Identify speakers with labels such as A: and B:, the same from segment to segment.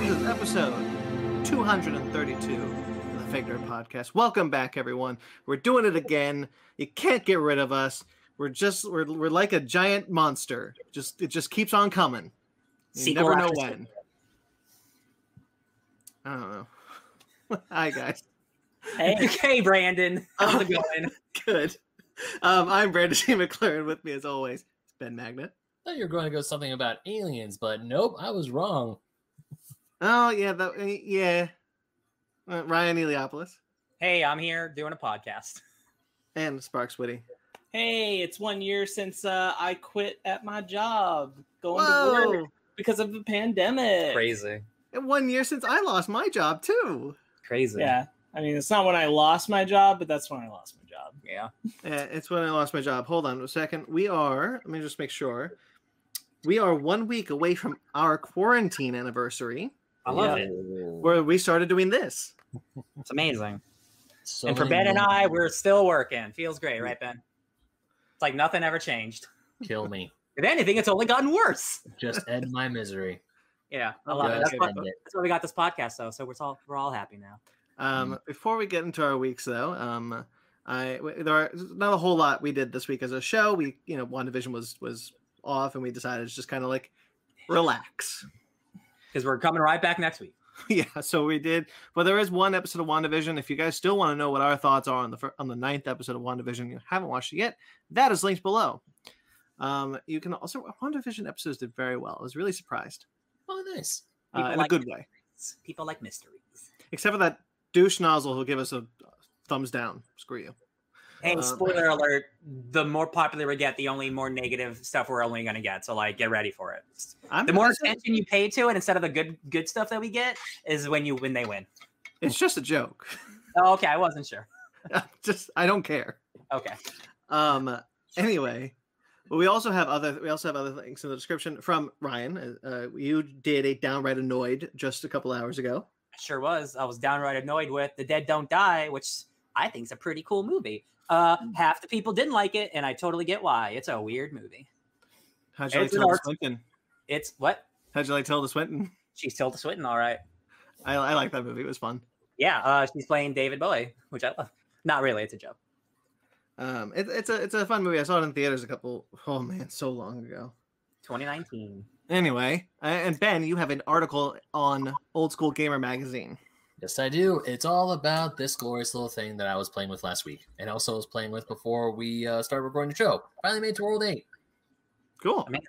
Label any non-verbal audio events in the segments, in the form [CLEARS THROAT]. A: episode 232 of the Fake Nerd Podcast. Welcome back, everyone. We're doing it again. You can't get rid of us. We're just we're, we're like a giant monster. Just it just keeps on coming. You
B: Sequel
A: never know
B: after
A: when. I don't know. [LAUGHS] Hi guys.
B: Hey, [LAUGHS] hey, Brandon,
A: [LAUGHS]
B: how's it going?
A: Oh, Good. Um, I'm Brandon G. McLaren. With me, as always, it's Ben Magna.
C: thought you were going to go something about aliens, but nope, I was wrong.
A: Oh yeah, that yeah. Uh, Ryan Eliopoulos
B: Hey, I'm here doing a podcast.
A: and Sparks Witty.
B: Hey, it's one year since uh, I quit at my job, going to
A: Whoa!
B: work because of the pandemic.
D: crazy
A: And one year since I lost my job too.
D: crazy
B: Yeah, I mean, it's not when I lost my job, but that's when I lost my job.
D: yeah
A: Uh, it's when I lost my job. Hold on a second. We are. Let me just make sure. We are one week away from our quarantine anniversary,
D: i love it
A: where we started doing this.
B: It's amazing.
C: So
B: and for
C: many
B: Ben and
C: more.
B: I, we're still working. Feels great, right, Ben? It's like nothing ever changed.
C: kill me.
B: If anything, it's only gotten worse.
C: Just end my misery.
B: Yeah, I love
A: Yeah,
B: it. That's
A: good.
B: why,
C: End it.
B: that's why we got this podcast, though. So we're all we're all happy now.
A: Um, Before we get into our weeks, though, um, I w- there are not a whole lot we did this week as a show. We, you know, WandaVision was was off, and we decided to just kind of like relax.
B: because we're coming right back next week.
A: [LAUGHS] yeah, so we did. But there is one episode of WandaVision. If you guys still want to know what our thoughts are on the fir- on the ninth episode of WandaVision, you haven't watched it yet. That is linked below. Um, you can also WandaVision episodes did very well. I was really surprised
C: Oh, nice.
A: uh,
B: People
A: in
B: like
A: a good
B: it.
A: way,
B: People like mysteries.
A: except for that douche nozzle who'll give us a thumbs down. Screw you.
B: Hey,
A: Um,
B: spoiler alert! The more popular we get, the only more negative stuff we're only going to get. So like, get ready for it.
A: I'm
B: The more
A: it's,
B: attention you pay to it, instead of the good good stuff that we get, is when you when they win.
A: it's just a joke. [LAUGHS]
B: Oh, okay, I wasn't sure.
A: just I don't care.
B: Okay,
A: Um. Anyway, but we also have other we also have other things in the description from Ryan. Uh, uh, you did a downright annoyed just a couple hours ago.
B: I sure was. I was downright annoyed with the Dead Don't Die, which I think is a pretty cool movie. Uh,
A: Mm.
B: half the people didn't like it, and I totally get why. It's a weird movie.
A: How'd you like
B: It's an
A: Tilda
B: art-
A: Swinton?
B: It's what
A: How'd you like Tilda Swinton?
B: she's Tilda Swinton, all right.
A: I, I like that movie. It was fun.
B: Yeah, uh, she's playing David Bowie, which I love. Not really, it's a joke.
A: Um, it, it's a it's a fun movie. I saw it in theaters a couple. Oh man, so long ago.
B: 2019.
A: Anyway, uh, and Ben, you have an article on Old School Gamer magazine.
C: Yes, I do. It's all about this glorious little thing that I was playing with last week, and also was playing with before we uh, started recording the show. Finally made it to World Eight.
A: Cool.
B: Amazing.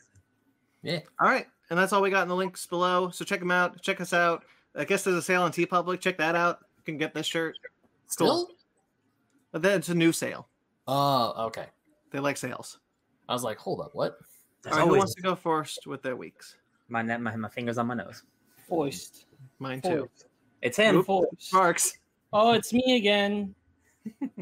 C: Yeah,
A: All right, and that's all we got in the links below. So check them out. Check us out. I guess there's a sale on T Public. Check that out. You can get this shirt.
C: still.
A: But then it's a new sale.
C: Oh, okay.
A: They like sales.
C: I was like, hold up, what?
B: There's
A: All right, who
B: always
A: wants to go first with their weeks?
B: my, ne- my my fingers on my nose.
E: Forced.
A: Mine too.
E: Forced.
B: It's him.
A: Oop.
E: Forced.
A: Sparks.
E: Oh, it's me
C: [LAUGHS]
E: again.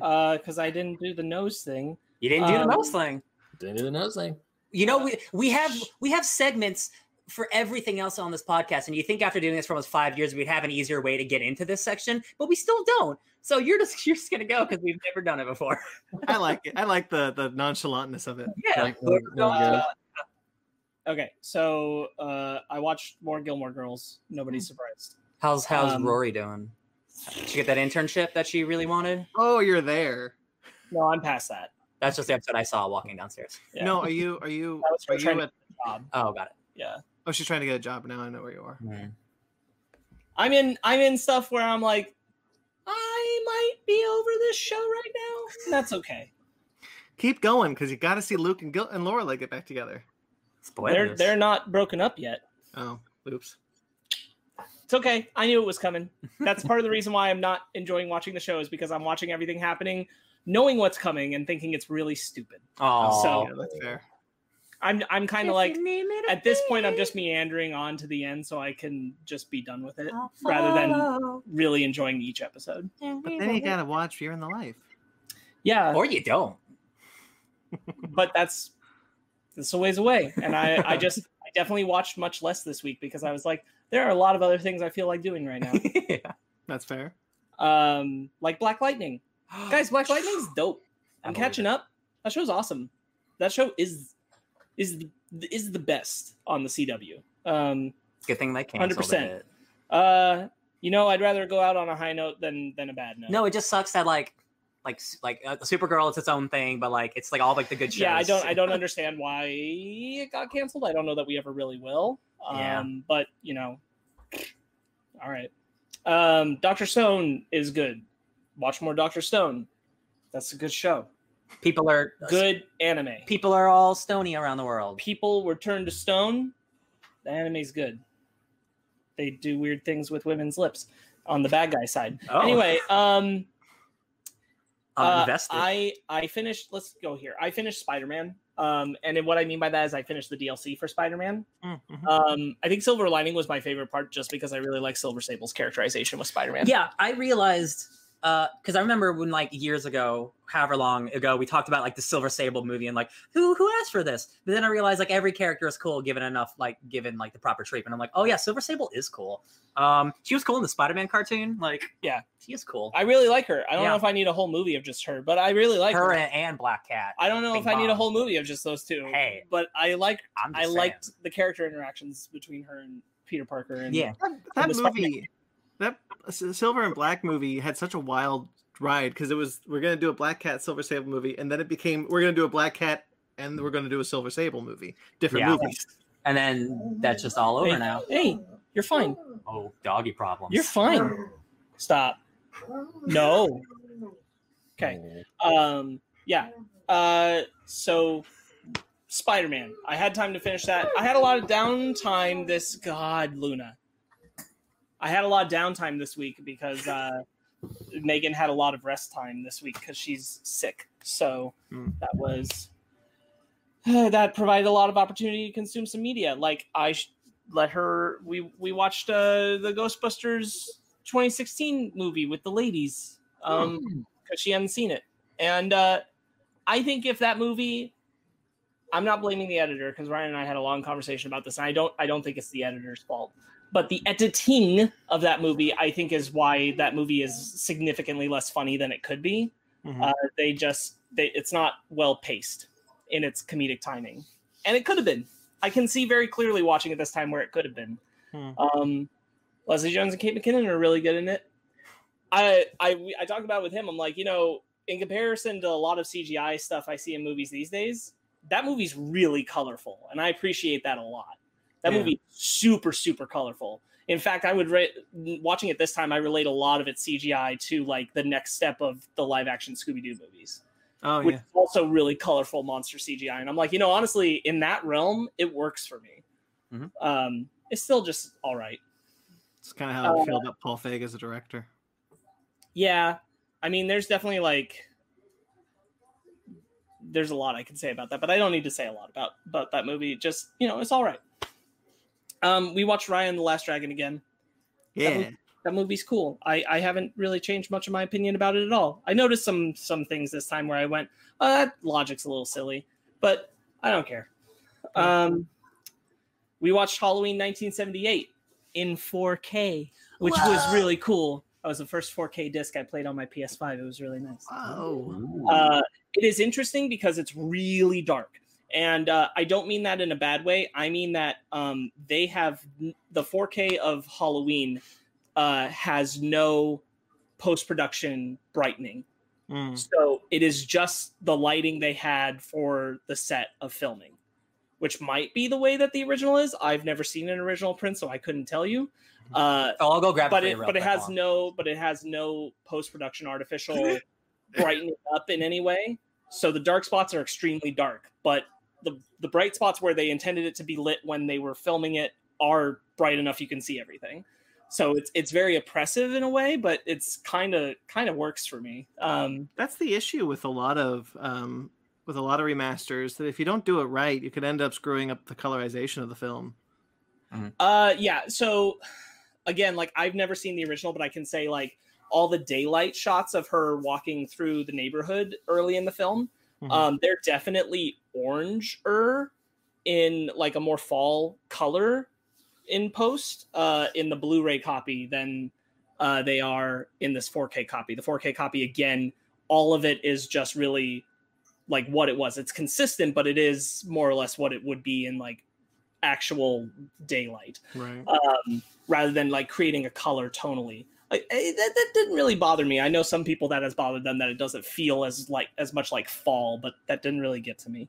E: Uh, because I didn't do the nose thing.
B: You didn't do the
A: Uh,
E: Um,
B: nose thing.
C: Didn't do the nose thing.
B: You know we we have we have segments for everything else on this podcast, and you think after doing this for almost five years we'd have an easier way to get into this section, but we still don't. So you're just [LAUGHS] you're just gonna go because we've never done it before. [LAUGHS]
A: I like it. I like the the nonchalantness of it.
B: Yeah.
C: Like, uh, no, no,
B: Uh,
C: yeah.
E: Okay, so uh, I watched more Gilmore Girls.
C: Hmm.
E: Nobody's surprised.
B: How's how's
E: Um,
B: Rory doing? Did she get that internship that she really wanted?
A: Oh, you're there.
E: No, I'm past that.
B: That's just the episode I saw walking downstairs.
E: Yeah.
A: No, are you? Are you?
E: [LAUGHS] I was
A: Are
E: trying
A: you
E: to-
A: at,
E: Job.
B: Oh, got it.
E: Yeah.
A: oh, she's trying to get a job. Now I know where you are.
E: Hmm. I'm in. I'm in stuff where I'm like, I might be over this show right now. And that's okay.
A: Keep going because you got to see Luke and Gil- and Laura like get back together.
E: They're
B: Spoilers.
E: they're not broken up yet.
A: Oh, oops.
E: It's okay. I knew it was coming. That's part of the reason why I'm not enjoying watching the show is because I'm watching everything happening, knowing what's coming, and thinking it's really stupid.
B: Aw.
E: So-
A: yeah, that's fair.
E: I'm I'm kind of like at this point I'm just meandering on to the end so I can just be done with it rather than really enjoying each episode.
A: But then you gotta watch Fear in the Life.
E: Yeah,
B: or you don't.
E: but that's it's a ways away, and I
B: [LAUGHS]
E: I just I definitely watched much less this week because I was like there are a lot of other things I feel like doing right
B: [LAUGHS]
E: now,
A: That's fair.
E: um like Black Lightning. Guys,
B: [SIGHS]
E: Black Lightning's dope.
B: I
E: I'm
B: believe
E: catching
B: it.
E: up. That show's awesome. That show is is the, is the best on the CW. Um
B: Good thing they canceled
E: 100%.
B: it.
E: Uh, you know, I'd rather go out on a high note than than a bad note.
B: No, it just sucks that like like like uh, Supergirl it's its own thing, but like it's like all like the good shows.
E: yeah, I don't
B: [LAUGHS]
E: I don't understand why it got canceled. I don't know that we ever really will. Um,
B: Yeah.
E: but you know, all right. Um, Doctor Stone is good. Watch more Doctor Stone. That's a good show.
B: People are uh,
E: Good anime.
B: People are all stony around the world.
E: People were turned to stone. The anime's good. They do weird things with women's lips on the bad guy side.
B: Oh.
E: Anyway, um,
B: [LAUGHS] I'm
E: uh,
B: invested.
E: I I finished. Let's go here. I finished Spider Man. Um, and then what I mean by that is I finished the DLC for Spider Man.
B: Mm, mhm.
E: Um, I think Silver Lining was my favorite part, just because I really like Silver Sable's characterization with Spider Man.
B: Yeah, I realized because I remember when like years ago, however long ago, we talked about like the Silver Sable movie and like who who asked for this? But then I realized like every character is cool given enough like given like the proper treatment. I'm like, oh yeah, Silver Sable is cool. Um, she was cool in the Spider-Man cartoon. Like,
E: Yeah.
B: she is cool.
E: I really like her. I don't
B: Yeah.
E: know if I need a whole movie of just her, but I really like her.
B: Her and, and Black Cat.
E: I don't know if
B: Bing
E: I need a
B: Bong.
E: whole movie of just those two.
B: Hey.
E: but I like
B: I'm just
E: I
B: saying.
E: liked the character interactions between her and Peter Parker. And
B: Yeah,
A: That, that
E: the Spider-Man.
A: movie, that S- Silver and Black movie had such a wild ride because it was we're gonna do a Black Cat Silver Sable movie, and then it became we're gonna do a Black Cat and we're gonna do a Silver Sable movie. Different
B: Yeah.
A: movies.
B: and then that's just all over
E: Hey.
B: now.
E: Hey, you're fine.
B: Oh, doggy problems.
E: You're fine. Stop. No. Okay. Um. Yeah. Uh. So, Spider Man. I had time to finish that. I had a lot of downtime this. God, Luna. I had a lot of downtime this week because uh, Megan had a lot of rest time this week because she's sick. So
A: Hmm.
E: that was [SIGHS] that provided a lot of opportunity to consume some media. Like I sh- let her. We we watched uh, the Ghostbusters 2016 movie with the ladies. Um, because she hadn't seen it. And uh, I think if that movie, I'm not blaming the editor because Ryan and I had a long conversation about this, and I don't, I don't think it's the editor's fault. But the editing of that movie, I think, is why that movie is significantly less funny than it could be.
A: Mhm.
E: Uh, they just, they, it's not well paced in its comedic timing, and it could have been. I can see very clearly watching it this time where it could have been.
A: Hmm.
E: Um, Leslie Jones and Kate McKinnon are really good in it. I I we- I talked about it with him. I'm like, you know, in comparison to a lot of CGI stuff I see in movies these days, that movie's really colorful, and I appreciate that a lot. That
A: Yeah.
E: movie's super super colorful. In fact, I would re- watching it this time. I relate a lot of its CGI to like the next step of the live action Scooby Doo movies,
A: Oh
E: which
A: yeah.
E: is also really colorful monster CGI. And I'm like, you know, honestly, in that realm, it works for me.
B: Mhm.
A: Mm-hmm.
E: Um, it's still just all right.
A: It's kind of how I
E: Uh,
A: feel about Paul Feig as a director.
E: Yeah. I mean, there's definitely like there's a lot I can say about that, but I don't need to say a lot about about that movie. Just, you know, it's all right. Um, we watched Ryan the Last Dragon again.
A: Yeah.
E: movie- That movie's cool. I, I haven't really changed much of my opinion about it at all. I noticed some some things this time where I went, uh, that logic's a little silly, but I don't care. Um, we watched Halloween 1978 in 4K, which was really cool. That was the first 4K disc I played on my PS5. It was really nice.
A: Oh.
E: Uh, it is interesting because it's really dark. And uh, I don't mean that in a bad way. I mean that um, they have n- the 4K of Halloween uh, has no post production brightening.
A: Mm.
E: So it is just the lighting they had for the set of filming, which might be the way that the original is. I've never seen an original print, so I couldn't tell you. Uh,
B: Oh, I'll go grab
E: but
B: it. for
E: it
B: you real
E: but it
B: quick,
E: has
B: hold on.
E: no but it has no post production artificial brightening up in any way. So the dark spots are extremely dark, but the the bright spots where they intended it to be lit when they were filming it are bright enough you can see everything. So it's it's very oppressive in a way, but it's kind of kind of works for me. Um,
A: That's the issue with a lot of um, with a lot of remasters that if you don't do it right, you could end up screwing up the colorization of the film.
E: Uh, yeah. So, again, like I've never seen the original, but I can say like all the daylight shots of her walking through the neighborhood early in the film,
A: Mhm.
E: um, they're definitely orange-er in like a more fall color in post uh, in the Blu-ray copy than uh, they are in this 4K copy. The 4K copy again, all of it is just really like what it was. It's consistent, but it is more or less what it would be in like actual daylight
A: Right.
E: um, rather than like creating a color tonally. Like, eh, that, that didn't really bother me. I know some people that has bothered them that it doesn't feel as like as much like fall, but that didn't really get to me.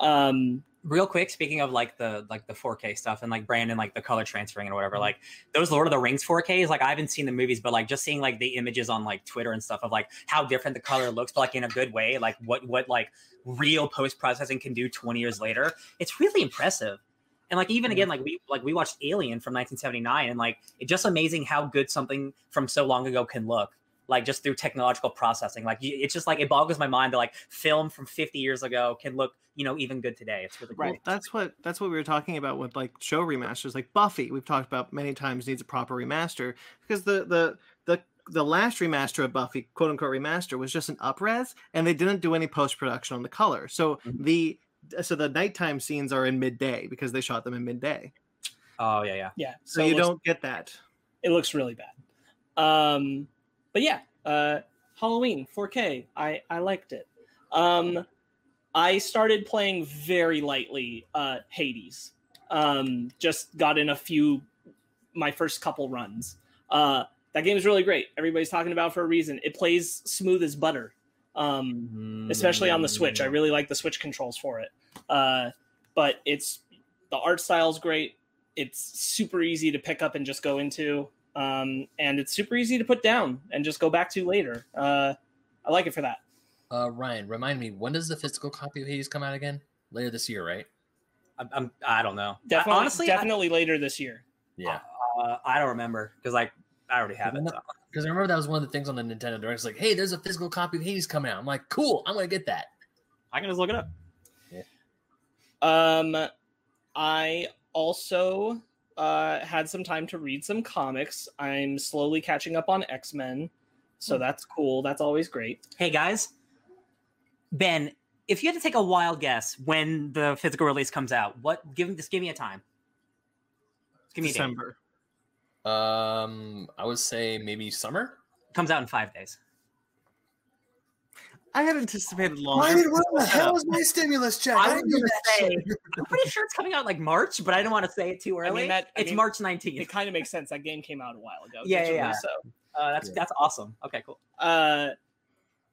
E: Um,
B: real quick speaking of like the like the 4k stuff and like brandon like the color transferring and whatever like those lord of the rings 4ks like i haven't seen the movies but like just seeing like the images on like twitter and stuff of like how different the color looks but like in a good way like what what like real post processing can do 20 years later it's really impressive and like even again like we like we watched alien from 1979 and like it's just amazing how good something from so long ago can look like just through technological processing like you- it's just like it boggles my mind that like film from 50 years ago can look you know even good today it's really cool.
E: Right.
A: That's what that's what we were talking about with like show remasters, like Buffy. We've talked about many times needs a proper remaster because the the the the last remaster of Buffy, quote unquote remaster, was just an upres, and they didn't do any post production on the color. So
B: Mhm.
A: the so the nighttime scenes are in midday because they shot them in midday.
B: Oh yeah, yeah.
E: yeah,
A: So,
E: it
A: you
E: looks-
A: don't get that.
E: It looks really bad. Um, but yeah, uh, Halloween 4K. I I liked it. Um, I started playing very lightly uh, Hades. Um, just got in a few my first couple runs. Uh, that game is really great. Everybody's talking about it for a reason. It plays smooth as butter. Um, especially on the Switch. I really like the Switch controls for it. Uh, but it's the art style's great. It's super easy to pick up and just go into, um, and it's super easy to put down and just go back to later. Uh, I like it for that.
C: Uh, Ryan, remind me, when does the physical copy of Hades come out again? Later this year, right?
B: I'm, I'm I don't know. I-
E: Definitely,
B: honestly, I-
E: definitely later this year.
C: Yeah,
B: uh, I don't remember because like I already have it.
C: No.
B: so.
C: because I remember that was one of the things on the Nintendo Direct. It's like, hey, there's a physical copy of Hades coming out. I'm like, cool, I'm gonna get that.
B: I can just look it up.
E: Um, I also uh, had some time to read some comics. I'm slowly catching up on X Men, so that's cool. That's always great.
B: Hey guys, Ben, if you had to take a wild guess when the physical release comes out, what? Give just give me a time. Just give me a date.
A: December.
C: Um, I would say maybe summer.
B: Comes out in five days.
A: I had anticipated
E: Oh,
A: longer.
C: the
A: hell
C: is my stimulus check?
B: I I didn't was do gonna that I'm pretty sure it's coming out like March, but I don't want to say it too early.
E: that- I
B: it's
E: mean,
B: March
E: It
B: 19th.
E: kind of makes sense. That game came out a while ago.
B: Yeah, yeah,
E: digitally,
B: yeah.
E: So
B: Uh, that's
C: Yeah.
B: that's awesome. Okay, cool.
E: uh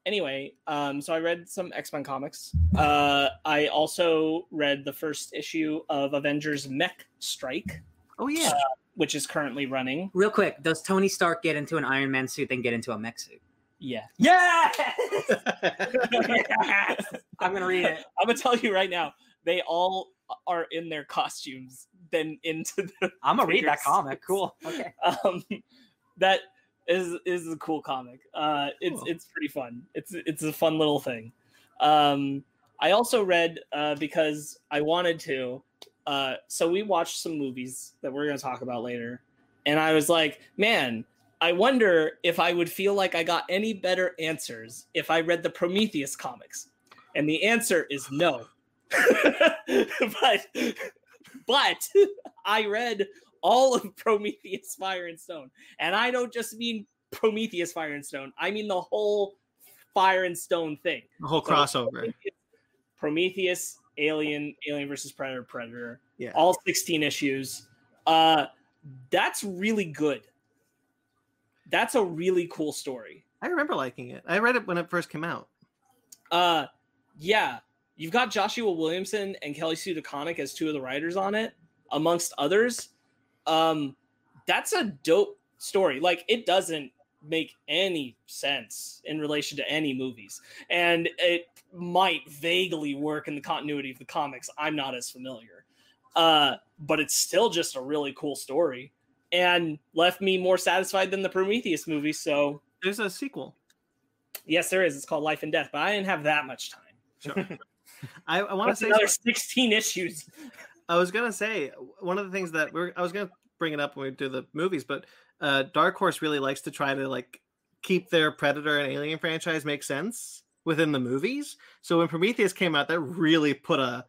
E: anyway um so i read some x-men comics uh i also read the first issue of avengers mech strike
A: Oh yeah.
E: which is currently running
B: Real quick, does Tony Stark get into an Iron Man suit, then get into a mech suit?
E: yeah [LAUGHS]
B: Yeah.
A: [LAUGHS]
E: i'm
B: [LAUGHS] I'm gonna read it.
E: gonna tell you right now they all are in their costumes then into the
B: I'm gonna read that
E: figures.
B: comic. Cool. Okay.
E: [LAUGHS] um that is is a cool comic uh it's
A: Cool.
E: it's pretty fun it's it's a fun little thing um i also read uh because i wanted to uh so we watched some movies that we're gonna talk about later and i was like man i wonder if i would feel like i got any better answers if i read the prometheus comics and the answer is no [LAUGHS] but but [LAUGHS] i read all of [LAUGHS] Prometheus Fire and Stone. And I don't just mean Prometheus Fire and Stone, I mean the whole Fire and Stone thing.
A: The whole
E: So-
A: crossover.
E: Prometheus, Alien, Alien versus Predator, Predator,
A: Yeah.
E: all 16 issues. Uh that's really good. That's a really cool story.
A: I remember liking it. I read it when it first came out.
E: Uh yeah, you've got Joshua Williamson and Kelly Sue DeConnick as two of the writers on it, amongst others. Um, that's a dope story. Like it doesn't make any sense in relation to any movies, and it might vaguely work in the continuity of the comics. I'm not as familiar, uh, but it's still just a really cool story, and left me more satisfied than the Prometheus movie. So
A: There's a sequel.
E: yes, there is. It's called Life and Death, but I didn't have that much time.
A: Sure. I, I want to
E: That's
A: say
E: another 16 issues.
A: I was gonna say w- one of the things that we're I was gonna bring it up when we do the movies, but uh, Dark Horse really likes to try to like keep their Predator and Alien franchise make sense within the movies. So when Prometheus came out, that really put a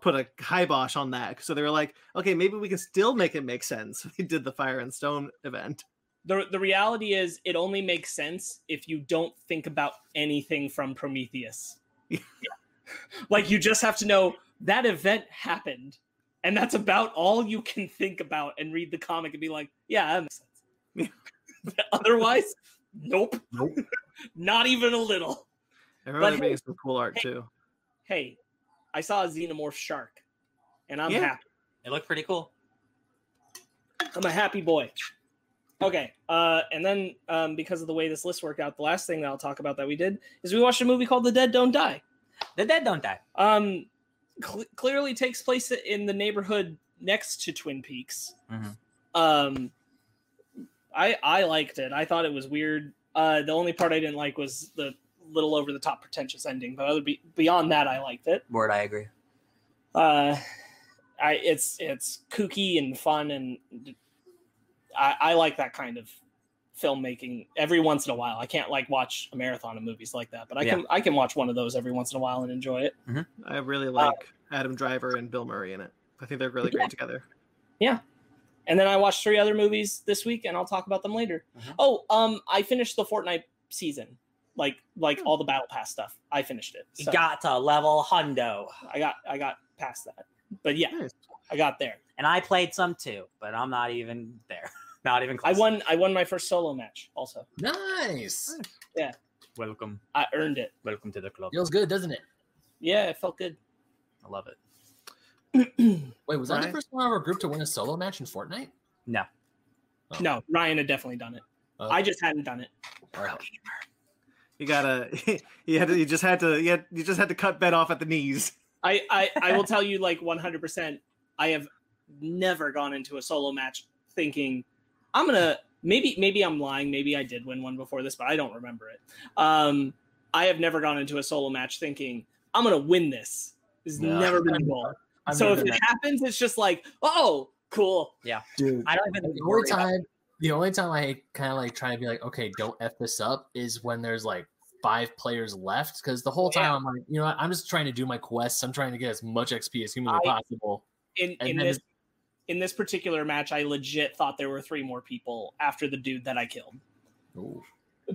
A: put a kibosh on that. So they were like, okay, maybe we can still make it make sense. [LAUGHS] They did the Fire and Stone event.
E: The, the reality is, it only makes sense if you don't think about anything from Prometheus.
A: [LAUGHS] Yeah.
E: like, you just have to know that event happened and that's about all you can think about and read the comic and be like, yeah, that makes sense. [LAUGHS] Otherwise, nope,
C: Nope.
E: [LAUGHS] not even a little.
A: I remember
E: But
A: there being
E: hey-
A: some cool art
E: hey-
A: too.
E: Hey, I saw a xenomorph shark, and I'm
A: Yeah.
E: happy.
B: It looked pretty cool.
E: I'm a happy boy. Okay, uh, and then um, because of the way this list worked out, the last thing that I'll talk about that we did is we watched a movie called The Dead Don't Die.
B: The dead don't die.
E: Um, cl- clearly takes place in the neighborhood next to Twin Peaks.
B: Mhm.
E: Um, I I liked it. I thought it was weird. Uh, the only part I didn't like was the little over the top pretentious ending, but other be- beyond that, I liked it.
B: Word, I agree.
E: uh i it's it's kooky and fun and i i like that kind of filmmaking every once in a while i can't like watch a marathon of movies like that but i can i can watch one of those every once in a while and enjoy it
A: I
B: Uh,
A: really like Adam Driver and Bill Murray in it. I think they're really great together.
E: and then i watched three other movies this week and i'll talk about them later
B: Mhm.
E: oh um i finished the fortnite season like like all the battle pass stuff i finished it
B: You
E: so
B: got to level hundo,
E: i got i got past that but yeah
A: Nice.
E: i got there
B: and I played some too, but I'm not even there. [LAUGHS] Not even
E: i
B: close.
E: won i won my first solo match also
C: Nice.
B: Welcome,
E: i earned it
B: welcome to the club.
C: Feels good, doesn't it?
E: yeah it felt good
B: I love it.
C: Wait, was that the
A: Right.
C: first one of our group to win a solo match in Fortnite?
E: No, Ryan had definitely done it.
C: Oh,
E: I just hadn't done it.
C: all right.
A: You gotta, [LAUGHS] you had to, you just had to, you, had, you just had to cut Ben off at the knees.
E: I I, I will tell you like 100%. I have never gone into a solo match thinking I'm gonna maybe maybe I'm lying. Maybe I did win one before this, but I don't remember it. Um, I have never gone into a solo match thinking I'm gonna win this. It's
C: No.
E: never been a goal.
C: I've
E: So if
C: never
E: it happens, it's just like oh cool.
C: Dude,
B: I don't even
C: the
B: worry
C: only
B: about
C: time, the only time I kind of like try to be like, okay, don't f this up, is when there's like five players left. Because the whole time
E: Yeah.
C: I'm like, you know, what? I'm just trying to do my quests. I'm trying to get as much XP as humanly
E: I-
C: possible.
E: in,
C: And
E: in
C: then-
E: this in this particular match, I legit thought there were three more people after the dude that I killed.
C: Ooh.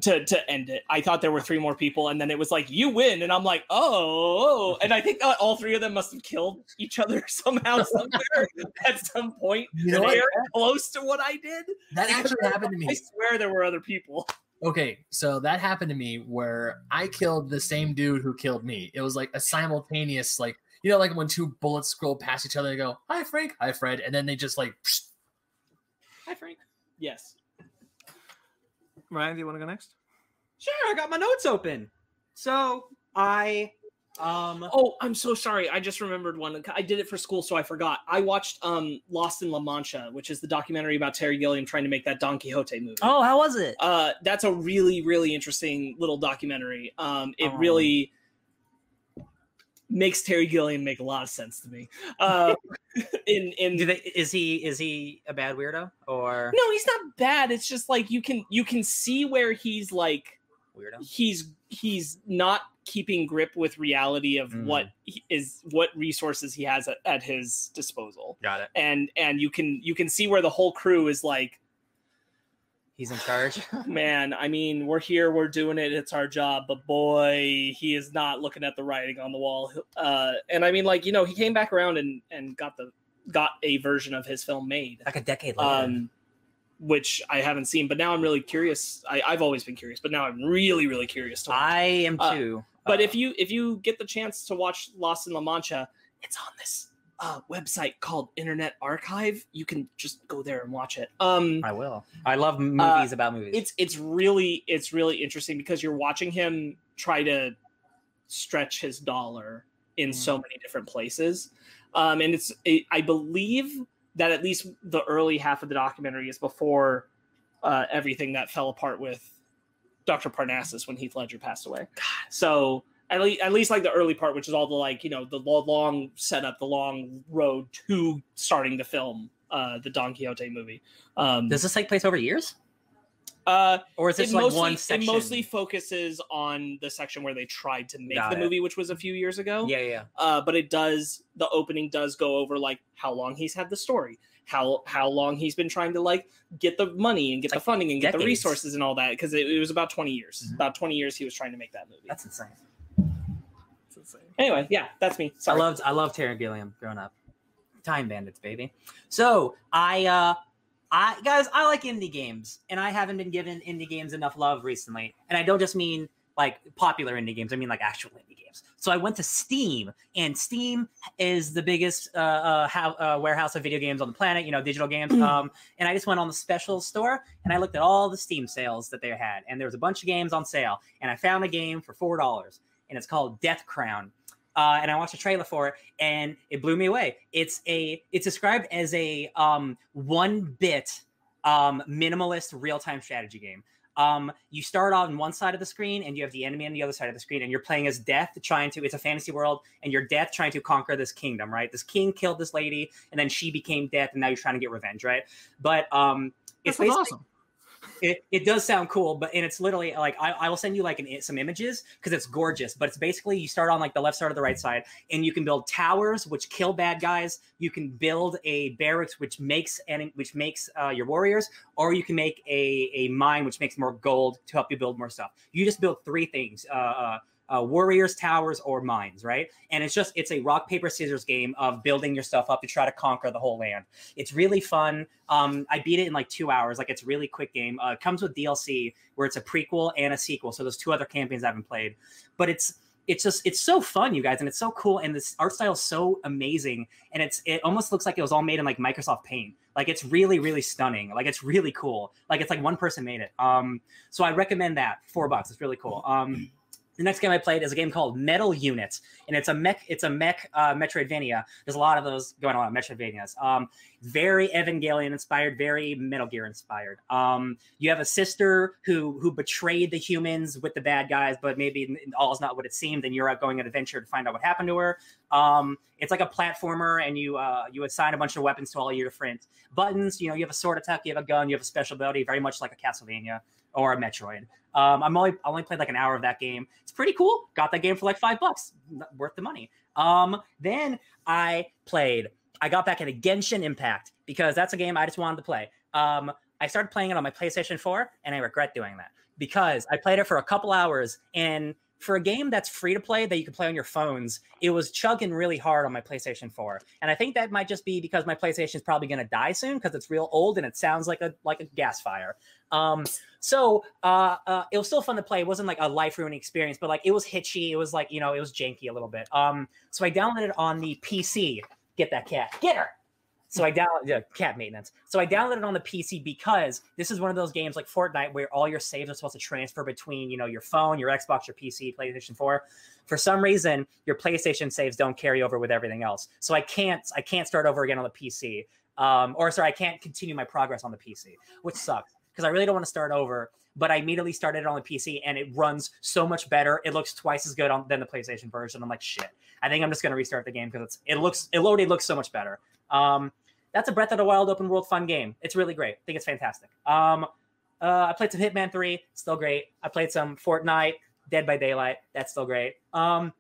E: to to end it. I thought there were three more people, and then it was like you win, and I'm like, oh, and I think uh, all three of them must have killed each other [LAUGHS] somehow somewhere [LAUGHS] at some point.
C: You know what?
E: Very close to what I did.
C: That actually happened to me.
E: I swear there were other people. [LAUGHS]
C: Okay, so that happened to me where I killed the same dude who killed me. It was like a simultaneous, like you know, like when two bullets scroll past each other and go, "Hi Frank, hi Fred," and then they just like, psh,
E: Hi, Frank. Yes.
A: Ryan, do you want to go next?
B: Sure, I got my notes open. So I um
E: Oh, I'm so sorry. I just remembered one. I did it for school, so I forgot. I watched um Lost in La Mancha, which is the documentary about Terry Gilliam trying to make that Don Quixote movie.
B: Oh, how was it?
E: uh, that's a really really interesting little documentary um, it
B: Oh.
E: really makes terry gilliam make a lot of sense to me
B: [LAUGHS]
E: uh, in in
B: Do they, is he is he a bad weirdo or
E: no he's not bad it's just like you can you can see where he's like
B: weirdo?
E: he's he's not keeping grip with reality of
B: Mm.
E: what he- is what resources he has at, at his disposal
B: Got it.
E: and and you can you can see where the whole crew is like
B: He's in charge.
E: man, I mean, we're here, we're doing it, it's our job, but boy, he is not looking at the writing on the wall. Uh, and I mean, like you know, he came back around and and got the got a version of his film made,
B: [LAUGHS] like a decade later.
E: um, which I haven't seen, but now I'm really curious. I, I've always been curious, but now I'm really, really curious to watch.
B: I am
E: uh,
B: too.
E: but
B: uh,
E: if you if you get the chance to watch Lost in La Mancha, it's on this uh, website called Internet Archive. You can just go there and watch it. Um,
B: I will. I love movies about movies.
E: Uh, it's it's really it's really interesting because you're watching him try to stretch his dollar in so many different places um and it's it, i believe that at least the early half of the documentary is before uh everything that fell apart with dr parnassus when heath ledger passed away so at, le- at least like the early part which is all the like you know the lo- long setup the long road to starting the film uh the don quixote movie um
B: Does this take place over years,
E: uh
B: or is
E: it
B: this like
E: mostly,
B: one
E: it
B: section?
E: mostly focuses on the section where they tried to make
B: Got
E: the
B: it.
E: movie, which was a few years ago.
B: Yeah, yeah, yeah.
E: Uh, but it does the opening does go over like how long he's had the story, how how long he's been trying to like get the money and get
B: Like
E: the funding and get the
B: decades.
E: resources and all that because it, it was about twenty years,
B: Mhm.
E: about twenty years he was trying to make that movie.
B: That's insane.
E: anyway, yeah, that's me.
B: I
E: Sorry.
B: loved I loved Terry Gilliam growing up. time bandits, baby. So I, uh, I guys, I like indie games, and I haven't been given indie games enough love recently. And I don't just mean like popular indie games; I mean like actual indie games. So I went to Steam, and Steam is the biggest uh, uh, how, uh, warehouse of video games on the planet. You know, digital games. um, and I just went on the special store and I looked at all the Steam sales that they had, and there was a bunch of games on sale, and I found a game for four dollars, and it's called Death Crown. Uh, and I watched a trailer for it, and it blew me away. It's a it's described as a um, one bit um, minimalist real time strategy game. Um, you start on one side of the screen, and you have the enemy on the other side of the screen, and you're playing as Death, trying to. It's a fantasy world, and you're Death trying to conquer this kingdom, right? This king killed this lady, and then she became Death, and now you're trying to get revenge, right? But um,
A: This
B: it's
A: was
B: basically-
A: awesome.
B: it, it does sound cool, but and it's literally like I, I will send you like an, some images because it's gorgeous. But it's basically you start on like the left side or the right side, and you can build towers which kill bad guys. You can build a barracks which makes and which makes uh, your warriors, or you can make a a mine which makes more gold to help you build more stuff. You just build three things: uh, uh, uh, warriors, towers, or mines, right? And it's just it's a rock paper scissors game of building your stuff up to try to conquer the whole land. It's really fun. Um, I beat it in like two hours. Like it's a really quick game. Uh, it comes with DLC where it's a prequel and a sequel. So there's two other campaigns I haven't played, but it's it's just it's so fun, you guys, and it's so cool. And this art style is so amazing, and it's it almost looks like it was all made in like Microsoft Paint. Like it's really really stunning. Like it's really cool. Like it's like one person made it. Um, so I recommend that. Four bucks. It's really cool. Um. The next game I played is a game called Metal Unit, and it's a mech. It's a mech uh, Metroidvania. There's a lot of those going on Metroidvanias. Um, very Evangelion inspired, very Metal Gear inspired. Um, you have a sister who who betrayed the humans with the bad guys, but maybe n- all is not what it seemed, and you're out going on an adventure to find out what happened to her. Um, it's like a platformer, and you uh, you assign a bunch of weapons to all your different buttons. You know, you have a sword attack, you have a gun, you have a special ability, very much like a Castlevania or a Metroid. Um, I'm only I only played like an hour of that game. It's pretty cool. Got that game for like five bucks, N- worth the money. Um, then I played. I got back into Genshin Impact because that's a game I just wanted to play. Um, I started playing it on my PlayStation 4, and I regret doing that because I played it for a couple hours and. For a game that's free to play that you can play on your phones, it was chugging really hard on my PlayStation 4, and I think that might just be because my PlayStation is probably going to die soon because it's real old and it sounds like a like a gas fire. Um, so uh, uh, it was still fun to play. It wasn't like a life ruining experience, but like it was hitchy. It was like you know it was janky a little bit. Um, so I downloaded it on the PC. Get that cat. Get her. So I downloaded yeah, cat maintenance. So I downloaded it on the PC because this is one of those games like Fortnite where all your saves are supposed to transfer between you know your phone, your Xbox, your PC, PlayStation Four. For some reason, your PlayStation saves don't carry over with everything else. So I can't I can't start over again on the PC. Um, or sorry, I can't continue my progress on the PC, which sucks because I really don't want to start over. But I immediately started it on the PC and it runs so much better. It looks twice as good on, than the PlayStation version. I'm like, shit. I think I'm just gonna restart the game because it's it looks it already looks so much better. Um, that's a Breath of the Wild open world fun game. It's really great. I think it's fantastic. Um, uh, I played some Hitman Three, still great. I played some Fortnite, Dead by Daylight. That's still great. Um,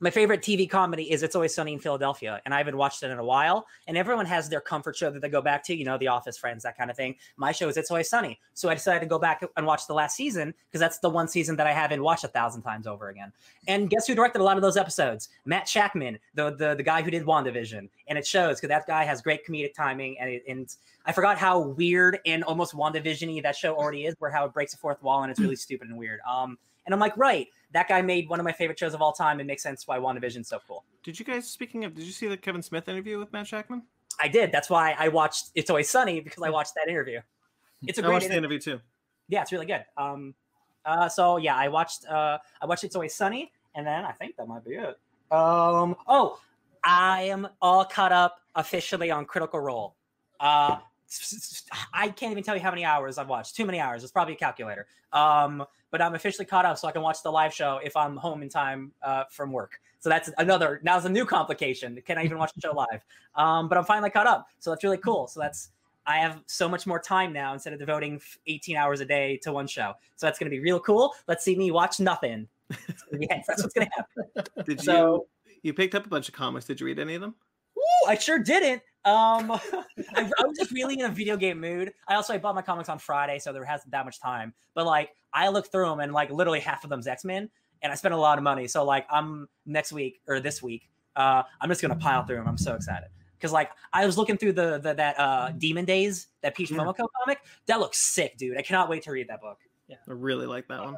B: my favorite TV comedy is It's Always Sunny in Philadelphia, and I haven't watched it in a while. And everyone has their comfort show that they go back to, you know, The Office, Friends, that kind of thing. My show is It's Always Sunny, so I decided to go back and watch the last season because that's the one season that I haven't watched a thousand times over again. And guess who directed a lot of those episodes? Matt Shackman, the the, the guy who did WandaVision, and it shows because that guy has great comedic timing. And it, and I forgot how weird and almost WandaVision-y that show already is, where how it breaks the fourth wall and
A: [CLEARS THROAT]
B: it's really stupid and weird. Um, and I'm like, right, that guy made one of my favorite shows of all time. It makes sense why WandaVision's so cool.
A: Did you guys? Speaking of, did you see the Kevin Smith interview with Matt Shackman?
B: I did. That's why I watched It's Always Sunny because I watched that interview. It's a
A: I
B: great
A: watched
B: interview.
A: the interview too.
B: yeah, it's really good. Um, uh, so yeah, I watched uh, I watched It's Always Sunny, and then I think that might be it. Um, oh, I am all caught up officially on Critical Role. Uh, s- s- I can't even tell you how many hours I've watched. Too many hours. It's probably a calculator. Um, but I'm officially caught up, so I can watch the live show if I'm home in time uh, from work. So that's another. Now's a new complication. Can I even watch the show live? Um, but I'm finally caught up, so that's really cool. So that's I have so much more time now instead of devoting f- 18 hours a day to one show. So that's going to be real cool. Let's see me watch nothing. [LAUGHS] It's gonna be- yes, that's what's going to happen.
A: Did you?
B: So
A: You picked up a bunch of comics. Did you read any of them?
B: woo, I sure didn't. Um, [LAUGHS] I, I was just really in a video game mood. I also I bought my comics on Friday, so there hasn't that much time. But like I looked through them, and like literally half of them's X Men, and I spent a lot of money. So like I'm next week or this week, uh, I'm just going to pile through them. I'm so excited. Because like I was looking through the, the that uh Demon Days that Peach
C: Mm.
A: Yeah.
B: Momoko comic. That looks sick, dude. I cannot wait to read that book.
A: I really like that one.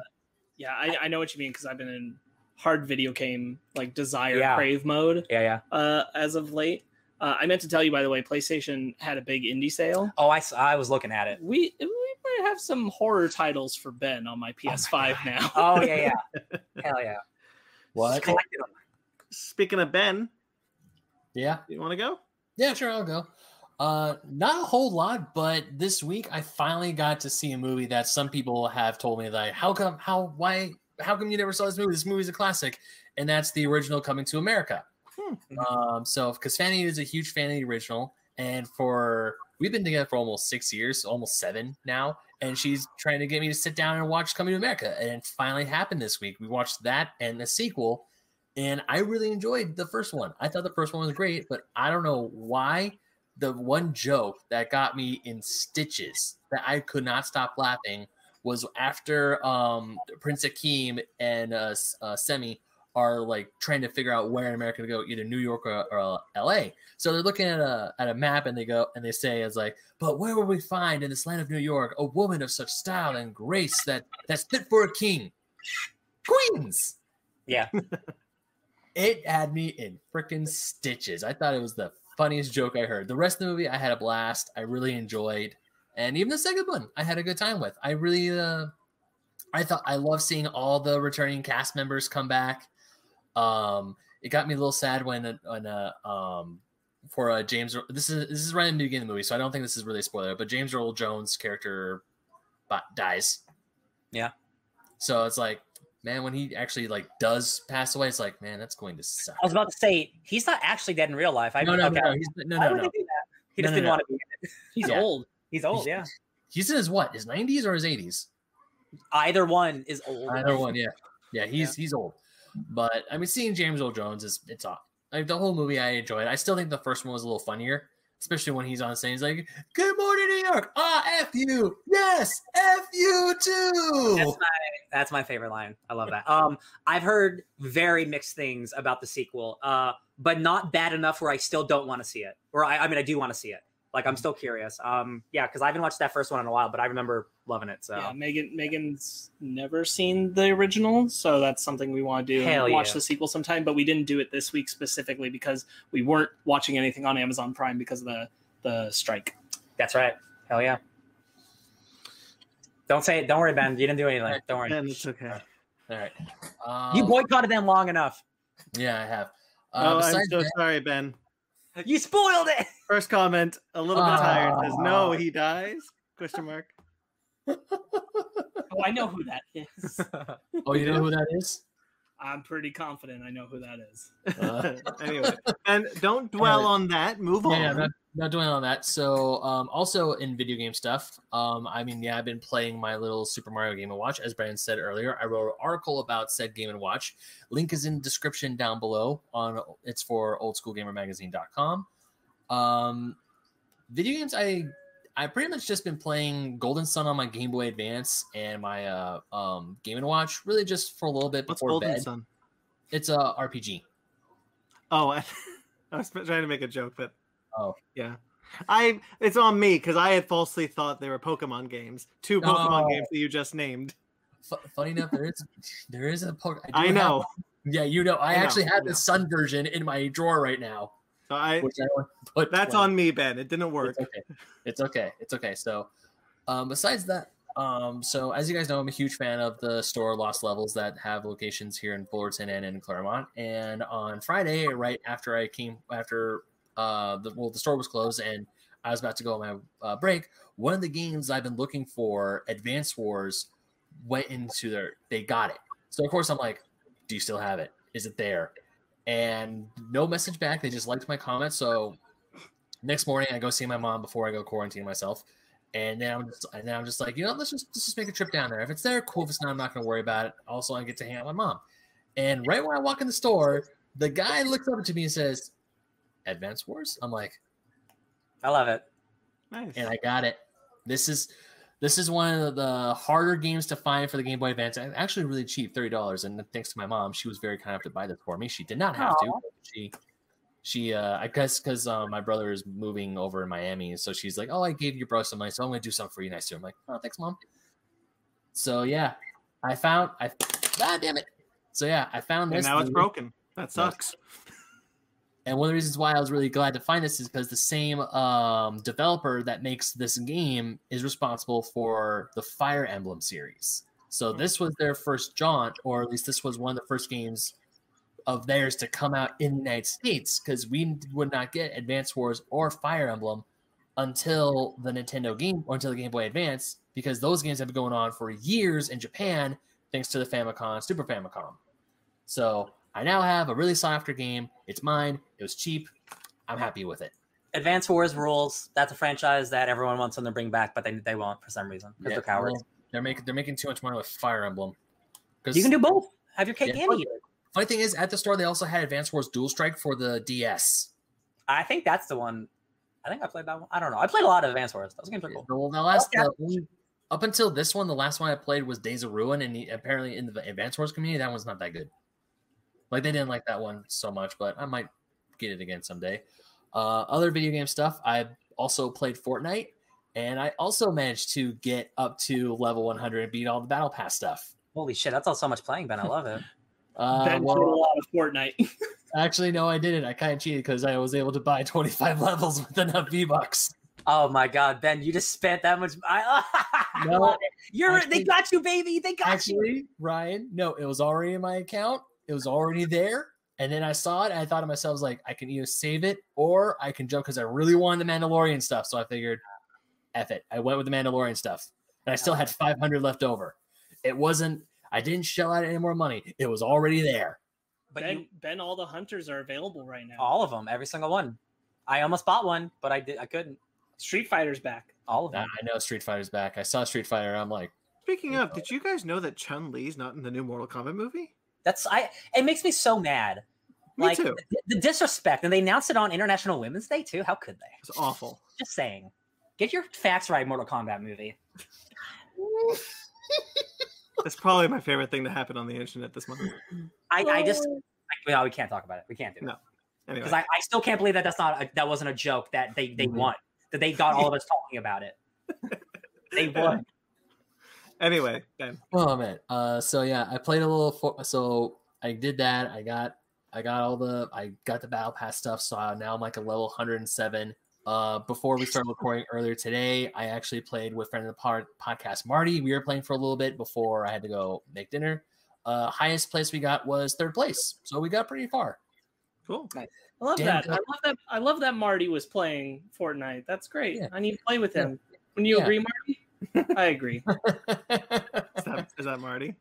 E: Yeah, I, I know what you mean because I've been in hard video game like desire
B: Yeah.
E: crave mode
B: Yeah, yeah.
E: uh, as of late. Uh, I meant to tell you by the way, PlayStation had a big indie sale.
B: Oh, I s- I was looking at it.
E: We we might have some horror titles for Ben on my
B: [LAUGHS]
E: PS5 now.
B: Oh yeah,
C: [LAUGHS]
B: yeah. Hell yeah. Just collect it all.
A: Speaking of Ben,
C: Yeah.
A: you want to go?
C: Yeah, sure, I'll go. Uh, not a whole lot, but this week I finally got to see a movie that some people have told me like, how come, how, why, how come you never saw this movie? This movie's a classic, and that's the original Coming to America.
A: Hmm.
C: Um, so because Fanny is a huge fan of the original, and for we've been together for almost six years, almost seven now, and she's trying to get me to sit down and watch Coming to America, and it finally happened this week. We watched that and the sequel, and I really enjoyed the first one. I thought the first one was great, but I don't know why the one joke that got me in stitches that I could not stop laughing was after um, Prince Akeem and uh, S- uh, Semi are like trying to figure out where in America to go, either New York or, or L.A. So they're looking at a at a map and they go and they say it's like, but where will we find in this land of New York a woman of such style and grace that that's fit for a king? Queens.
B: Yeah.
C: it had me in freaking stitches. I thought it was the funniest joke I heard. The rest of the movie, I had a blast. I really enjoyed, and even the second one, I had a good time with. I really, uh, I thought I love seeing all the returning cast members come back. Um, it got me a little sad when when uh, um for uh, James. This is this is right in the beginning of the movie, so I don't think this is really a spoiler. But James Earl Jones' character bo- dies.
B: Yeah.
C: So it's like, man, when he actually like does pass away, it's like, man, that's going to suck.
B: I was about to say he's not actually dead in real life. I
C: no, no,
B: okay.
C: no, he's, no,
B: Why
C: no,
B: would
C: no.
B: they do that? He
C: No,
B: just
C: no,
B: didn't
C: no.
B: want to be.
E: He's
C: Yeah.
E: old.
B: He's old, yeah.
C: He's in his what? His nineties or his eighties?
B: Either one is old.
C: Either one, yeah, yeah. He's he's old, but I mean, seeing James Earl Jones is it's off. Like the whole movie, I enjoyed. I still think the first one was a little funnier, especially when he's on stage. He's like, "Good morning, New York. Ah, f you. Yes, f you too."
B: That's my that's my favorite line. I love that. Um, I've heard very mixed things about the sequel, uh, but not bad enough where I still don't want to see it. Or I, I mean, I do want to see it. Like I'm still curious. Um, yeah, because I haven't watched that first one in a while, but I remember loving it. So
E: Yeah, Megan Megan's never seen the original, so that's something we want to do. and
B: Hell
E: watch
B: yeah.
E: the sequel sometime, but we didn't do it this week specifically because we weren't watching anything on Amazon Prime because of the the strike.
B: that's right. Hell yeah. Don't say it. Don't worry, Ben. You didn't do anything. Don't worry.
A: Ben, it's okay.
C: All right. Um,
B: You boycotted them long enough.
C: Yeah, I have. Uh,
A: oh, I'm
C: besides
A: so
C: that-
A: sorry, Ben.
B: You spoiled it.
A: First comment, a little bit tired. Says no,
C: Ah.
A: he dies. Question mark.
E: Oh, I know who that is.
C: oh, you know who that is?
E: I'm pretty confident I know who that is.
C: Uh.
A: [LAUGHS] anyway, and don't dwell on that. Move
C: Yeah,
A: on.
C: yeah, not, not doing all that. So, um, also in video game stuff, um, I mean, yeah, I've been playing my little Super Mario Game and Watch. As Brandon said earlier, I wrote an article about said Game and Watch. Link is in description down below. On it's for oldschoolgamermagazine.com. Um, video games, I I pretty much just been playing Golden Sun on my Game Boy Advance and my uh, um, Game and Watch, really just for a little bit
A: What's
C: before
A: Golden
C: bed.
A: Sun?
C: It's a RPG.
A: Oh, [LAUGHS] I, I was trying to make a joke, but
C: Oh.
A: yeah, I it's on me because I had falsely thought they were Pokemon games. Two Pokemon
C: No.
A: games that you just named.
C: F- funny enough, there is there is a po- do
A: I
C: have
A: know.
C: Yeah, you know, I,
A: I know,
C: actually
A: I
C: have
A: know.
C: the sun version in my drawer right now,
A: So I
C: which I want to put.
A: that's
C: like,
A: on me, Ben. It didn't work.
C: It's okay. It's okay. It's okay. So, um, besides that, um, so as you guys know, I'm a huge fan of the store Lost Levels that have locations here in Fullerton and in Claremont. And on Friday, right after I came after uh, the well, the store was closed and I was about to go on my uh, break. One of the games I've been looking for, Advance Wars, went into their. They got it. So of course I'm like, do you still have it? Is it there? And no message back. They just liked my comment. So next morning I go see my mom before I go quarantine myself. And then I'm just and then I'm just like, you know, let's just let's just make a trip down there. If it's there, cool. If it's not, I'm not gonna worry about it. Also, I get to hang out with my mom. And right when I walk in the store, the guy looks up to me and says, Advance Wars? I'm like,
B: [LAUGHS] I love it.
A: Nice.
C: and I got it. This is this is one of the harder games to find for the Game Boy Advance. And Actually, really cheap, thirty dollars. And thanks to my mom, she was very kind enough to buy this for me. She did not have to.
B: Aw.
C: but She she uh i guess because uh, my brother is moving over to miami so she's like oh i gave your bro some money so i'm gonna do something for you next year i'm like oh thanks mom so yeah i found i ah, damn it so yeah i found
A: And
C: this
A: now it's
C: thing,
A: broken. That sucks.
C: and one of the reasons why i was really glad to find this is because the same um developer that makes this game is responsible for the fire emblem series so this was their first jaunt or at least this was one of the first games of theirs to come out in the United States because we would not get Advance Wars or Fire Emblem until the Nintendo game or until the Game Boy Advance because those games have been going on for years in Japan thanks to the Famicom, Super Famicom. So I now have a really softer game. It's mine. It was cheap. I'm happy with it.
B: Advance Wars rules. That's a franchise that everyone wants them to bring back, but they, they won't for some reason because
C: Yeah,
B: they're cowards.
C: well, They're making they're making too much money with Fire Emblem.
B: you can do both. Have your cake
C: Yeah.
B: and eat it.
C: funny thing is at the store they also had Advance Wars Dual Strike for the DS.
B: I think that's the one. I think I played that one. I don't know. I played a lot of Advance Wars. Those games are cool.
C: Well, the last
B: Okay.
C: the only- up until this one, the last one I played was Days of Ruin, and he- apparently in the Advance Wars community, that one's not that good. Like they didn't like that one so much, but I might get it again someday. Uh, other video game stuff, I also played Fortnite, and I also managed to get up to level 100 and beat all the Battle Pass stuff.
B: Holy shit, that's all so much playing, Ben. I love it. [LAUGHS]
C: Uh,
E: Ben played a
C: well,
E: lot of Fortnite.
C: actually, no, I didn't. I kind of cheated because I was able to buy [LAUGHS] 25 levels with enough V Bucks.
B: Oh my god, Ben, you just spent that much. I, [LAUGHS] I
C: No,
B: love it. You're
C: actually-
B: they got you, baby. They got you.
C: actually ryan no it was already in my account it was already there and then i saw it and i thought to myself like i can either save it or i can jump because i really wanted the mandalorian stuff so i figured F it i went with the mandalorian stuff and i still had 500 left over it wasn't i didn't shell out any more money it was already there
B: But
E: ben,
B: you,
E: ben, all the hunters are available right now.
B: all of them, every single one. I almost bought one, but I did. I couldn't.
E: Street Fighter's back.
B: All of
C: i
B: them.
C: I know street fighter's back i saw street fighter i'm like
A: Speaking of, did you guys know that Chun Li's not in the new Mortal Kombat movie?
B: That's I. It makes me so mad.
A: Me
B: like
C: [LAUGHS]
A: too.
B: The, the disrespect, and they announced it on International Women's Day too. How could they?
A: It's awful.
B: Just saying. Get your facts right, Mortal Kombat movie.
A: That's probably my favorite thing to happen on the internet this month.
B: I, I just I, no, we can't talk about it. We can't do it
A: No. Anyway,
C: [LAUGHS]
B: because I, I still can't believe that that's not a, that wasn't a joke that they they
C: Mhm.
B: won that they got all of us talking about [LAUGHS] it. They won.
A: anyway, Ben,
C: Oh man. Uh, so yeah, I played a little. For- so I did that. I got, I got all the, I got the battle pass stuff. So I- now I'm like a level 107. Uh, before we started recording earlier today, I actually played with friend of the pod- podcast Marty. We were playing for a little bit before I had to go make dinner. Uh, highest place we got was third place, so we got pretty far. [LAUGHS]
A: cool.
E: I love
C: Damn
E: that.
C: good.
E: I love that. I love that Marty was playing Fortnite. That's great.
C: Yeah.
E: I need to play with him. Wouldn't you
C: Yeah.
E: agree,
B: [LAUGHS]
E: Marty? I agree.
A: Is that, is that Marty?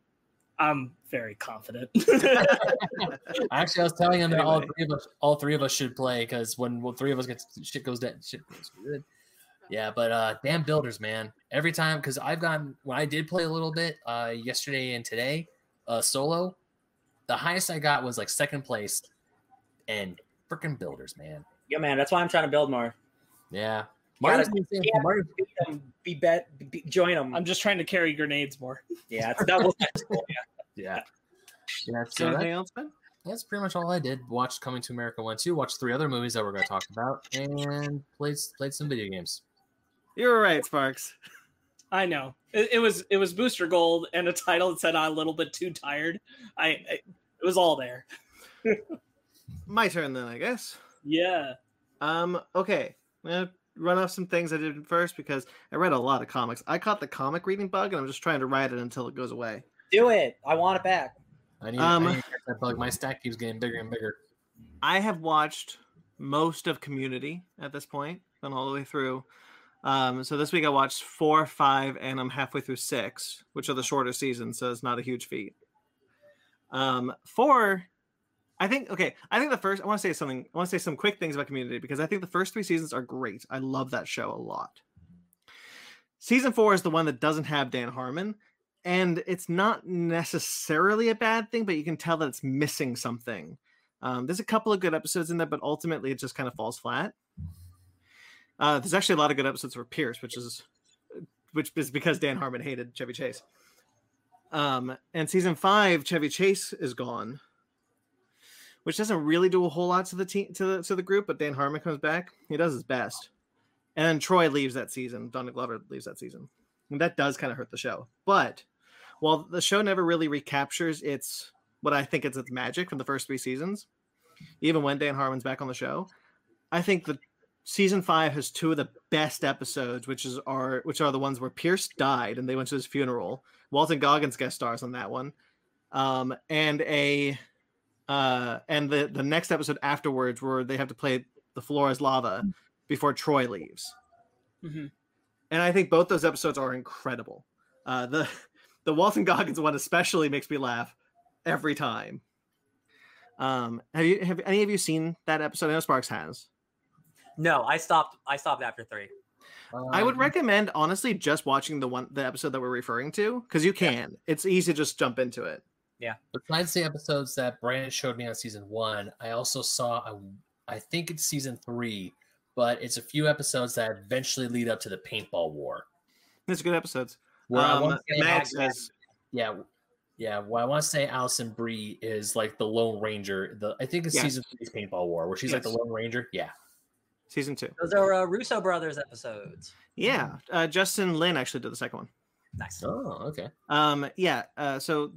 E: I'm
B: [LAUGHS]
E: very confident.
C: Actually, I was telling him that all
A: Anyway.
C: three of us, all three of us should play because when well, three of us gets shit goes down, shit goes good. Yeah, but uh, damn builders, man. Every time, because I've gotten when I did play a little bit uh, yesterday and today, uh, solo, the highest I got was like second place, and freaking builders, man.
B: Yeah, man. That's why I'm trying to build more.
C: Yeah,
B: gotta-
C: Marty's been saying-
B: yeah.
C: Marty-
B: Beat them. Be bet. Be, join them.
E: I'm just trying to carry grenades more.
B: yeah, that's- [LAUGHS] that was
C: yeah, yeah.
A: Is there
C: So
A: anything
C: that,
A: else, Ben?
C: that's pretty much all I did. Watched Coming to America one, two. Watched three other movies that we're gonna talk about, and played played some video games.
A: You're right, Sparks.
E: I know it, it was it was Booster Gold and a title that said I'm a little bit too tired. I, I it was all there.
A: My turn then, I guess.
E: Yeah,
A: Um, okay. I'm gonna run off some things I did first because I read a lot of comics. I caught the comic reading bug and I'm just trying to ride it until it goes away.
B: do it. I want it back.
C: I need,
A: Um,
C: I need to catch that bug. My stack keeps getting bigger and bigger.
A: I have watched most of Community at this point, gone all the way through. Um, so this week I watched four, five, and I'm halfway through six, which are the shorter seasons, so it's not a huge feat. Um, four, I think. Okay, I think the first. I want to say something. I want to say some quick things about Community because I think the first three seasons are great. I love that show a lot. Season four is the one that doesn't have Dan Harmon, and it's not necessarily a bad thing, but you can tell that it's missing something. Um, there's a couple of good episodes in there, but ultimately it just kind of falls flat. Uh, there's actually a lot of good episodes for Pierce, which is which is because Dan Harmon hated Chevy Chase. Um, and season five, Chevy Chase is gone, which doesn't really do a whole lot to the team to the to the group. But Dan Harmon comes back; he does his best. And then Troy leaves that season. Donna Glover leaves that season, and that does kind of hurt the show. But while the show never really recaptures its what I think is its magic from the first three seasons, even when Dan Harmon's back on the show, I think the season five has two of the best episodes, which is are which are the ones where Pierce died and they went to his funeral. Walton Goggins guest stars on that one, um, and a uh, and the the next episode afterwards where they have to play the floor is lava before Troy leaves.
E: Mhm.
A: And I think both those episodes are incredible. Uh, the [LAUGHS] the Walton Goggins one especially makes me laugh every time. Um, have you have any of you seen that episode? I know Sparks has.
B: No, I stopped. I stopped after three.
A: I would
C: Um,
A: recommend honestly just watching the one the episode that we're referring to because you can. It's easy to just jump into it.
C: Besides the episodes that Brandon showed me on season one, I also saw a, I think it's season three, but it's a few episodes that eventually lead up to the paintball war.
A: It's good episodes.
C: Where I
A: Um,
C: want to say
A: Max
C: Allison-
A: says
C: yeah, yeah. Well, I want to say Allison Brie is like the Lone Ranger. The I think it's
A: Yes.
C: season three's paintball war where she's like
A: Yes.
C: the Lone Ranger. Yeah,
A: season
C: Mm-hmm.
A: two.
B: Those are uh, Russo brothers episodes.
A: Yeah, uh, Justin Lin actually did the second one.
B: Nice.
C: Oh, okay.
A: Um, yeah. Uh, so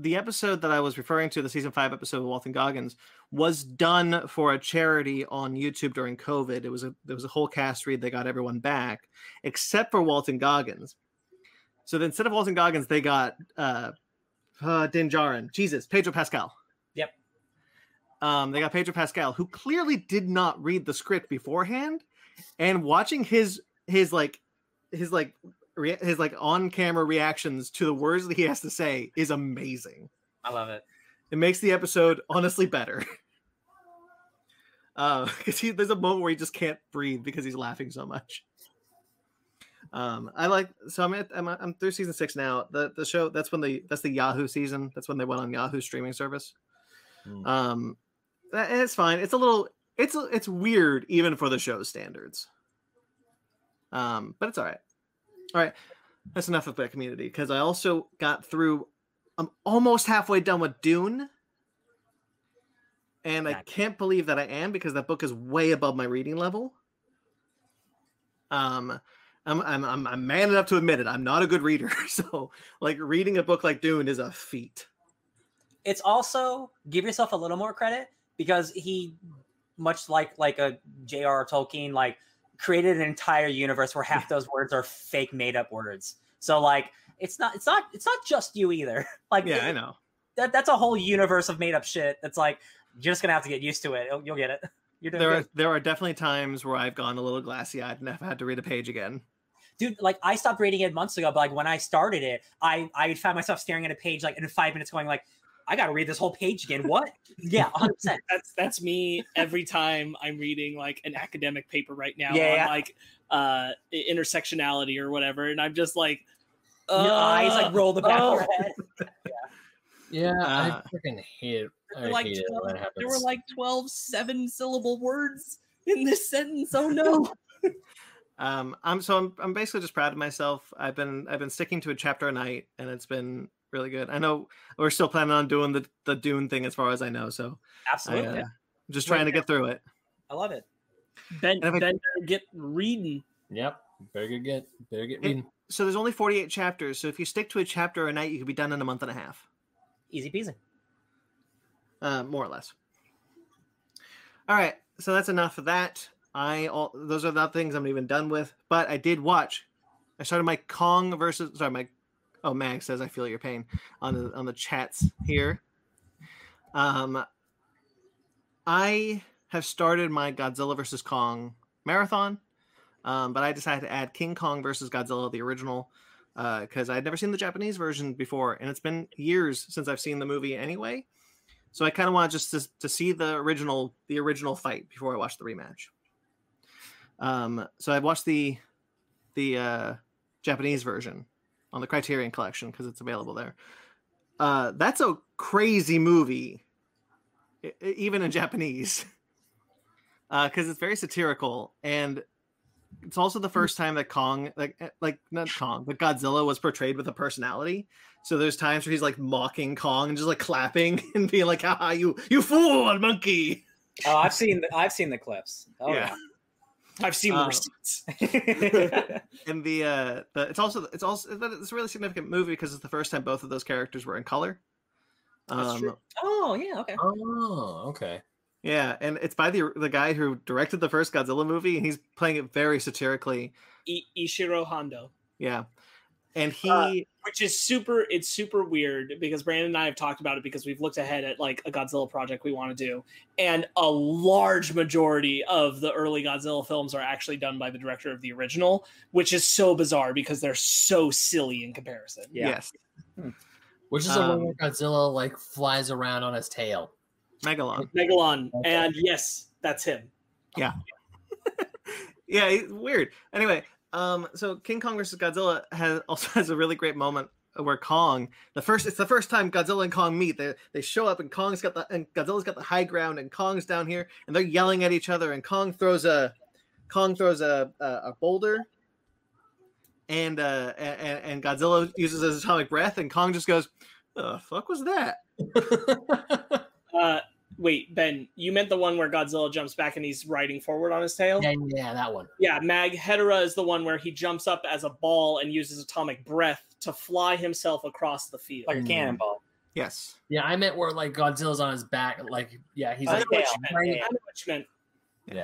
A: the episode that I was referring to, the season five episode of Walton Goggins, was done for a charity on YouTube during COVID. It was a there was a whole cast read. They got everyone back except for Walton Goggins. So then instead of Walton Goggins, they got uh, uh Din Djarin. Jesus, Pedro Pascal.
B: Yep.
A: Um, they got Pedro Pascal, who clearly did not read the script beforehand, and watching his his like his like rea- his like on camera reactions to the words that he has to say is amazing.
B: I love it.
A: It makes the episode honestly better. [LAUGHS] Because he there's a moment where he just can't breathe because he's laughing so much. Um, I like so I'm at, I'm I'm through season six now. The the show that's when the that's the Yahoo season. That's when they went on Yahoo streaming service.
C: Hmm.
A: Um, that- it's fine. It's a little it's a- it's weird even for the show's standards. Um, but it's all right. All right, that's enough of that community because I also got through. I'm almost halfway done with Dune, and I
B: Nice.
A: can't believe that I am because that book is way above my reading level. Um, I'm I'm I'm, I'm man enough to admit it. I'm not a good reader, [LAUGHS] so like reading a book like Dune is a feat.
B: It's also give yourself a little more credit because he, much like like a J.R.R. Tolkien, like created an entire universe where
A: [LAUGHS]
B: half those words are fake made up words. So like it's not it's not it's not just you either. [LAUGHS] Like
A: Yeah, I know.
B: that, that's a whole universe of made up shit. That's like you're just gonna have to get used to it. You'll, you'll get it. [LAUGHS] You're doing
A: There
B: good.
A: are there are definitely times where I've gone a little glassy eyed and I've had to read a page again.
B: dude like i stopped reading it months ago but like when i started it i i found myself staring at a page like in five minutes going like i gotta read this whole page again what [LAUGHS] yeah 100%
E: that's that's me every time I'm reading like an academic paper right now
B: Yeah,
E: on
B: yeah.
E: like uh intersectionality or whatever, and I'm just like,
B: your eyes like roll the back of your head
C: Yeah,
A: Uh,
C: I freaking hate. I
E: were like
C: hate it when
E: 12
C: that
E: there were
C: happens.
E: like 12 seven syllable words in this sentence. Oh no.
A: Um, I'm so I'm, I'm basically just proud of myself. I've been I've been sticking to a chapter a night, and it's been really good. I know we're still planning on doing the the Dune thing, as far as I know. So I,
B: absolutely
A: uh, I'm just
B: Right
A: trying to get through it.
B: i love it
E: [LAUGHS] ben,
A: And if I-
E: ben better get reading.
C: yep. Better get get better get
A: It-
C: reading.
A: So there's only 48 chapters. So if you stick to a chapter a night, you could be done in a month and a half,
B: easy peasy
A: uh, more or less. All right. So that's enough of that. I all those are not things I'm even done with. But I did watch. I started my Kong versus sorry my oh Mag says I feel your pain on the on the chats here. Um, I have started my Godzilla versus Kong marathon, um, but I decided to add King Kong versus Godzilla the original because I'd never seen the Japanese version before, and it's been years since I've seen the movie anyway. So I kind of want just to, to see the original the original fight before I watch the rematch. Um, so I watched the the uh, Japanese version on the Criterion Collection because it's available there. Uh, that's a crazy movie, e- [LAUGHS] Uh, e- even in Japanese, because it's very satirical and it's also the first time that Kong, like eh, like not Kong, but Godzilla was portrayed with a personality. So there's times where he's like mocking Kong and just like clapping [LAUGHS] and being like, "Haha, you you fool, monkey!"
B: Oh, I've seen the, I've seen the clips. Oh,
A: Yeah.
E: I've seen
A: Um,
E: the receipts.
B: yeah. [LAUGHS]
A: And the uh, the it's also it's also but it's a really significant movie because it's the first time both of those characters were in color. Um,
E: That's true.
B: oh yeah. Okay.
C: Oh, okay.
A: Yeah, and it's by the the guy who directed the first Godzilla movie, and he's playing it very satirically.
E: [LAUGHS] I- Ishiro Hondo,
A: Yeah, and he
E: Uh, which is super. It's super weird because Brandon and I have talked about it because we've looked ahead at like a Godzilla project we want to do, and a large majority of the early Godzilla films are actually done by the director of the original, which is so bizarre because they're so silly in comparison.
B: Yeah.
A: yes,
C: Which is a one
A: Um,
C: where Godzilla like flies around on his tail. [LAUGHS]
A: Megalon.
E: Megalon,
C: Okay.
E: and yes, that's him.
A: Yeah, it's weird. Anyway, um, so King Kong versus Godzilla has [LAUGHS] also has a really great moment where Kong, the first, it's the first time Godzilla and Kong meet. They they show up and Kong's got the and Godzilla's got the high ground and Kong's down here and they're yelling at each other and Kong throws a Kong throws a a, a boulder. And, uh, a- a- and and Godzilla uses his atomic breath, and Kong just goes, "The fuck was that?"
E: Uh, wait, Ben, you meant the one where Godzilla jumps back and he's riding forward on his tail?
C: yeah, yeah, that one.
E: Yeah, Mag Hedera is the one where he jumps up as a ball and uses atomic breath to fly himself across the field.
B: Like a
C: Mm.
B: cannonball.
A: Yes.
C: Yeah, I meant where like Godzilla's on his back, like yeah, he's
E: I know
C: like
E: what
B: tail.
E: you meant. I know what you meant.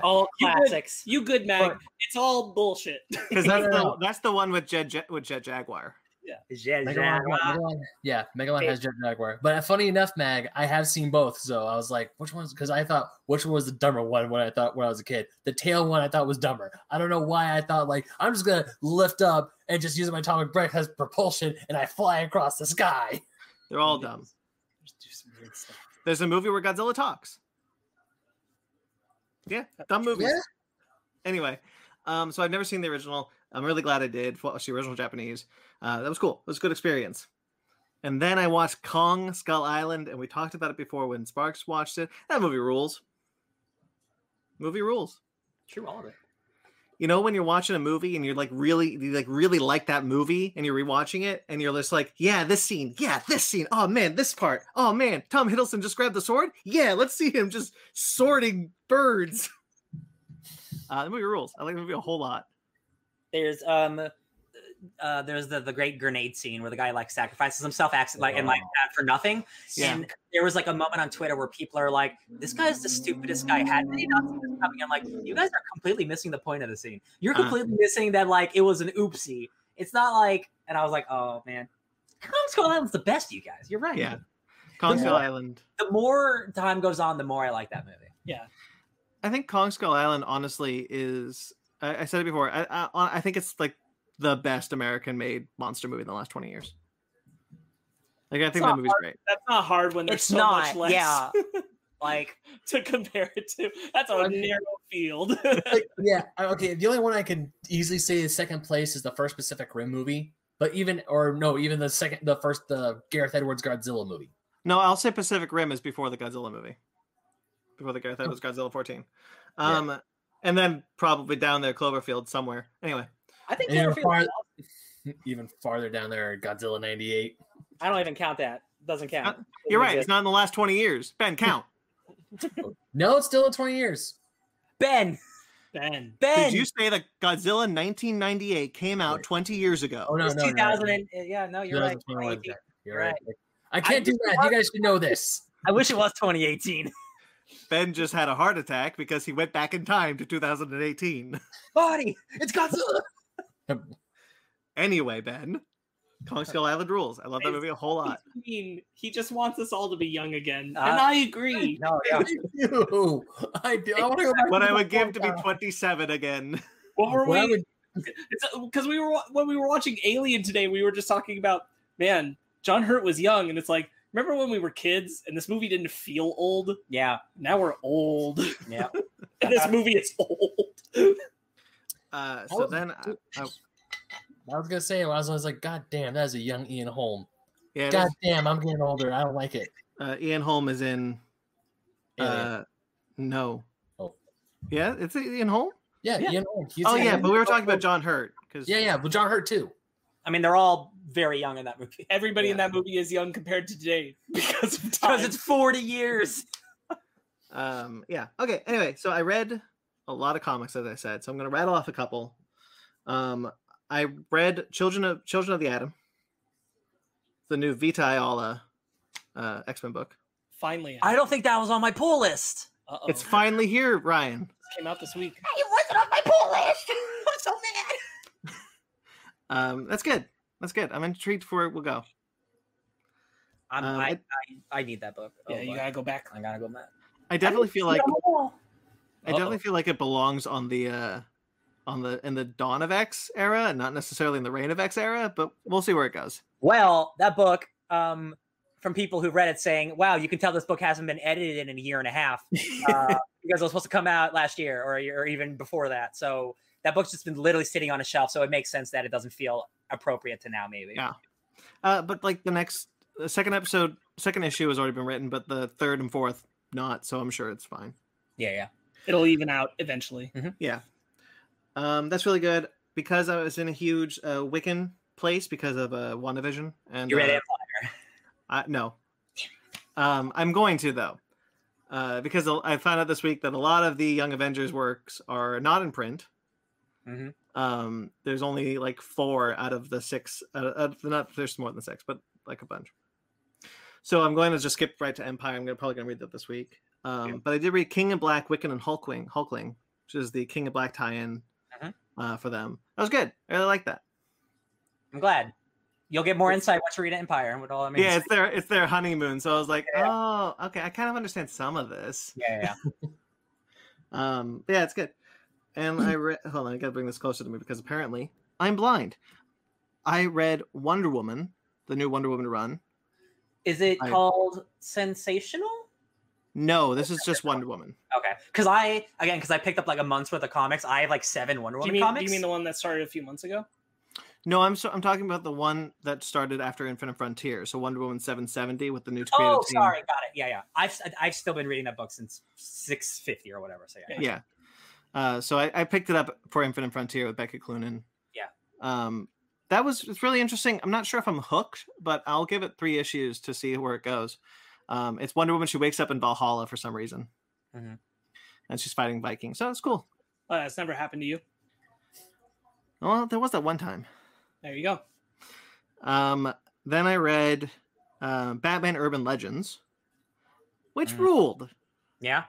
B: All
E: You would-
B: classics.
E: You good, Mag? It's all bullshit.
A: Because that's the
C: Yeah.
A: that's the one with Jet, Jet with Jet Jaguar.
B: Yeah,
C: Megalon, Megalon- yeah, Megalon has Jet Jaguar. But uh, funny enough, Mag, I have seen both, so I was like, which one's because I thought which one was the dumber one when I thought when I was a kid. The tail one I thought was dumber. I don't know why I thought like I'm just gonna lift up and just use my atomic breath as propulsion and I fly across the sky.
A: They're all dumb.
B: Do some weird stuff.
A: There's a movie where Godzilla talks. Yeah,
B: Uh,
A: dumb movies.
C: Yeah.
A: Anyway, um, so I've never seen the original. I'm really glad I did watch the original Japanese. Uh, that was cool. It was a good experience. And then I watched Kong Skull Island, and we talked about it before when Sparks watched it. That movie rules. Movie rules.
B: True, all of it.
A: You know when you're watching a movie and you're like really you like really like that movie and you're rewatching it and you're just like, yeah, this scene, yeah, this scene. Oh man, this part. Oh man, Tom Hiddleston just grabbed the sword. Yeah, let's see him just sorting birds. [LAUGHS] Uh, the movie rules. I like the movie a whole lot.
B: There's um. Uh, there's the the great grenade scene where the guy like sacrifices himself acts like and like that for nothing.
A: Yeah.
B: And there was like a moment on Twitter where people are like, "This guy is the stupidest guy." Had they not seen this coming, I'm like, "You guys are completely missing the point of the scene. You're
A: Uh-huh.
B: completely missing that like it was an oopsie. It's not like." And I was like, "Oh man, Kong Skull Island's the best, you guys. You're right.
A: Yeah. Kong Skull
C: more-
A: Island.
B: The more time goes on, the more I like that movie.
A: I think Kong Skull Island honestly is. I, I said it before. I, I I think it's like the best American made monster movie in the last twenty years. Like I think
E: not
A: that movie's great.
E: That's not hard when there's
B: It's
E: so
B: not.
E: much less
B: Yeah. like
E: [LAUGHS] to compare it to. That's a
C: I mean-
E: narrow field. [LAUGHS]
C: Like, yeah, I- okay. The only one I can easily say is second place is the first Pacific Rim movie, but even or no, even the second, the first, the Gareth Edwards Godzilla movie.
A: No, I'll say Pacific Rim is before the Godzilla movie. Before the Gareth
C: Oh.
A: Edwards Godzilla 14. Um and then probably down there Cloverfield somewhere. Anyway,
E: I think
C: And even,
E: Cloverfield-
C: far, [LAUGHS] even farther down there, Godzilla '98.
E: I don't even count that. Doesn't count.
A: you're right. It's not in the last 20 years. Ben,
C: [LAUGHS]
A: count.
C: No, it's still in 20 years.
B: Ben,
E: Ben.
B: Ben.
A: Did you say that Godzilla 1998 came out
C: Wait.
A: 20 years ago?
C: Oh no,
B: it's
C: no, no,
B: 2000. And, yeah, no, you're right.
C: 2021,
B: 2018.
C: You're
B: Right.
C: right. I can't do
E: just
C: that. You guys should know this.
B: I wish it was [LAUGHS] 2018.
A: Ben just had a heart attack because he went back in time to 2018.
B: [LAUGHS] Body, it's Godzilla.
A: [LAUGHS] anyway, Ben, Kong Skull Island rules. I love that
E: It's-
A: movie a whole
C: [LAUGHS]
A: lot.
E: I mean, he just wants us all to be young again,
B: Uh,
E: and I agree.
B: No, yeah.
C: [LAUGHS] I do. I do. I want to go back
A: What
C: to
A: I
C: the
A: would give to be
C: hometown.
A: 27 again. [LAUGHS]
E: What were
C: What I
E: we?
C: would-
E: because uh, we were wa- when we were watching Alien today, we were just talking about man, John Hurt was young, and it's like remember when we were kids and this movie didn't feel old.
B: yeah,
E: Now we're old, [LAUGHS]
B: yeah.
E: and
B: Uh-huh.
E: this movie is old.
A: Uh,
C: I
A: so
C: was-
A: then, I, I,
C: I was gonna say, I was, I was like, God damn, that is a young Ian Holm.
A: yeah, it
C: God
A: is-
C: damn, I'm getting older. I don't like it.
A: uh, Ian Holm is in
C: Alien.
A: Uh, no.
C: Oh.
A: Yeah, it's Ian Holm.
C: Yeah,
E: Yeah.
C: Ian Holm, he's
A: oh
C: in
A: yeah,
C: it.
A: but we were talking about John Hurt because
C: yeah, yeah, but John Hurt too.
B: I mean, they're all very young in that movie [LAUGHS]
E: Everybody in
C: Yeah.
E: that movie is young compared to today [LAUGHS] because of time.
B: because it's 40 years.
A: Um, yeah. Okay. Anyway, so I read a lot of comics, as I said. So I'm going to rattle off a couple. Um, I read Children of Children of the Atom, the new Vitae Alla uh, X Men book.
E: finally.
B: I don't think that was on my pull list.
E: Uh-oh.
A: It's finally here, Ryan.
E: came out this week.
B: It wasn't on my pull list. I'm so mad.
A: Um, that's good. That's good. I'm intrigued for where it will go.
B: I'm,
A: Um,
B: I,
A: I-
B: I, I need that book. Oh,
E: Yeah, you gotta go back.
B: I gotta go back.
A: I definitely feel like I
E: Uh-oh.
A: definitely feel like it belongs on the uh, on the in the Dawn of X era, and not necessarily in the Reign of X era. But we'll see where it goes.
B: Well, that book, um, from people who read it saying, wow, you can tell this book hasn't been edited in a year and a [LAUGHS] half uh, because it was supposed to come out last year or, a year- or even before that. So that book's just been literally sitting on a shelf. So it makes sense that it doesn't feel appropriate to now, maybe.
A: Yeah. Uh, but like the next the second episode, second issue has already been written, but the third and fourth not. So I'm sure it's fine.
B: Yeah, yeah.
E: It'll even out eventually.
A: Yeah, um, that's really good because I was in a huge uh, Wiccan place because of uh, WandaVision. And
B: You read
A: uh,
B: it?
A: I, no, um, I'm going to though. Uh, because a- I found out this week that a lot of the Young Avengers works are not in print.
B: Mhm.
A: Um, there's only like four out of the six. Uh, uh, not there's more than six, but like a bunch. So I'm going to just skip right to Empire. I'm gonna, probably going to read that this week. Um, But I did read King and Black, Wiccan, and Hulkling, Hulkling, which is the King and Black tie-in
B: Mhm.
A: uh, for them. That was good. I really like that.
B: I'm glad. You'll get more insight once you read Empire and what all I mean.
A: Yeah, it's their it's their honeymoon. So I was like,
B: Yeah.
A: oh, okay, I kind of understand some of this.
B: yeah, yeah.
A: Um, but yeah, it's good. And
B: Hmm.
A: I read. Hold on, I gotta bring this closer to me because apparently I'm blind. I read Wonder Woman, the new Wonder Woman run.
B: Is
E: [LAUGHS]
B: it
A: I-
B: called Sensational?
A: No, this is just Wonder Woman.
B: Okay, because I again because I picked up like a month's worth of comics. I have like seven Wonder
E: Do
B: Woman
E: you, mean, do
B: comics.
E: you mean the one that started a few months ago?
A: No, I'm so, I'm talking about the one that started after Infinite Frontier. So Wonder Woman 770 with the new creative
B: oh,
A: team.
B: sorry, got it. Yeah, yeah. I've I've still been reading that book since six fifty or whatever. So yeah,
A: [LAUGHS] Yeah. Uh, so I, I picked it up for Infinite Frontier with Becky Cloonan.
B: Yeah.
A: Um, that was it's really interesting. I'm not sure if I'm hooked, but I'll give it three issues to see where it goes. Um, it's Wonder Woman. She wakes up in Valhalla for some reason,
B: Mhm.
A: and she's fighting Vikings. So it's cool.
E: Uh, that's never happened to you.
A: Well, there was that one time.
E: There you go.
A: Um, then I read uh, Batman Urban Legends, which
B: Mm.
A: ruled.
B: yeah.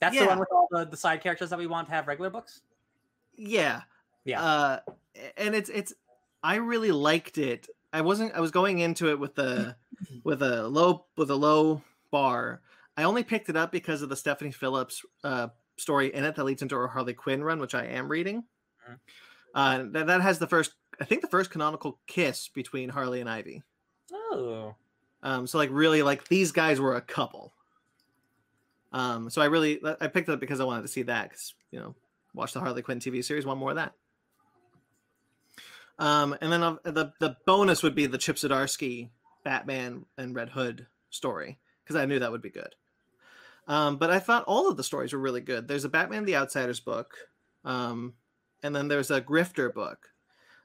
B: That's the
A: Yeah.
B: one with all the, the side characters that we want to have regular books.
A: yeah
B: Yeah.
A: uh a- and it's it's i really liked it i wasn't i was going into it with a with a low with a low bar i only picked it up because of the stephanie phillips uh story in it that leads into her harley quinn run which i am reading
B: Mhm.
A: uh and that, that has the first i think the first canonical kiss between harley and ivy
B: Oh,
A: um so like really like these guys were a couple um so i really that- i picked it up because i wanted to see that because you know watch the harley quinn tv series one more of that um and then of- the the bonus would be the chip zdarsky batman and red hood story because i knew that would be good um but i thought all of the stories were really good there's a batman the outsiders book um and then there's a grifter book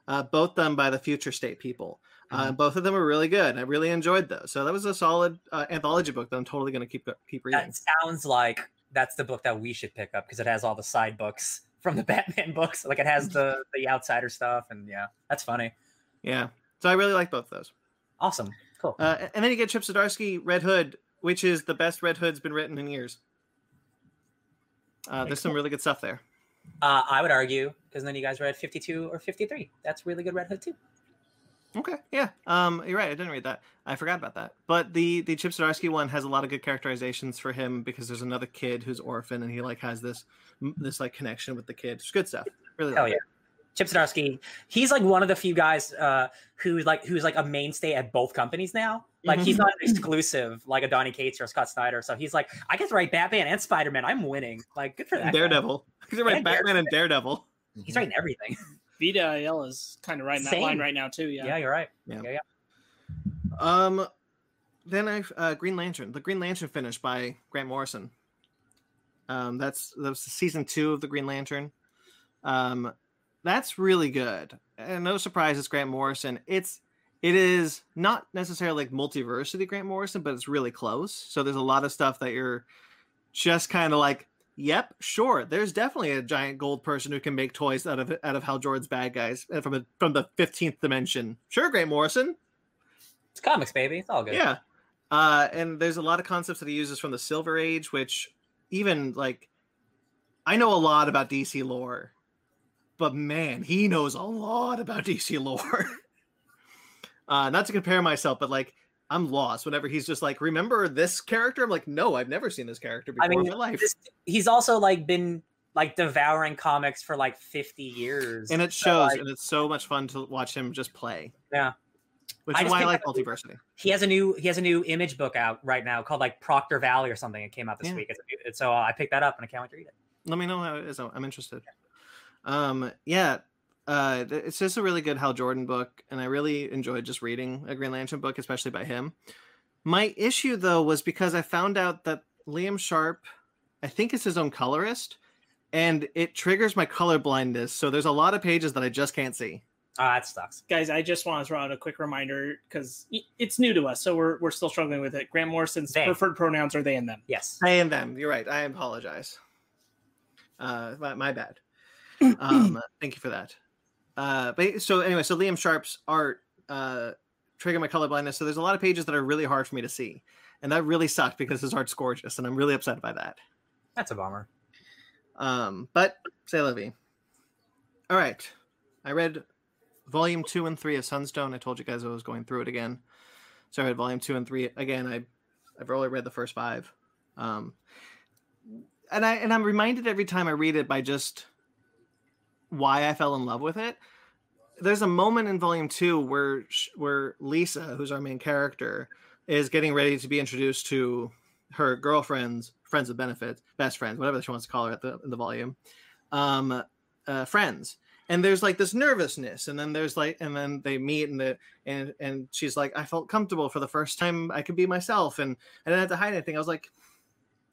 A: uh both done by the future state people uh, both of them were really good. I really enjoyed those. So that was a solid uh, anthology book that I'm totally going to keep keep reading.
B: that sounds like that's the book that we should pick up because it has all the side books [LAUGHS] from the Batman books. Like it
E: [LAUGHS]
B: has the the outsider stuff, and yeah, that's funny.
A: Yeah. So I really like both of those.
B: Awesome, cool.
A: Uh, a- and then you get Chip Zdarsky Red Hood, which is the best Red Hood's been written in years. Uh, there's some really good stuff there.
B: Uh, I would argue because then you guys read 52 or 53. That's really good Red Hood too.
A: Okay, yeah. Um, you're right. I didn't read that. I forgot about that. But the the Chip Zdarsky one has a lot of good characterizations for him because there's another kid who's orphan and he like has this this like connection with the kid. It's good stuff. Really.
B: Hell
A: like it.
B: yeah. Chip Zdarsky, he's like one of the few guys uh, who's like who's like a mainstay at both companies now. Like
A: Mm-hmm.
B: he's not an exclusive like a Donny Cates or a Scott Snyder. So he's like, I get to write Batman and Spider Man. I'm winning. Like good for that.
A: And
B: guy.
A: Daredevil. [LAUGHS] He's right.
B: And
A: Batman and Daredevil.
B: He's
C: Mm-hmm.
B: writing everything.
E: Vita Ayala is kind of riding that line
B: Same.
E: right now too.
B: Yeah,
E: Yeah.
B: you're right.
A: Um, then I uh, Green Lantern, the Green Lantern finish by Grant Morrison. Um, that's that was season two of the Green Lantern. Um, that's really good. And no surprise, it's Grant Morrison. It's it is not necessarily like multiversity Grant Morrison, but it's really close. So there's a lot of stuff that you're just kind of like, yep, sure. There's definitely a giant gold person who can make toys out of out of Hal Jordan's bad guys uh, from a, from the fifteenth dimension. Sure, Grant Morrison.
B: It's comics, baby. It's all good.
A: Yeah. Uh, and there's a lot of concepts that he uses from the Silver Age, which even like I know a lot about DC lore, but man, he knows a lot about [LAUGHS] DC lore. uh, not to compare myself, but like I'm lost whenever he's just like, remember this character? I'm like, no, I've never seen this character before
B: I mean,
A: in my life.
B: this, he's also like been like devouring comics for like 50 years.
A: and it
B: So,
A: shows,
B: uh, like,
A: and it's so much fun to watch him just play.
B: Yeah.
A: Which
B: I
A: is
B: just
A: why I
B: picked
A: like
B: up-
A: multiversity.
B: he has a new he has a new image book out right now called like Proctor Valley or something. It came out this
A: Yeah.
B: week. It's, it's, so uh, I picked that up and I can't wait to read it.
A: let me know how it is. I'm I'm interested. Um, yeah, uh, th- it's just a really good Hal Jordan book, and I really enjoyed just reading a Green Lantern book, especially by him. My issue though was because I found out that Liam Sharp, I think, is his own colorist, and it triggers my color blindness. So there's a lot of pages that I just can't see.
B: Oh, that sucks.
E: guys, I just want to throw out a quick reminder because it's new to us, so we're, we're still struggling with it. Grant Morrison's
B: They.
E: preferred pronouns are they and them.
B: Yes.
A: I and them. You're right. I apologize. Uh, my, my bad. Um, thank you for that. Uh, but so anyway, so Liam Sharp's art uh, triggered my colorblindness. So there's a lot of pages that are really hard for me to see, and that really sucked because his art's gorgeous, and I'm really upset by that.
B: That's a bummer.
A: Um, but say Levy. All right, I read volume two and three of Sunstone. I told you guys I was going through it again, so I read volume two and three again. I I've only read the first five, um, and I and I'm reminded every time I read it by just why I fell in love with it. There's a moment in volume two where sh- where Lisa, who's our main character, is getting ready to be introduced to her girlfriend's friends of benefits, best friends, whatever she wants to call her at the, in the volume, um, uh, friends. And there's like this nervousness, and then there's like, and then they meet, and the and and she's like, I felt comfortable for the first time. I could be myself, and I didn't have to hide anything. I was like,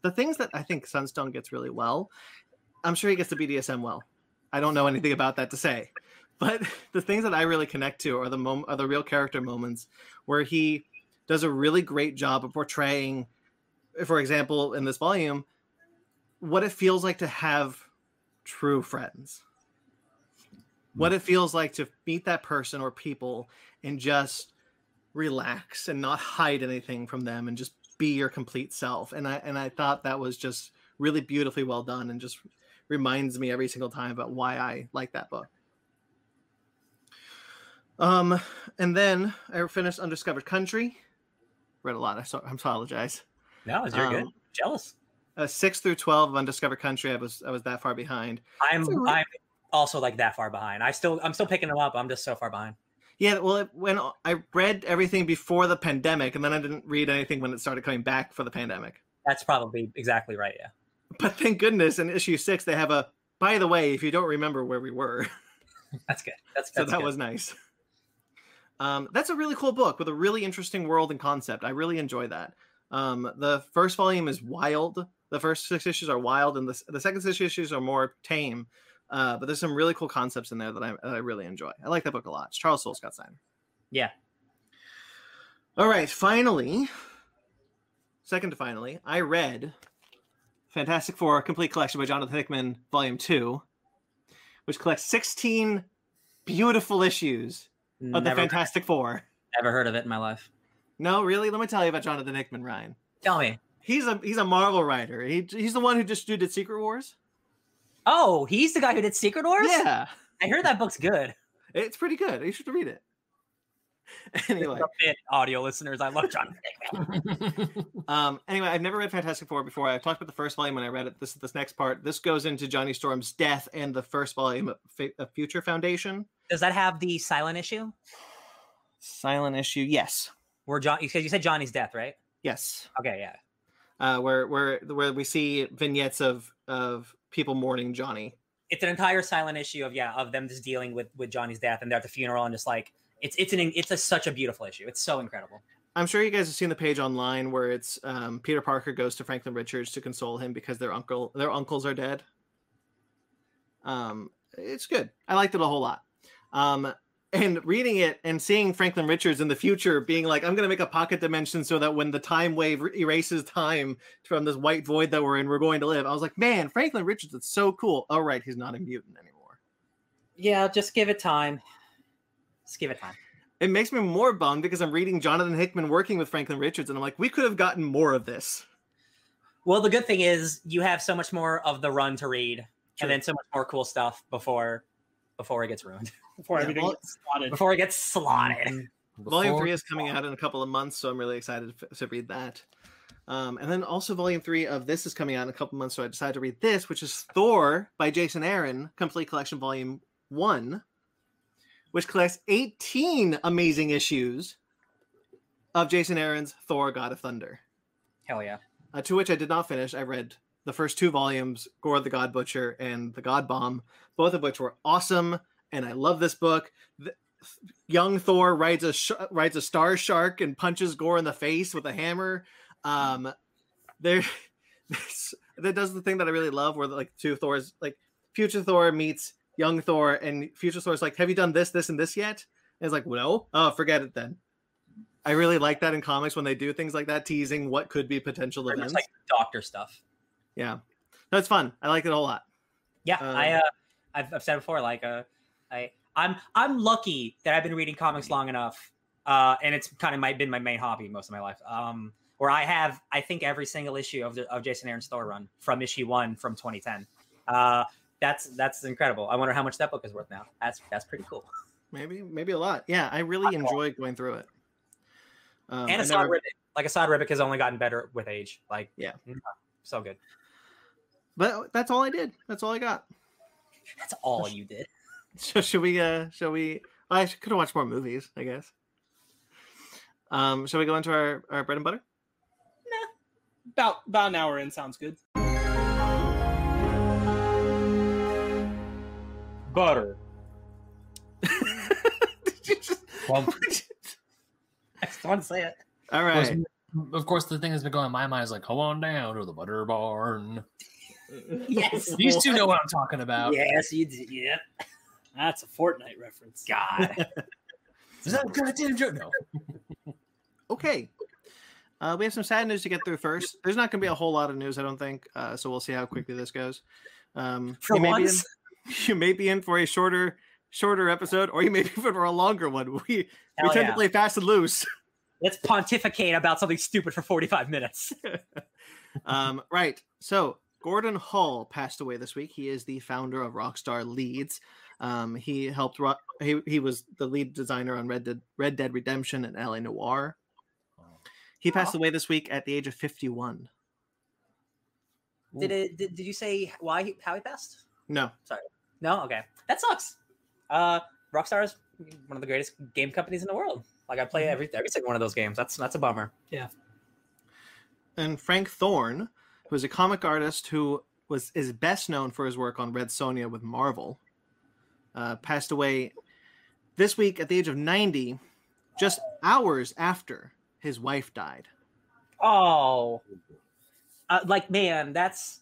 A: the things that I think Sunstone gets really well. I'm sure he gets the BDSM well. I don't know anything about that to say, [LAUGHS] but the things that I really connect to are the mom- are the real character moments where he does a really great job of portraying for example, in this volume, what it feels like to have true friends. What it feels like to meet that person or people and just relax and not hide anything from them and just be your complete self. And I and I thought that was just really beautifully well done and just reminds me every single time about why I like that book. Um, and then I finished Undiscovered Country. Read a lot. I so I apologize
B: No, you're good.
A: Um,
B: Jealous.
A: uh, six through twelve of Undiscovered Country. I was I was that far behind.
B: I'm
A: it's a re-
B: I'm also like that far behind. I still I'm still picking them up. I'm just so far behind.
A: Yeah, well, it, when I read everything before the pandemic, and then I didn't read anything when it started coming back for the pandemic.
B: That's probably exactly right. Yeah.
A: But thank goodness, in issue six, they have a. By the way, if you don't remember where we were,
B: That's good. That's,
A: so
B: that's
A: that
B: good.
A: was nice. Um, that's a really cool book with a really interesting world and concept. I really enjoy that. Um, the first volume is wild. The first six issues are wild, and the, s- the second six issues are more tame. Uh, but there's some really cool concepts in there that I, that I really enjoy. I like that book a lot. It's Charles Soule Scott Steiner.
B: Yeah.
A: All right. Finally, second to finally, I read Fantastic Four Complete Collection by Jonathan Hickman, Volume 2, which collects 16 beautiful issues of the
B: never,
A: Fantastic Four.
B: never heard of it in my life.
A: No, really? Let me tell you about Jonathan Hickman, Ryan.
B: Tell me.
A: He's a he's a Marvel writer. He, he's the one who just did Secret Wars.
B: Oh, he's the guy who did Secret Wars.
A: Yeah,
B: I heard that book's good.
A: it's pretty good. You should read it. [LAUGHS] Anyway,
B: Fit audio listeners, I
A: [LAUGHS]
B: love John.
A: Um, anyway, I've never read Fantastic Four before. I talked about the first volume when I read it. This is this next part. This goes into Johnny Storm's death and the first volume of, Fa- of Future Foundation.
B: Does that have the silent issue?
A: Silent issue. Yes.
B: Where John? Because you said Johnny's death, right?
A: Yes.
B: Okay, yeah.
A: Uh, where where where we see vignettes of of people mourning Johnny.
B: It's an entire silent issue of yeah of them just dealing with with Johnny's death and they're at the funeral and just like it's it's an it's a, such a beautiful issue. It's so incredible.
A: I'm sure you guys have seen the page online where it's um, Peter Parker goes to Franklin Richards to console him because their uncle their uncles are dead. Um, it's good. I liked it a whole lot. Um, and reading it and seeing Franklin Richards in the future being like, I'm going to make a pocket dimension so that when the time wave er- erases time from this white void that we're in, we're going to live. I was like, man, Franklin Richards, it's so cool. Oh, right. He's not a mutant anymore.
B: Yeah, just give it time. Just give it time.
A: It makes me more bummed because I'm reading Jonathan Hickman working with Franklin Richards and I'm like, we could have gotten more of this.
B: Well, the good thing is you have so much more of the run to read, and then so much more cool stuff before before it gets ruined, [LAUGHS]
E: before
A: Yeah,
E: everything
A: well-
E: gets slotted.
B: before it gets
A: [LAUGHS]
B: slotted.
A: Volume
C: Mm-hmm. Before-
A: three is coming out in a couple of months, so I'm really excited f- to read that. Um, and then also volume three of this is coming out in a couple months, so I decided to read this, which is Thor by Jason Aaron, complete collection volume one, which collects 18 amazing issues of Jason Aaron's Thor: God of Thunder,
B: Hell yeah!
A: uh, to which I did not finish. I read the first two volumes, Gore the God Butcher and the God Bomb, both of which were awesome, and I love this book. Th- young Thor rides a sh- rides a star shark and punches Gore in the face with a hammer. Um, there, [LAUGHS] this- that does the thing that I really love, where like two Thors, like future Thor meets young Thor, and future Thor's like, "Have you done this, this, and this yet?" And it's like, "No, oh, forget it then." I really like that in comics when they do things like that, teasing what could be potential
B: Pretty much
A: events.
B: like doctor stuff.
A: yeah, that's fun. I like it a whole lot.
B: Yeah, I
A: Um,
B: uh, I've, I've said before, like uh, I I'm I'm lucky that I've been reading comics long enough, uh, and it's kind of my been my main hobby most of my life. Um, where I have I think every single issue of the, of Jason Aaron's Thor run from issue one from 2010. Uh, that's that's incredible. I wonder how much that book is worth now. That's that's pretty cool.
A: Maybe, maybe a lot. Yeah, I really enjoy going through it. Um,
B: and
A: I
B: Assad
A: never-
B: Ribic, like Assad Ribic has only gotten better with age. Like mm,
A: Yeah.
B: so good.
A: but that's all I did. That's all I got. [LAUGHS]
B: That's all you did.
A: So should we? uh Shall we? I could have watched more movies, I guess. Um, shall we go into our, our bread and butter?
E: About about an hour in sounds good.
B: Butter.
A: Did you just-
C: Well,
B: I just want to say it.
A: all
C: Of course-
A: right.
C: Of course, the thing that's been going on in my mind is like, come on down to the butter barn.
B: Yes.
C: These two know what I'm talking about.
B: Yes, you did. Yeah.
E: That's a Fortnite reference.
A: [LAUGHS]
B: God.
C: Is that a goddamn joke? No.
A: Okay. Uh, we have some sad news to get through first. There's not going to be a whole lot of news, I don't think. Uh, so we'll see how quickly this goes. Um,
B: For
A: you may be in-
B: once.
A: [LAUGHS] you may be in for a shorter, shorter episode, or you may be in for a longer one. [LAUGHS] We we
B: Hell
A: tend
B: yeah.
A: to play fast and loose.
B: Let's pontificate about something stupid for 45 minutes.
A: um, right. So Gordon Hall passed away this week. He is the founder of Rockstar Leeds. Um, he helped. Ro- he he was the lead designer on Red Dead Red Dead Redemption and LA Noir. He passed away this week at the age of fifty-one.
B: Did it did, did you say why he, how he passed?
A: No,
B: No, okay. That sucks. Uh Rockstar is one of the greatest game companies in the world. Like I play every every single one of those games. That's that's a bummer.
A: and Frank Thorne, who is a comic artist who was is best known for his work on Red Sonja with Marvel, uh, passed away this week at the age of 90, just hours after his wife died.
B: Oh, uh, like man, that's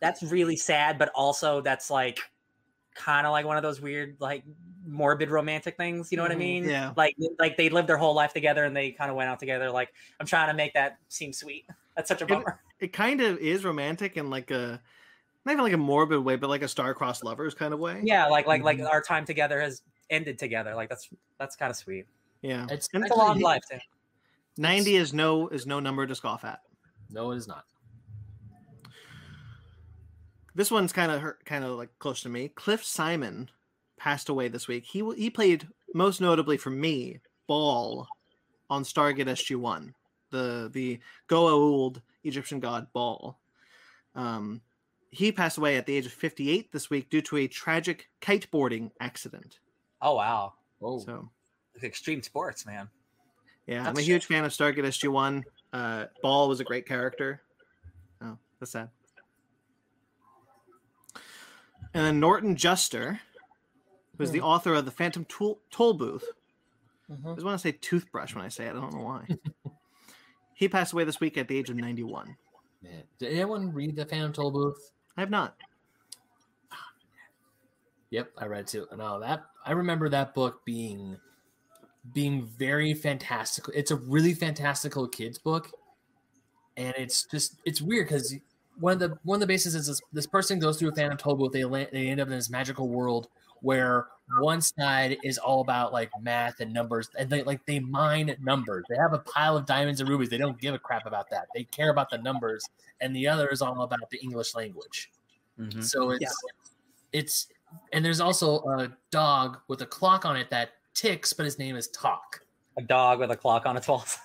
B: that's really sad, but also that's like kind of like one of those weird, like morbid romantic things. You know what I
E: Mhm,
B: mean?
A: yeah.
B: Like like they lived their whole life together and they kind of went out together. Like I'm trying to make that seem sweet. That's such a bummer.
A: It kind of is romantic in like a not even like a morbid way, but like a star-crossed lovers kind of way.
B: yeah, like like like our time together has ended together. Like that's that's kind of sweet.
A: Yeah.
C: It's,
A: And
B: It's a
A: Actually,
B: long
A: he-
B: life. Too.
A: 90 is no is no number to scoff at.
C: No, it is not.
A: This one's kind of kind of like close to me. Cliff Simon passed away this week. He w- he played most notably for me Ball on Stargate SG One, the the Goa'uld Egyptian god Ball. Um, he passed away at the age of 58 this week due to a tragic kiteboarding accident.
B: Oh wow,
C: Oh,
A: So
B: extreme sports, man.
A: yeah, I'm
B: That's
A: a
B: shit.
A: huge fan of Stargate SG One. Uh, Ball was a great character. Oh, that's sad. And then Norton Juster, who's the author of the Phantom Tool Toll Booth. I just want to say toothbrush when I say it. I don't know why. he passed away this week at the age of 91.
C: man. Did anyone read the Phantom Toll Booth?
A: I have not.
C: Yep, I read it too. No, that I remember that book being being very fantastical. It's a really fantastical kids book, and it's just it's weird because one of the one of the bases is this, this person goes through a phantom toll booth. They land, they end up in this magical world where one side is all about like math and numbers, and they like they mine numbers. They have a pile of diamonds and rubies. They don't give a crap about that. They care about the numbers, and the other is all about the English language.
B: Mhm.
C: So it's it's and there's also a dog with a clock on it that ticks, but his name is Talk.
B: A dog with a clock on its walls.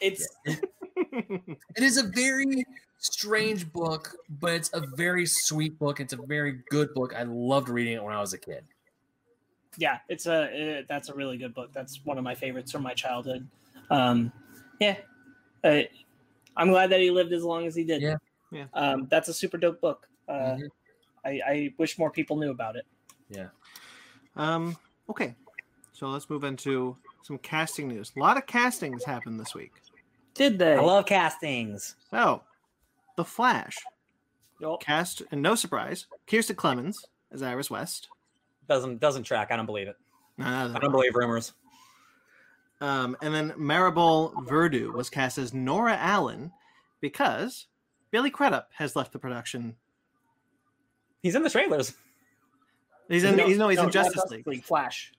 E: It's
C: It is a very strange book, but it's a very sweet book. It's a very good book. I loved reading it when I was a kid.
E: yeah, it's a uh, that's a really good book. That's one of my favorites from my childhood. Um, yeah, uh, I'm glad that he lived as long as he did.
C: Yeah.
A: Yeah.
E: Um, that's a super dope book. Uh,
C: Mhm.
E: I, I wish more people knew about it.
A: Um, okay, so let's move into some casting news. A lot of castings happened this week.
E: Did they?
B: [LAUGHS] I love castings.
A: So, The Flash
E: Yup.
A: cast, and no surprise, Kirsten Clemens as Iris West.
B: Doesn't doesn't track. I don't believe it.
A: No, no, no,
B: I
A: no.
B: don't believe rumors.
A: Um, and then Maribel Verdu was cast as Nora Allen because Billy Crudup has left the production.
B: He's in the trailers.
A: He's in.
E: No,
A: he's no. He's
E: no,
A: in
E: not
A: Justice League.
E: Flash.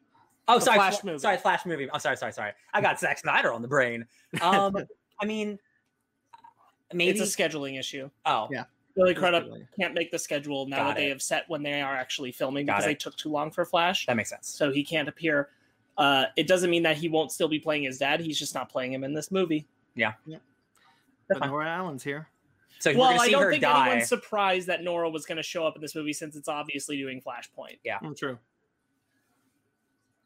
B: Oh,
E: The
B: sorry,
E: Flash
B: Fla-
E: movie.
B: sorry, Flash movie. I'm sorry, sorry, sorry. I got Zack Snyder on the brain.
E: [LAUGHS]
B: Um, I mean, maybe.
E: It's a scheduling issue.
B: oh,
A: yeah.
E: Billy Crudup can't make the schedule now
B: Got
E: that they
B: it.
E: have set when they are actually filming
B: Got
E: because
B: it.
E: they took too long for Flash,
B: that makes sense.
E: so he can't appear. Uh, it doesn't mean that he won't still be playing his dad. He's just not playing him in this movie.
A: But Nora Allen's here.
B: So we're
E: well,
B: gonna
E: I
B: see
E: don't
B: her
E: think
B: die.
E: anyone's surprised that Nora was going to show up in this movie since it's obviously doing Flashpoint.
A: Mm, true.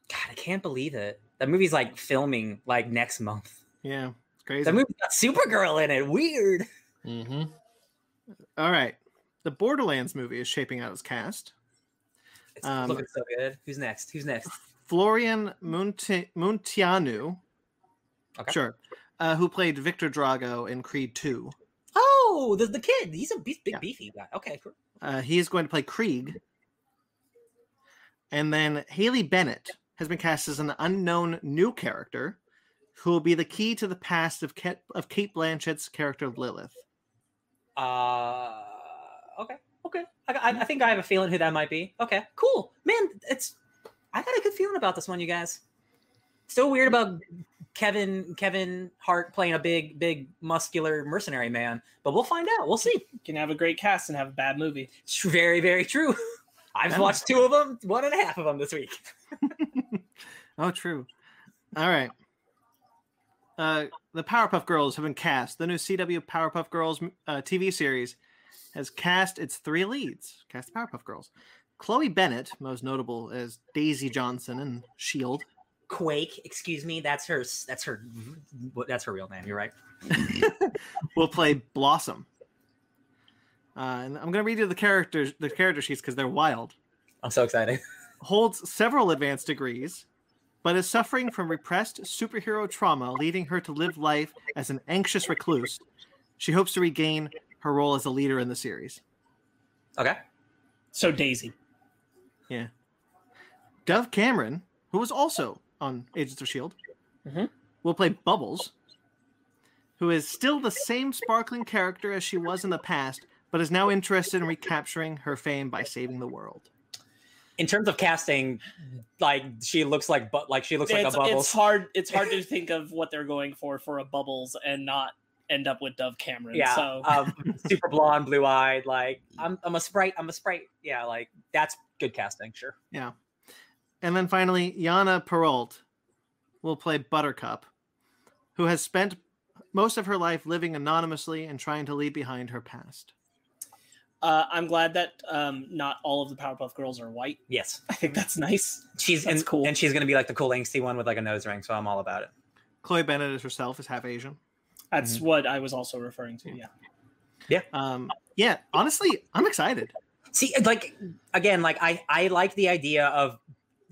B: God, I can't believe it. That movie's like filming like next month.
A: Yeah. It's crazy.
B: That movie's got Supergirl in it. Weird.
C: Mm-hmm.
A: All right. The Borderlands movie is shaping out its cast.
B: It's
A: Um,
B: looking so good. Who's next? Who's next?
A: Florian Munti- Muntianu,
B: Okay.
A: sure, uh, who played Victor Drago in Creed 2.
B: [LAUGHS] Oh, the, the kid. He's a big, big
A: Yeah.
B: beefy guy. Okay, cool.
A: Uh, he is going to play Krieg. And then Haley Bennett has been cast as an unknown new character who will be the key to the past of Kate, of Kate Blanchett's character Lilith.
B: Uh, okay, okay. I, I, I think I have a feeling who that might be. Okay, cool, man. It's I got a good feeling about this one, you guys. Still weird about Kevin Kevin Hart playing a big, big muscular mercenary man, but we'll find out. We'll see.
E: You can have a great cast and have a bad movie.
B: It's very, very true. [LAUGHS] I've
A: Yeah.
B: watched two of them, one and a half of them this week.
A: Oh, true. All right. Uh, the Powerpuff Girls have been cast. The new CW Powerpuff Girls uh, TV series has cast its three leads. Cast the Powerpuff Girls. Chloe Bennett, most notable as Daisy Johnson in Shield.
B: Quake, excuse me, that's her. That's her. what- That's her real name. You're right.
A: will play Blossom. Uh, and I'm going to read you the characters, the character sheets because they're wild.
B: I'm so excited. [LAUGHS]
A: Holds several advanced degrees, but is suffering from repressed superhero trauma, leading her to live life as an anxious recluse. She hopes to regain her role as a leader in the series.
B: Okay.
E: So Daisy.
A: Dove Cameron, who was also on Agents of Shield,
C: Mm-hmm.
E: Mhm.
A: E will play Bubbles, who is still the same sparkling character as she was in the past, but is now interested in recapturing her fame by saving the world.
B: In terms of casting, like she looks like, but like she looks like
E: it's,
B: a bubble.
E: it's hard. It's hard
B: [LAUGHS]
E: to think of what they're going for for a Bubbles and not end up with Dove Cameron.
B: yeah,
E: So
B: um, super blonde, blue eyed. Like I'm, I'm a sprite. I'm a sprite. Yeah, like that's good casting. Sure.
A: And then finally, Yana Peralt will play Buttercup, who has spent most of her life living anonymously and trying to leave behind her past.
E: uh, I'm glad that um, not all of the Powerpuff Girls are white.
B: Yes,
E: I think that's nice.
B: she's
E: That's
B: and,
E: cool.
B: and she's gonna be like the cool angsty one with like a nose ring. So I'm all about it.
A: Chloe Bennett is herself is half Asian.
E: That's
B: Mm-hmm.
E: what I was also referring to. Yeah.
A: Um, yeah, honestly, I'm excited.
B: See, uh, like again, like I, I like the idea of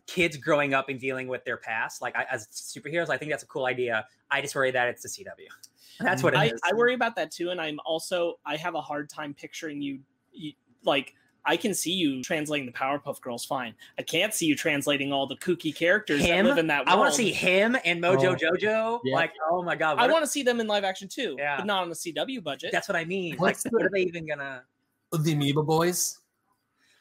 B: kids growing up and dealing with their past. Like I, as superheroes, I think that's a cool idea. I just worry that it's the CW. That's what it
E: I,
B: is.
E: I worry about that too. And I'm also, I have a hard time picturing you, you like, I can see you translating the Powerpuff Girls fine. I can't see you translating all the kooky characters
B: Him?
E: that live in that world.
B: I want to see him and Mojo
C: Oh.
B: Jojo.
C: Yeah.
B: Like, oh my god,
E: I
B: what-
E: want to see them in live action too,
B: Yeah.
E: but not on the CW budget.
B: That's what I mean. Like,
C: What's
B: what are they even gonna?
C: The Amoeba Boys.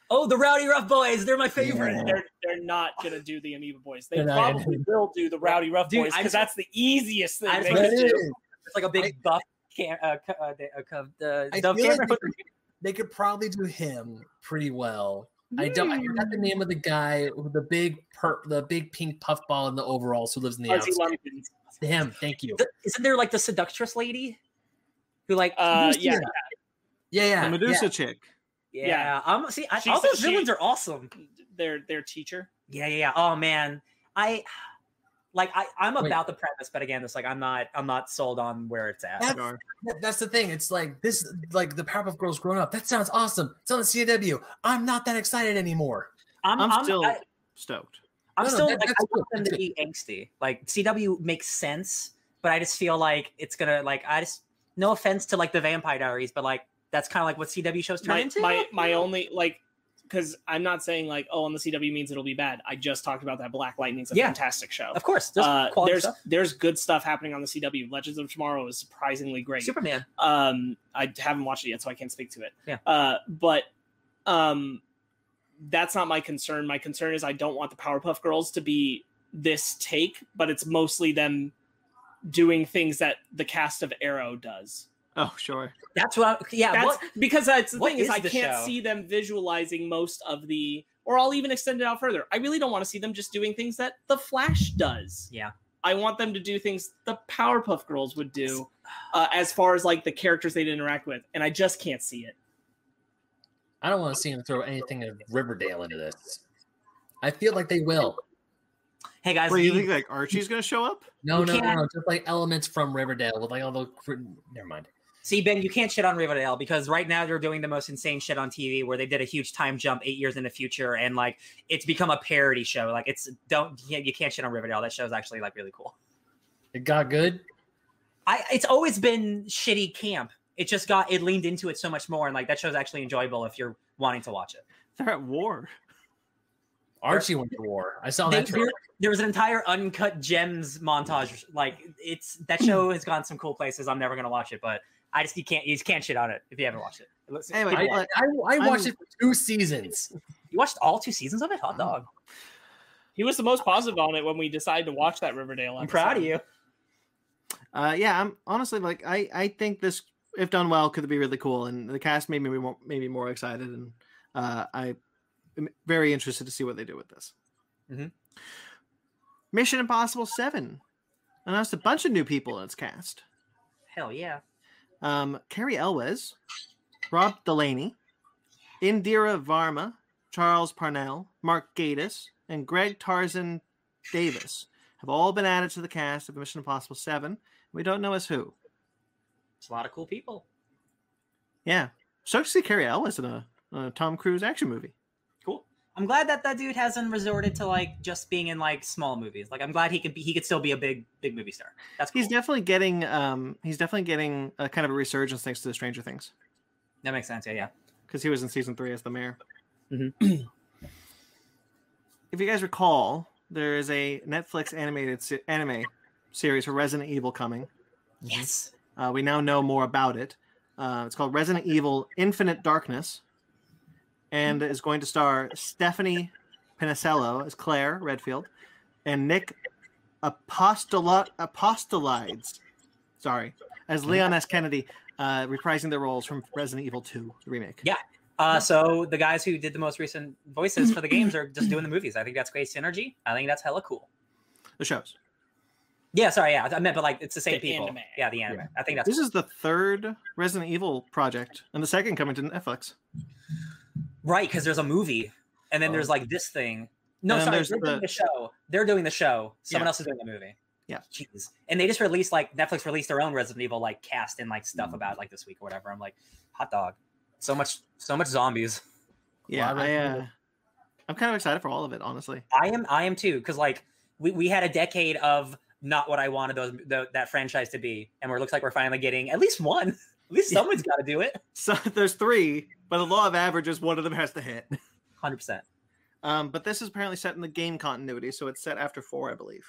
B: Oh, the Rowdy Rough Boys. They're my favorite.
C: Yeah.
E: they're they're not gonna do the Amoeba Boys. They
C: They're not gonna
E: probably will do the Rowdy Rough
B: Dude,
E: Boys
B: I
E: because
B: just-
E: that's the easiest thing
B: I just
E: they
B: wanna
E: can
B: see-
E: do.
B: It's like a big buff can uh, co- uh, the- uh, co- the
C: I
B: dove
C: feel like
B: camera.
C: They could probably do him pretty well. I don't. I forgot the name of the guy with the big per, the big pink puffball in the overalls who lives in the
E: Ozzy
C: outside.
E: Lumpkin.
C: Him. Thank you.
B: The- isn't there like the seductress lady who like
E: Uh,
C: Who's
E: yeah,
C: that? Yeah, yeah.
A: the Medusa chick.
B: yeah,
E: yeah.
B: I'm see I,
E: She's
B: all
E: the-
B: those villains
E: she-
B: are awesome.
E: their their teacher.
B: Yeah, yeah, yeah. Oh man, I like I I'm
C: Wait.
B: about the premise, but again, it's like I'm not I'm not sold on where it's at.
C: That's-
A: Cigar.
C: Yeah. That's the thing. It's like this, like the Powerpuff Girls growing up. That sounds awesome. It's on the CW. I'm not that excited anymore.
B: I'm,
A: I'm,
B: I'm, i
A: still
B: I,
A: stoked.
B: am
C: No, no,
B: still
C: that-
B: like I
C: that's
B: want
C: good,
B: them to
C: that's
B: be angsty. Like CW makes sense, but I just feel like it's gonna like I just no offense to like the Vampire Diaries, but like that's kind of like what CW shows turn
E: My
B: into.
E: my, my only like because I'm not saying like oh on the CW means it'll be bad. I just talked about that Black Lightning's a
B: Yeah.
E: fantastic show.
B: of course, there's
E: Uh,
B: quality
E: there's
B: stuff.
E: there's good stuff happening on the CW. Legends of Tomorrow is surprisingly great.
B: Superman.
E: Um, I haven't watched it yet, so I can't speak to it.
B: Yeah.
E: Uh, but um, that's not my concern. My concern is I don't want the Powerpuff Girls to be this take, but it's mostly them doing things that the cast of Arrow does.
A: Oh sure.
B: That's what. I, yeah.
E: That's
B: what,
E: because that's the
B: what
E: thing is,
B: is
E: I
B: the
E: can't
B: show?
E: see them visualizing most of the, or I'll even extend it out further. I really don't want to see them just doing things that the Flash does.
B: Yeah.
E: I want them to do things the Powerpuff Girls would do, uh, as far as like the characters they'd interact with, and I just can't see it.
C: I don't want to see him throw anything of Riverdale into this. I feel like they will.
B: hey guys,
A: Wait, you
B: you-
A: think like Archie's gonna show up?
C: No,
B: You
C: no, no,
B: can't-
C: no. Just like elements from Riverdale with like all the. cr- Never mind.
B: See, Ben, you can't shit on Riverdale because right now they're doing the most insane shit on TV where they did a huge time jump eight years in the future and like it's become a parody show. Like it's don't you can't- you can't shit on Riverdale. That show's actually like really cool.
C: It got good.
B: I it's always been shitty camp. It just got it leaned into it so much more and like that show's actually enjoyable if you're wanting to watch it.
A: [LAUGHS] They're at war.
C: Archie went to war. I saw
B: They-
C: that trailer.
B: there, there was an entire uncut gems montage. Like it's that show has gone some cool places. I'm never gonna watch it, but I just you can't you just can't shit on it if you haven't watched it. Listen,
A: Anyway,
B: people-
C: I, I, I watched
A: I'm-
C: it for two seasons.
B: you watched all two seasons of it? Hot dog.
E: He was the most positive on it when we decided to watch that Riverdale.
B: I'm proud of
E: episode.
B: you.
A: Uh, yeah, I'm honestly like I I think this if done well could be really cool, and the cast made me mo- maybe more excited, and uh, I am very interested to see what they do with this. Mm-hmm.
B: Mhm.
A: Mission Impossible Seven announced a bunch of new people in its cast.
B: Hell yeah.
A: Um, Carrie Elwes, Rob Delaney, Indira Varma, Charles Parnell, Mark Gatiss, and Greg Tarzan Davis have all been added to the cast of Mission Impossible Seven. We don't know as who.
B: It's a lot of cool people.
A: Yeah. Stoked to see Carrie Ellis in a, a Tom Cruise action movie.
B: Cool. I'm glad that that dude hasn't resorted to like just being in like small movies. Like I'm glad he could be he could still be a big big movie star. That's cool.
A: He's definitely getting um he's definitely getting a kind of a resurgence thanks to Stranger Things
B: that makes sense. Yeah, yeah.
A: because he was in season three as the mayor.
B: Mhm.
A: [CLEARS THROAT] if you guys recall, there is a Netflix animated se- anime series for Resident Evil coming.
B: Yes.
A: Uh, we now know more about it. Uh, it's called Resident Evil Infinite Darkness and is going to star Stephanie Pinicello as Claire Redfield and Nick Apostola- Apostolides, sorry, as Leon S. Kennedy, uh, reprising their roles from Resident Evil 2 remake.
B: Yeah. Uh, so the guys who did the most recent voices for the games are just [CLEARS THROAT] doing the movies. I think that's great synergy. I think that's hella cool.
A: The shows.
B: Yeah, sorry, yeah, I meant, but like it's the same
E: The
B: people.
E: anime.
B: Yeah, the anime. I think that's
A: This is the third Resident Evil project and the second coming to Netflix.
B: right because there's a movie, and then
C: Oh.
B: there's like this thing. No,
A: Uh-huh. And then
B: sorry,
A: there's
B: they're doing
A: the-
B: the show. They're doing the show. Someone
A: Yeah.
B: else is doing the movie.
A: Yeah.
B: Jeez. And they just released like Netflix released their own Resident Evil like cast and like
A: Mm.
B: stuff about like this week or whatever. I'm like, hot dog. So much, so much zombies.
A: Yeah,
C: Well, I
A: I,
C: recommend
A: uh, I'm kind of excited for all of it, honestly. [LAUGHS]
B: I am, I am too, because like we, we had a decade of not what I wanted those tho- that franchise to be, and we're looks like we're finally getting at least one. [LAUGHS] least someone's got to do it.
A: So there's three, but the law of averages, one of them has to hit.
B: Hundred percent.
A: Um, but this is apparently set in the game continuity, so it's set after four, I believe.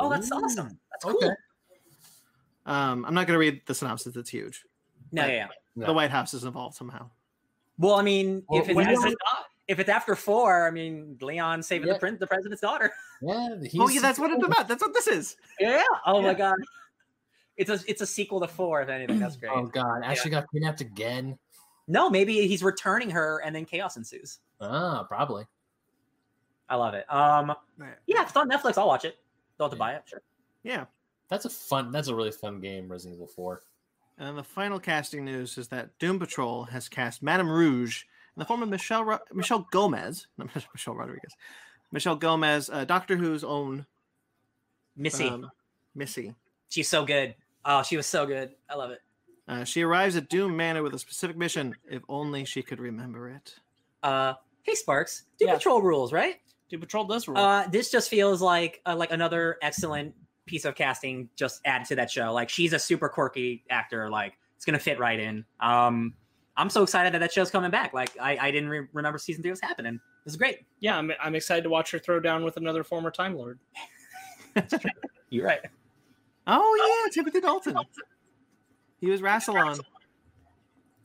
B: Oh, that's
C: Ooh.
B: awesome. That's cool.
C: Okay.
A: Um, I'm not going to read the synopsis. It's huge.
B: No, yeah, yeah.
A: The
C: No.
A: White House is involved somehow.
B: Well, I mean,
C: Well,
B: if it's
C: when
B: after,
C: is it
B: if it's after four, I mean, Leon saving
C: Yeah.
B: the print, the president's daughter. [LAUGHS]
C: Yeah,
A: oh
C: he's-
A: yeah, that's what it's about. That's what this is.
B: Yeah. Oh
E: Yeah.
B: my god. It's a it's a sequel to four. If anything, that's great.
C: Oh god, Ashley got kidnapped again.
B: No, maybe he's returning her, and then chaos ensues.
C: Ah, probably.
B: I love it. Um, yeah, if it's on Netflix, I'll watch it. Don't have to buy it. Sure.
A: Yeah.
C: That's a fun. That's a really fun game, Resident Evil Four.
A: And the final casting news is that Doom Patrol has cast Madame Rouge in the form of Michelle Ro- Michelle Gomez, [LAUGHS] not Michelle Rodriguez, Michelle Gomez, uh, Doctor Who's own
B: Missy,
A: um, Missy.
B: she's so good. Oh, she was so good. I love it.
A: Uh, she arrives at Doom Manor with a specific mission. If only she could remember it.
B: Uh, hey Sparks, do
E: Yeah.
B: patrol rules, right?
E: Doom Patrol does rule.
B: Uh, this just feels like uh, like another excellent piece of casting just added to that show. Like she's a super quirky actor. Like it's gonna fit right in. Um, I'm so excited that that show's coming back. Like I, I didn't re- remember season three was happening. This is great.
E: yeah, I'm, I'm excited to watch her throw down with another former Time Lord.
B: You're right.
A: Oh yeah, Timothy Dalton. He was Rassilon.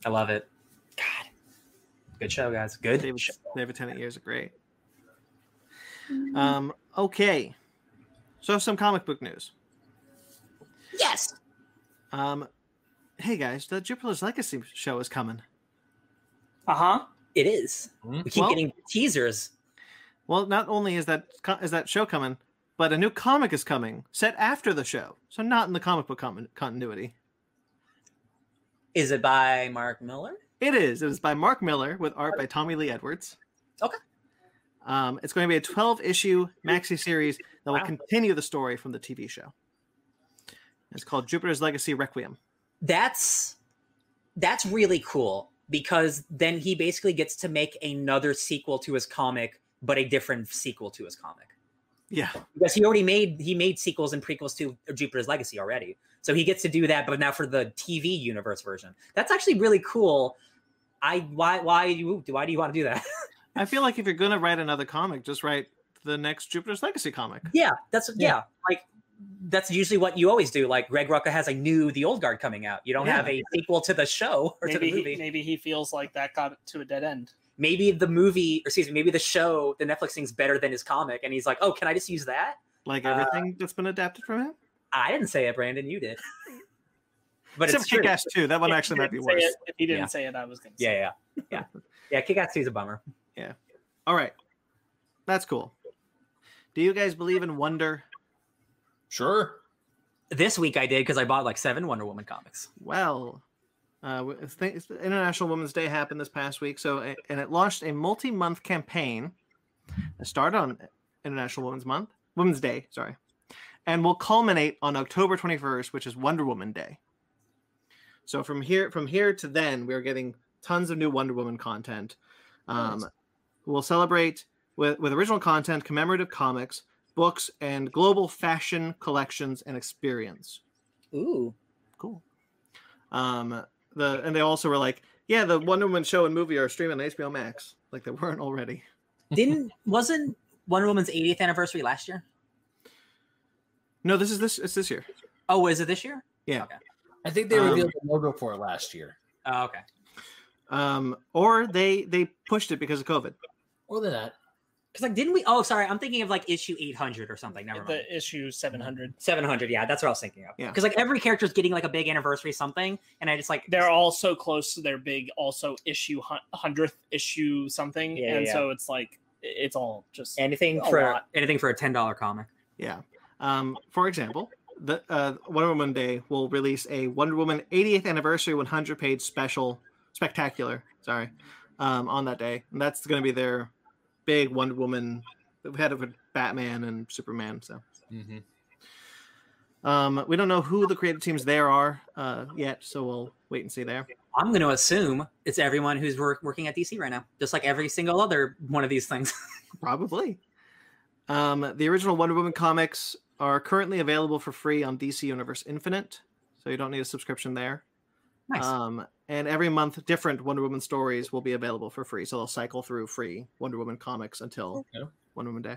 B: I love it. God, good show, guys. Good.
A: David,
B: show.
A: David Tennant years are great. Um, okay. So some comic book news.
B: Yes.
A: Um, hey guys, the Jupiter's Legacy show is coming.
E: Uh huh.
B: Uh-huh. It is.
C: Mhm.
B: We keep
A: Well-
B: getting teasers.
A: Well, not only is that co- is that show coming, but a new comic is coming set after the show. So not in the comic book com- continuity.
B: Is it by Mark Miller?
A: It is. It is by Mark Miller with art by Tommy Lee Edwards.
B: Okay.
A: Um, it's going to be a 12 issue maxi series that will
B: Wow.
A: continue the story from the TV show. It's called Jupiter's Legacy Requiem.
B: that's that's really cool because then he basically gets to make another sequel to his comic but a different sequel to his comic
A: Yeah.
B: because he already made he made sequels and prequels to jupiter's legacy already so he gets to do that but now for the tv universe version that's actually really cool i why why you why do you want to do that [LAUGHS]
A: I feel like if you're gonna write another comic, just write the next Jupiter's Legacy comic.
B: Yeah, that's yeah.
C: Yeah.
B: Like that's usually what you always do. Like Greg Rucka has a new The Old Guard coming out. You don't
A: Yeah.
B: have a sequel to the show or
E: Maybe
B: to the
E: he,
B: movie.
E: maybe he feels like that got to a dead end.
B: Maybe the movie, or excuse me, maybe the show, the Netflix thing's better than his comic, and he's like, "Oh, can I just use that?"
A: Like
B: Uh,
A: everything that's been adapted from him.
B: I didn't say it, Brandon. You did. But
A: Except
B: it's true.
A: Kick-Ass 2. That one
E: If he
A: actually might be
E: didn't say
A: worse.
E: it- if he didn't
B: Yeah.
E: say it, I was gonna. Say
B: Yeah, yeah, yeah, yeah. Kick-Ass 2 is a bummer.
A: All right. That's cool. Do you guys believe in wonder?
C: Sure.
B: This week I did because I bought like seven Wonder Woman comics.
A: Well, uh, w- it's th- it's- International Women's Day happened this past week, so a- and it launched a multi-month campaign that started on International Women's Month, Women's Day, sorry, and will culminate on October 21st, which is Wonder Woman Day. So from here, from here to then, we are getting tons of new Wonder Woman content. Um, We'll celebrate with, with original content, commemorative comics, books, and global fashion collections and experience
B: Ooh,
A: cool. Um, the and they also were like, yeah, the Wonder Woman show and movie are streaming on HBO Max, like they weren't already.
B: [LAUGHS] didn't wasn't Wonder Woman's 80th anniversary last year?
A: No, this is this it's this year.
B: Oh, was it this year?
C: I think they
A: Um,
C: revealed the logo for it last year.
B: Oh, okay.
A: Um, or they they pushed it because of COVID.
C: More than that,
B: Because like, didn't we? Oh, sorry, I'm thinking of like issue 800 or something. Never
E: it.
B: mind.
E: The issue seven hundred.
B: 700. Yeah, that's what I was thinking of.
A: Yeah.
B: Because like every character's getting like a big anniversary something, and I just like
E: They're all so close to their big, also issue hundredth issue something,
B: Yeah, yeah,
E: and
B: yeah.
E: so it's like i- it's all just.
B: anything
E: A
B: for
E: lot.
B: anything for a ten dollar comic.
A: Yeah. Um, for example, the uh, Wonder Woman Day will release a Wonder Woman 80th anniversary 100 page special spectacular. Sorry, um, on that day, and that's going to be their big Wonder Woman. We had it with Batman and Superman, so. Mm-hmm.
C: Mhm.
A: Um, we don't know who the creative teams there are uh, yet, so we'll wait and see there.
B: I'm going to assume it's everyone who's work, working at DC right now, just like every single other one of these things. [LAUGHS]
A: Probably. Um, the original Wonder Woman comics are currently available for free on DC Universe Infinite, so you don't need a subscription there.
E: Nice.
A: Um, and every month, different Wonder Woman stories will be available for free. So they'll cycle through free Wonder Woman comics until
C: Okay.
A: Wonder Woman Day.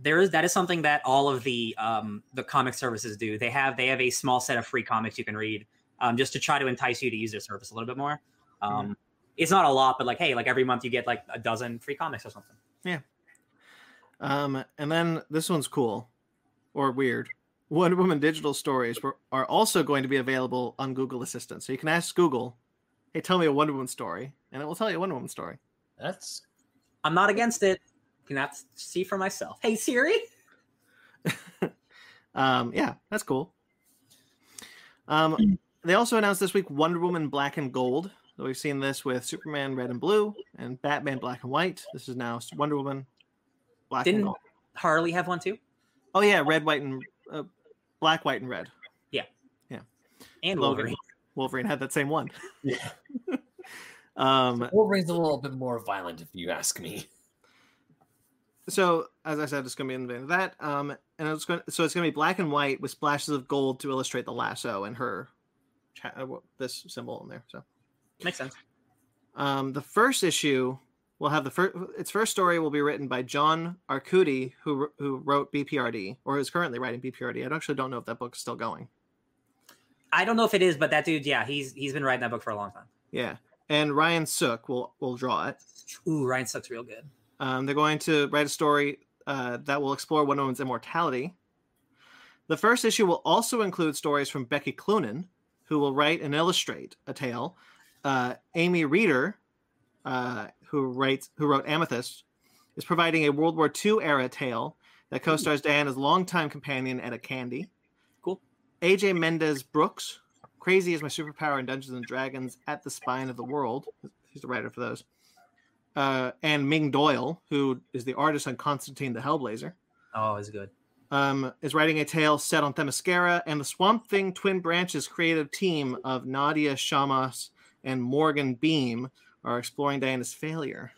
B: there is that is something that all of the um the comic services do they have they have a small set of free comics you can read um just to try to entice you to use their service a little bit more um it's not a lot but like hey like every month you get like a dozen free comics or something
A: Um, and then this one's cool or weird. Wonder Woman digital stories were, are also going to be available on Google Assistant. So you can ask Google, hey, tell me a Wonder Woman story, and it will tell you a Wonder Woman story.
C: That's
B: i'm not against it can have to see for myself hey siri
A: Um, yeah, that's cool. Um, they also announced this week Wonder Woman Black and Gold. So we've seen this with Superman Red and Blue and Batman Black and White. This is now Wonder Woman Black
B: Didn't-
A: and Gold.
B: harley have one too
A: Oh yeah, red, white, and uh, black, white, and red.
B: and
A: Logan.
B: Wolverine.
A: Wolverine had that same one.
C: Yeah.
A: um,
C: Wolverine's a little bit more violent, if you ask me.
A: so as I said, it's going to be in the vein of that. Um, and it's going so it's going to be black and white with splashes of gold to illustrate the lasso and her, cha- uh, wh- this symbol in there. So.
B: makes sense
A: Um, the first issue will have the first. Its first story will be written by John Arcudi, who wr- who wrote BPRD or is currently writing BPRD. I don't- actually don't know if that book's still going.
B: i don't know if it is but that dude yeah he's he's been writing that book for a long time
A: Yeah, and Ryan Sook will will draw it.
B: ooh ryan sucks real good
A: Um, they're going to write a story uh, that will explore Wonder Woman's immortality. The first issue will also include stories from Becky Cloonan, who will write and illustrate a tale. Uh, Amy Reeder, uh, who writes, who wrote Amethyst, is providing a World War II era tale that co-stars Diana's longtime companion Etta Candy.
B: Cool.
A: AJ Mendez Brooks, Crazy is My Superpower in Dungeons and Dragons at the Spine of the World. He's the writer for those uh, and Ming Doyle, who is the artist on Constantine the Hellblazer,
B: oh it's good
A: um, is writing a tale set on Themyscira and the Swamp Thing Twin Branches creative team of Nadia Shamas and Morgan Beam are exploring Diana's failure.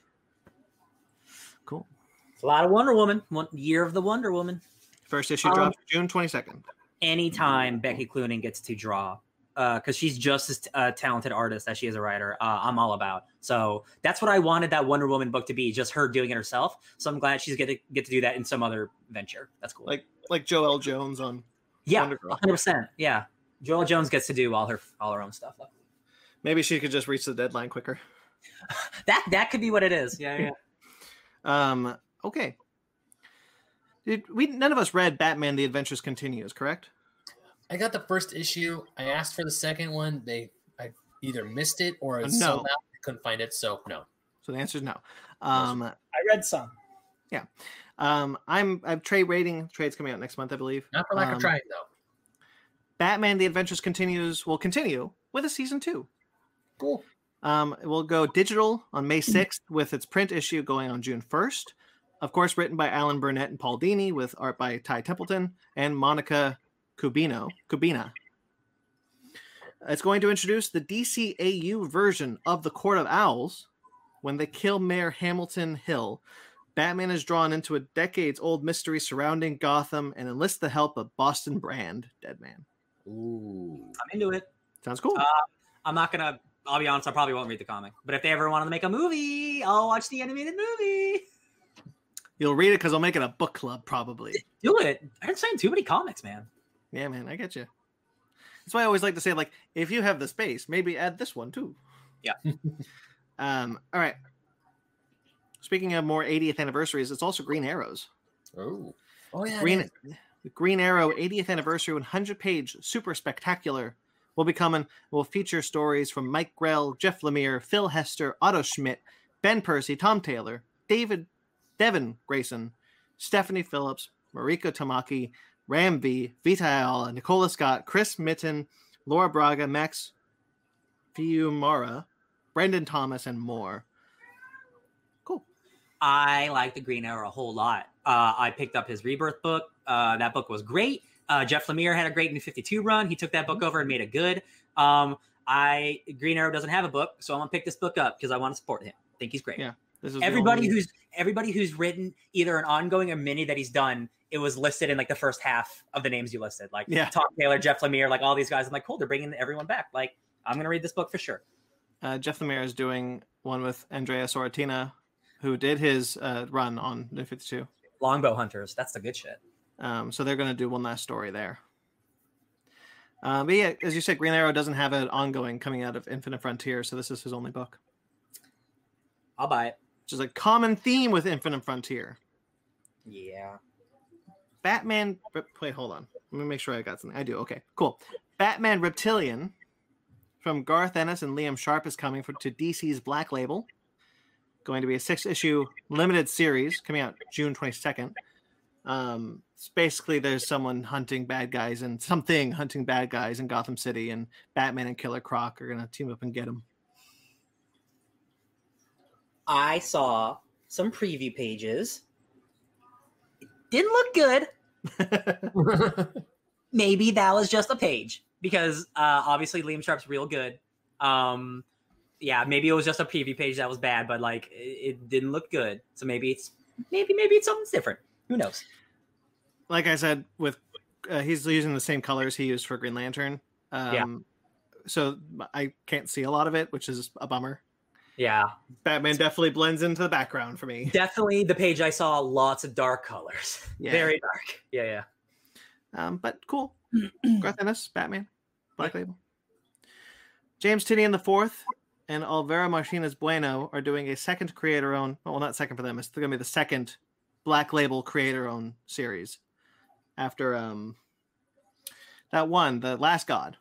A: Cool.
B: a lot of wonder woman one year of the wonder woman
A: First issue
B: Um,
A: drops June 22nd.
B: anytime Becky Cloonan gets to draw, because she's just as t- a talented artist as she is a writer, uh, I'm all about. So that's what I wanted that Wonder Woman book to be, just her doing it herself. So I'm glad she's get to get to do that in some other venture. That's cool.
A: Like like Joel Jones on
B: yeah,
A: Wonder Girl.
B: 100. percent Yeah, Joel Jones gets to do all her all her own stuff.
A: Maybe she could just reach the deadline quicker.
B: That that could be what it is. Yeah, yeah.
A: Um, okay. Did we none of us read Batman the Adventures Continues, correct?
C: I got the first issue. I asked for the second one. They I either missed it or it's
A: Uh, No.
C: sold out. I couldn't find it, so no.
A: So the answer is no. Um,
E: I read some.
A: Um, I'm I'm trade rating. Trade's coming out next month, I believe.
C: Not for lack
A: Um,
C: of trying though.
A: Batman: The Adventures Continues will continue with a season two.
C: Cool.
A: Um, it will go digital on May 6th with its print issue going on June 1st. Of course, written by Alan Burnett and Paul Dini with art by Ty Templeton and Monica Cubino. Cubina. It's going to introduce the DCAU version of the Court of Owls when they kill Mayor Hamilton Hill. Batman is drawn into a decades old mystery surrounding Gotham and enlists the help of Boston Brand, Deadman.
C: Ooh.
B: I'm into it.
A: Sounds cool.
B: Uh, I'm not gonna. I'll be honest. I probably won't read the comic, but if they ever wanted to make a movie, I'll watch the animated movie.
A: You'll read it because I'll make it a book club, probably.
B: Do it. I'm saying too many comics, man.
A: Yeah, man, I get you. That's why I always like to say, like, if you have the space, maybe add this one too.
B: Yeah.
A: [LAUGHS] um. All right. Speaking of more 80th anniversaries, it's also Green Arrows.
C: Oh. Oh yeah. it
A: Green
C: is.
A: Green Arrow 80th anniversary 100 page super spectacular will be coming. Will feature stories from Mike Grell, Jeff Lemire, Phil Hester, Otto Schmidt, Ben Percy, Tom Taylor, David Devin Grayson, Stephanie Phillips, Mariko Tamaki, Ram V, Vita Ayala, Nicola Scott, Chris Mitten, Laura Braga, Max Fiumara, Brendan Thomas, and more. Cool.
B: I like the Green Arrow a whole lot. Uh, I picked up his Rebirth book. Uh, that book was great. Uh, Jeff Lemire had a great New Fifty Two run. He took that
A: Mm-hmm.
B: book over and made it good. Um, I Green Arrow doesn't have a book, so I'm gonna pick this book up because I want to support him. I think he's great.
A: Yeah, This is the
B: Everybody
A: only-
B: who's everybody who's written either an ongoing or mini that he's done, it was listed in like the first half of the names you listed, like
A: Yeah.
B: Tom Taylor, Jeff Lemire, like all these guys. I'm like, cool, they're bringing everyone back. Like I'm gonna read this book for sure.
A: Uh, Jeff Lemire is doing one with Andrea Soratina, who did his uh, run on New 52.
B: Longbow Hunters, that's the good shit.
A: Um, so they're going to do one last story there. Um, but yeah, as you said, Green Arrow doesn't have an ongoing coming out of Infinite Frontier, so this is his only book,
B: I'll buy it.
A: which is a common theme with Infinite Frontier.
B: Yeah.
A: Batman. Rep- Wait, hold on. Let me make sure I got something. I do. Okay, cool. Batman Reptilian from Garth Ennis and Liam Sharp is coming for, to DC's Black Label. Going to be a six issue limited series coming out June 22nd. Um, it's basically, there's someone hunting bad guys and something hunting bad guys in Gotham City, and Batman and Killer Croc are going to team up and get him.
B: I saw some preview pages. It didn't look good.
C: [LAUGHS]
B: Maybe that was just a page because uh, obviously Liam Sharp's real good. Um, yeah, maybe it was just a preview page that was bad, but like it, it didn't look good. So maybe it's maybe maybe it's something different. Who knows?
A: like I said, with uh, he's using the same colors he used for Green Lantern. Um,
B: Yeah.
A: So I can't see a lot of it, which is a bummer.
B: Yeah,
A: Batman definitely blends into the background for
B: [LAUGHS]
A: me.
B: definitely the page I saw lots of dark colors.
A: Yeah.
B: Very dark. Yeah, yeah.
A: Um, but cool. Garth Ennis, Batman, Black Label. James Tinian the Fourth and Alvaro Martinez Bueno are doing a second creator-owned. Well, not second for them. It's going to be the second Black Label creator-owned series after um that one, the Last God.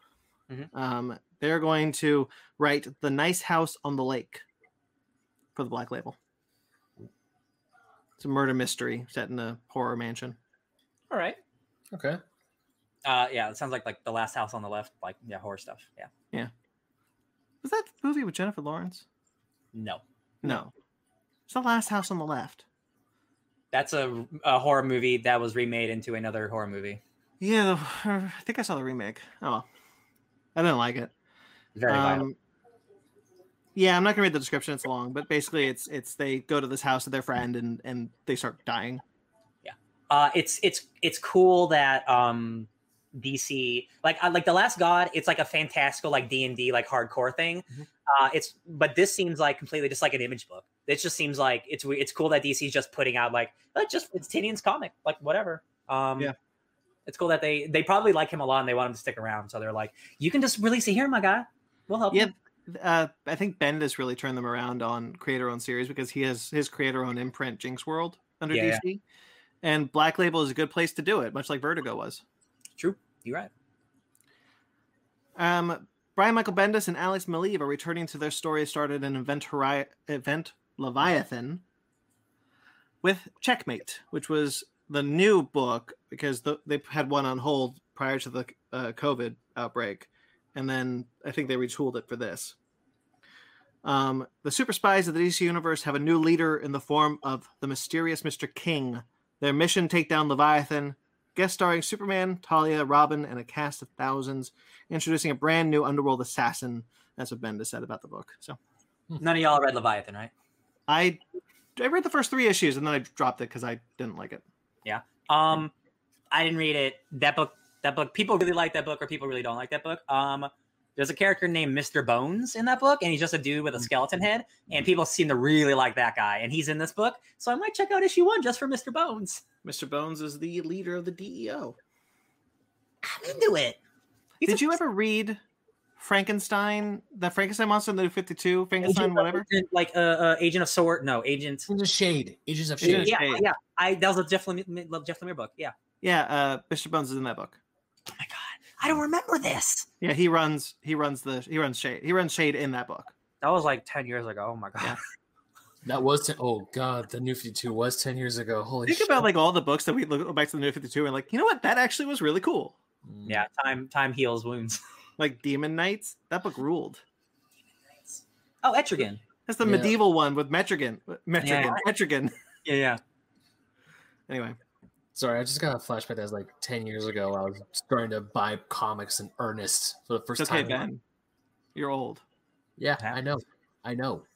B: Mhm.
A: Um, they're going to write the Nice House on the Lake for the Black Label. It's a murder mystery set in a horror mansion.
E: All right.
C: okay.
B: Uh, yeah, it sounds like like the last house on the left, like yeah, horror stuff. Yeah.
A: Was that the movie with Jennifer Lawrence?
B: No.
A: No. It's the last house on the left.
B: That's a, a horror movie that was remade into another horror movie.
A: Yeah, the, uh, I think I saw the remake. Oh, well. I didn't like it.
B: Very violent.
A: Um, yeah, I'm not gonna read the description. It's long, but basically, it's it's they go to this house of their friend and and they start dying.
B: Uh, it's it's it's cool that um, DC like I, like the Last God. It's like a fantastical like D and D like hardcore thing.
A: Mhm.
B: Uh, it's but this seems like completely just like an image book. It just seems like it's we- it's cool that DC's just putting out like "Oh, just it's Tinian's comic like whatever. Um,
A: Yeah.
B: It's cool that they they probably like him a lot and they want him to stick around. So they're like, you can just release it here, my guy. We'll help.
A: Yeah,
B: you.
A: uh, I think Bendis really turned them around on creator-owned series because he has his creator-owned imprint, Jinx World, under
B: Yeah, yeah.
A: DC, and Black Label is a good place to do it, much like Vertigo was.
B: True. You're right.
A: Um, Brian Michael Bendis and Alex Maleev are returning to their story started in Event, Hori- Event Leviathan with Checkmate, which was the new book because the, they had one on hold prior to the uh, COVID outbreak. And then I think they retooled it for this. Um, the super spies of the DC universe have a new leader in the form of the mysterious Mr. King. Their mission take down Leviathan, guest starring Superman, Talia, Robin, and a cast of thousands introducing a brand new underworld assassin. That's what Bendis said about the book. So
B: None of y'all read Leviathan, right?
A: I I read the first three issues and then I dropped it because I didn't like it.
B: Um, I didn't read it. That book, that book, people really like that book, or people really don't like that book. Um, there's a character named Mr. Bones in that book, and he's just a dude with a skeleton head, and people seem to really like that guy, and he's in this book, so I might check out issue one just for Mr. Bones. [LAUGHS]
A: Mr. Bones is the leader of the E DEO.
B: I'm into it. He's
A: Did
B: a-
A: you ever read Frankenstein, the Frankenstein monster, in the New Fifty Two, Frankenstein,
B: Agent of-
A: whatever?
B: Like uh, uh, Agent of Sword? No, Agent.
C: Agents of Shade. Agents of
A: Agents
C: Shade.
A: of
B: Yeah,
A: Shade.
B: yeah. I that was a Jeff Lemire, love Jeff Lemire book. Yeah.
A: Yeah, uh, Mr. Bones is in that book.
B: Oh my god, I don't remember this.
A: Yeah, he runs. He runs the. He runs shade. He runs shade in that book.
B: That was like ten years ago. Oh my god.
A: Yeah.
C: That was ten, oh god, the New Fifty Two was ten years ago. Holy
A: Think
C: shit.
A: about like all the books that we look go back to the New Fifty Two and like, you know what? That actually was really cool.
B: [LAUGHS]
C: Mm.
B: Yeah. Time time heals wounds.
A: Like Demon Knights, that book ruled.
B: Oh, Etrigan.
A: That's the
C: Yeah.
A: medieval one with Metrigan. Metrigan.
B: Yeah.
A: Metrigan.
B: Yeah, yeah.
A: Anyway,
C: Sorry, I just got a flashback. That was like ten years ago. I was starting to buy comics in earnest for the first
A: it's okay,
C: time. in my-
A: Ben. You're old.
C: Yeah, I
B: Happens.
C: know. I know.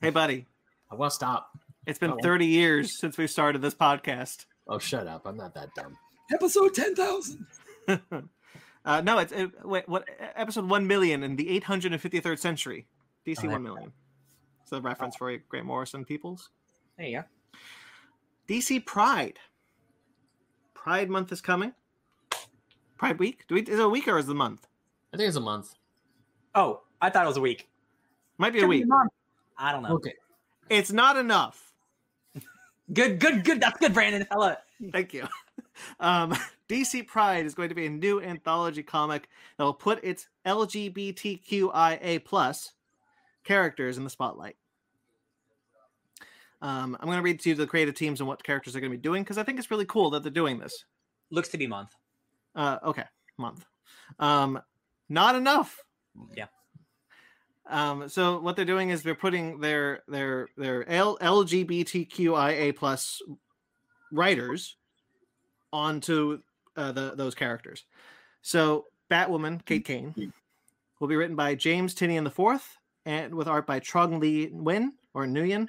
A: Hey, buddy.
C: I want to stop.
A: It's been
C: Oh.
A: 30 years since we started this podcast. [LAUGHS]
C: Oh, shut up. I'm not that dumb.
E: Episode ten thousand.
A: Uh, no, it's it, wait, what e, episode one million in the 853rd century. DC
B: Oh, there
A: one million. It's a reference for Grant Morrison peoples.
B: There you go.
A: DC Pride. Pride Month is coming. Pride Week? Do we, is it a week or is it a month?
C: I think it's a month.
B: Oh, I thought it was a week.
A: Might be a week.
B: I don't know.
C: Okay.
A: It's not enough.
B: Good, good, good. That's good, Brandon. I love it.
A: Thank you. Um, [LAUGHS] DC Pride is going to be a new anthology comic that will put its LGBTQIA plus characters in the spotlight. Um, I'm going to read to you the creative teams and what characters are going to be doing because I think it's really cool that they're doing this.
B: Looks to be month.
A: Uh, okay, month. Um, not enough.
B: Yeah.
A: Um, so what they're doing is they're putting their their their L- LGBTQIA plus writers onto uh, the, those characters. So Batwoman Kate Kane will be written by James Tinian the Fourth and with art by Trong Lee Nguyen or Nguyen.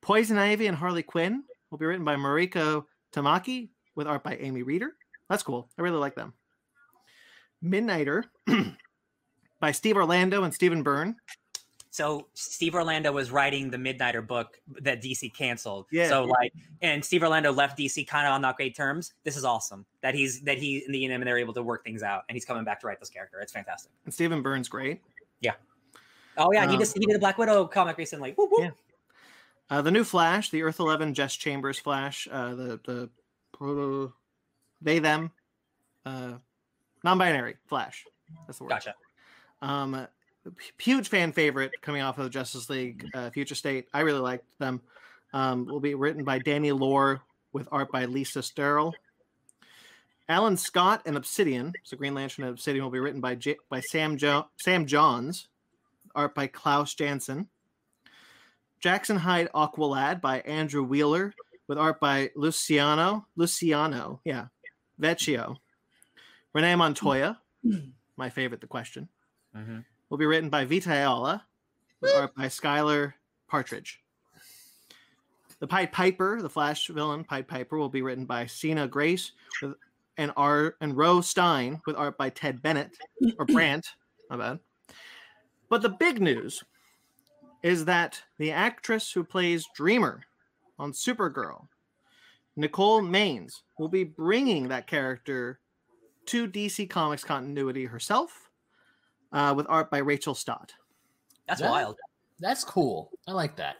A: Poison Ivy and Harley Quinn will be written by Mariko Tamaki with art by Amy Reeder. That's cool. I really like them. Midnighter by Steve Orlando and Stephen Byrne.
B: So Steve Orlando was writing the Midnighter book that DC canceled.
A: Yeah.
B: So like, and Steve Orlando left DC kind of on not great terms. This is awesome that he's that he and the and they're able to work things out, and he's coming back to write this character. It's fantastic.
A: And Stephen Byrne's great.
B: Oh yeah, he
A: Um,
B: just he did a Black Widow comic recently. Woo, woo.
A: Yeah. Uh, the new Flash, the Earth Eleven, Jess Chambers Flash, uh, the the proto they them, uh, non-binary Flash. That's the word.
B: Gotcha.
A: Um, a p- huge fan favorite coming off of Justice League uh, Future State. I really liked them. Um, will be written by Danny Lore with art by Lisa Sterl. Alan Scott and Obsidian, so Green Lantern and Obsidian will be written by J- by Sam jo- Sam Johns, art by Klaus Janson. Jackson Hyde Aqualad by Andrew Wheeler with art by Luciano Luciano, yeah, Vecchio. Renee Montoya, my favorite. The question
B: Mhm.
A: will be written by Vita Ayala, with art by Skylar Partridge. The Pied Piper, the Flash villain Pied Piper, will be written by Cena Grace with, and R and Ro Stein with art by Ted Bennett or Brandt. My bad. But the big news is that the actress who plays Dreamer on Supergirl, Nicole Maines, will be bringing that character to DC Comics continuity herself uh, with art by Rachel Stott.
B: That's
C: Yeah.
B: wild.
C: That's cool. I like that.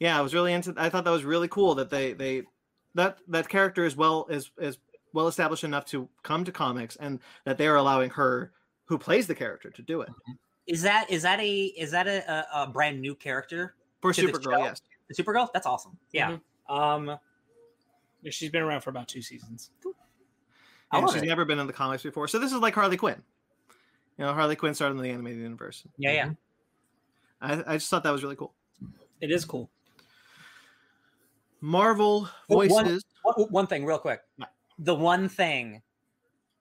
A: Yeah, I was really into. I thought that was really cool that they they that that character is well is is well established enough to come to comics and that they are allowing her who plays the character to do it
B: Is that is that a is that a, a, a brand new character?
A: for
B: To the
A: Supergirl.
B: show?
A: Yes,
B: The Supergirl? That's awesome. Yeah.
C: Mm-hmm.
B: Um,
E: She's been around for about two seasons.
B: I
A: and
B: love
A: she's
B: it.
A: never been in the comics before, so this is like Harley Quinn. You know, Harley Quinn started in the animated universe.
B: Yeah, yeah.
A: I, I just thought that was really cool.
E: It is cool.
A: Marvel
B: Well, one- [LAUGHS]
A: voices.
B: One, one thing, real quick.
A: Yeah.
B: The one thing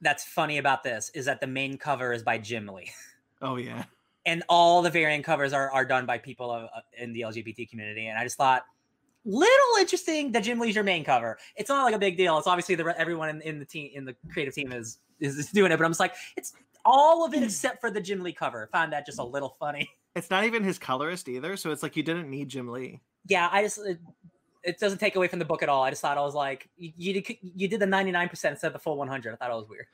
B: that's funny about this is that the main cover is by Jim Lee, [LAUGHS]
A: Oh yeah,
B: and all the variant covers are, are done by people of, of- in the LGBT community. And I just thought, little interesting that Jim Lee's your main cover. It's not like a big deal. It's obviously the re- everyone in, in the team in the creative team is, is is doing it, but I'm just like, it's all of it except for the Jim Lee cover. Found that just a little funny. [LAUGHS]
A: it's not even his colorist either, so it's like you didn't need Jim Lee.
B: yeah, I just it, it doesn't take away from the book at all. I just thought I was like, you you, did- you did the ninety nine percent instead of the full one hundred. I thought it was weird.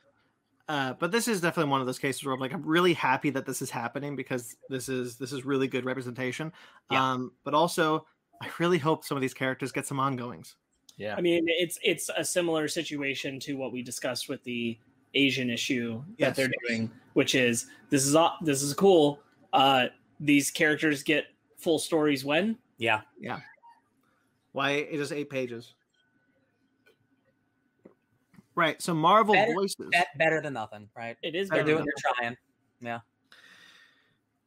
A: Uh, but this is definitely one of those cases where I'm like, I'm really happy that this is happening because this is this is really good representation.
B: Yeah.
A: Um, but also, I really hope some of these characters get some ongoings.
C: Yeah.
E: I mean, it's it's a similar situation to what we discussed with the Asian issue
A: Yes.
E: that they're doing, which is this is aw- this is cool. Uh, these characters get full stories when
B: Yeah,
A: Why it is eight pages? Right. So Marvel
B: Better-
A: voices.
B: bet, better than nothing, right?
E: it is
B: They're
E: better.
B: doing,
E: than-
B: they're trying.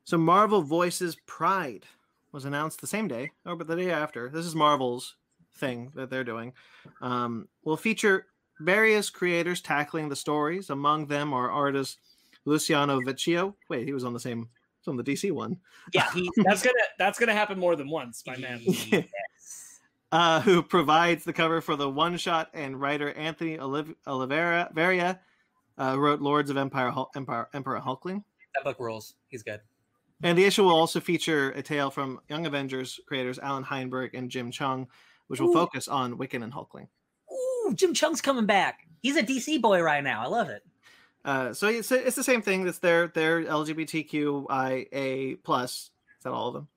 A: So Marvel voices Pride was announced the same day, or but the day after. This is Marvel's thing that they're doing. Um, will feature various creators tackling the stories. Among them are artist Luciano Vecchio. Wait, he was on the same. It's on the DC one.
B: Yeah, he,
E: [LAUGHS] That's gonna that's gonna happen more than once, my
B: [LAUGHS]
E: man.
B: yes.
A: [LAUGHS] uh, who provides the cover for the one shot and writer Anthony Oliv- Oliveira Veria uh, wrote Lords of Empire, Hul- Empire Emperor Hulkling.
B: That book rules. He's good.
A: And the issue will also feature a tale from Young Avengers creators Alan Heinberg and Jim Chung, which will
B: Ooh.
A: focus on Wiccan and Hulkling.
B: Ooh, Jim Chung's coming back. He's a DC boy right now. I love it.
A: Uh, so it's, it's the same thing. That's their their LGBTQIA plus. Is that all of them?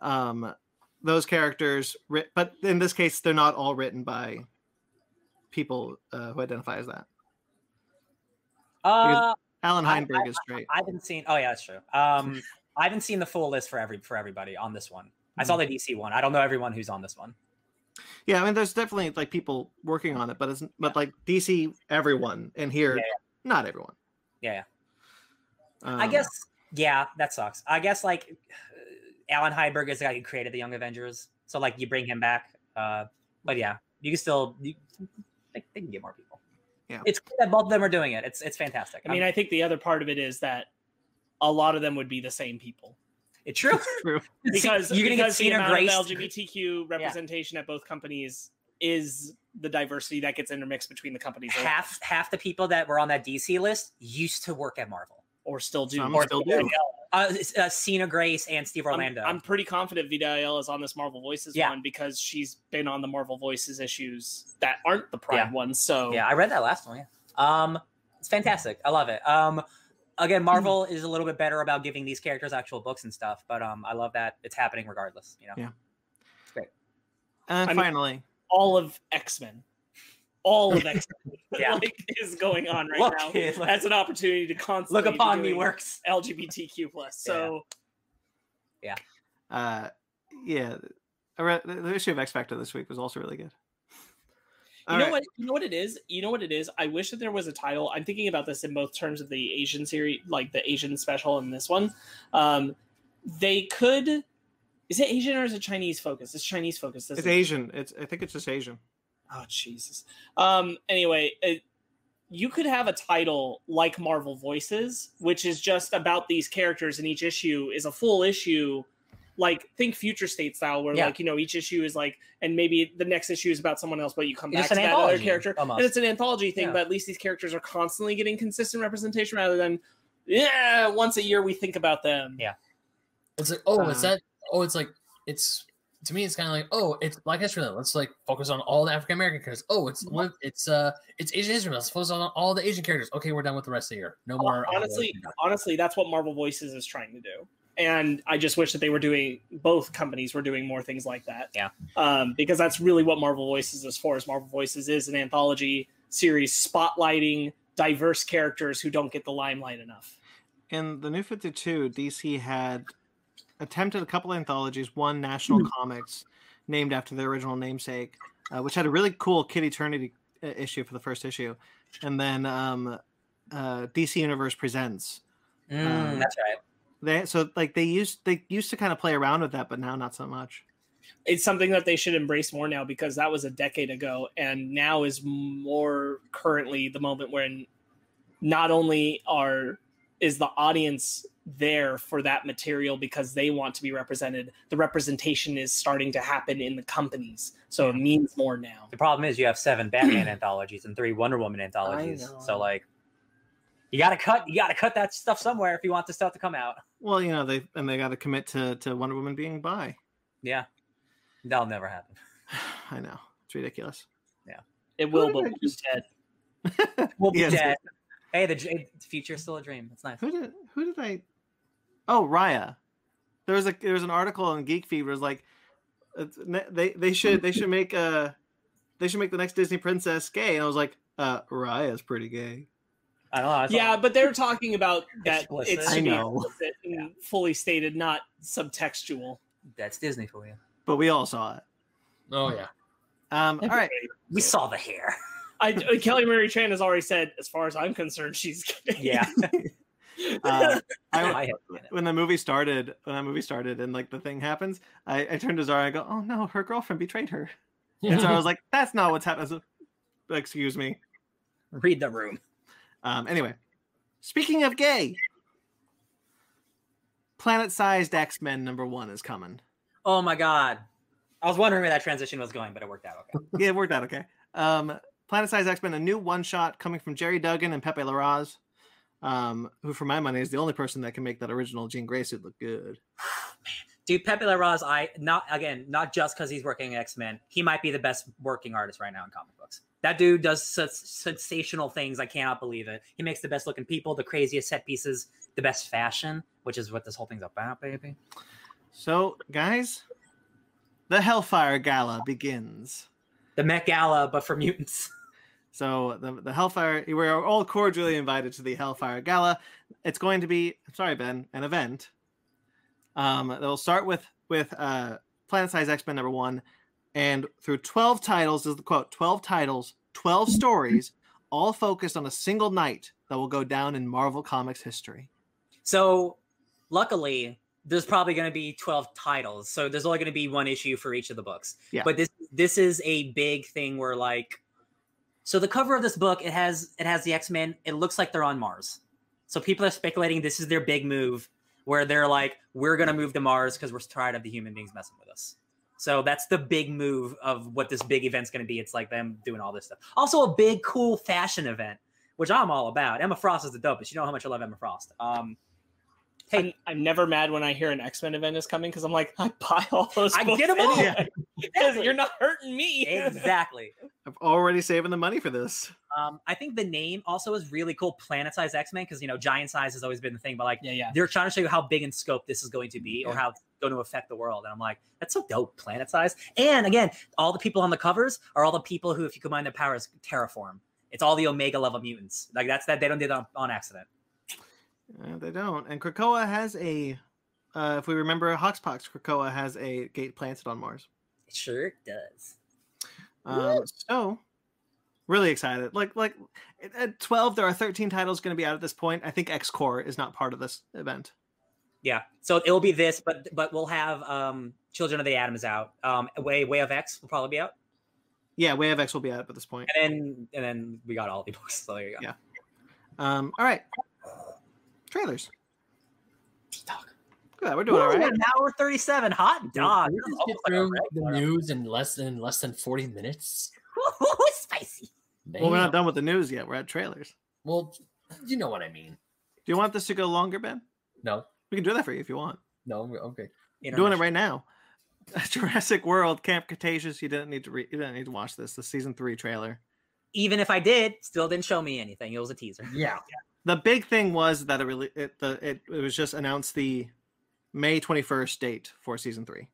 A: Um, those characters, writ- but in this case, they're not all written by people uh, who identify as that.
B: Uh,
A: Alan
B: I-
A: Heinberg is straight.
B: I haven't seen. Oh yeah, that's true. Um,
E: [LAUGHS]
B: I haven't seen the full list for every for everybody on this one. I
E: Hmm.
B: saw the DC one. I don't know everyone who's on this one.
A: Yeah, I mean, there's definitely like people working on it, but it's but like DC, everyone, and here,
B: Yeah,
A: not everyone.
B: Yeah,
A: Um,
E: Oh.
B: I guess. Yeah, that sucks. I guess like [SIGHS] Alan Heiberg is the guy who created the Young Avengers, so like you bring him back. Uh, but yeah, you can still you, like, they can get more people.
A: Yeah.
B: it's cool that both of them are doing it. It's it's fantastic.
E: I mean,
B: I'm-
E: I think the other part of it is that a lot of them would be the same people
B: it's true
A: true.
E: [LAUGHS] because
B: you're gonna
E: because
B: get
E: the
B: Cena
E: amount
B: Grace.
E: of LGBTQ representation at both companies is the diversity that gets intermixed between the companies or-
B: half half the people that were on that DC list used to work at Marvel.
E: or still do.
A: Some
E: Or
A: still
E: Vida
A: do.
E: Ayala.
B: Uh, s- uh, Cena Grace and Steve Orlando.
E: I'm, I'm pretty confident Vida Ayala is on this Marvel Voices
B: Yeah.
E: one because she's been on the Marvel Voices issues that aren't the Pride
B: Yeah.
E: ones. So
B: Yeah, I read that last one. Yeah. Um, it's fantastic. I love it. Um, again, Marvel is a little bit better about giving these characters actual books and stuff, but um, I love that it's happening regardless. You know,
A: Yeah.
B: great.
A: And
E: I mean-
A: finally,
E: all of X Men, all
B: [LAUGHS]
E: of X Men,
B: Yeah.
E: like, is going on right
B: Look,
E: now.
B: kid, [LAUGHS] look-
E: That's an opportunity to constantly
B: look
E: be
B: upon me
E: doing
B: works.
E: LGBTQ plus. So
A: uh, yeah, I read, the the issue of X Factor this week was also really good. All
E: you know
A: right.
E: what you know what it is. You know what it is. I wish that there was a title. I'm thinking about this in both terms of the Asian series, like the Asian special and this one. Um, they could. Is it Asian or is it Chinese focus? It's Chinese focus.
A: It's
E: isn't it?
A: Asian. It's I think it's just Asian.
E: Oh Jesus. Um. Anyway, it, you could have a title like Marvel Voices, which is just about these characters, and each issue is a full issue. Like think future state style, where
B: Yeah.
E: like you know each issue is like, and maybe the next issue is about someone else, but you come
B: It's
E: back
B: just
E: to
B: an
E: that other
B: anthology,
E: character,
B: almost.
E: and it's an anthology thing.
B: Yeah.
E: But at least these characters are constantly getting consistent representation rather than yeah, once a year we think about them.
B: Yeah.
C: It's like, oh, it's
A: Uh,
C: that. Oh, it's like it's to me. It's kind of like, oh, it's Black History Month. Let's like focus on all the African American characters. Oh, it's
E: Mhm.
C: it's uh it's Asian history. Month. Let's focus on all the Asian characters. Okay, we're done with the rest of the year. No more. uh,
E: Oh, honestly honestly that's what marvel voices is trying to do and i just wish that they were doing both companies were doing more things like that
B: Yeah.
E: um, because that's really what marvel voices is for is marvel voices is an anthology series spotlighting diverse characters who don't get the limelight enough
A: In the New Fifty Two, DC had attempted a couple anthologies. One National Comics, named after their original namesake, uh, which had a really cool Kid Eternity uh, issue for the first issue, and then um, uh, DC Universe Presents.
B: Mm,
A: Um,
B: that's right.
A: They so like they used they used to kind of play around with that, but now not so much.
E: it's something that they should embrace more now because that was a decade ago and now is more currently the moment when not only are is the audience there for that material because they want to be represented the representation is starting to happen in the companies so it means more now
B: The problem is you have
A: [CLEARS THROAT]
B: seven Batman anthologies and three Wonder Woman anthologies,
E: know.
B: so like. You gotta cut. You gotta cut that stuff somewhere if you want the stuff to come out.
A: Well, you know they and they got to commit to to Wonder Woman being bi. [SIGHS]
B: Yeah, that'll never happen. [LAUGHS]
A: I know it's ridiculous.
E: it will
A: Who
E: but
A: did I
E: we're just dead
B: We'll be
A: Yes.
B: dead. Hey, the, dr- the future's still a dream. It's nice.
A: Who did who did I? Oh, Raya. There was a there was an article on Geek Feed where it was like it's- ne- they they should they should make uh they should make the next Disney princess gay, and I was like, uh, Raya's pretty gay.
B: I don't know. that's all.
E: yeah but they're
B: [LAUGHS]
E: talking about that
B: Explicit.
E: it's
A: I know.
B: Yeah.
E: fully stated not subtextual
B: that's Disney for you.
A: But we all saw it.
C: oh yeah.
A: Um, all right,
B: We saw the hair. [LAUGHS]
E: I, uh, kelly marie tran has already said as far as i'm concerned she's kidding
B: Yeah.
A: uh,
B: [LAUGHS] I
A: I,
B: have seen it.
A: when the movie started, when that movie started, and like the thing happens, I, I turned to Zara and I go, "Oh no, her girlfriend betrayed her," and
C: [LAUGHS]
A: so I was like, "That's not what's happened." I was like, Excuse me.
B: Read the room.
A: Um, anyway, speaking of gay, Planet Sized X Men number one is coming.
B: Oh my god. I was wondering where that transition was going, but it worked out okay.
A: Yeah, it worked out okay. Um, Planet Size X Men, a new one shot coming from Jerry Duggan and Pepe Larraz, um, who, for my money, is the only person that can make that original Jean Grey suit look good.
B: Dude, Pepe Larraz, I not again, not just because he's working X Men. He might be the best working artist right now in comic books. That dude does such sensational things. I cannot believe it. He makes the best looking people, the craziest set pieces, the best fashion, which is what this whole thing's about, baby.
A: So, guys, the Hellfire Gala begins.
B: The Met Gala, but for mutants.
A: So the, the Hellfire, we are all cordially invited to the Hellfire Gala. It's going to be, sorry Ben, an event. Um, it'll start with with uh, Planet Size X Men number one, and through twelve titles is the quote: twelve titles, twelve stories, all focused on a single night that will go down in Marvel Comics history.
B: So, luckily, there's probably going to be 12 titles. So there's only going to be one issue for each of the books.
A: Yeah.
B: But this this is a big thing where like so the cover of this book it has it has the X-Men. It looks like they're on Mars. So people are speculating this is their big move where they're like we're going to move to Mars cuz we're tired of the human beings messing with us. So that's the big move of what this big event's going to be. It's like them doing all this stuff. Also a big cool fashion event, which I'm all about. Emma Frost is the dopest. You know how much I love Emma Frost. Um Hey.
E: I'm, I'm never mad when I hear an X Men event is coming because I'm like, I buy all those.
B: I
E: books
B: get 'em all.
E: anyway. [LAUGHS] 'Cause
B: Exactly.
E: you're not hurting me.
B: exactly.
A: I'm already saving the money for this.
B: Um, I think the name also is really cool, planet size X Men, because you know giant size has always been the thing. But like
E: Yeah, yeah.
B: they're trying to show you how big in scope this is going to be, or
A: Yeah.
B: how it's going to affect the world. And I'm like, that's so dope, planet size. And again, all the people on the covers are all the people who, if you combine their powers, terraform. It's all the Omega level mutants. Like that's that they don't do that on, on accident.
A: Uh, they don't. And Krakoa has a, uh, if we remember Hoxpox, Krakoa has a gate planted on Mars.
B: It sure does.
A: Um, so, really excited. Like like at- at twelve, there are thirteen titles going to be out at this point. I think X Core is not part of this event.
B: Yeah. So it'll be this, but but we'll have um Children of the Atom is out. Um, Way Way of X will probably be out,
A: Yeah, Way of X will be out at this point.
B: and then and then we got all the [LAUGHS] books. So there you go.
A: Yeah. Um, all right, trailers. Yeah, we're doing all
B: Woo,
A: right.
B: An hour thirty-seven, hot dog. Oh,
C: Can we
B: This is
C: just get
B: almost like a
C: through
B: [LAUGHS]
C: the
B: regular.
C: news in less than less than forty minutes.
B: Ooh, spicy.
A: Well, we're not
C: Damn.
A: done with the news yet. We're at trailers.
C: Well, you know what I mean.
A: Do you want this to go longer, Ben?
C: No,
A: We can do that for you if you want.
C: no, I'm- I'm good.
A: I'm doing it right now. [LAUGHS] Jurassic World, Camp Cretaceous. You didn't need to re- you didn't need to watch this. The season three trailer.
B: Even if I did, still didn't show me anything. It was a teaser.
C: Yeah,
A: the big thing was that it really it the it, it was just announced the May 21st date for season 3.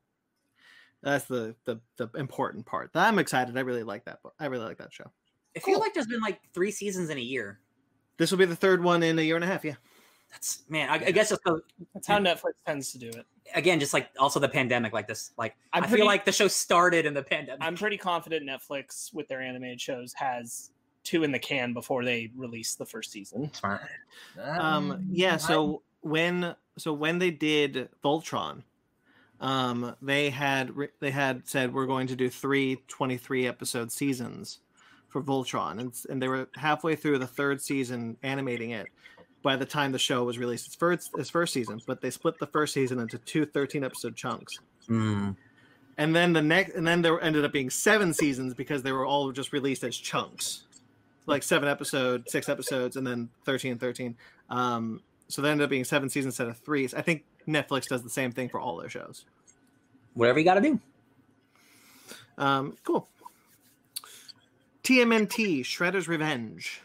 A: That's the the the important part. I'm excited. I really like that book. I really like that show.
B: I feel
C: Cool.
B: like there's been like three seasons in a year.
A: This will be the third one in a year and a half, yeah.
B: That's man. I, I guess just 'cause-
E: [LAUGHS] That's how Netflix tends to do it.
B: again, just like also the pandemic, like this. Like i
E: I'm
B: feel
E: pretty-
B: like the show started in the pandemic.
E: I'm pretty confident Netflix with their animated shows has two in the can before they release the first season.
C: Smart.
A: Um yeah,
C: I-
A: so when so when they did Voltron, um they had re- they had said we're going to do three 23 episode seasons for Voltron and s- and they were halfway through the third season animating it by the time the show was released its first its first season, but they split the first season into two 13 episode chunks. Hmm. And then the next and then there ended up being seven seasons because they were all just released as chunks. Like seven episodes, six episodes, and then 13 13. Um, so there ended up being seven seasons instead of three. I think Netflix does the same thing for all their shows.
B: Whatever you got to do.
A: Um, cool. TMNT, Shredder's Revenge.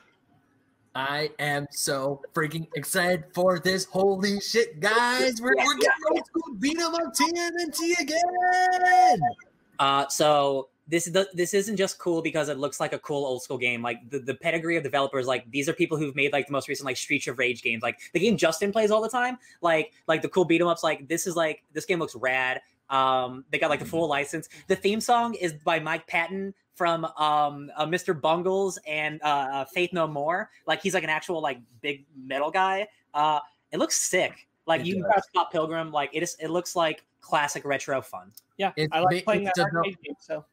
C: I am so freaking excited for this. Holy shit, guys. We're, we're getting old school beat 'em up TMNT again.
B: Uh, so this is the, this isn't just cool because it looks like a cool old school game. Like the, the pedigree of developers, like these are people who've made like the most recent like Streets of Rage games, like the game Justin plays all the time. Like like the cool beat 'em ups. Like this is like this game looks rad. Um, they got like the full license. The theme song is by Mike Patton from um uh, Mr. Bungles and uh, uh Faith No More. Like he's like an actual like big metal guy. Uh, it looks sick. Like
C: It
B: you can
C: does.
B: try Scott Pilgrim. Like it is. It looks like classic retro fun.
E: Yeah,
C: It's
E: I
C: ba-
E: like playing
C: it's
E: that
C: a-
E: arcade game. So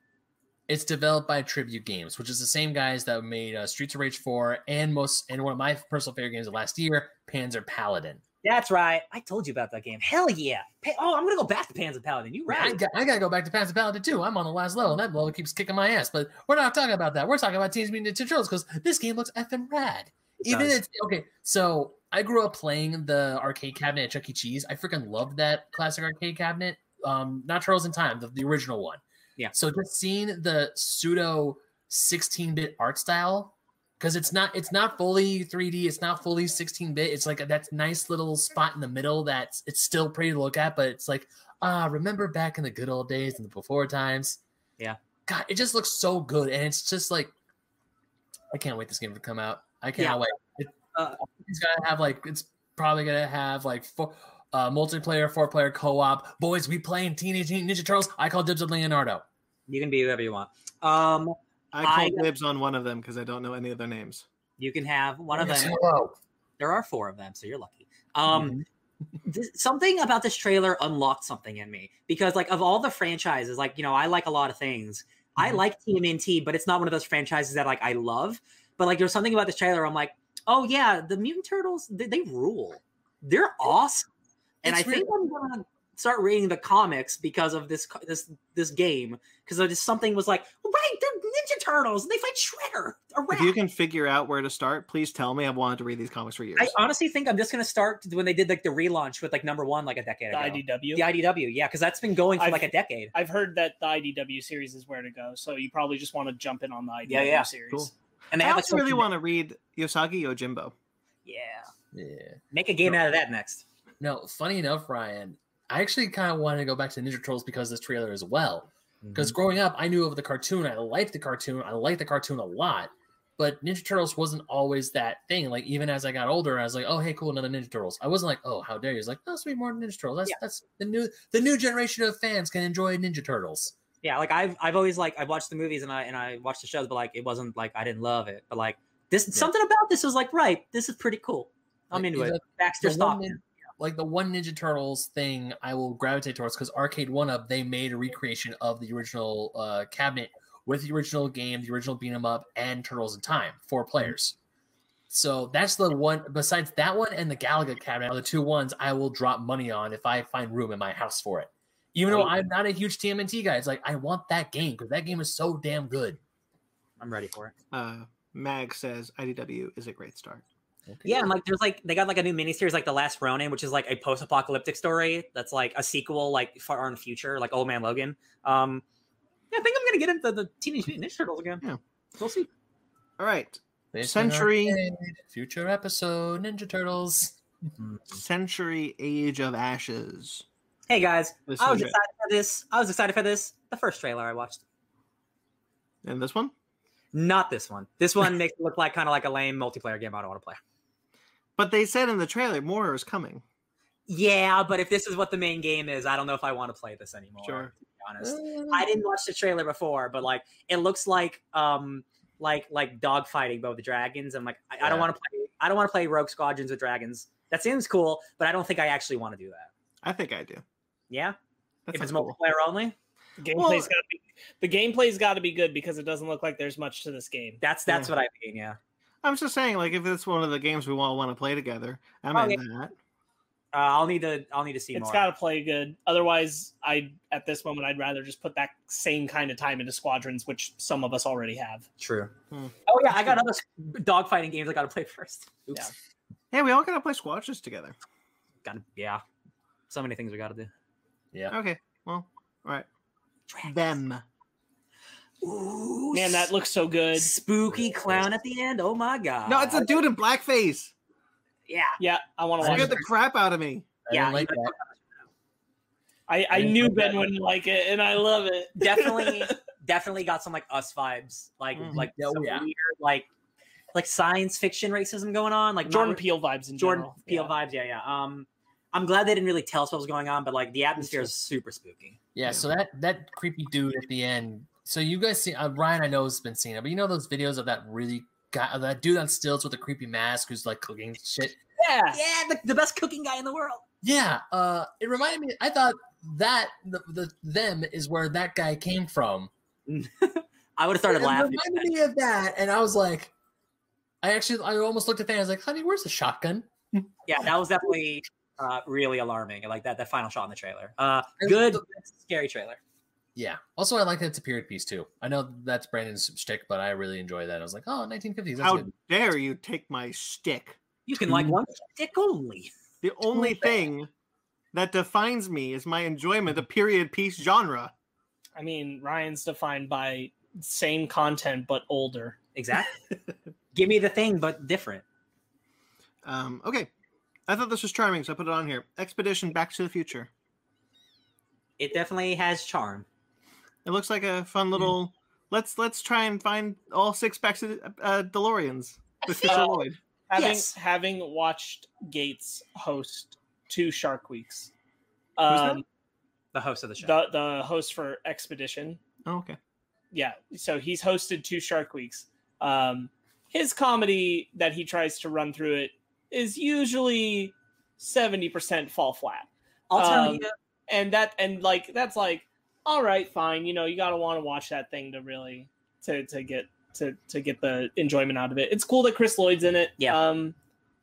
C: It's developed by Tribute Games, which is the same guys that made uh, Streets of Rage 4 and most and one of my personal favorite games of last year, Panzer Paladin.
B: That's right. I told you about that game. Hell yeah. Pa- oh, I'm gonna go back to Panzer Paladin. You
C: I,
B: right?
C: got, I gotta go back to Pass the Paladin too. I'm on the last level, and that level keeps kicking my ass. But we're not talking about that. We're talking about Teenage Mutant Ninja Turtles because this game looks effing rad. Even
B: does.
C: it's okay. So I grew up playing the arcade cabinet at Chuck E. Cheese. I freaking loved that classic arcade cabinet. Um, not Turtles in Time, the, the original one.
B: Yeah.
C: So just seeing the pseudo 16-bit art style because it's not it's not fully 3D. It's not fully 16-bit. It's like that nice little spot in the middle that's it's still pretty to look at, but it's like ah, remember back in the good old days and the before times.
B: Yeah.
C: God, it just looks so good, and it's just like, I can't wait this game to come out. I cannot
B: Yeah.
C: wait. It,
B: Uh,
C: it's gonna have like it's probably gonna have like four uh, multiplayer, four player co op. Boys, we playing Teenage Mutant Ninja Turtles. I call dibs on Leonardo.
B: You can be whoever you want. Um,
A: I call
B: I-
A: dibs on one of them because I don't know any of their names.
B: you can have one of
C: Yes,
B: them.
C: hello.
B: There are four of them, so you're lucky. Um, th- something about this trailer unlocked something in me because like of all the franchises like you know i like a lot of things i
C: Mhm.
B: like tmnt but it's not one of those franchises that like i love but like there's something about this trailer i'm like oh yeah the mutant turtles they, they rule they're awesome and
C: It's
B: i think i'm gonna start reading the comics because of this co- this this game because just something was like right they're ninja turtles and they fight shredder a rat.
A: If you can figure out where to start, please tell me. I've wanted to read these comics for years.
B: i honestly think i'm just gonna start when they did like the relaunch with like number one like a decade
E: The
B: ago
E: IDW.
B: the IDW, yeah, because that's been going for
E: I've-
B: like a decade.
E: I've heard that the IDW series is where to go, so you probably just want to jump in on the IDW
B: Yeah, yeah.
E: series.
A: Cool.
B: And they
A: I
B: have like
A: also
B: some
A: really want to read Yosagi Yojimbo.
B: Yeah,
C: Yeah.
B: make a game out of that next.
C: No, funny enough, Ryan, I actually kind of wanted to go back to Ninja Turtles because of this trailer as well. Because growing up, I knew of the cartoon. I liked the cartoon. I liked the cartoon a lot. But Ninja Turtles wasn't always that thing. Like even as I got older, I was like, "Oh, hey, cool, another Ninja Turtles." I wasn't like, "Oh, how dare you!" It's like, "Oh, sweet, more Ninja Turtles." That's that's the new the new generation of fans can enjoy Ninja Turtles.
B: yeah, like I've I've always like I've watched the movies and I and I watched the shows, but like it wasn't like I didn't love it. But like this something about this was like right, this is pretty cool. I'm
C: Like,
B: into
C: is
B: it.
C: that
B: Baxter
C: the one
B: Stockton.
C: Nin- like the one Ninja Turtles thing I will gravitate towards because Arcade One Up they made a recreation of the original uh, cabinet with the original game, the original beat 'em up, and Turtles in Time, four players. So that's the one. Besides that one and the Galaga cabinet are the two ones I will drop money on if I find room in my house for it. Even though I'm not a huge TMNT guy, it's like I want that game because that game is so damn good.
B: I'm ready for it.
A: Uh, Mag says IDW is a great start.
B: Yeah, and like there's like they got like a new miniseries like The Last Ronin, which is like a post-apocalyptic story that's like a sequel like far in the future, like Old Man Logan. Um, yeah, I think I'm gonna get into the Teenage Mutant Ninja Turtles again.
A: Yeah.
B: we'll see.
A: All right,
C: Based on
A: Century-
C: Arcade, future episode Ninja Turtles.
A: Century Age of Ashes.
B: Hey guys,
A: This
B: I was
A: is it.
B: excited for this. I was excited for this. The first trailer I watched.
A: and this one,
B: Not this one. This [LAUGHS] one makes it look like kind of like a lame multiplayer game I don't want to play.
A: but they said in the trailer more is coming.
B: Yeah, but if this is what the main game is, I don't know if I want to play this anymore.
A: Sure.
B: To be honest. I didn't watch the trailer before, but like it looks like um like like dogfighting but with dragons. I'm like, I, I don't
C: Yeah.
B: want to play I don't want to play Rogue Squadrons with dragons. That seems cool, but I don't think I actually want to do that.
A: I think I do.
B: Yeah?
A: That
B: if
A: sounds
B: it's
A: cool.
B: multiplayer only.
E: The gameplay's
A: Well-
E: got to be the gameplay's got to be good because it doesn't look like there's much to this game.
B: That's that's
A: Yeah.
B: what I mean, yeah.
A: I'm just saying, like, if it's one of the games we all want to play together, I'm
B: Oh, yeah.
A: into that.
B: Uh, I'll need to I'll need to see
E: It's
B: more.
E: got to play good. Otherwise, I at this moment I'd rather just put that same kind of time into squadrons, which some of us already have.
B: True.
A: Hmm.
B: Oh yeah, I got other [LAUGHS] s- dogfighting games I gotta play first. Oops.
E: Yeah.
A: Hey, we all gotta play squashes together.
B: Gotta yeah. So many things we gotta do.
C: Yeah.
A: Okay, well, all right.
B: Dragons.
A: Them.
B: Ooh,
E: Man, that looks so good.
B: spooky clown at the end. Oh my god.
A: No, it's a dude in blackface.
B: yeah.
E: Yeah, I want to watch.
A: Scared
E: it.
A: the crap out of me.
C: I
B: Yeah,
C: didn't like that.
E: I,
C: I
E: I
C: didn't
E: knew
C: like that.
E: Ben wouldn't like it, and I love it. [LAUGHS]
B: [LAUGHS] Definitely definitely got some like us vibes. Like
A: Mhm.
B: like
C: Oh,
B: some
C: yeah.
B: weird like like science fiction racism going on. Like not
E: Jordan
B: re-
E: Peele vibes in
B: Jordan
E: general.
B: Peele
E: Yeah.
B: vibes, yeah, yeah. Um I'm glad they didn't really tell us what was going on, but like the atmosphere is super spooky.
C: Yeah,
A: Yeah.
C: so that that creepy dude at the end. So you guys see uh, Ryan? I know has been seeing it, but you know those videos of that really guy, of that dude on stilts with the creepy mask who's like cooking shit.
E: Yeah.
B: Yeah, the, the best cooking guy in the world.
C: Yeah, uh, it reminded me. I thought that the, the them is where that guy came from.
B: I would have started
C: It
B: laughing.
C: reminded me of that, and I was like, I actually, I almost looked at that. I was like, honey, where's the shotgun?
B: yeah, that was definitely uh, really alarming. I like that that final shot in the trailer. Uh, good, scary trailer.
C: Yeah. Also, I like that it's a period piece too. I know that's Brandon's shtick, but I really enjoy that. I was like, oh, 1950s. That's
A: How
C: good.
A: dare you take my stick?
B: You can like one stick only.
A: The only thing that defines me is my enjoyment of period piece genre.
E: I mean, Ryan's defined by same content but older.
B: Exactly. [LAUGHS] Give me the thing, but different.
A: Um, okay. I thought this was charming, so I put it on here. Expedition Back to the Future.
B: It definitely has charm.
A: It looks like a fun little. Let's let's try and find all six packs of uh, DeLoreans. with Fisher
E: Uh,
A: Lloyd.
E: Having
B: Yes.
E: having watched Gates host two Shark Weeks,
A: that?
E: um,
B: The host of the show.
E: the the host for Expedition
A: Oh, okay.
E: yeah so he's hosted two shark weeks um his comedy that he tries to run through it is usually 70% fall flat
B: I'll tell
E: um,
B: you,
E: and that and like that's like all right fine you know you gotta want to watch that thing to really to to get to to get the enjoyment out of it it's cool that chris lloyd's in it
B: Yeah.
E: um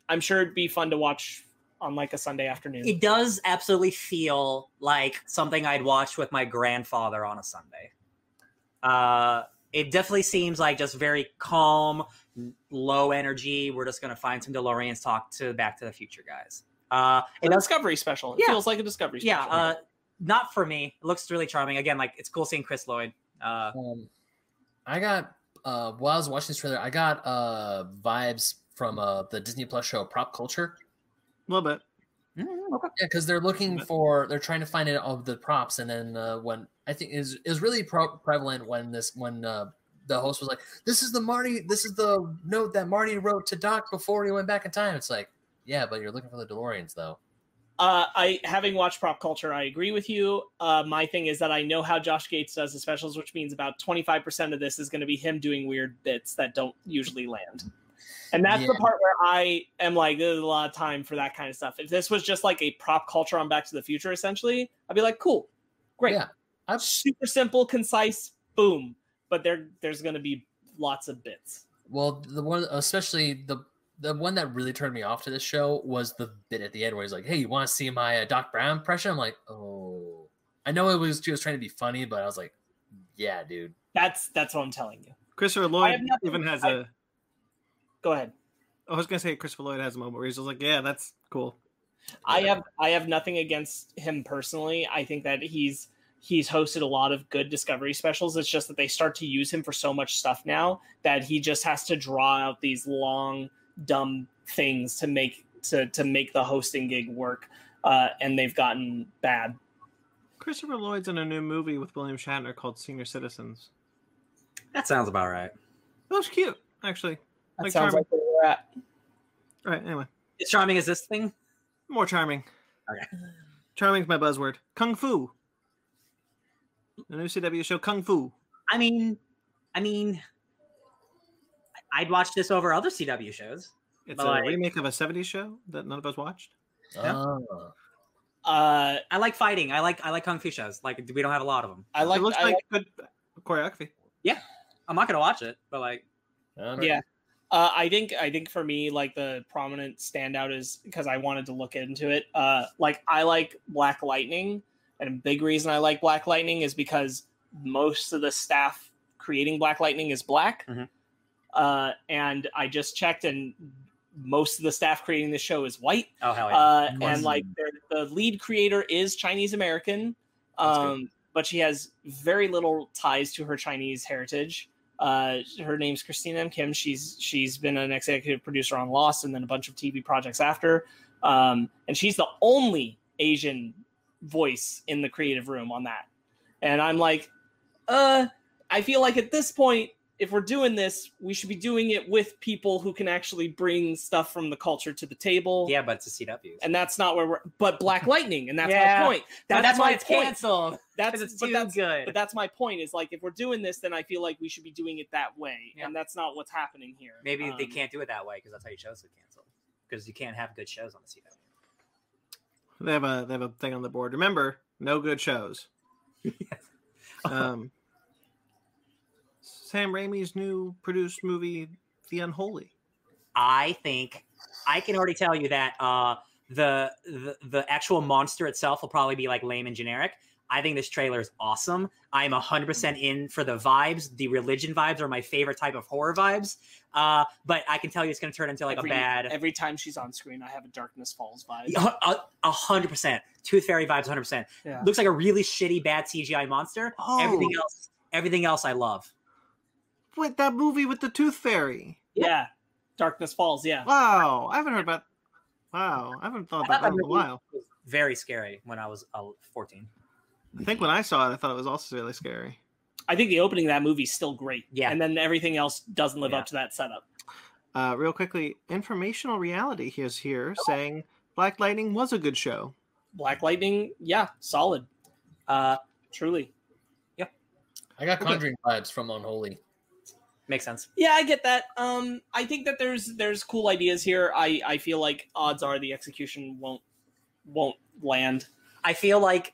E: i'm sure it'd be fun to watch on like a sunday afternoon
B: it does absolutely feel like something I'd watch with my grandfather on a Sunday. Uh, it definitely seems like just very calm, n- low energy. We're just gonna find some DeLoreans, talk to Back to the Future guys. Uh,
E: a
B: it does
E: discovery special it
B: Yeah.
E: feels like a discovery
B: yeah
E: special
B: uh not for me it looks really charming again like it's cool seeing chris lloyd uh
C: Um, I got uh, while I was watching this trailer, I got uh, vibes from uh, the Disney Plus show Prop Culture.
A: A little bit.
C: Yeah, because they're looking
A: Yeah.
C: for they're trying to find out all the props, and then uh, when I think is is really pro- prevalent when this when uh, the host was like, "This is the Marty, this is the note that Marty wrote to Doc before he went back in time." It's like, yeah, but you're looking for the DeLoreans though.
E: Uh, I having watched prop culture, I agree with you. Uh, my thing is that I know how Josh Gates does the specials, which means about twenty five percent of this is going to be him doing weird bits that don't usually land. And that's the
C: Yeah.
E: part where I am like, there's a lot of time for that kind of stuff. If this was just like a prop culture on Back to the Future, essentially, I'd be like, cool, great,
C: Yeah. I've-
E: super simple, concise, boom. But there, there's going to be lots of bits.
C: Well, the one especially the the one that really turned me off to this show was the bit at the end where he's like, "Hey, you want to see my uh, Doc Brown impression?" I'm like, "Oh, I know it was she was trying to be funny, but I was like, yeah, dude."
E: That's that's what I'm telling you.
A: Christopher Lloyd
E: nothing-
A: even has
E: I-
A: a.
E: Go ahead.
A: I was gonna say Christopher Lloyd has a moment where he's just like, "Yeah, that's cool."
E: I have I have nothing against him personally. I think that he's he's hosted a lot of good discovery specials. It's just that they start to use him for so much stuff now that he just has to draw out these long dumb things to make to to make the hosting gig work. Uh, and they've gotten bad.
A: Christopher Lloyd's in a new movie with William Shatner called Senior Citizens.
B: that sounds about right
A: That was cute, actually.
E: That
A: Like
E: sounds
A: Charmin.
E: like where we're at.
A: All right. Anyway,
B: it's charming as this thing
A: more charming.
B: Okay.
A: Charming's my buzzword. Kung Fu. The new CW show Kung Fu.
B: i mean i mean i'd watch this over other cw shows
A: It's
B: Like-
A: a remake of a '70s show that none of us watched. Yeah.
C: Oh.
E: Uh,
B: i like fighting i like i like kung fu shows like we don't have a lot of them
E: I like
A: it looks
E: I
A: like good choreography.
B: i'm not gonna watch it but like
C: All
E: Yeah. Uh, I think I think for me, like the prominent standout is because I wanted to look into it. Uh, like I like Black Lightning, and a big reason I like Black Lightning is because most of the staff creating Black Lightning is black.
B: Mhm.
E: Uh, and I just checked, and most of the staff creating the show is white.
B: oh hell yeah
E: Uh,
C: Awesome.
E: and like their, the lead creator is Chinese American,
C: That's good.
E: um, but she has very little ties to her Chinese heritage. Uh, her name's Christina M. Kim. She's she's been an executive producer on Lost and then a bunch of TV projects after. Um, and she's the only Asian voice in the creative room on that. And I'm like, uh, I feel like at this point, if we're doing this, we should be doing it with people who can actually bring stuff from the culture to the table
B: yeah but it's a cw
E: and that's not where we're but
B: [LAUGHS]
E: black lightning and that's
B: Yeah.
E: my point
B: that's,
E: that's
B: why
E: my
B: it's
E: point.
B: canceled
E: [LAUGHS] that's
B: because it's
E: but
B: too
E: that's but
B: good
E: that's my point is like if we're doing this then i feel like we should be doing it that way
B: Yeah.
E: and that's not what's happening here
B: maybe they
E: Um,
B: can't do it that way because that's how your shows get canceled because you can't have good shows on the cw
A: They have a they have a thing on the board. Remember, no good
B: [LAUGHS]
A: shows. [LAUGHS] um, Sam Raimi's new produced movie, The Unholy.
B: I think I can already tell you that uh, the, the the actual monster itself will probably be like lame and generic. I think this trailer is awesome. I'm 100% in for the vibes. The religion vibes are my favorite type of horror vibes. Uh, but I can tell you it's going to turn into like
E: every,
B: a bad.
E: Every time she's on screen, I have a Darkness Falls vibe.
B: A uh, a hundred percent. Tooth fairy vibes, hundred percent.
E: Yeah.
B: Looks like a really shitty, bad CGI monster.
A: Oh.
B: Everything else, everything else, I love.
A: Wait, that movie with the Tooth Fairy.
E: Yeah. Darkness Falls. Yeah.
A: Wow, I haven't heard about. Wow, I haven't thought
B: I thought
A: about that
B: that
A: in a
B: movie-
A: while.
B: Very scary when I was uh, fourteen.
A: I think when I saw it, I thought it was also really scary.
E: I think the opening of that movie is still great.
B: Yeah.
E: And then everything else doesn't live
B: Yeah.
E: up to that setup.
A: Uh, real quickly, informational reality is here saying Black Lightning was a good show.
E: Black Lightning. Yeah. Solid.
B: Uh,
E: Truly.
C: I got
A: Okay.
C: conjuring vibes from Unholy.
B: makes sense.
E: Yeah, I get that. Um, I think that there's there's cool ideas here. I I feel like odds are the execution won't won't land.
B: I feel like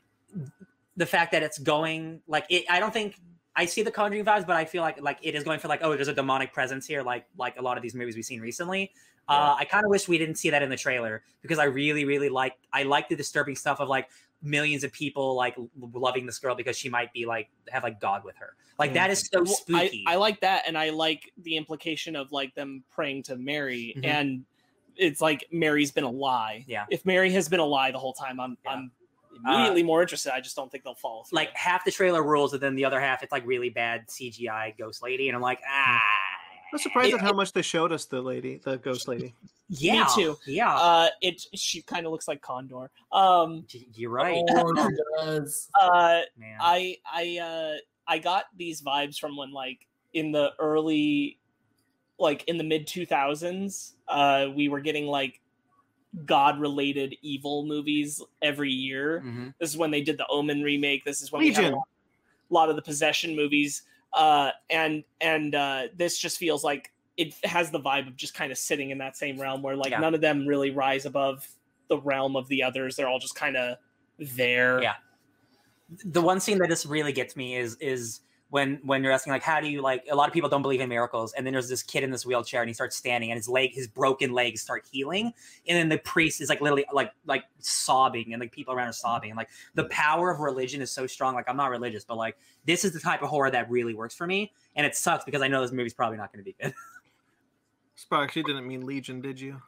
B: the fact that it's going like it. I don't think I see the Conjuring vibes, but I feel like like it is going for like oh, there's a demonic presence here, like like a lot of these movies we've seen recently. Uh, I kind of wish we didn't see that in the trailer because I really, really like I like the disturbing stuff of like millions of people like l- loving this girl because she might be like have like God with her. Like that is so
E: Mm-hmm. Well, I-
B: spooky.
E: I, like that, and I like the implication of like them praying to Mary,
B: Mhm.
E: and it's like Mary's been a lie.
B: Yeah.
E: If Mary has been a lie the whole time, I'm
B: Yeah. Uh,
E: I'm immediately more interested. I just don't think they'll follow through.
B: like half the trailer rules, and then the other half it's like really bad CGI ghost lady, and I'm like
E: Mm-hmm.
B: ah.
A: I was surprised at how much they showed us the lady, the ghost
B: [LAUGHS]
A: lady.
B: Yeah,
E: too.
B: Yeah,
E: uh, it she kind of looks like Condor. Um,
B: Y- you're right,
C: Oh, she does.
E: uh,
B: man.
E: I I uh I got these vibes from when like in the early like in the mid 2000s uh we were getting like god related evil movies every year.
B: Mhm.
E: This is when they did the Omen remake. This is when we had a
A: Legion.
E: lot, lot of the possession movies uh and and uh this just feels like it has the vibe of just kind of sitting in that same realm where like
B: Yeah.
E: none of them really rise above the realm of the others. They're all just kind of there.
B: Yeah. the one scene that just really gets me is is when when you're asking like how do you like a lot of people don't believe in miracles and then there's this kid in this wheelchair and he starts standing and his leg his broken legs start healing and then the priest is like literally like like sobbing and like people around are sobbing and like the power of religion is so strong like i'm not religious but like this is the type of horror that really works for me and it sucks because i know this movie's probably not going to be good [LAUGHS]
A: Sparks, you didn't mean Legion, did you?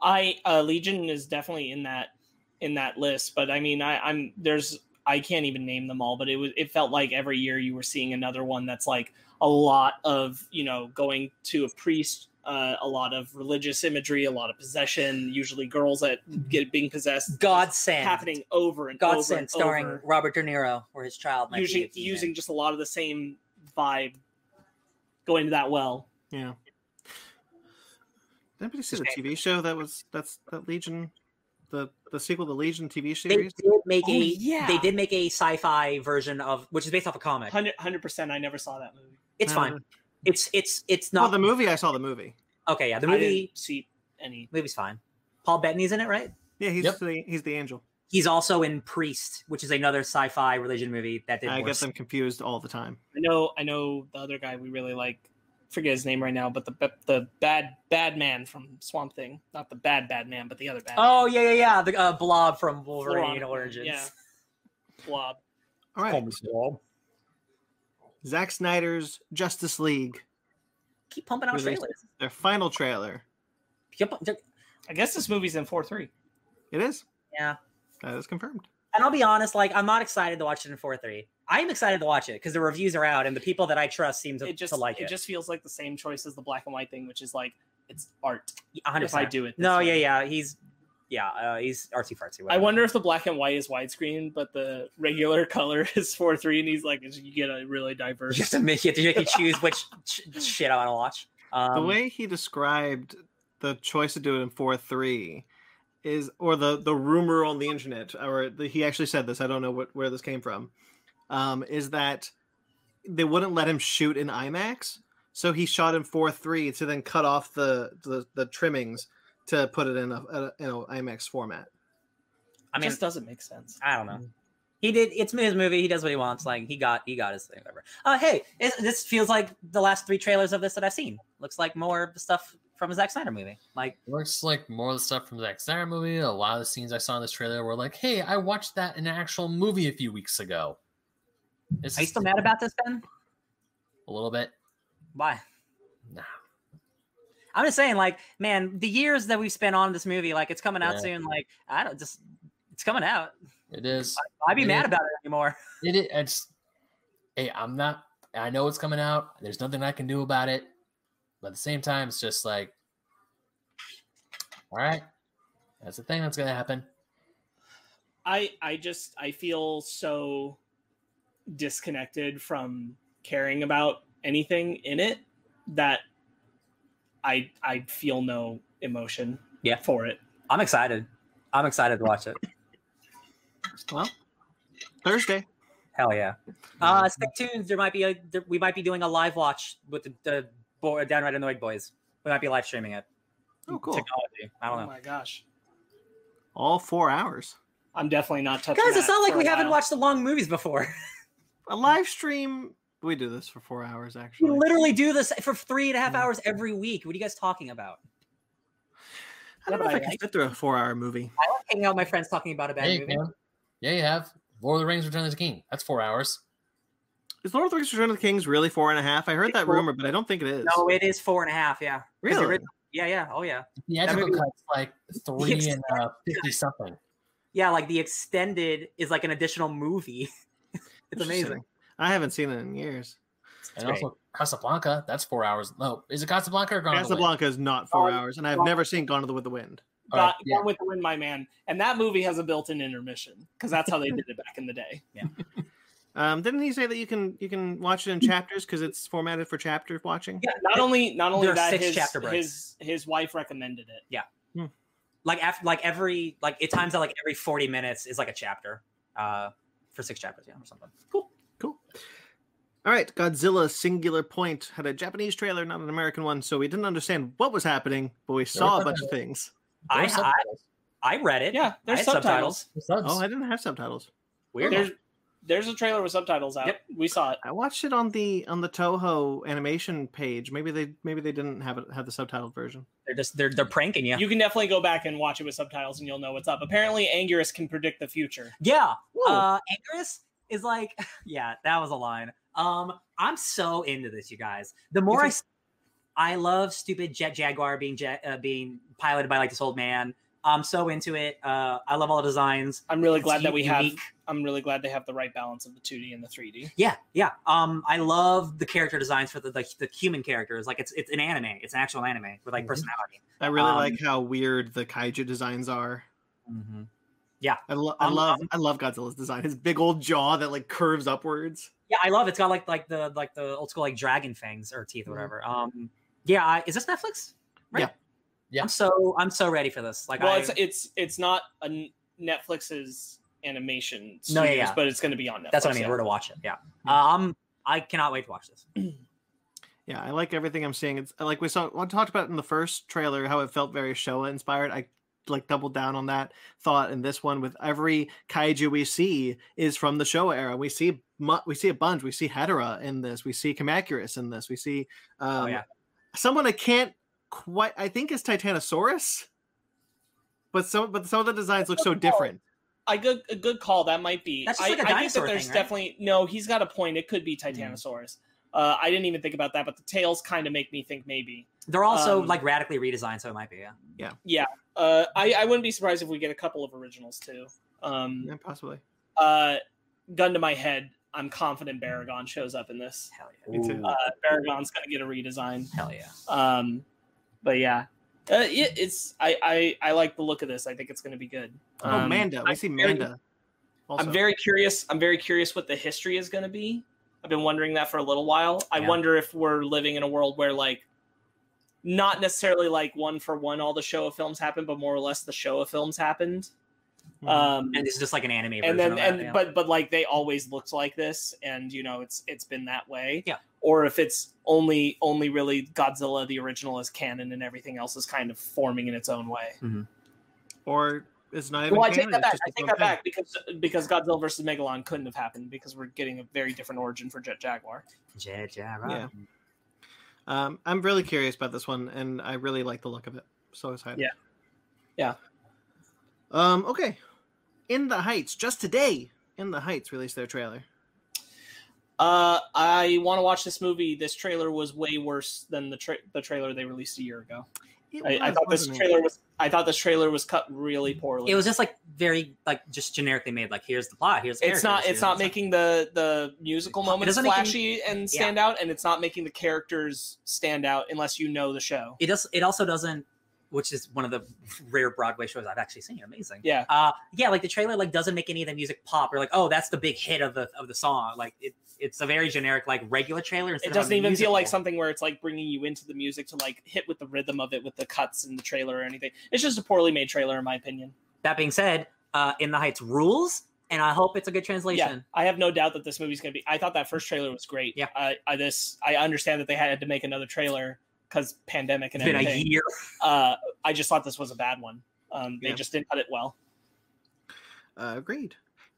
E: I uh, Legion is definitely in that in that list, but I mean, I, I'm there's I can't even name them all, but it was it felt like every year you were seeing another one that's like a lot of you know going to a priest, uh, a lot of religious imagery, a lot of possession, usually girls that get being possessed,
B: god sent
E: happening over and
B: god
E: over
B: sent
E: and
B: starring
E: over,
B: robert de niro or his child might
E: using
B: be a demon.
E: using just a lot of the same vibe, going to that well.
A: Yeah. Did anybody see the
B: Okay.
A: TV show that was that's that Legion, the the sequel to Legion TV
B: they
A: series?
B: did make
E: Oh,
B: a
E: yeah.
B: they did make a sci-fi version of which is based off a comic.
E: Hundred percent, I never saw that movie.
B: It's
A: Uh,
E: Uh-huh.
B: fine. It's it's it's
A: Well,
B: not
A: Oh, the movie. I saw the movie.
B: okay. Yeah, the
E: I
B: movie
E: didn't see any.
B: movie's fine. Paul Bettany's in it, right?
A: Yeah, he's
C: Yep.
A: the he's the angel.
B: He's also in Priest, which is another sci-fi religion movie that did
A: I get
B: worse.
A: them confused all the time.
E: I know, I know the other guy we really like. Forget his name right now, but the ba- the bad bad man from Swamp Thing, not the bad bad man, but the other bad.
B: Oh yeah, yeah, yeah. The uh, Blob from
E: man. Full-on
B: Wolverine Origins.
E: Yeah, blob.
A: All right, Zack Snyder's Justice League,
B: Keep pumping out
A: Released.
B: trailers.
A: their final trailer.
B: Keep pu-
E: I guess this movie's in four three.
A: It is.
B: Yeah.
A: that is confirmed.
B: And I'll be honest, like I'm not excited to watch it in four three. I am excited to watch it because the reviews are out and the people that I trust seem to,
E: It just
B: to like it.
E: just feels like the same choice as the black and white thing, which is like it's art.
B: 100%.
E: If I do it, this
B: no,
E: way.
B: yeah, yeah. He's yeah, uh, he's artsy fartsy.
E: I
B: whatever.
E: wonder if the black and white is widescreen, but the regular [LAUGHS] color is four three, and he's like, you get a really
B: [LAUGHS]
E: diverse.
B: You have to make you have to make you choose which ch- shit I want to watch. Um,
A: the way he described the choice to do it in four three is or the the rumor on the internet or the, he actually said this i don't know what where this came from um is that they wouldn't let him shoot in imax so he shot in four three to then cut off the the, the trimmings to put it in a, a you know imax format
B: I mean,
E: just doesn't make sense. Mm.
B: I don't know. He did. It's his movie. He does what he wants. Like he got, he got his thing. Whatever. Uh, hey, is, this feels like the last three trailers of this that I've seen. Looks like more stuff from a Zack Snyder movie. Like
C: It looks like more of the stuff from the Zack Snyder movie. A lot of the scenes I saw in this trailer were like, "Hey, I watched that in an actual movie a few weeks ago." It's
B: Are you still mad about this, Ben?
C: a little bit?
B: Why?
C: Nah.
B: I'm just saying, like, man, the years that we've spent on this movie, like, it's coming out
C: Yeah.
B: soon. Like, I don't just, it's coming out.
C: It is.
B: I'd be
C: Yeah.
B: mad about it anymore. [LAUGHS]
C: It is. It's, hey, I'm not. I know it's coming out. There's nothing I can do about it. But at the same time, it's just like, all right, that's the thing that's gonna happen.
E: I I just I feel so disconnected from caring about anything in it that I I feel no emotion
B: Yeah.
E: for it.
B: I'm excited. I'm excited to watch it.
A: Well, Thursday.
B: Hell yeah. Uh, stay tuned. There might be a there, we might be doing a live watch with the, the boy, downright annoyed boys. We might be live streaming it.
A: Oh, cool.
B: Technology. I don't
E: Oh
B: know.
E: my gosh.
A: All four hours.
E: I'm definitely not touching
B: Guys,
E: that
B: it's not like
E: for a
B: we haven't
E: while.
B: watched the long movies before. [LAUGHS]
A: A live stream. We do this for four hours,
B: we
A: actually.
B: literally do this for three and a half
A: Yeah.
B: hours every week. What are you guys talking about?
A: I don't know if I
E: Nobody
A: can
E: likes
A: sit through a four-hour movie.
B: I like hanging out with my friends talking about a bad
C: Yeah, you
B: movie.
C: can. Yeah, you have Lord of the Rings: Return of the King. That's four hours.
A: Is Lord of the Rings: Return of the Kings really four and a half? I heard that rumor, but I don't think it is.
B: No, it is four and a half. Yeah. 'Cause the
A: Really?
B: original- Yeah, yeah. Oh, yeah.
C: The theatrical
B: movie-
C: cut's like three and uh, fifty something.
B: Yeah, like the extended is like an additional movie. [LAUGHS] it's amazing.
A: Interesting. I haven't seen it in years.
C: And
B: great.
C: also Casablanca, that's four hours. No, is it Casablanca or Gone with the Wind?
A: Casablanca is not four
E: Oh,
A: hours, and I've
E: well-
A: never seen Gone with the Wind.
C: All right,
E: Got,
C: yeah.
E: Gone with the Wind, my man. And that movie has a built-in intermission because that's how they did it back in
B: [LAUGHS]
E: the day.
A: Um, didn't he say that you can you can watch it in chapters because it's formatted for chapter watching?
B: Yeah.
E: Not only not only
B: There are
E: that
B: six
E: his,
B: chapter breaks.
E: his his wife recommended it.
B: like after like every like it times out like every 40 minutes is like a chapter uh for six chapters yeah or something cool
A: All right, Godzilla Singular Point had a Japanese trailer, not an American one, so we didn't understand what was happening, but we saw a bunch of things.
C: There
B: I,
C: were
B: I
C: subtitles.
B: i read it
E: Yeah,
B: I
E: there's
B: had
E: subtitles.
C: There were subs.
A: Oh, I didn't have subtitles.
B: weird
E: There's there's a trailer with subtitles out.
B: Yep.
E: We saw it.
A: I watched it on the on the Toho animation page. Maybe they maybe they didn't have it have the subtitled version.
B: they're just they're they're pranking you,
E: You can definitely go back and watch it with subtitles, and you'll know what's up. Apparently, Anguirus can predict the future.
B: yeah
A: Whoa.
B: uh Angerus is like [LAUGHS] yeah that was a line um i'm so into this you guys the more i s- i love stupid jet jaguar being jet uh, being piloted by like this old man i'm so into it uh i love all the designs
E: I'm really
B: It's
E: glad that we have.
B: unique.
E: I'm really glad they have the right balance of the 2D and the 3D.
B: Yeah, yeah. Um, I love the character designs for the the, the human characters. Like it's it's an anime. It's an actual anime with like
E: Mm-hmm.
C: Mhm.
B: personality.
A: I really
B: Um,
A: like how weird the kaiju designs are.
E: Mm-hmm.
A: I, lo- I
B: Um,
A: love I love Godzilla's design. His big old jaw that like curves upwards.
B: Yeah, I love it. It's got like like the like the old school like dragon fangs or teeth or
E: Mm-hmm.
A: Mhm.
B: whatever. Um, yeah. I, is this Netflix?
A: Yeah.
C: Yeah.
B: I'm so I'm so ready for this. Like,
E: well,
B: I,
E: it's it's it's not a N- Netflix's animation studios,
B: No, yeah, yeah.
E: but it's going to be on Netflix.
B: that's what I mean.
E: yeah. Mm-hmm.
B: We're to watch it. Yeah.
A: Yeah.
B: Um, I cannot wait to watch this.
A: Yeah, I like everything I'm seeing. It's like we saw we talked about in the first trailer how it felt very Showa inspired. I like doubled down on that thought in this one with every kaiju we see is from the Showa era. We see mu- we see a bunch. We see Hedera in this. We see Kamacuris in this. We see um,
B: Oh, yeah.
A: someone I can't quite. I think is Titanosaurus, but some but some of the designs look so different.
E: I good a good call. That might be.
B: That's just
E: I,
B: like a
E: I think
B: dinosaur
E: that there's
B: thing, right? Hmm.
E: definitely no. He's got a point. It could be Titanosaurus. Uh, I didn't even think about that, but the tails kind of make me think maybe.
B: They're also
E: Um,
B: like radically redesigned, so it might be. Yeah.
E: Uh, I I wouldn't be surprised if we get a couple of originals too. Um,
A: Yeah, possibly.
E: uh, gun to my head, I'm confident Baragon shows up in this. Uh,
B: Hell yeah.
A: Me too.
C: Ooh.
E: Baragon's gonna get a redesign.
B: Hell yeah.
E: Um, but yeah, uh, it, it's I, I I like the look of this. I think it's going to be good.
A: Oh,
E: Um,
A: Manda. We
E: I'm
A: see
E: very-
A: Manda.
E: I'm very curious. I'm very curious what the history is going to be. I've been wondering that for a little while. I
B: Yeah.
E: wonder if we're living in a world where like not necessarily like one for one all the Showa films happened, but more or less the Showa films happened.
A: Mhm.
E: Um,
B: And it's just like an anime. version
E: and then
B: of that,
E: and
B: yeah.
E: but but like they always looked like this and you know it's it's been that way
B: Yeah.
E: or if it's only only really godzilla the original is canon and everything else is kind of forming in its own way
A: or It's not even.
E: Well, I take
A: canon,
E: that
A: it's
E: back.
A: just
E: I
A: its
E: take
A: own
E: that
A: thing.
E: back because because Godzilla versus Megalon couldn't have happened because we're getting a very different origin for Jet Jaguar.
B: Ja- ja- rah.
A: Yeah. Um, I'm really curious about this one, and I really like the look of it. So excited.
E: Yeah. Yeah.
A: Um. Okay. In the Heights, just today, In the Heights released their trailer.
E: Uh, I want to watch this movie. This trailer was way worse than the tra- the trailer they released a year ago.
A: It
E: I, I
A: was,
E: thought this
A: wasn't it?
E: trailer was I thought this trailer was cut really poorly.
B: It was just like very like just generically made. Like here's the plot. Here's the
E: it's not
B: characters,
E: it's not
B: here's-
E: making the the musical moments
B: doesn't make any-
E: flashy and stand out, and it's not making the characters stand out unless you know the show.
B: It does. It also doesn't. Which is one of the rare Broadway shows I've actually seen. Amazing.
E: Yeah.
B: Uh, yeah. Like the trailer like doesn't make any of the music pop. Or like oh that's the big hit of the of the song. Like it, it's a very generic like regular trailer. instead
E: It
B: of a
E: doesn't even feel like
B: musical.
E: something where it's like bringing you into the music to like hit with the rhythm of it with the cuts in the trailer or anything. It's just a poorly made trailer in my opinion.
B: That being said, uh, In the Heights rules, and I hope it's a good
E: Yeah,
B: translation.
E: I have no doubt that this movie's gonna be. I thought that first trailer was great.
B: Yeah.
E: I, I this I understand that they had to make another trailer because pandemic and
B: It's been a
E: everything.
B: year.
E: Uh, I just thought this was a bad one. Um, they
A: Yeah.
E: just didn't cut it well.
A: Uh, agreed.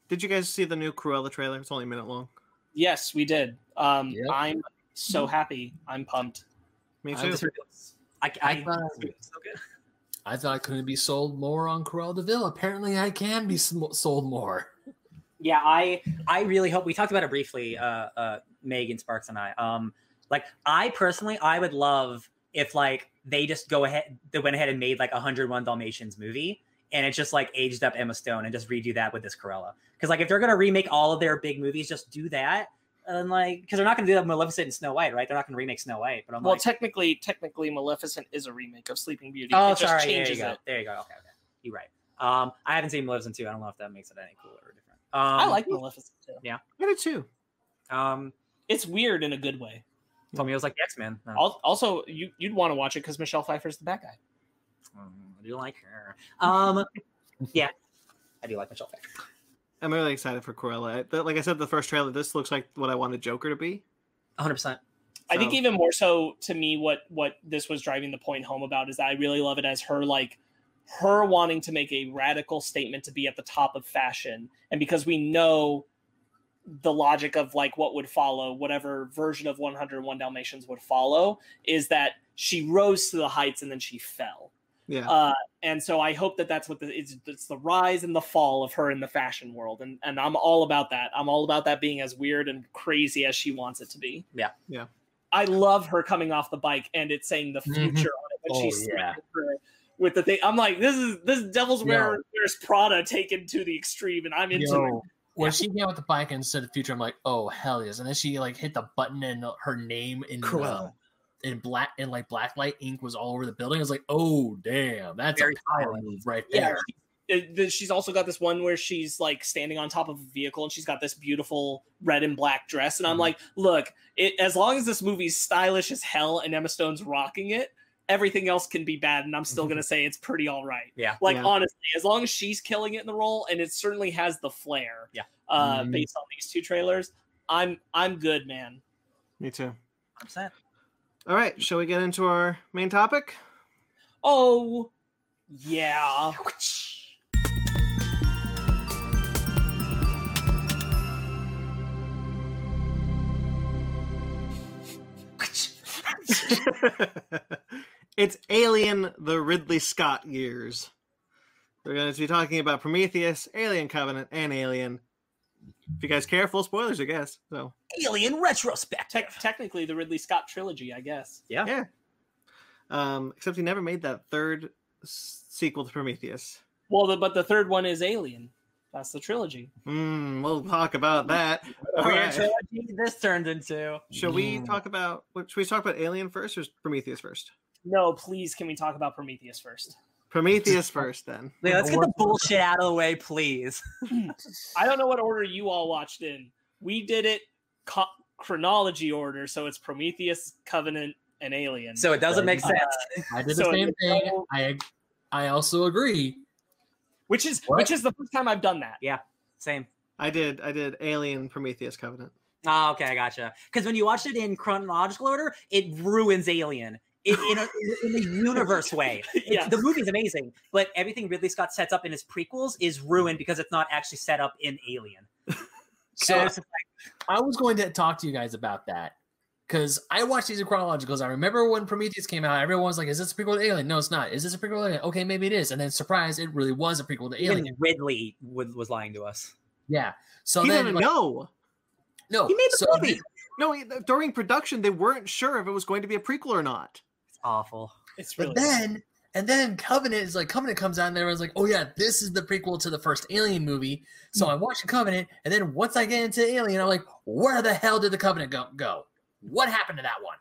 A: Did you guys see the new Cruella trailer? It's only a minute long.
E: Yes, we did. Um,
C: Yep.
E: I'm so happy. I'm pumped.
A: Me
C: I
A: too.
C: was-
B: I, I,
C: I thought-
B: so good.
C: I thought I couldn't be sold more on Cruella Deville. Apparently, I can be sm- sold more.
B: yeah i i really hope we talked about it briefly uh uh megan sparks and i um like i personally i would love if like they just go ahead they went ahead and made like a 101 dalmatians movie and it's just like aged up emma stone and just redo that with this corella because like if they're gonna remake all of their big movies just do that and like because they're not gonna do that with maleficent and snow white right they're not gonna remake snow white but i'm
E: Well,
B: like
E: technically, technically, Maleficent is a remake of Sleeping Beauty.
B: oh
E: it just
B: sorry there you
E: changes
B: go
E: it.
B: there you go okay okay you're right um i haven't seen maleficent too i don't know if that makes it any cooler or different um,
E: I like Maleficent too.
A: I did too.
B: um
E: It's weird in a good way.
B: Tommy was like the X-Men. No.
E: Al- Also, you you'd want to watch it because Michelle Pfeiffer's the bad guy.
B: Um, I do like her. Um, yeah, I do like Michelle Pfeiffer.
A: I'm really excited for Cruella. That- Like I said, the first trailer. This looks like what I wanted Joker to be.
B: 100. percent
E: I think
A: So-
E: even more so to me, what what this was driving the point home about is that I really love it as her like her wanting to make a radical statement to be at the top of fashion, and because we know the logic of like what would follow, whatever version of 101 Dalmatians would follow, is that she rose to the heights and then she fell.
A: Yeah.
E: Uh, and so I hope that that's what the, it's, it's the rise and the fall of her in the fashion world, and and I'm all about that. I'm all about that being as weird and crazy as she wants it to be.
B: Yeah.
A: Yeah.
E: I love her coming off the bike and it's saying the future
C: Mhm.
E: on it when
C: Oh,
E: she's
C: yeah.
E: with the thing. I'm like, this is this is Devil's
C: Yo.
E: Wear Wears Prada taken to the extreme, and I'm into it.
C: When she came out with the bike and said future, I'm like, oh hell yes! And then she like hit the button and her name in uh,
B: Cruella.
C: in black and like black light ink was all over the building. I was like, oh damn, that's
B: Very
C: a power
B: stylish.
C: move right
E: Yeah,
C: there.
E: It- the- She's also got this one where she's like standing on top of a vehicle and she's got this beautiful red and black dress. And I'm like, look, it, as long as this movie's stylish as hell and Emma Stone's rocking it, everything else can be bad. And I'm still going to say it's pretty all right.
B: Yeah.
E: Like,
A: Yeah.
E: honestly, as long as she's killing it in the role and it certainly has the flair.
B: Yeah.
E: Uh,
C: Mhm.
E: Based on these two trailers, I'm I'm good, man.
A: Me too.
B: 100.
A: All right. Shall we get into our main
C: [LAUGHS]
A: topic?
E: Oh, yeah.
A: it's Alien the Ridley Scott years. We're going to be talking about Prometheus, Alien Covenant, and Alien. If you guys care, full spoilers, I guess. So,
B: Alien retrospective.
E: Tec- technically, the Ridley Scott trilogy, I guess.
A: um, except he never made that third s- sequel to Prometheus.
E: Well, the, but the third one is Alien. That's the trilogy.
A: Mm, we'll talk about
C: [LAUGHS]
A: that. All
B: Weird
A: right.
B: trilogy this turned into.
A: Shall we
C: Yeah.
A: talk about? what- Should we talk about Alien first or Prometheus first?
E: No, please, can we talk about Prometheus first?
A: Prometheus
C: [LAUGHS]
A: first, then.
B: Yeah, let's get the
C: What-
B: bullshit out of the way, please.
E: I don't know what order you all watched in. We did it co- chronology order, so it's Prometheus, Covenant, and Alien.
B: So it doesn't make
C: Uh,
B: sense.
C: I did
E: So
C: the same
E: you
C: thing.
E: know-
C: I I also agree.
E: which is
C: What?
E: which is the first time I've done that.
B: Same.
A: I did. I did Alien, Prometheus, Covenant.
B: Ah, Oh, okay, I gotcha. Because when you watch it in chronological order, it ruins Alien. in, in, a, in a universe way. It's-
E: Yeah.
B: The movie's amazing, but everything Ridley Scott sets up in his prequels is ruined because it's not actually set up in Alien.
C: So
B: And it's just
C: I was going to talk to you guys about that because I watched these in chronologicals. I remember when Prometheus came out, everyone was like, "Is this a prequel to Alien?" No, it's not. Is this a prequel to Alien? Okay, maybe it is. And then surprise, it really was a prequel to
B: like,
C: Alien.
B: even Ridley was, was lying to us.
C: Yeah. So
A: he
C: then
A: didn't
C: like,
A: know.
C: no,
B: He made the
C: so
B: movie.
C: then-
A: No, he- during production, they weren't sure if it was going to be a prequel or not.
B: It's awful.
E: It's really
C: but then and then Covenant is like Covenant comes out and there was like, "Oh yeah, this is the prequel to the first Alien movie." So I'm watching Covenant, and then once I get into Alien, I'm like, "Where the hell did the Covenant go? go? What happened to that one?"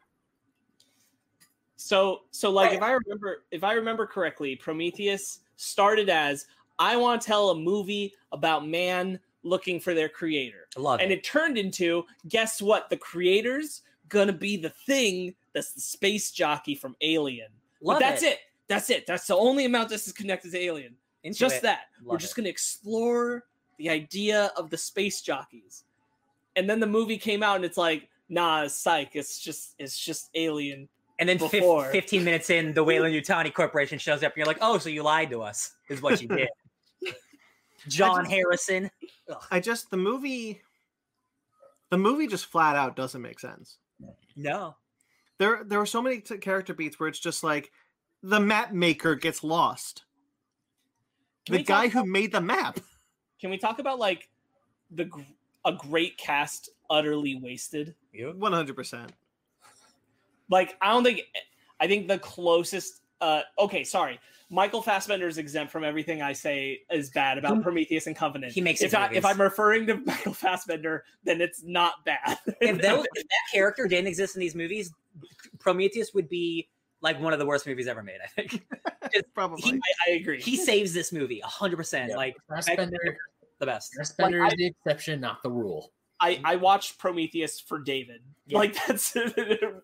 E: So so like
B: Right.
E: if I remember if I remember correctly, Prometheus started as I want to tell a movie about man looking for their creator.
B: I love
E: And
B: it.
E: it turned into guess what? The creator's gonna be the thing that's the space jockey from Alien.
B: Love
E: but that's it. That's it. That's the only amount this is connected to Alien.
B: Into
E: just
B: it.
E: that. We're
B: Love
E: just
B: it.
E: gonna explore the idea of the space jockeys. And then the movie came out and it's like, nah, psych, it's just it's just alien.
B: And then fif-
E: before.
B: 15 minutes in, the Wayland Yutani Corporation shows up. And you're like, oh, so you lied to us, is what you did. [LAUGHS] John Harrison.
A: I just the movie the movie just flat out doesn't make sense.
B: No.
A: There there were so many t- character beats where it's just like the map maker gets lost.
E: Can
A: the
E: we talk
A: guy who made the map.
E: Can we talk about like the gr- a great cast utterly wasted?
A: 100%.
E: Like I don't think I think the closest uh okay, sorry. Michael Fassbender is exempt from everything I say is bad about Prometheus and Covenant.
B: He makes
E: if
B: his
E: I, if
B: movies.
E: I'm referring to [LAUGHS] Michael Fassbender, then it's not bad.
B: If, those, if that character didn't exist in these movies, Prometheus would be like one of the worst movies ever made, I [LAUGHS] think.
A: Probably.
E: [LAUGHS] I, I agree.
B: He saves this movie 100%.
C: Yeah.
B: Like,
C: Fassbender,
B: the best.
C: Fassbender is the exception, not the rule.
E: I, I watched Prometheus for David.
B: Mm-hmm. Yeah.
E: Like [LAUGHS] that's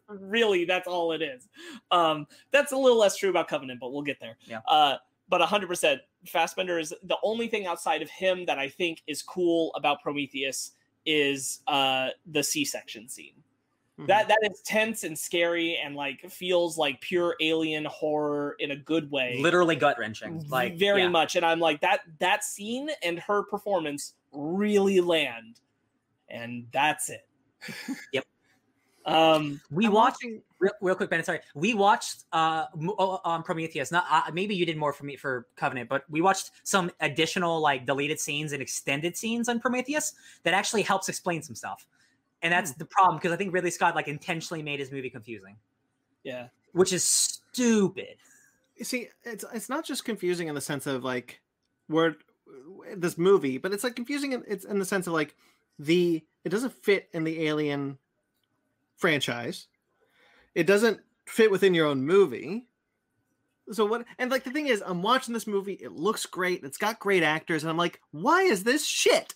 E: really that's all it is. Um, that's a little less true about Covenant, but we'll get there.
B: Yeah.
E: Uh, but hundred percent, Fassbender is the only thing outside of him that I think is cool about Prometheus is uh the C-section scene.
B: Mm-hmm.
A: Mhm.
E: That that is tense and scary and like feels like pure alien horror in a good way.
B: Literally gut wrenching. Like,
E: very
B: yeah.
E: much. And I'm like that that scene and her performance really land, and that's it.
B: [LAUGHS] Yep.
E: Um.
B: We
A: I'm
B: watched
A: watching
B: real, real quick, Ben. Sorry, we watched uh m- oh, on Prometheus. Not uh, maybe you did more for me for Covenant, but we watched some additional like deleted scenes and extended scenes on Prometheus that actually helps explain some stuff. And that's
E: Hmm.
B: the problem because I think Ridley Scott like intentionally made his movie confusing,
E: Yeah.
B: which is stupid.
A: see it's it's not just confusing in the sense of like where this movie but it's like confusing in, it's in the sense of like the it doesn't fit in the alien franchise it doesn't fit within your own movie so what and like the thing is i'm watching this movie it looks great it's got great actors and i'm like why is this shit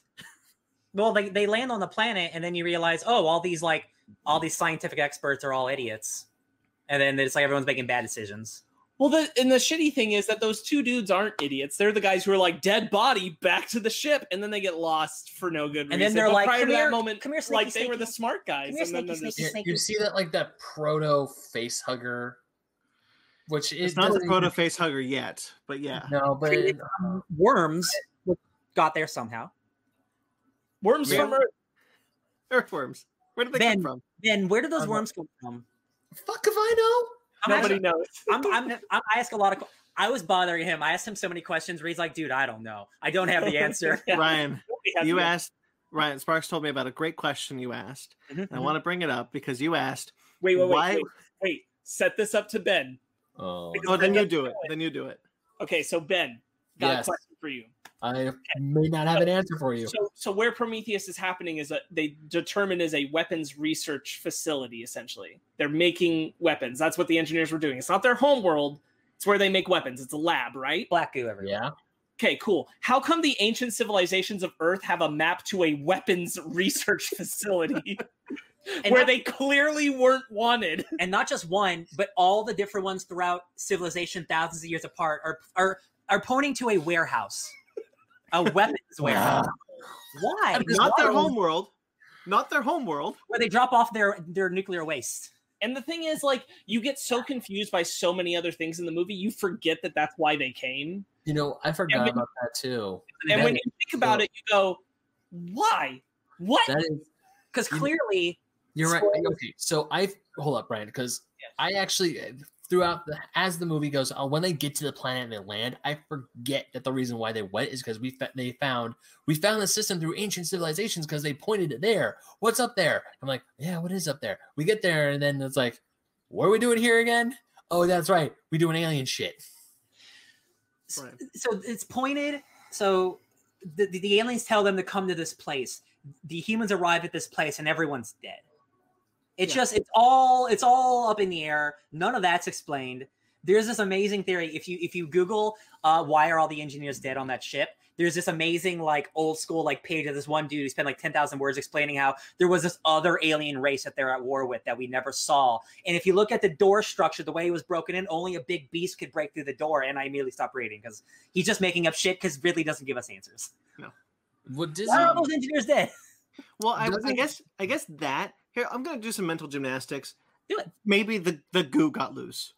B: Well, they they land on the planet and then you realize, oh, all these like all these scientific experts are all idiots, and then it's like everyone's making bad decisions.
E: Well, the and the shitty thing is that those two dudes aren't idiots. They're the guys who are like dead body back to the ship, and then they get lost for no good reason.
B: And then they're
E: But
B: like,
E: prior
B: "Come
E: to
B: here,
E: that moment,
B: come here,
E: like
B: sneaky,
E: they were the
B: sneaky.
E: smart guys.
B: Come here,
E: and
B: sneaky,
E: then they're
B: sneaky,
E: just-
C: Yeah,
B: Snake
C: you
B: is-
C: see that like that proto face hugger, which is
A: it's not a
C: doesn't
A: proto face hugger yet but yeah
C: even- No, but
B: Treated
C: it-
B: Worms got there somehow.
E: worms
A: Yeah.
E: from Earth.
A: [LAUGHS] earthworms where did they
B: Ben,
A: come from
B: Then where did those
C: I'm not-
B: worms come from?
C: fuck if I
B: I'm
E: Nobody
B: actually-
E: knows.
B: I'm, I'm, I'm, I ask a lot of. que- I was bothering him. I asked him so many questions where he's like, "Dude, I don't know. I don't
C: [LAUGHS]
B: have the
E: [LAUGHS]
B: answer."
E: Yeah.
A: ryan
E: Nobody has
A: you
E: the-
A: asked Ryan Sparks told me about a great question you asked.
C: Mm-hmm.
B: Mhm.
A: I want to bring it up because you asked.
E: Wait, wait,
A: why-
E: wait, wait, wait. Set this up to Ben.
C: know. Oh,
E: Because
A: Oh,
E: then
A: then you
E: let's
A: do
E: do
A: it. Then you do it.
E: Okay, so Ben, got
C: Yes.
E: a question for you.
C: I may not have an answer for you.
E: So, so where Prometheus is happening is that they determine is a weapons research facility. Essentially, they're making weapons. That's what the engineers were doing. It's not their home world. It's where they make weapons. It's a lab, right?
B: Black goo everywhere.
C: Yeah,
E: Okay, cool. How come the ancient civilizations of Earth have a map to a weapons [LAUGHS] research facility
B: And,
E: where
B: not,
E: they clearly weren't wanted?
B: and not just one, but all the different ones throughout civilization, thousands of years apart, are are are pointing to a warehouse, a weapons
C: [LAUGHS]
B: warehouse. Why?
C: I'm Just
A: Not their
C: wild.
A: home world. Not their home world.
B: Where they drop off their their nuclear waste.
E: And the thing is, like, you get so confused by so many other things in the movie, you forget that that's why they came.
C: You know, I forgot
E: And when-
C: about that too.
E: And
C: That
E: when
C: is-
E: you think about it, you go, why? What?
C: that is
B: because
C: You-
B: clearly
C: You're right.
B: Spoilers.
C: Okay, so I hold up, Brian, because
E: Yeah.
C: I actually uh, throughout the, as the movie goes, on, when they get to the planet and they land, I forget that the reason why they went is because we fa- they found we found the system through ancient civilizations because they pointed it there. What's up there? I'm like, yeah, what is up there? We get there and then it's like, what are we doing here again? Oh, that's right, we doing alien shit.
B: s-
A: Right.
B: so it's pointed so the, the, the aliens tell them to come to this place the humans arrive at this place and everyone's dead it's
A: Yeah.
B: just it's all it's all up in the air none of that's explained there's this amazing theory if you if you google uh, why are all the engineers dead on that ship there's this amazing like old school like page of this one dude who spent like 10,000 words explaining how there was this other alien race that they're at war with that we never saw and if you look at the door structure the way it was broken in only a big beast could break through the door and i immediately stopped reading because he's just making up shit because ridley doesn't give us answers
C: What Disney?
B: why are all those engineers dead [LAUGHS]
A: Well, I, I
C: Doesn't-
A: guess I guess that here I'm gonna do some mental gymnastics.
B: Do it.
A: Maybe the the goo got loose.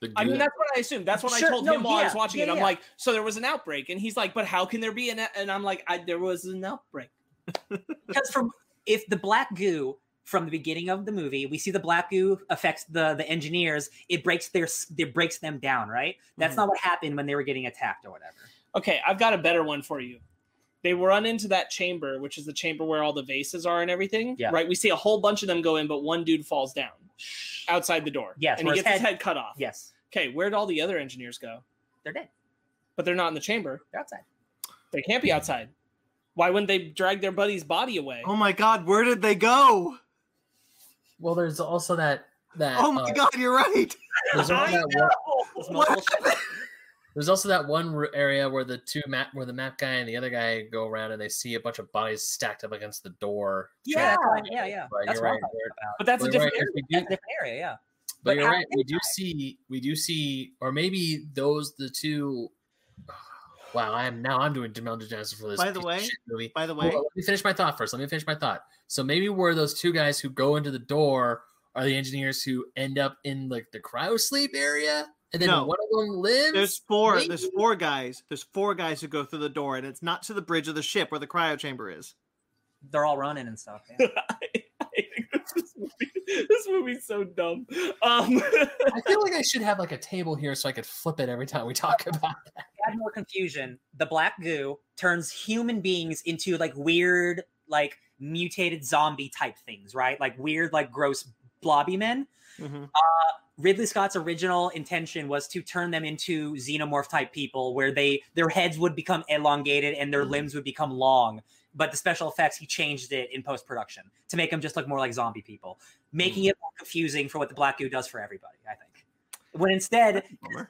C: the
E: I mean,
C: good-
E: that's what I assumed. That's what
B: Sure,
E: I told
B: no,
E: him while I
B: yeah,
E: was watching
B: yeah,
E: it. I'm
B: yeah.
E: like, so there was an outbreak, and he's like, but how can there be an? out-" And I'm like, I, there was an outbreak.
B: because from if the black goo from the beginning of the movie, we see the black goo affects the the engineers. It breaks their s- it breaks them down. Right? That's
A: Mhm.
B: not what happened when they were getting attacked or whatever.
E: Okay, I've got a better one for you. They run into that chamber, which is the chamber where all the vases are and everything.
B: Yeah.
E: Right. We see a whole bunch of them go in, but one dude falls down outside the door.
B: Yes,
E: And he
B: where
E: gets
B: his
E: his
B: head-
E: head cut off.
B: Yes,
E: Okay, where'd all the other engineers go?
B: they're dead.
E: But they're not in the chamber.
B: They're
C: [LAUGHS]
B: outside.
E: They can't be outside. Why wouldn't they drag their buddy's body away?
A: Oh my god, where did they go?
C: well, there's also that that
A: Oh my
C: uh,
A: god, you're right.
C: There's also
E: I
C: that one,
E: know!
A: What happened?
C: There's also that one r- area where the two map, where the map guy and the other guy go around, and they see a bunch of bodies stacked up against the door.
B: Yeah,
C: Right,
B: yeah, yeah.
C: But
B: That's
C: you're
B: what
C: right.
B: I'm talking
C: we're-
B: about.
E: But that's a
C: we're
E: different
C: right,
E: area.
C: we do-
B: That's a different area. Yeah.
C: but
B: but
C: you're
B: how
C: right. We
B: did
C: do see. We do see, or maybe those the two. [SIGHS] Wow, I am now. I'm doing Demel Johnson for this.
A: By the
C: piece of
A: way-
C: shit movie.
A: By the way,
C: Hold on, let me finish my thought first. Let me finish my thought. So maybe were those two guys who go into the door are the engineers who end up in like the cryo sleep area, and then
A: No.
C: one of them lives.
A: there's four
C: maybe-
A: there's four guys. There's four guys who go through the door and it's not to the bridge of the ship where the cryo chamber is.
B: They're all running and stuff. yeah.
E: this, movie, [LAUGHS] this movie's so dumb. Um,
C: I feel like I should have like a table here so I could flip it every time we talk about that.
B: add more confusion, the black goo turns human beings into like weird, like mutated zombie type things, right? Like weird, like gross blobby men. Uh, Ridley Scott's original intention was to turn them into xenomorph type people where they their heads would become elongated and their limbs would become long. But the special effects he changed it in post production to make them just look more like zombie people, making it more confusing for what the black goo does for everybody, I think. When instead
A: Bummer.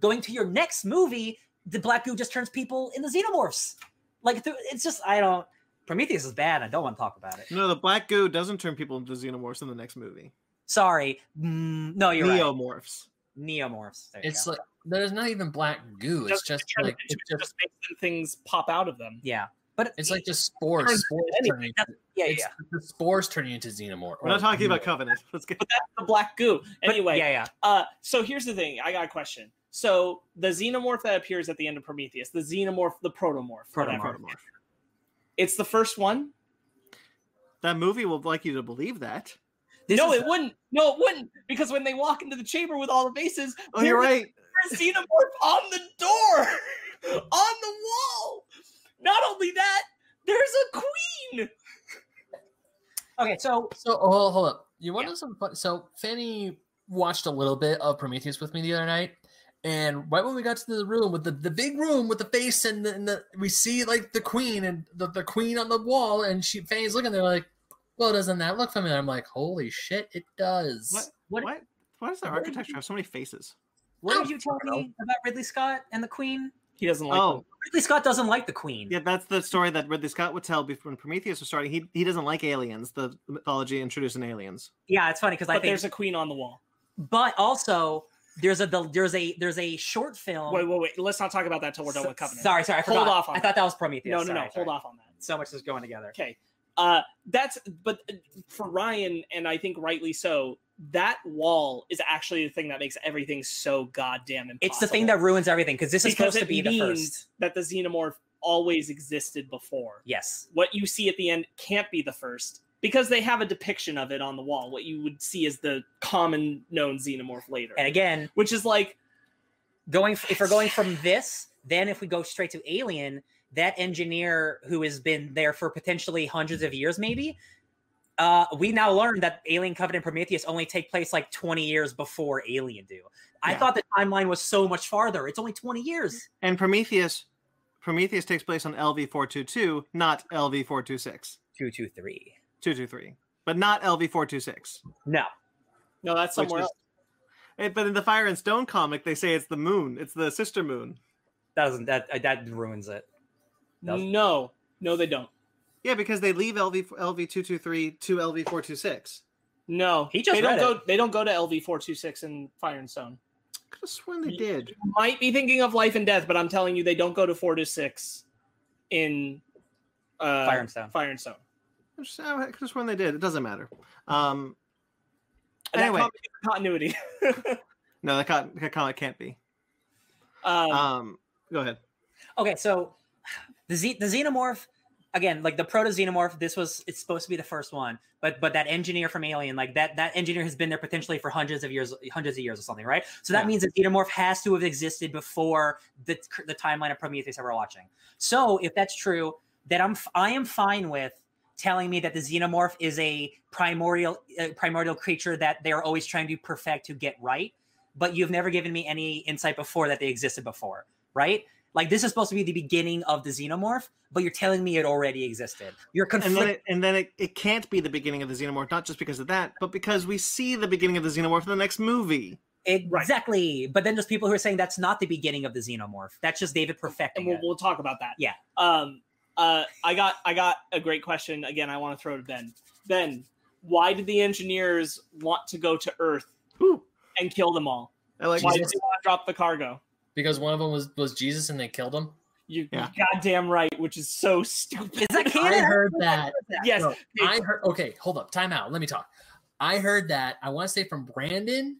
B: going to your next movie, the black goo just turns people into xenomorphs. Like th- it's just I don't Prometheus is bad. I don't want to talk about it.
A: No, the black goo doesn't turn people into xenomorphs in the next movie.
B: Sorry. Mm, no, you're right.
A: Neomorphs.
B: Neomorphs. There you
C: It's
B: go.
C: like there's not even black goo. It's just like
E: it
C: it's just
E: just makes them things pop out of them.
B: yeah. But
C: it's like just spores.
E: turns
C: spores
E: anything.
C: turning
B: That's-
C: into,
B: yeah, yeah,
C: it's the spores turning into xenomorph.
A: We're not talking about Covenant. Let's get
E: The black goo.
B: But-
E: Anyway,
B: yeah, yeah.
E: uh, so here's the thing. I got a question. So the xenomorph that appears at the end of Prometheus, the xenomorph, the protomorph,
B: Protomorph.
E: whatever.
A: Protomorph.
E: It's the first one.
A: That movie will like you to believe that.
B: This
E: no,
B: is-
E: it wouldn't. No, it wouldn't, because when they walk into the chamber with all the vases,
A: Oh, you're
E: there's
A: right.
E: a xenomorph on the door, [LAUGHS] on the wall. Not only that, there's a queen.
B: okay. So
C: So oh, hold, hold up. You want to
E: Yeah.
C: know some fun? So Fanny watched a little bit of Prometheus with me the other night, and right when we got to the room with the, the big room with the face and the, and the we see like the queen and the, the queen on the wall, and she Fanny's looking there like, well, doesn't that look familiar? I'm like, holy shit, it does.
A: What?
B: what?
A: Why? Why does the
B: what did
A: architecture have so many faces?
B: What
C: I
B: did you tell
C: don't
B: me about Ridley Scott and the Queen?
E: He doesn't like.
A: oh,
B: Ridley Scott doesn't like the Queen.
A: yeah, that's the story that Ridley Scott would tell before when Prometheus was starting. He he doesn't like aliens. The mythology introduced in aliens.
B: Yeah, it's funny because I
E: But
B: think.
E: there's a queen on the wall.
B: but also, there's a there's a there's a short film.
E: Wait, wait, wait. Let's not talk about that till we're done
B: So-
E: with Covenant.
B: Oh. Sorry, sorry. I
E: Hold
B: forgot.
E: off on
B: I
E: that.
B: thought that was Prometheus.
E: No, no,
B: Sorry,
E: no. Hold
B: sorry.
E: off on that.
B: So much is going together.
E: Okay. Uh, that's but uh, for Ryan, and I think rightly so. That wall is actually the thing that makes everything so goddamn impossible.
B: It's the thing that ruins everything because this is
E: Because
B: supposed to be
E: it
B: the
E: means
B: first.
E: that the xenomorph always existed before.
B: Yes.
E: What you see at the end can't be the first because they have a depiction of it on the wall. What you would see is the common known xenomorph later,
B: And again,
E: which is like
B: going f- if we're going from this then if we go straight to alien that engineer who has been there for potentially hundreds of years maybe uh, we now learn that alien covenant prometheus only take place like 20 years before alien do i
E: Yeah.
B: thought the timeline was so much farther it's only 20 years
A: And Prometheus, Prometheus takes place on LV four two two, not LV four two six.
B: 223
A: Two two three, but not LV four two six.
B: no
E: no, that's
A: Which
E: somewhere
A: is-
E: else.
A: Eh, But in the Fire and Stone comic, they say it's the moon. It's the sister moon.
B: that doesn't that uh, that ruins it doesn't-
E: No, no, they don't.
A: Yeah, because they leave LV LV two two three to LV four two six.
E: No,
B: He just
E: they don't
B: read
E: go. They don't go to LV four two six and Fire and Stone.
A: Could have sworn they
E: Ye-
A: did.
E: Might be thinking of Life and Death, but I'm telling you, they don't go to four to six in uh,
B: fire and stone
E: Fire and Stone.
A: I just- I could have sworn they did. It doesn't matter. Um,
E: And
A: Anyway.
E: that comic is continuity. [LAUGHS]
A: no, that con- that comic can't be.
E: um,
C: Oh.
A: Um, go ahead.
B: okay so the Z- the xenomorph again like the proto xenomorph this was it's supposed to be the first one but but that engineer from alien like that that engineer has been there potentially for hundreds of years hundreds of years or something right so that
A: Yeah.
B: means the xenomorph has to have existed before the the timeline of prometheus that we're watching so if that's true then i'm f- i am fine with telling me that the xenomorph is a primordial uh, primordial creature that they're always trying to perfect to get right but you've never given me any insight before that they existed before right like this is supposed to be the beginning of the xenomorph but you're telling me it already existed you're
A: And
B: conflicting
A: then, it, and then it, it can't be the beginning of the xenomorph, not just because of that, but because we see the beginning of the xenomorph in the next movie.
E: Right.
B: Exactly. But then there's people who are saying that's not the beginning of the xenomorph. That's just David perfecting
E: and we'll,
B: it.
E: we'll talk about that.
B: Yeah.
E: Um, uh, I got I got a great question. Again, I want to throw to Ben. Ben, why did the engineers want to go to Earth
A: Whew.
E: and kill them all?
A: I like
E: Why
C: Jesus.
E: did they want to drop the cargo?
C: because one of them was was Jesus and they killed him.
E: You you're
A: Yeah.
E: goddamn right, which is so [LAUGHS] stupid.
B: Is that canon?
C: I heard
B: don't know
C: that.
B: that.
E: Yes,
C: No,
E: they-
C: I heard. Okay, hold up. Time out. Let me talk. I heard that. I want to say from Brandon.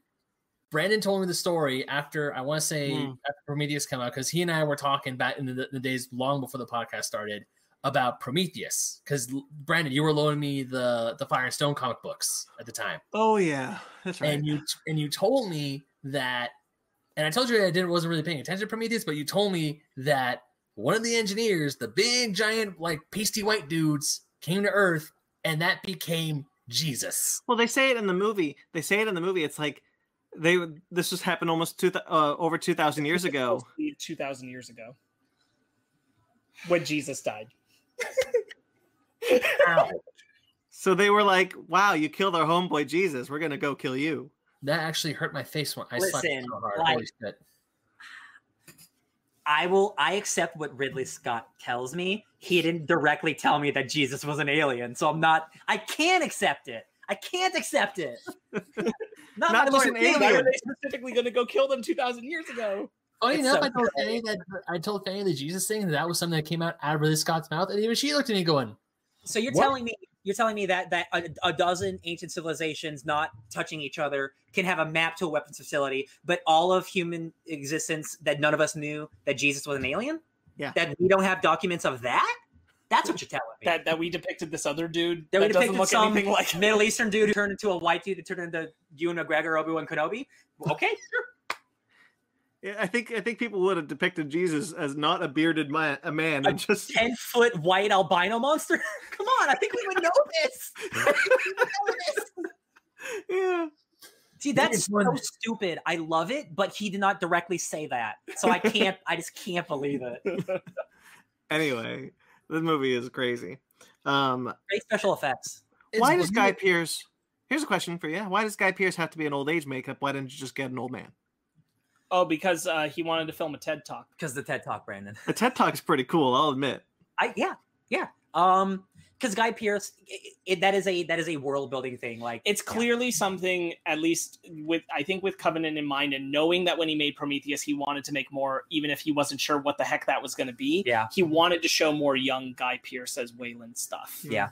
C: Brandon told me the story after I want to say
A: Hmm.
C: after Prometheus come out because he and I were talking back in the, the days long before the podcast started about Prometheus because Brandon you were loaning me the the Fire and Stone comic books at the time
A: Oh yeah, that's right.
C: and you and you told me that and I told you I didn't wasn't really paying attention to Prometheus but you told me that one of the engineers the big giant like pasty white dudes came to Earth and that became Jesus
A: Well, they say it in the movie. They say it in the movie. It's like they this just happened almost two thou- uh, over two thousand years ago.
E: two thousand years ago, when Jesus died.
A: So they were like, "Wow, you killed our homeboy Jesus. We're gonna go kill you."
C: that actually hurt my face when I slapped it
B: Listen,
C: so hard
B: like-
C: Holy shit.
B: I will I accept what Ridley Scott tells me. He didn't directly tell me that Jesus was an alien. So I'm not I can't accept it. I can't accept it. [LAUGHS] not
A: Not
B: my
A: just
B: Lord.
A: an alien.
E: Why were they specifically going to go kill them two thousand years ago?
C: Funny
E: It's
C: enough,
E: so
C: Oh, I told Fanny that I told Fanny the Jesus thing that that was something that came out out of Ridley Scott's mouth, and even she looked at me going,
B: So you're
C: What?
B: telling me you're telling me that that a, a dozen ancient civilizations not touching each other can have a map to a weapons facility, but all of human existence that none of us knew that Jesus was an alien.
A: Yeah.
B: That we don't have documents of that. That's what you're telling me.
E: That that we depicted this other dude
B: That
E: that,
B: we
E: doesn't
B: depicted
E: look
B: some
E: anything like
B: Middle Eastern dude who turned into a white dude who turned into Ewan McGregor, Obi Wan Kenobi. Okay, sure.
A: Yeah, I think I think people would have depicted Jesus as not a bearded man, a man, and just
B: Ten foot white albino monster. [LAUGHS] Come on, I think we would know this. I think we would know this.
A: yeah.
B: See,
C: That
B: that's
C: is
B: so
C: one-
B: stupid. I love it, but he did not directly say that. So I can't, I just can't believe it.
A: Anyway, the movie is crazy. Um,
B: Great special effects.
C: "It's
A: why does
C: blue."
A: Guy Pierce? Here's a question for you. Why does Guy Pierce have to be an old age makeup? Why didn't you just get an old man?
E: Oh, because uh, he wanted to film a TED talk.
B: Because the TED Talk, Brandon.
A: The TED Talk is pretty cool. I'll admit.
B: I, yeah, yeah. Um, because Guy Pierce, it, that is a, that is a world building thing. Like,
E: It's
B: yeah.
E: clearly something, at least with I think with Covenant in mind, and knowing that when he made Prometheus, he wanted to make more, even if he wasn't sure what the heck that was going to be.
B: Yeah.
E: he wanted to show more young Guy Pierce as Wayland stuff.
B: Yeah.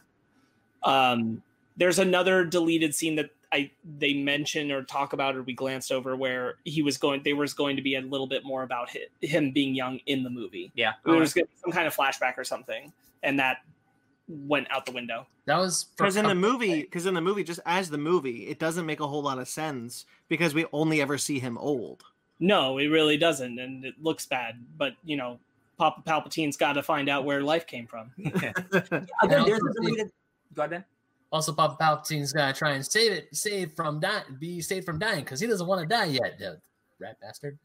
E: Um, there's another deleted scene that I they mention or talk about or we glanced over where he was going. There was going to be a little bit more about hi him being young in the movie.
B: Yeah.
E: There was gonna be some kind of flashback or something, and that went out the window.
C: That was for
A: Because in the
C: com-
A: movie, because in the movie, just as the movie, it doesn't make a whole lot of sense because we only ever see him old.
E: No, it really doesn't, and it looks bad. But you know, Papa Palpatine's got to find out where life came from.
B: Again,
C: Yeah.
B: Uh, there's somebody that. Go ahead, Ben.
C: Also, Papa Palpatine's gonna try and save it, save from dying, be saved from dying because he doesn't want to die yet. The rat bastard.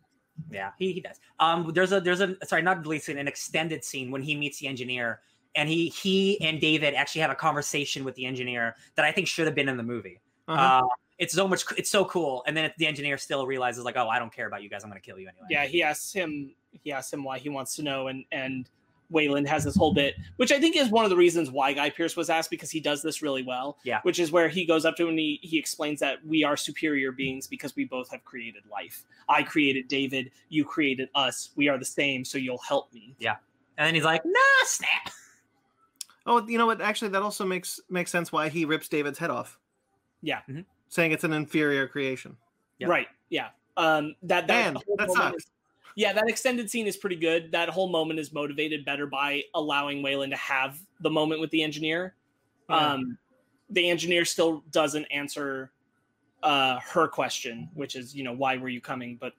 B: Yeah, he, he does. Um, there's a there's a sorry, not deleted scene, an extended scene when he meets the engineer, and he he and David actually have a conversation with the engineer that I think should have been in the movie.
A: Uh-huh.
B: Uh, it's so much, it's so cool, and then the engineer still realizes like, oh, I don't care about you guys, I'm gonna kill you anyway.
E: yeah he asks him he asks him why he wants to know and and wayland has this whole bit which i think is one of the reasons why guy pierce was asked because he does this really well
B: Yeah.
E: which is where he goes up to him and he, he explains that we are superior beings because we both have created life i created david you created us we are the same so you'll help me
B: and then he's like, nah, snap.
A: Oh, you know what? Actually, that also makes makes sense why he rips David's head off.
E: Yeah. Mm-hmm.
B: Mhm.
A: saying it's an inferior creation.
B: Yeah.
E: right yeah um that that,
A: Man,
E: whole
A: that
E: moment
A: sucks.
E: is- yeah that extended scene is pretty good that whole moment is motivated better by allowing wayland to have the moment with the engineer um the engineer still doesn't answer uh her question which is you know why were you coming but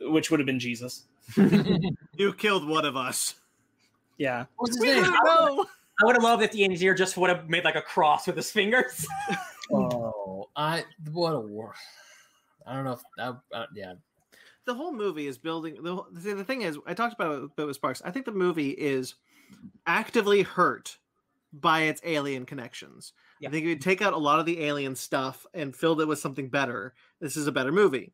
E: which would have been jesus
A: you killed one of us.
E: yeah
C: What's his
A: We
C: name?
A: don't know.
B: I would have loved if the engineer just would have made like a cross with his fingers.
C: Oh, I what a war. I don't know if that. Uh, yeah,
A: the whole movie is building the, whole- the the thing is i talked about it a bit with sparks i think the movie is actively hurt by its alien connections
B: Yeah.
A: i think if you take out a lot of the alien stuff and filled it with something better this is a better movie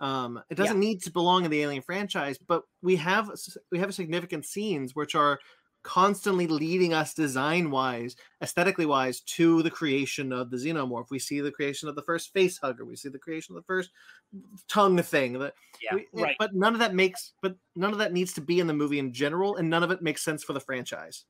A: um, it
B: Yeah.
A: doesn't need to belong in the alien franchise but we have s- we have significant scenes which are constantly leading us design wise aesthetically wise to the creation of the xenomorph we see the creation of the first face hugger we see the creation of the first tongue thing that
B: Yeah,
A: we- it-
E: right.
A: but none of that makes but none of that needs to be in the movie in general and none of it makes sense for the franchise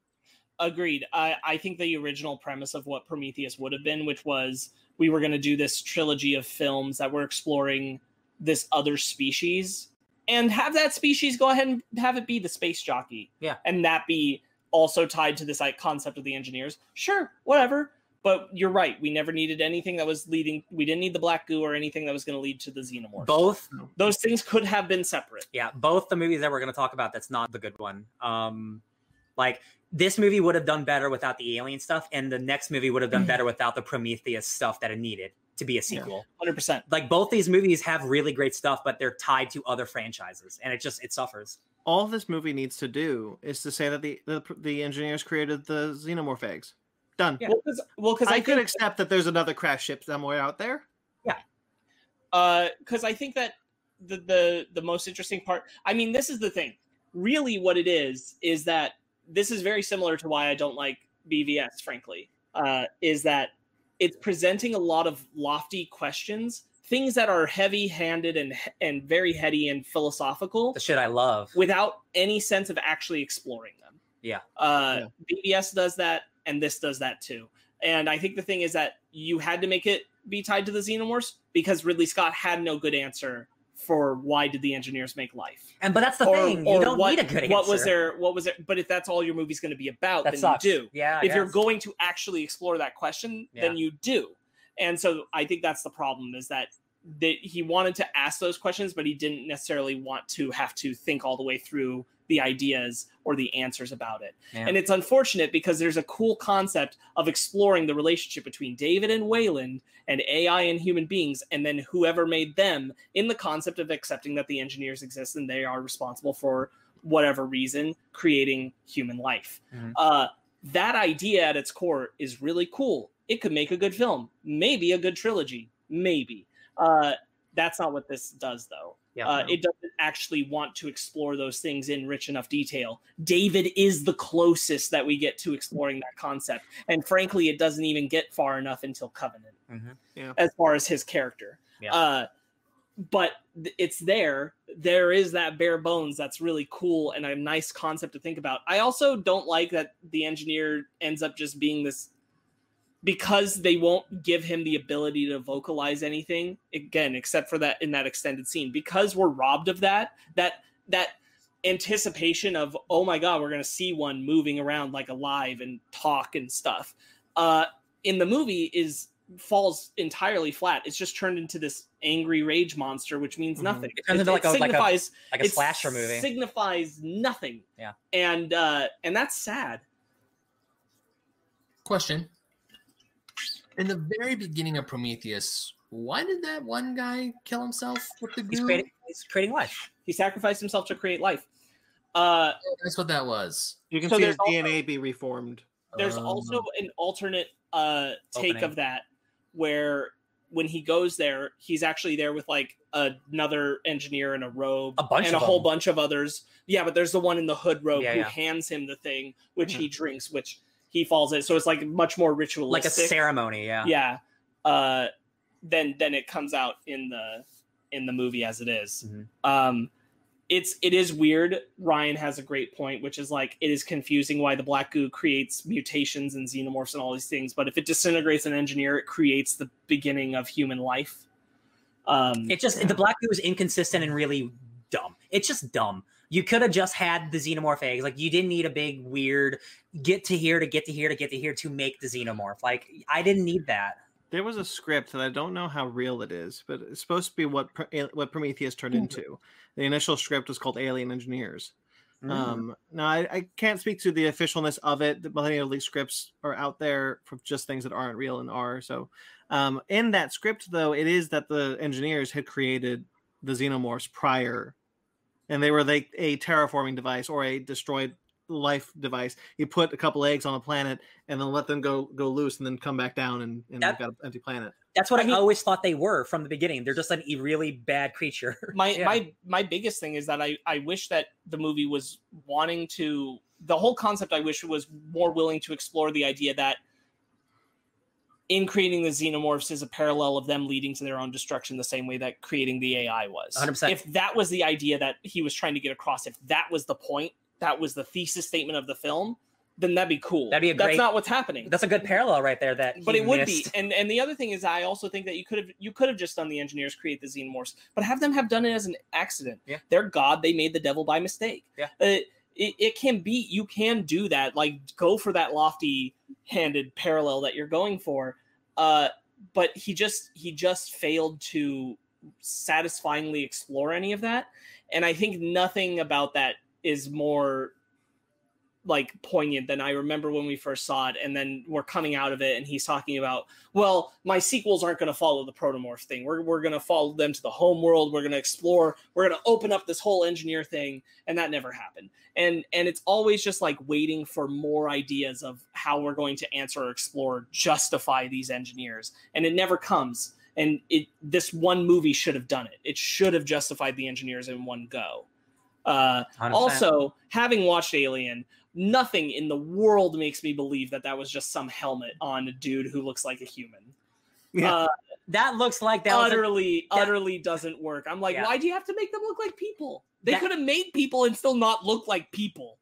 E: agreed i i think the original premise of what prometheus would have been which was we were going to do this trilogy of films that were exploring this other species and have that species go ahead and have it be the space jockey
B: Yeah.
E: and that be also tied to this like concept of the engineers sure whatever but you're right we never needed anything that was leading we didn't need the black goo or anything that was going to lead to the xenomorph
B: Both
E: those things could have been separate
B: Yeah, both the movies that we're going to talk about that's not the good one. Um like this movie would have done better without the alien stuff and the next movie would have done better without the Prometheus stuff that it needed to be a sequel.
E: 100%
B: Like both these movies have really great stuff but they're tied to other franchises and it just it suffers.
A: all this movie needs to do is to say that the the, pr- the engineers created the xenomorph eggs done
B: Yeah.
E: well because
A: i,
E: I,
A: could
E: think-
A: accept that there's another crash ship somewhere out there
E: because Uh, I think that the, the the most interesting part. I mean, this is the thing. Really, what it is is that this is very similar to why I don't like BVS. Frankly, uh, is that it's presenting a lot of lofty questions, things that are heavy-handed and and very heady and philosophical,
B: The shit I love.
E: without any sense of actually exploring them.
B: Yeah.
E: Uh, BBS does that, and this does that too. And I think the thing is that you had to make it be tied to the xenomorphs because Ridley Scott had no good answer for why did the engineers make life
B: And but that's the thing, you don't
E: what,
B: need a good answer.
E: what was their what was it but if that's all your movie's going to be about
B: that
E: then
B: sucks.
E: you do
B: Yeah. I
E: if you're
B: guess.
E: going to actually explore that question, then you do. And so I think that's the problem is that that he wanted to ask those questions, but he didn't necessarily want to have to think all the way through the ideas or the answers about it.
B: Yeah.
E: And it's unfortunate because there's a cool concept of exploring the relationship between David and Wayland and AI and human beings, and then whoever made them in the concept of accepting that the engineers exist and they are responsible for whatever reason creating human life.
B: Mhm.
E: Uh, that idea at its core is really cool. It could make a good film, maybe a good trilogy, maybe. Uh, that's not what this does, though.
B: Yeah.
E: Uh, it doesn't actually want to explore those things in rich enough detail. David is the closest that we get to exploring that concept, and frankly, it doesn't even get far enough until Covenant
B: Mhm.
E: as far as his character.
B: Yeah.
E: Uh, but th- it's there. There is that bare bones that's really cool and a nice concept to think about. I also don't like that the engineer ends up just being this because they won't give him the ability to vocalize anything again except for that in that extended scene because we're robbed of that that that anticipation of oh my god we're going to see one moving around like alive and talk and stuff uh in the movie is falls entirely flat it's just turned into this angry rage monster which means
B: Mhm.
E: nothing
B: It turns into like a- like a-
E: signifies
B: like a
E: it
B: slasher movie.
E: signifies nothing
B: Yeah.
E: and uh and that's sad
C: Question. In the very beginning of Prometheus, why did that one guy kill himself with the
B: he's
C: goo?
B: creating, he's creating life.
E: he sacrificed himself to create life uh
C: Oh, That's what that was.
A: You can
E: So
A: see
E: there's
A: his
E: also-
A: DNA be reformed.
E: there's
C: Um,
E: also an alternate uh take
B: Opening.
E: of that where when he goes there he's actually there with like another engineer in a robe
B: A bunch
E: and
B: of
E: a whole
B: them.
E: bunch of others yeah but there's the one in the hood robe
B: Yeah,
E: who
B: yeah. Hmm.
E: hands him the thing which he drinks which he falls in so it's like much more
B: Like a
E: ritualistic
B: ceremony, yeah.
E: yeah uh then then it comes out in the in the movie as it is.
B: Mhm.
E: um it's it is weird ryan has a great point which is like it is confusing why the black goo creates mutations and xenomorphs and all these things but if it disintegrates an engineer it creates the beginning of human life um
B: It just the black goo is inconsistent and really dumb. It's just dumb. You could have just had the xenomorph eggs. Like you didn't need a big weird get to here to get to here to get to here to make the xenomorph. Like I didn't need that.
A: There was a script that I don't know how real it is, but it's supposed to be what Pr- A- what Prometheus turned into. The initial script was called Alien Engineers. Um, now I, I can't speak to the officialness of it. The Millennial League scripts are out there for just things that aren't real and are. So, um, in that script though, it is that the engineers had created the xenomorphs prior, and they were like a terraforming device or a destroyed life device. You put a couple eggs on a planet and then let them go go loose and then come back down and, and
B: That-
A: we've got an empty planet.
B: That's what
E: I
B: I,
E: mean-
B: always thought they were from the beginning. They're just an e- really bad [LAUGHS] creature.
E: my
B: Yeah.
E: my my biggest thing is that I I wish that the movie was wanting to the whole concept I wish was more willing to explore the idea that in creating the xenomorphs is a parallel of them leading to their own destruction the same way that creating the AI was.
B: 100%.
E: If that was the idea that he was trying to get across, if that was the point, that was the thesis statement of the film, then that'd be cool.
B: That'd be a
E: That's
B: great-
E: not what's happening
B: That's a good parallel right there. That
E: but
B: he
E: it would be
B: missed.
E: and and the other thing is i also think that you could have you could have just done the engineers create the xenomorphs but have them have done it as an accident
B: Yeah.
E: they're god they made the devil by mistake
B: Yeah.
E: Uh, it, it can be you can do that like go for that lofty handed parallel that you're going for uh but he just he just failed to satisfyingly explore any of that and i think nothing about that is more like poignant than I remember when we first saw it. And then we're coming out of it, and he's talking about, well, my sequels aren't going to follow the protomorph thing. We're, we're going to follow them to the home world. We're going to explore. We're going to open up this whole engineer thing, and that never happened. And and it's always just like waiting for more ideas of how we're going to answer or explore, or justify these engineers, and it never comes. And it this one movie should have done it. It should have justified the engineers in one go. Uh,
B: 100%.
E: also, having watched Alien, nothing in the world makes me believe that that was just some helmet on a dude who looks like a human.
A: Yeah.
E: Uh,
B: that looks like that was a-
E: utterly,
B: that-
E: utterly doesn't work. I'm like,
B: Yeah.
E: why do you have to make them look like people? They
B: That-
E: could have made people and still not look like people.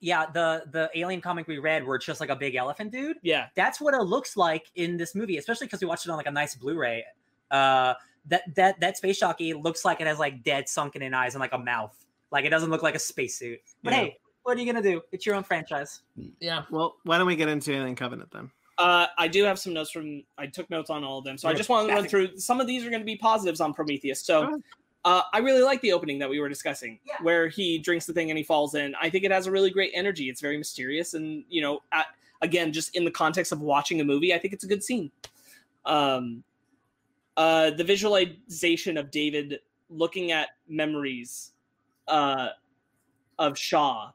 B: yeah the the alien comic we read where it's just like a big elephant dude.
E: Yeah,
B: that's what it looks like in this movie, especially because we watched it on like a nice Blu-ray. Uh, that that that space jockey looks like it has like dead, sunken in eyes and like a mouth. Like it doesn't look like a spacesuit. But
A: Yeah.
B: hey, what are you gonna do? It's your own franchise.
C: Yeah.
A: Well, why don't we get into Alien Covenant then?
E: uh, I do have some notes from. I took notes on all of them, so I
B: You're
E: just want to run
B: fantastic.
E: through. Some of these are going to be positives on Prometheus.
A: Sure.
E: So, uh, I really like the opening that we were discussing,
B: Yeah.
E: where he drinks the thing and he falls in. I think it has a really great energy. It's very mysterious, and you know, at, again, just in the context of watching a movie, I think it's a good scene. Um, uh, the visualization of David looking at memories uh, of Shaw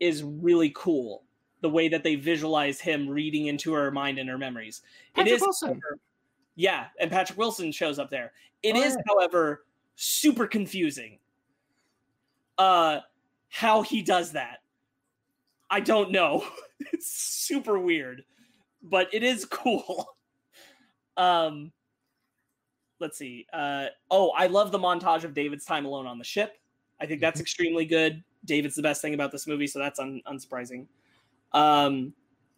E: is really cool. The way that they visualize him reading into her mind and her memories.
A: Patrick
E: it is,
A: Wilson.
E: yeah, and Patrick Wilson shows up there. It
C: Oh,
E: is, however, super confusing. Uh, how he does that, I don't know. [LAUGHS] it's super weird, but it is [LAUGHS] cool. um, let's see. Uh, oh, I love the montage of David's time alone on the ship. I think
A: Mhm.
E: that's extremely good. David's the best thing about this movie, so that's un- unsurprising. Um,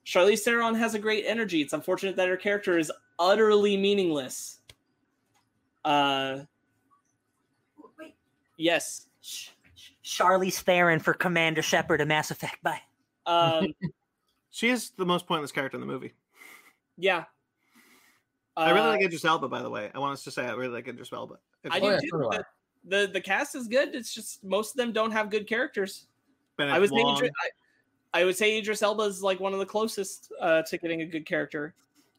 E: Charlize Theron has a great energy. It's unfortunate that her character is utterly meaningless. Uh,
B: Wait,
E: yes.
B: Sh- Sh- Charlize Theron for Commander Shepard in Mass Effect. Bye.
A: [LAUGHS]
E: Um,
A: She is the most pointless character in the movie.
E: yeah.
A: I really like
E: Uh,
A: Idris Elba, by the way. I want us to say I really like Idris Elba. If
E: I
A: you-
E: do
C: Oh, yeah,
E: too,
C: so do I.
E: but the the cast is good. It's just most of them don't have good characters.
A: Benedict
E: I was thinking,
A: Wong,
E: Idri- I, I would say Idris Elba is like one of the closest uh, to getting a good character.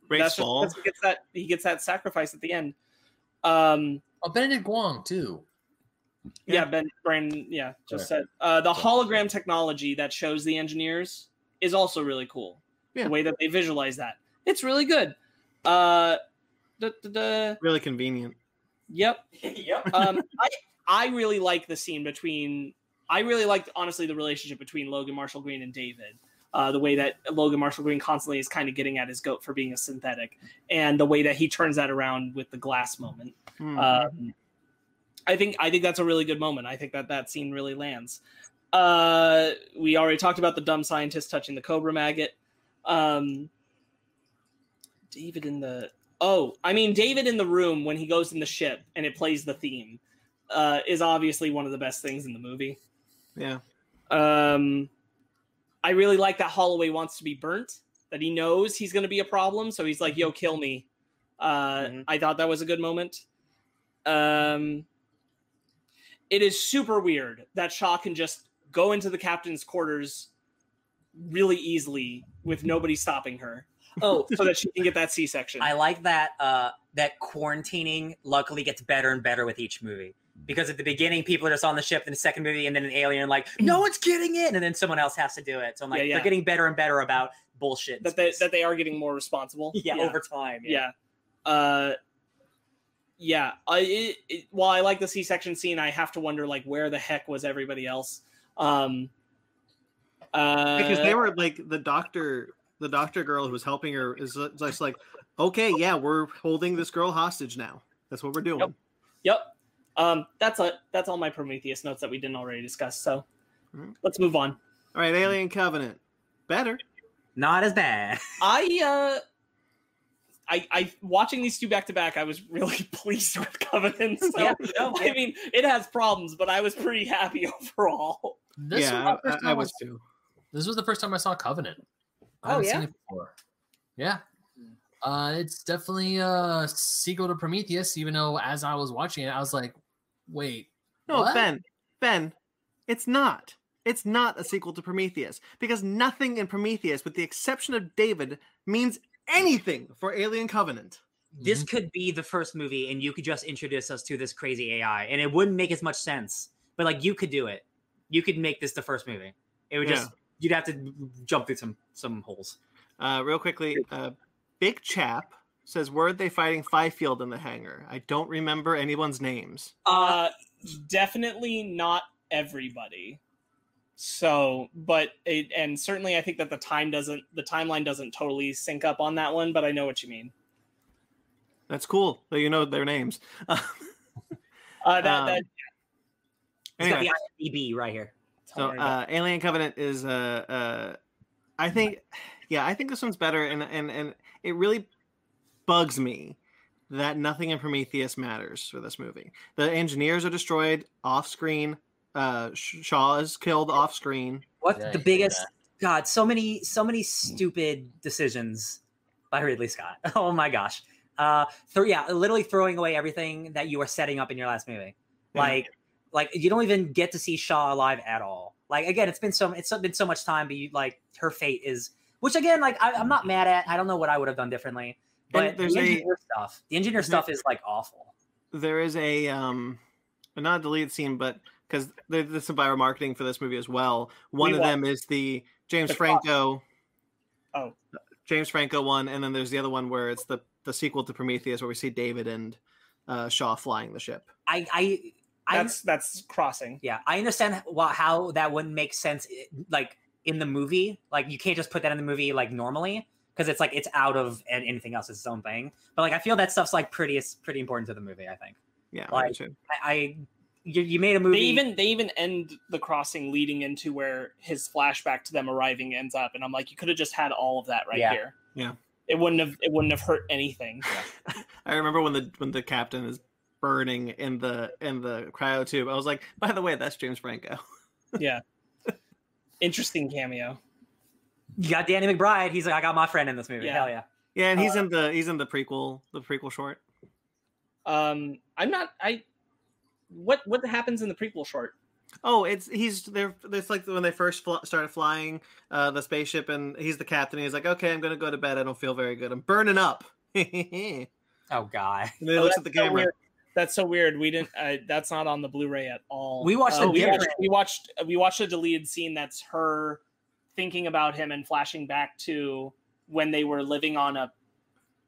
A: Rafe
E: That's just
A: Spall.
E: because he gets that he gets that sacrifice at the end. Um,
C: Oh, Benedict Wong too.
E: yeah,
A: Yeah.
E: Ben Brandon, yeah, just said uh, the hologram technology that shows the engineers is also really cool.
A: Yeah.
E: The way that they visualize that, it's really good. Uh, duh, duh, duh.
A: Really convenient.
E: Yep.
B: yep.
E: um, I, I really like the scene between. I really liked, honestly, the relationship between Logan Marshall Green and David. Uh, the way that Logan Marshall Green constantly is kind of getting at his goat for being a synthetic, and the way that he turns that around with the glass moment.
A: Hmm.
E: Um, I think I think that's a really good moment. I think that that scene really lands. Uh, we already talked about the dumb scientist touching the cobra maggot. Um, David in the oh, I mean David in the room when he goes in the ship and it plays the theme uh, is obviously one of the best things in the movie.
A: yeah.
E: Um, I really like that Holloway wants to be burnt. That he knows he's going to be a problem, so he's like,
B: Mm-hmm.
E: "Yo, kill me." Uh,
B: Mhm.
E: I thought that was a good moment. Um, it is super weird that Shaw can just go into the captain's quarters really easily with nobody stopping her,
B: Oh,
E: so that she can get that C
B: [LAUGHS]
E: section.
B: I like that. Uh, that quarantining luckily gets better and better with each movie. Because at the beginning, people are just on the ship. In the second movie, and then an alien, like no one's getting in, and then someone else has to do it. So I'm like,
E: Yeah, yeah.
B: they're getting better and better about bullshit. in
E: That they
B: space.
E: that they are getting more responsible.
B: yeah, over time.
E: yeah uh yeah i it, it, while i like the c-section scene i have to wonder like where the heck was everybody else um uh
A: because they were like the doctor the doctor girl who was helping her is just like okay yeah we're holding this girl hostage now that's what we're doing
E: Yep. yep um that's a that's all my prometheus notes that we didn't already discuss so
A: Mhm.
E: let's move on
A: all right alien covenant better
B: not as bad.
E: i uh I, I watching these two back to back, I was really [LAUGHS] pleased with Covenant. So,
B: Yeah, no,
E: I mean, it has problems, but I was pretty happy [LAUGHS] overall.
C: This
A: yeah
C: was the
A: I,
C: first
A: I- I
C: time
A: was too
C: This was the first time I saw Covenant.
E: Oh,
C: I haven't
E: yeah?
C: seen it before. Yeah. Uh, it's definitely a sequel to Prometheus, even though as I was watching it, I was like, wait,
A: no
C: What?
A: ben ben it's not it's not a sequel to prometheus because nothing in prometheus with the exception of david means anything for alien covenant
B: [LAUGHS]
C: Mm-hmm,
B: this could be the first movie and you could just introduce us to this crazy AI and it wouldn't make as much sense. But like you could do it. You could make this the first movie. It would just you'd have to jump through some some holes.
A: uh real quickly uh big chap says where are they fighting fifield in the hangar i don't remember anyone's names
B: Uh
E: Uh, definitely not everybody. So, but it, and certainly I think that the time doesn't the timeline doesn't totally sync up on that one, but I know what you mean.
A: that's cool that you know their names [LAUGHS]
E: Uh, that,
A: Um,
E: that
B: it's
A: Anyway,
B: got the IMDb right here.
A: so uh, Alien Covenant is uh, uh, I think, yeah, I think this one's better, and and and it really bugs me that nothing in Prometheus matters for this movie. The engineers are destroyed off screen. Uh, Sh- Shaw is killed off screen.
B: What's
C: Yeah, you
B: the
C: did
B: biggest God, so many so many stupid decisions by Ridley Scott. [LAUGHS] Oh my gosh. Uh th- yeah, literally throwing away everything that you were setting up in your last movie.
A: Yeah.
B: Like like you don't even get to see Shaw alive at all. Like again, it's been so it's been so much time, but you like her fate is which again, like I, I'm not mad at. I don't know what I would have done differently, but the
A: there's a-
B: engineer stuff, the engineer
A: there's a-
B: stuff is like awful.
A: there is a um not a deleted scene but because there's some viral marketing for this movie as well one
E: We
A: of them is the james
E: The cost.
A: franco
E: Oh.
A: james franco one and then there's the other one where it's the the sequel to prometheus where we see david and uh, shaw flying the ship
B: I I I
E: that's that's crossing.
B: yeah, I understand why, how that wouldn't make sense i- like in the movie. Like you can't just put that in the movie like normally because it's like it's out of and anything else it's its own thing. But like I feel that stuff's like pretty it's pretty important to the movie. I think
A: yeah me
B: Like,
A: too.
B: I, I you, you made a movie.
E: They even they even end the crossing leading into where his flashback to them arriving ends up, and I'm like, you could have just had all of that right
B: Yeah.
E: here.
A: Yeah.
E: it wouldn't have it wouldn't have hurt anything.
A: I remember when the when the captain is burning in the in the cryo tube. I was like, by the way, that's James Franco. [LAUGHS]
E: Interesting cameo.
B: you got Danny McBride. He's like, I got my friend in this movie.
E: Yeah.
B: Hell yeah.
A: Yeah, and he's
E: Uh.
A: in the he's in the prequel the prequel short.
E: Um, I'm not. I what what happens in the prequel short?
A: Oh, it's he's there. It's like when they first fl- started flying uh, the spaceship, and he's the captain. He's like, okay, I'm gonna go to bed. I don't feel very good. I'm burning up. [LAUGHS] and then
B: Oh god.
A: he
E: Oh,
A: looks at
E: that's
A: the
E: so
A: camera.
E: weird. That's so weird. We didn't. Uh, that's not on the Blu-ray at all. Uh,
B: We watched a
E: we
B: different-
E: watched, we watched we watched a deleted scene that's her thinking about him and flashing back to when they were living on a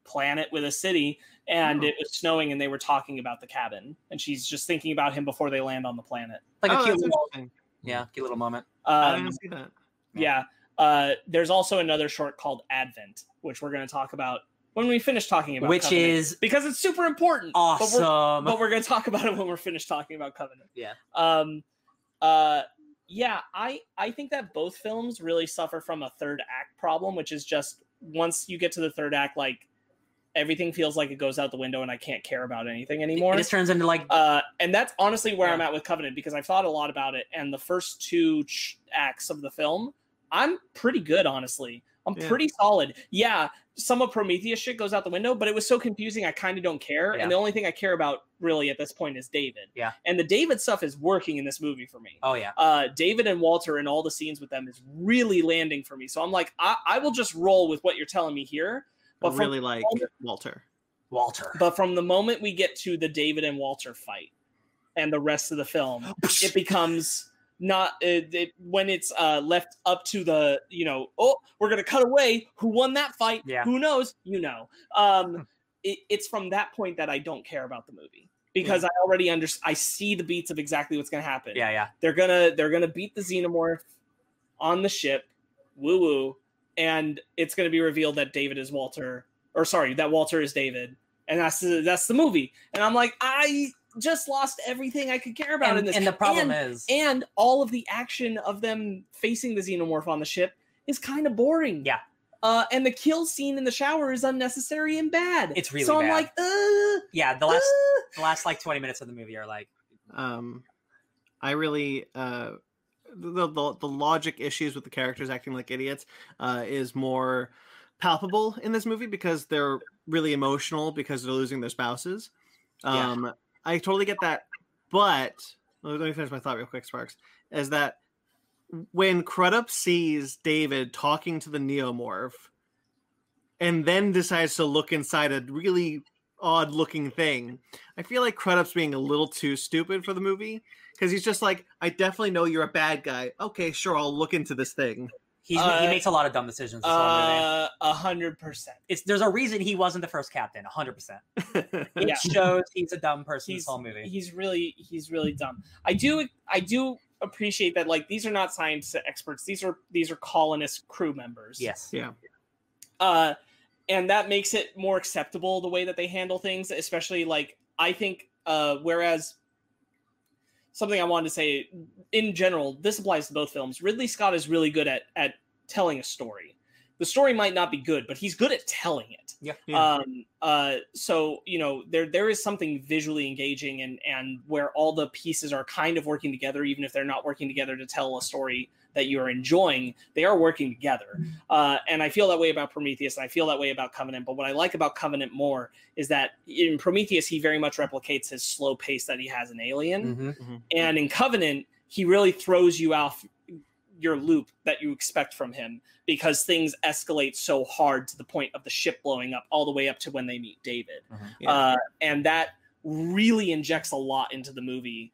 E: planet with a city and
A: Oh.
E: it was snowing and they were talking about the cabin and she's just thinking about him before they land on the planet.
B: Like
A: oh,
B: a cute
A: that's
B: little,
A: interesting.
B: yeah, cute little moment.
A: I
E: Um,
A: didn't see that.
E: yeah. Uh, there's also another short called Advent, which we're going to talk about when we finish talking about
B: Which
E: Covenant,
B: is
E: because it's super important. but we're-
B: awesome.
E: but we're going to talk about it when we're finished talking about Covenant.
B: Um, Yeah.
E: Um. Uh. Yeah. I I think that both films really suffer from a third act problem, which is just once you get to the third act, like everything feels like it goes out the window, and I can't care about anything anymore.
B: it just turns into like
E: Uh, and that's honestly where
B: Yeah.
E: I'm at with Covenant because I've thought a lot about it. And the first two ch- acts of the film, I'm pretty good, honestly. I'm
A: Yeah.
E: pretty solid. Yeah, some of Prometheus shit goes out the window, but it was so confusing. I kind of don't care.
B: Yeah.
E: And the only thing I care about really at this point is David.
B: Yeah.
E: And the David stuff is working in this movie for me.
B: oh yeah.
E: Uh, David and Walter and all the scenes with them is really landing for me. So I'm like, I, I will just roll with what you're telling me here.
A: I
E: But from
A: really like
E: Walter-
A: Walter.
B: Walter.
E: but from the moment we get to the David and Walter fight and the rest of the film,
B: [GASPS]
E: it becomes not it, it, when it's uh, left up to the you know oh we're gonna cut away who won that fight
B: Yeah. Hmm.
E: who knows you know um, it, it's from that point that I don't care about the movie
B: Hmm.
E: because I already under I see the beats of exactly what's gonna happen
B: Yeah, yeah.
E: they're gonna they're gonna beat the xenomorph on the ship woo woo and it's gonna be revealed that david is walter or sorry that walter is david and that's the, that's the movie and i'm like i just lost everything i could care about in
B: And,
E: this
B: and the problem
E: and,
B: is
E: and all of the action of them facing the xenomorph on the ship is kind of boring
B: Yeah.
E: uh, and the kill scene in the shower is unnecessary and bad.
B: It's really
E: so. I'm
B: bad.
E: like, uh,
B: yeah, the
E: [GASPS]
B: last
E: uh,
B: the last like 20 minutes of the movie are like
A: um i really uh the, the the logic issues with the characters acting like idiots uh is more palpable in this movie because they're really emotional because they're losing their spouses
B: Yeah.
A: um i totally get that but let me finish my thought real quick sparks is that when crudup sees david talking to the neomorph and then decides to look inside a really odd looking thing I feel like Crudup's being a little too stupid for the movie because he's just like, I definitely know you're a bad guy. Okay, sure, I'll look into this thing.
B: he's, he
E: Uh,
B: makes a lot of dumb decisions this whole movie.
E: uh, a hundred percent.
B: It's there's a reason he wasn't the first captain,
E: [LAUGHS]
B: 100%.
A: [LAUGHS]
B: It
E: Yeah.
B: shows he's a dumb person
E: He's-
B: this whole movie.
E: he's really he's really dumb. I do I do appreciate that like these are not science experts. These are these are colonist crew members.
B: Yes.
A: Yeah.
E: Uh and that makes it more acceptable the way that they handle things, especially like I think uh whereas something I wanted to say in general, this applies to both films. Ridley Scott is really good at at telling a story. The story might not be good, but he's good at telling it
A: Yeah.
E: um uh so you know there there is something visually engaging and and where all the pieces are kind of working together even if they're not working together to tell a story that you are enjoying they are working together uh and i feel that way about prometheus and i feel that way about covenant but what i like about covenant more is that in prometheus he very much replicates his slow pace that he has in alien
B: Mm-hmm.
E: and in Covenant, he really throws you off your loop that you expect from him because things escalate so hard to the point of the ship blowing up all the way up to when they meet David.
B: Mhm.
A: Yeah.
E: Uh, and that really injects a lot into the movie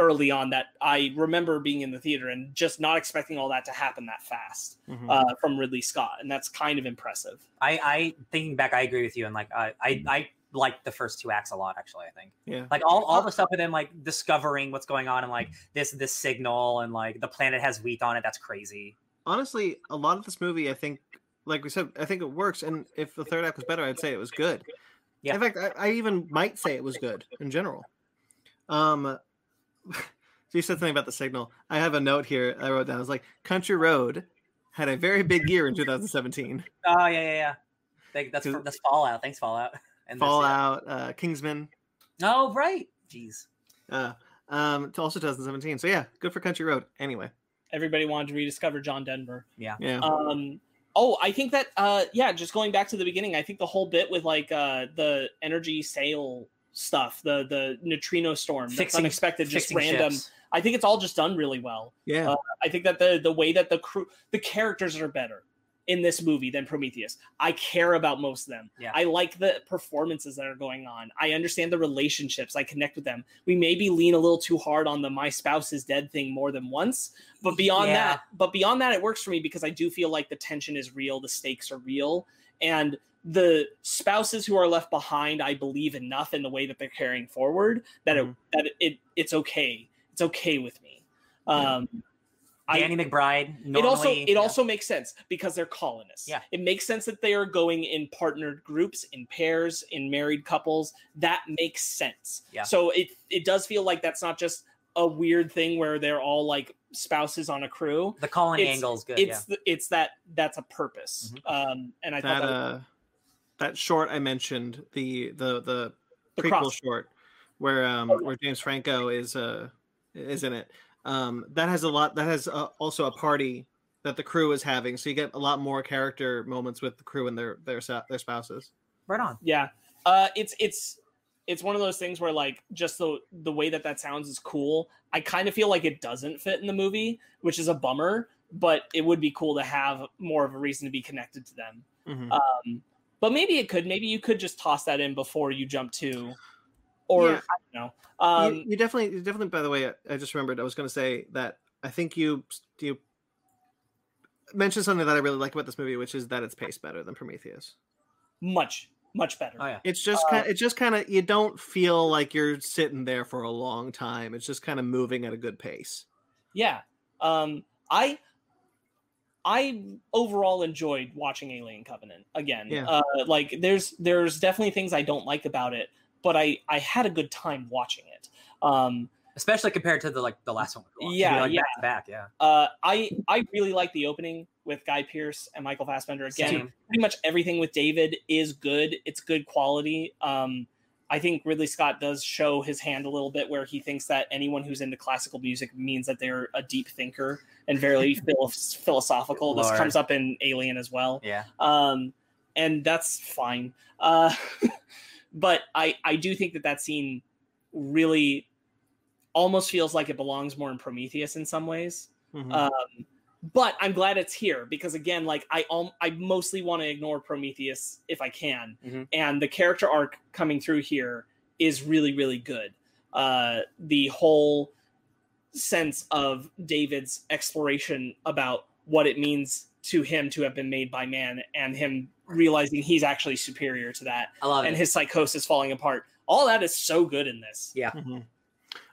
E: early on that I remember being in the theater and just not expecting all that to happen that fast
A: Mhm.
E: uh, from Ridley Scott. And that's kind of impressive.
B: I, I thinking back, I agree with you, and like I, I, I like the first two acts a lot. Actually, I think
A: Yeah.
B: like all, all the stuff with them like discovering what's going on and like this this signal and like the planet has wheat on it. That's crazy.
A: Honestly, a lot of this movie, I think, like we said, I think it works. And if the third act was better, I'd say it was good.
B: Yeah.
A: In fact, I, I even might say it was good in general. Um, [LAUGHS] So you said something about the signal. I have a note here. I wrote down. I was like, Country Road had a very big year in
B: [LAUGHS]
A: 2017.
B: Oh yeah, yeah, yeah. Thank, that's
A: Who-
B: that's Fallout. Thanks, Fallout. [LAUGHS] And this, yeah.
A: Fallout, uh, Kingsman,
B: Oh right. Jeez.
A: uh, um, to also 2017. So yeah, good for Country Road. Anyway,
E: Everybody wanted to rediscover John Denver.
A: yeah,
E: Um, oh, I think that uh, yeah, just going back to the beginning, I think the whole bit with like uh, the energy sale stuff, the the neutrino storm, that's
B: Fixing-
E: unexpected, just
B: Fixing
E: random.
B: ships.
E: I think it's all just done really well.
A: yeah.
E: uh, I think that the the way that the crew the characters are better in this movie than Prometheus. I care about most of them.
B: Yeah.
E: I like the performances that are going on. I understand the relationships. I connect with them. We maybe lean a little too hard on the my spouse is dead thing more than once, but beyond
B: Yeah.
E: that, but beyond that it works for me because I do feel like the tension is real, the stakes are real, and the spouses who are left behind I believe enough in the way that they're carrying forward that it
A: Mhm.
E: that it it's okay. It's okay with me.
A: Yeah.
E: Um I-
B: Danny McBride. Normally,
E: it also it
B: yeah.
E: also makes sense because they're colonists.
B: Yeah.
E: It makes sense that they are going in partnered groups, in pairs, in married couples. That makes sense.
B: Yeah.
E: So it it does feel like that's not just a weird thing where they're all like spouses on a crew.
B: the colony
E: it's-
B: angle is good.
E: It's th- it's that that's a purpose.
B: Mhm.
E: Um and I
A: that
E: thought that was
A: uh, that short I mentioned, the the the
E: the
A: prequel
E: cross.
A: short where um where James Franco is uh is in it. Um that has a lot that has uh, also a party that the crew is having. So you get a lot more character moments with the crew and their their sa- their spouses.
B: yeah. right on.
E: Yeah. Uh it's it's it's one of those things where like just the the way that that sounds is cool. I kind of feel like it doesn't fit in the movie, which is a bummer, but it would be cool to have more of a reason to be connected to them.
A: Mhm.
E: Um but maybe it could maybe you could just toss that in before you jump to or
A: Yeah.
E: I don't know.
A: You-
E: Um
A: you, definitely you definitely by the way I, I just remembered I was going to say that I think you you mentioned something that I really like about this movie which is that it's paced better than Prometheus.
E: much much better.
B: Oh yeah.
A: It's just kind it's just kind of you don't feel like you're sitting there for a long time. It's just kind of moving at a good pace.
E: yeah um i i overall enjoyed watching alien covenant again
A: Yeah.
E: uh like there's there's definitely things i don't like about it but i i had a good time watching it um
B: Especially compared to the like the last one. we watched.
E: Yeah,
B: They're, like,
E: yeah.
B: Back to back. Yeah.
E: uh i i really like the opening with guy Pearce and michael fassbender again
B: Same.
E: pretty much everything with david is good it's good quality um I think Ridley Scott does show his hand a little bit where he thinks that anyone who's into classical music means that they're a deep thinker and very phil- philosophical. This
B: Lord.
E: comes up in Alien as well.
B: Yeah.
E: Um, and that's fine. Uh, [LAUGHS] but I, I do think that that scene really almost feels like it belongs more in Prometheus in some ways
A: Mhm.
E: um, but I'm glad it's here because again, like I um, I mostly want to ignore Prometheus if I can,
B: Mhm.
E: and the character arc coming through here is really really good. Uh, the whole sense of David's exploration about what it means to him to have been made by man, and him realizing he's actually superior to that,
B: I love
E: and
B: it.
E: his psychosis falling apart. All that is so good in this.
B: Yeah.
A: Mhm.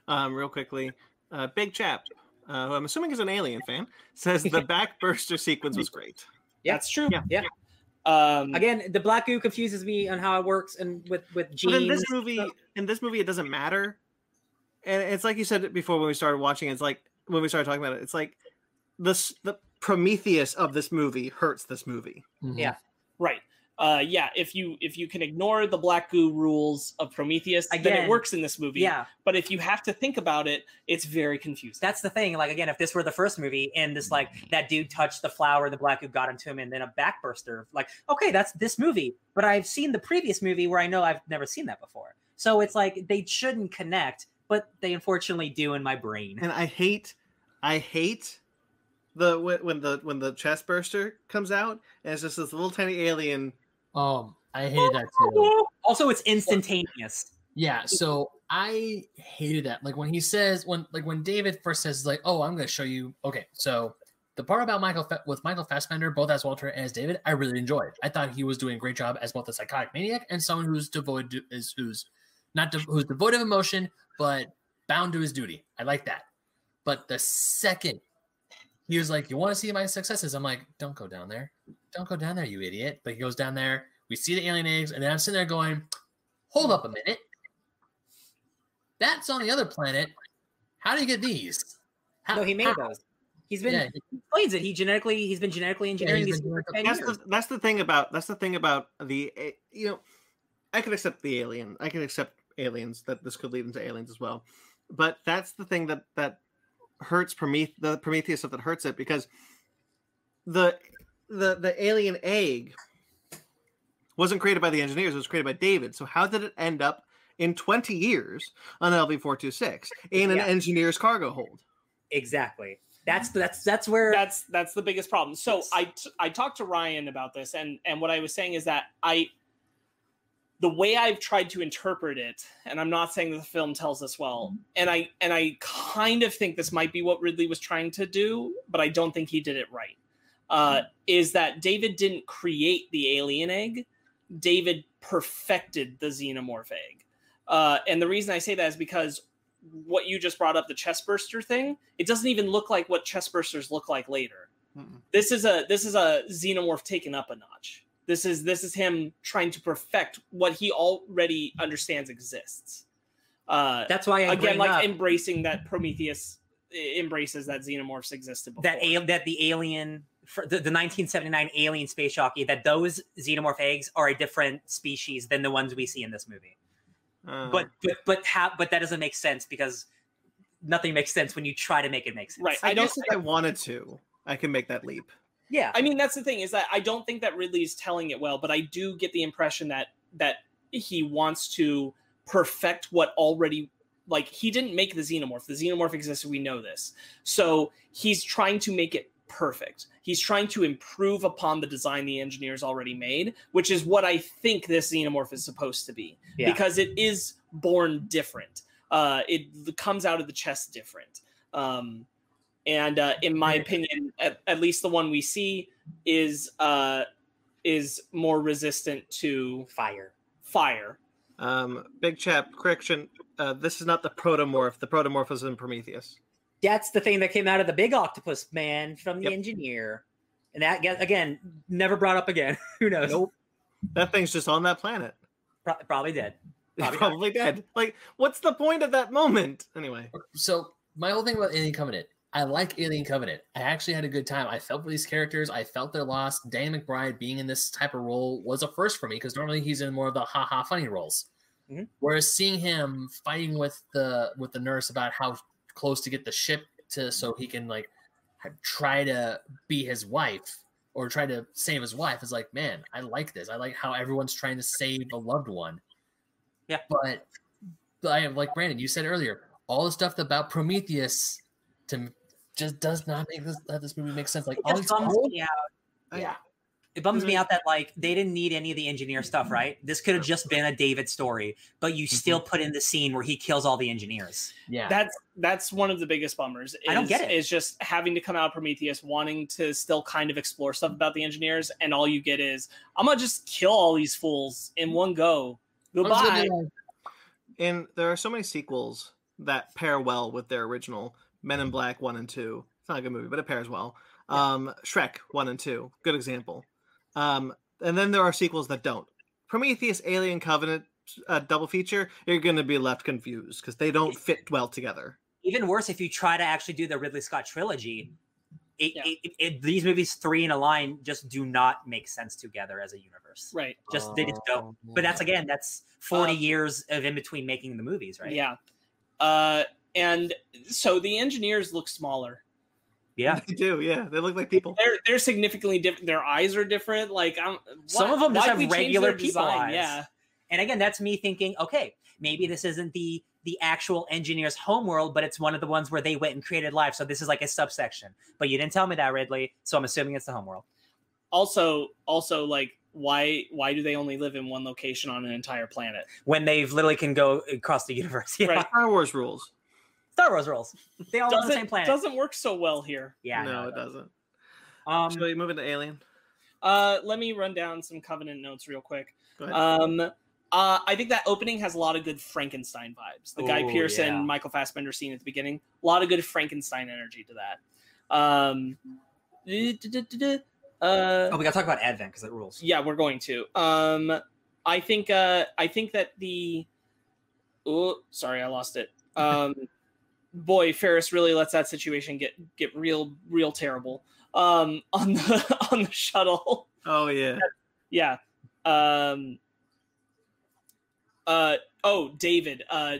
A: Um, real quickly, uh, Big Chap, uh, who I'm assuming is an alien fan, says the backburster sequence was great.
B: Yeah.
E: That's true.
A: Yeah.
B: Yeah.
E: Um,
B: Again, the black goo confuses me on how it works and with with
A: But in
B: genes.
A: this movie, in this movie, it doesn't matter. And it's like you said before when we started watching. It's like when we started talking about it. It's like this the Prometheus of this movie hurts this movie.
C: mm-hmm.
B: Yeah.
E: Right. Uh, yeah. If you if you can ignore the black goo rules of Prometheus, then it
B: Again,
E: works in this movie.
B: Yeah,
E: But if you have to think about it, it's very confusing.
B: that's the thing. Like again, if this were the first movie and this like that dude touched the flower, the black goo got into him, and then a backburster. Like, okay, that's this movie. But I've seen the previous movie where I know I've never seen that before. So it's like they shouldn't connect, but they unfortunately do in my brain. [LAUGHS]
A: And I hate, I hate the when when the when the chest burster comes out and it's just this little tiny alien.
C: Um, I hated that
B: [LAUGHS]
C: too.
B: Also, it's instantaneous.
C: Yeah, so I hated that. Like when he says when like when David first says like, "Oh, I'm going to show you." Okay, so the part about Michael Fa- with Michael Fassbender, both as Walter and as David, I really enjoyed. I thought he was doing a great job as both a psychotic maniac and someone who's devoid to, is who's not de- who's devoid of emotion but bound to his duty. I like that. But the second he was like, "You want to see my successes?" I'm like, "Don't go down there. Don't go down there, you idiot." But he goes down there. We see the alien eggs, and then I'm sitting there going, "Hold up a minute." That's on the other planet. How do you get these? How,
B: No, he made those. He's been
C: Yeah,
B: he explains it. He genetically he's been genetically engineering these
C: he's been
B: things for
C: genetically-
B: 10
A: that's
B: years.
A: the that's the thing about that's the thing about the a- you know I could accept the alien I could accept aliens that this could lead into aliens as well, but that's the thing that that hurts Promethe the Prometheus stuff that hurts it because the the the alien egg wasn't created by the engineers it was created by David so how did it end up in 20 years on LV 426 in an
B: Yeah.
A: engineer's cargo hold
B: Exactly. That's that's that's where
E: that's that's the biggest problem so I t- I talked to ryan about this and and what i was saying is that i the way i've tried to interpret it and i'm not saying that the film tells us well and i and i kind of think this might be what ridley was trying to do but i don't think he did it right uh, is that david didn't create the alien egg david perfected the xenomorph egg uh, and the reason i say that is because what you just brought up the chestburster thing it doesn't even look like what chestbursters look like later
A: Mm-mm.
E: this is a this is a xenomorph taken up a notch this is this is him trying to perfect what he already understands exists uh
B: that's why I
E: again
B: bring
E: like
B: up
E: embracing that prometheus e- embraces that xenomorphs existed before
B: that al- that the alien for the, the 1979 alien space jockey that those xenomorph eggs are a different species than the ones we see in this movie.
E: Uh-huh.
A: Uh,
B: But but but how but that doesn't make sense because nothing makes sense when you try to make it make sense.
E: Right.
A: I,
E: I don't
A: guess if I wanted to I can make that leap
B: Yeah.
E: I mean, that's the thing is that I don't think that Ridley is telling it well, but I do get the impression that that he wants to perfect what already like he didn't make the xenomorph. The xenomorph existed. We know this, so he's trying to make it perfect. He's trying to improve upon the design the engineers already made, which is what I think this xenomorph is supposed to be
B: Yeah.
E: because it is born different. Uh, it l- comes out of the chest different. Um, and uh, in
B: Hmm.
E: my opinion, at, at least the one we see is uh, is more resistant to
B: Fire.
E: fire.
A: Um, big chap, correction. Uh, this is not the protomorph. The protomorph was in Prometheus.
B: That's the thing that came out of the big octopus man from the
A: Yep.
B: engineer. And that ge- again, never brought up again. [LAUGHS] Who knows?
A: Nope. That thing's just on that planet. [LAUGHS]
B: Pro- probably did.
A: Probably,
B: Probably-
A: probably dead. Like, what's the point of that moment? Anyway,
C: So my whole thing about Alien Covenant, I like Alien Covenant. I actually had a good time. I felt for these characters. I felt their loss. Dan McBride being in this type of role was a first for me because normally he's in more of the ha ha funny roles.
B: Mhm.
C: Whereas seeing him fighting with the with the nurse about how close to get the ship to so he can like ha- try to be his wife or try to save his wife is like, man, I like this. I like how everyone's trying to save a loved one.
B: Yeah.
C: But but I am like Brandon, you said earlier, all the stuff about Prometheus to m- just does not make this let this movie make sense. Like
B: It
C: all
B: just
C: these
B: bums
C: old-
B: me out.
C: yeah,
B: It bums me
E: Mm-hmm.
A: Mhm.
B: out that like they didn't need any of the engineer stuff, right? This could have just been a David story, but you still
E: Mm-hmm.
B: put in the scene where he kills all the engineers.
C: yeah.
E: That's that's one of the biggest bummers. Is,
B: I don't get it.
E: Is just having to come out of Prometheus, wanting to still kind of explore stuff about the engineers, and all you get is I'm gonna just kill all these fools in one go.
C: I'm just gonna
E: Goodbye.
C: be like,
A: and there are so many sequels that pair well with their original Men in Black One and Two. It's not a good movie, but it pairs well. Um, Shrek One and Two, good example. Um, and then there are sequels that don't. Prometheus, Alien Covenant, uh, double feature. You're gonna be left confused because they don't fit well together.
B: Even worse, if you try to actually do the Ridley Scott trilogy, it,
E: Yeah.
B: it, it, it- these movies three in a line just do not make sense together as a universe.
E: Right.
B: Just they just don't. But that's
C: "Oh,
B: again, that's forty
E: Um,
B: years of in between making the movies, right?
E: Yeah. Uh, and so the engineers look smaller.
B: yeah.
A: They do. Yeah, they look like people.
E: They're they're significantly different. Their eyes are different. Like I'm,
B: Some of them just
E: why'd
B: have
E: we change
B: regular
E: their
B: people
E: design?
B: eyes.
E: Yeah.
B: And again, that's me thinking, okay, maybe this isn't the the actual engineer's homeworld, but it's one of the ones where they went and created life. So this is like a subsection. But you didn't tell me that, Ridley. So I'm assuming it's the homeworld.
E: Also, also like why why do they only live in one location on an entire planet?
B: When they've literally can go across the universe. [LAUGHS] Yeah.
E: Right.
A: Star Wars rules.
B: Star Wars rules. They all live on the same
E: Doesn't
B: planet.
E: doesn't work so well here.
B: yeah.
A: no,
B: No.
A: it doesn't.
B: Um,
A: so you move into Alien.
E: Uh, let me run down some covenant notes real quick.
A: Go ahead.
E: Um, uh, I think that opening has a lot of good Frankenstein vibes. The Guy
B: Ooh,
E: Pearce
B: yeah.
E: and Michael Fassbender scene at the beginning, a lot of good Frankenstein energy to that. Um, uh,
B: oh, we gotta talk about Advent because it rules.
E: yeah, we're going to. Um, I think. Uh, I think that the. Oh, sorry, I lost it. Um, boy, Ferris really lets that situation get get real real terrible um, [LAUGHS] on the on the shuttle.
A: Oh yeah.
E: Yeah. Um, uh, oh, David. Uh,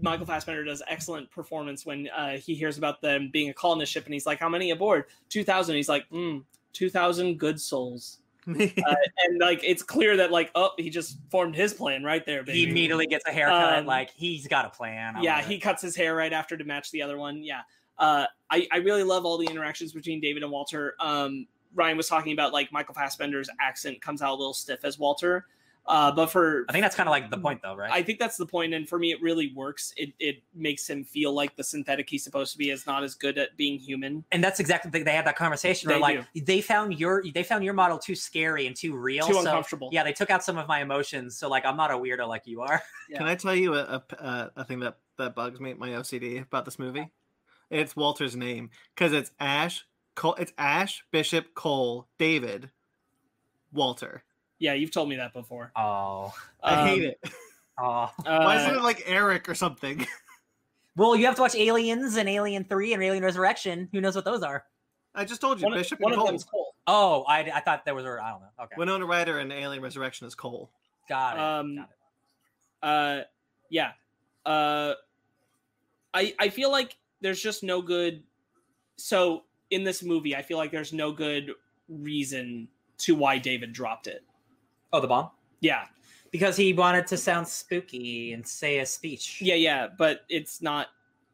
E: Michael Fassbender does excellent performance when uh, he hears about them being a colonist ship, and he's like, "How many aboard? 2,000. He's like, mm, 2,000 good souls."
A: [LAUGHS]
E: Uh, and like, it's clear that like, oh, he just formed his plan right there. Baby.
B: He immediately gets a haircut.
E: Um,
B: like he's got a plan. I
E: yeah,
B: love it.
E: he cuts his hair right after to match the other one. Yeah. Uh, I, I really love all the interactions between David and Walter. Um, Ryan was talking about like Michael Fassbender's accent comes out a little stiff as Walter. Uh, but for
B: I think that's kind of like the point, though, right?
E: I think that's the point, and for me, it really works. It it makes him feel like the synthetic he's supposed to be is not as good at being human.
B: and that's exactly they, they had that conversation. They're
E: They
B: like, they found your they found your model too scary and too real,
E: Too
B: so
E: uncomfortable.
B: yeah, they took out some of my emotions. So like, I'm not a weirdo like you [LAUGHS] are.
A: Can I tell you a, a p- uh, a thing that that bugs me, my OCD about this movie? It's Walter's name because it's Ash. Cole, it's Ash Bishop Cole David Walter.
E: Yeah, you've told me that before.
B: Oh,
A: I hate
E: Um,
A: it.
B: oh.
E: uh,
A: Why isn't it like Eric or something? [LAUGHS]
B: Well, you have to watch Aliens and Alien Three and Alien Resurrection. Who knows what those are?
A: I just told you
E: one, of-
A: Bishop
E: one
A: and
E: of
A: Cole.
E: them's Cole.
B: Oh, I, I thought there was. a- I don't know. Okay,
A: Winona Ryder and Alien Resurrection is Cole.
B: got it.
E: um,
B: got it.
E: uh yeah uh i i feel like there's just no good so in this movie i feel like there's no good reason to why david dropped it
B: Oh, the bomb.
E: yeah
B: Because he wanted to sound spooky and say a speech.
E: yeah yeah but it's not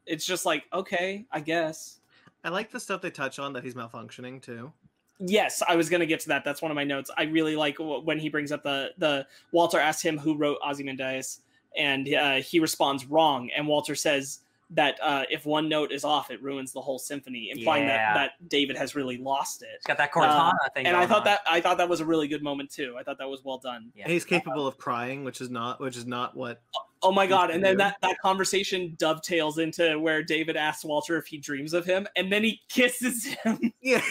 E: it's just like okay i guess
A: I like the stuff they touch on that he's malfunctioning too.
E: Yes, I was going to get to that. That's one of my notes. I really like wh- when he brings up the the Walter asks him who wrote Ozymandias, and uh, he responds wrong, and Walter says that uh, if one note is off, it ruins the whole symphony, implying
B: Yeah.
E: that that David has really lost it.
B: It's got that Cortana thing.
E: And I
B: going
E: thought
B: on.
E: that I thought that was a really good moment too. I thought that was well done.
B: Yeah.
A: He's capable of crying, which is not which is not what [LAUGHS]
E: Oh my
A: Yes,
E: god! And
A: I
E: then
A: do.
E: that that conversation dovetails into where David asks Walter if he dreams of him, and then he kisses him.
A: Yeah.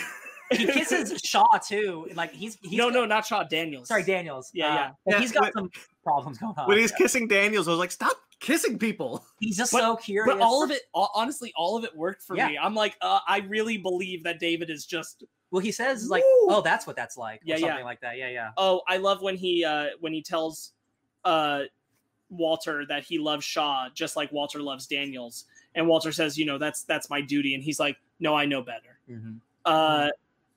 B: he [LAUGHS] kisses Shaw too. Like he's he's
E: [LAUGHS] no, no, not Shaw Daniels.
B: Sorry, Daniels. Uh,
E: Yeah, yeah.
B: but
A: Yeah,
B: he's got
A: when-
B: some problems going on.
A: when he's kissing Daniels, I was like, Stop kissing people. [LAUGHS]
B: he's just
E: But-
B: so curious.
E: But all of it, ho- honestly, all of it worked for
B: Yeah.
E: me. I'm like, uh, I really believe that David is just.
B: Well, he says like,
E: Woo!
B: "Oh, that's what that's like,"
E: Yeah,
B: or
E: yeah.
B: something like that. Yeah, yeah.
E: Oh, I love when he uh, when he tells uh, Walter that he loves Shaw just like Walter loves Daniels, and Walter says, you know, that's that's my duty, and he's like, no, I know better.
B: Mm-hmm.
E: Uh,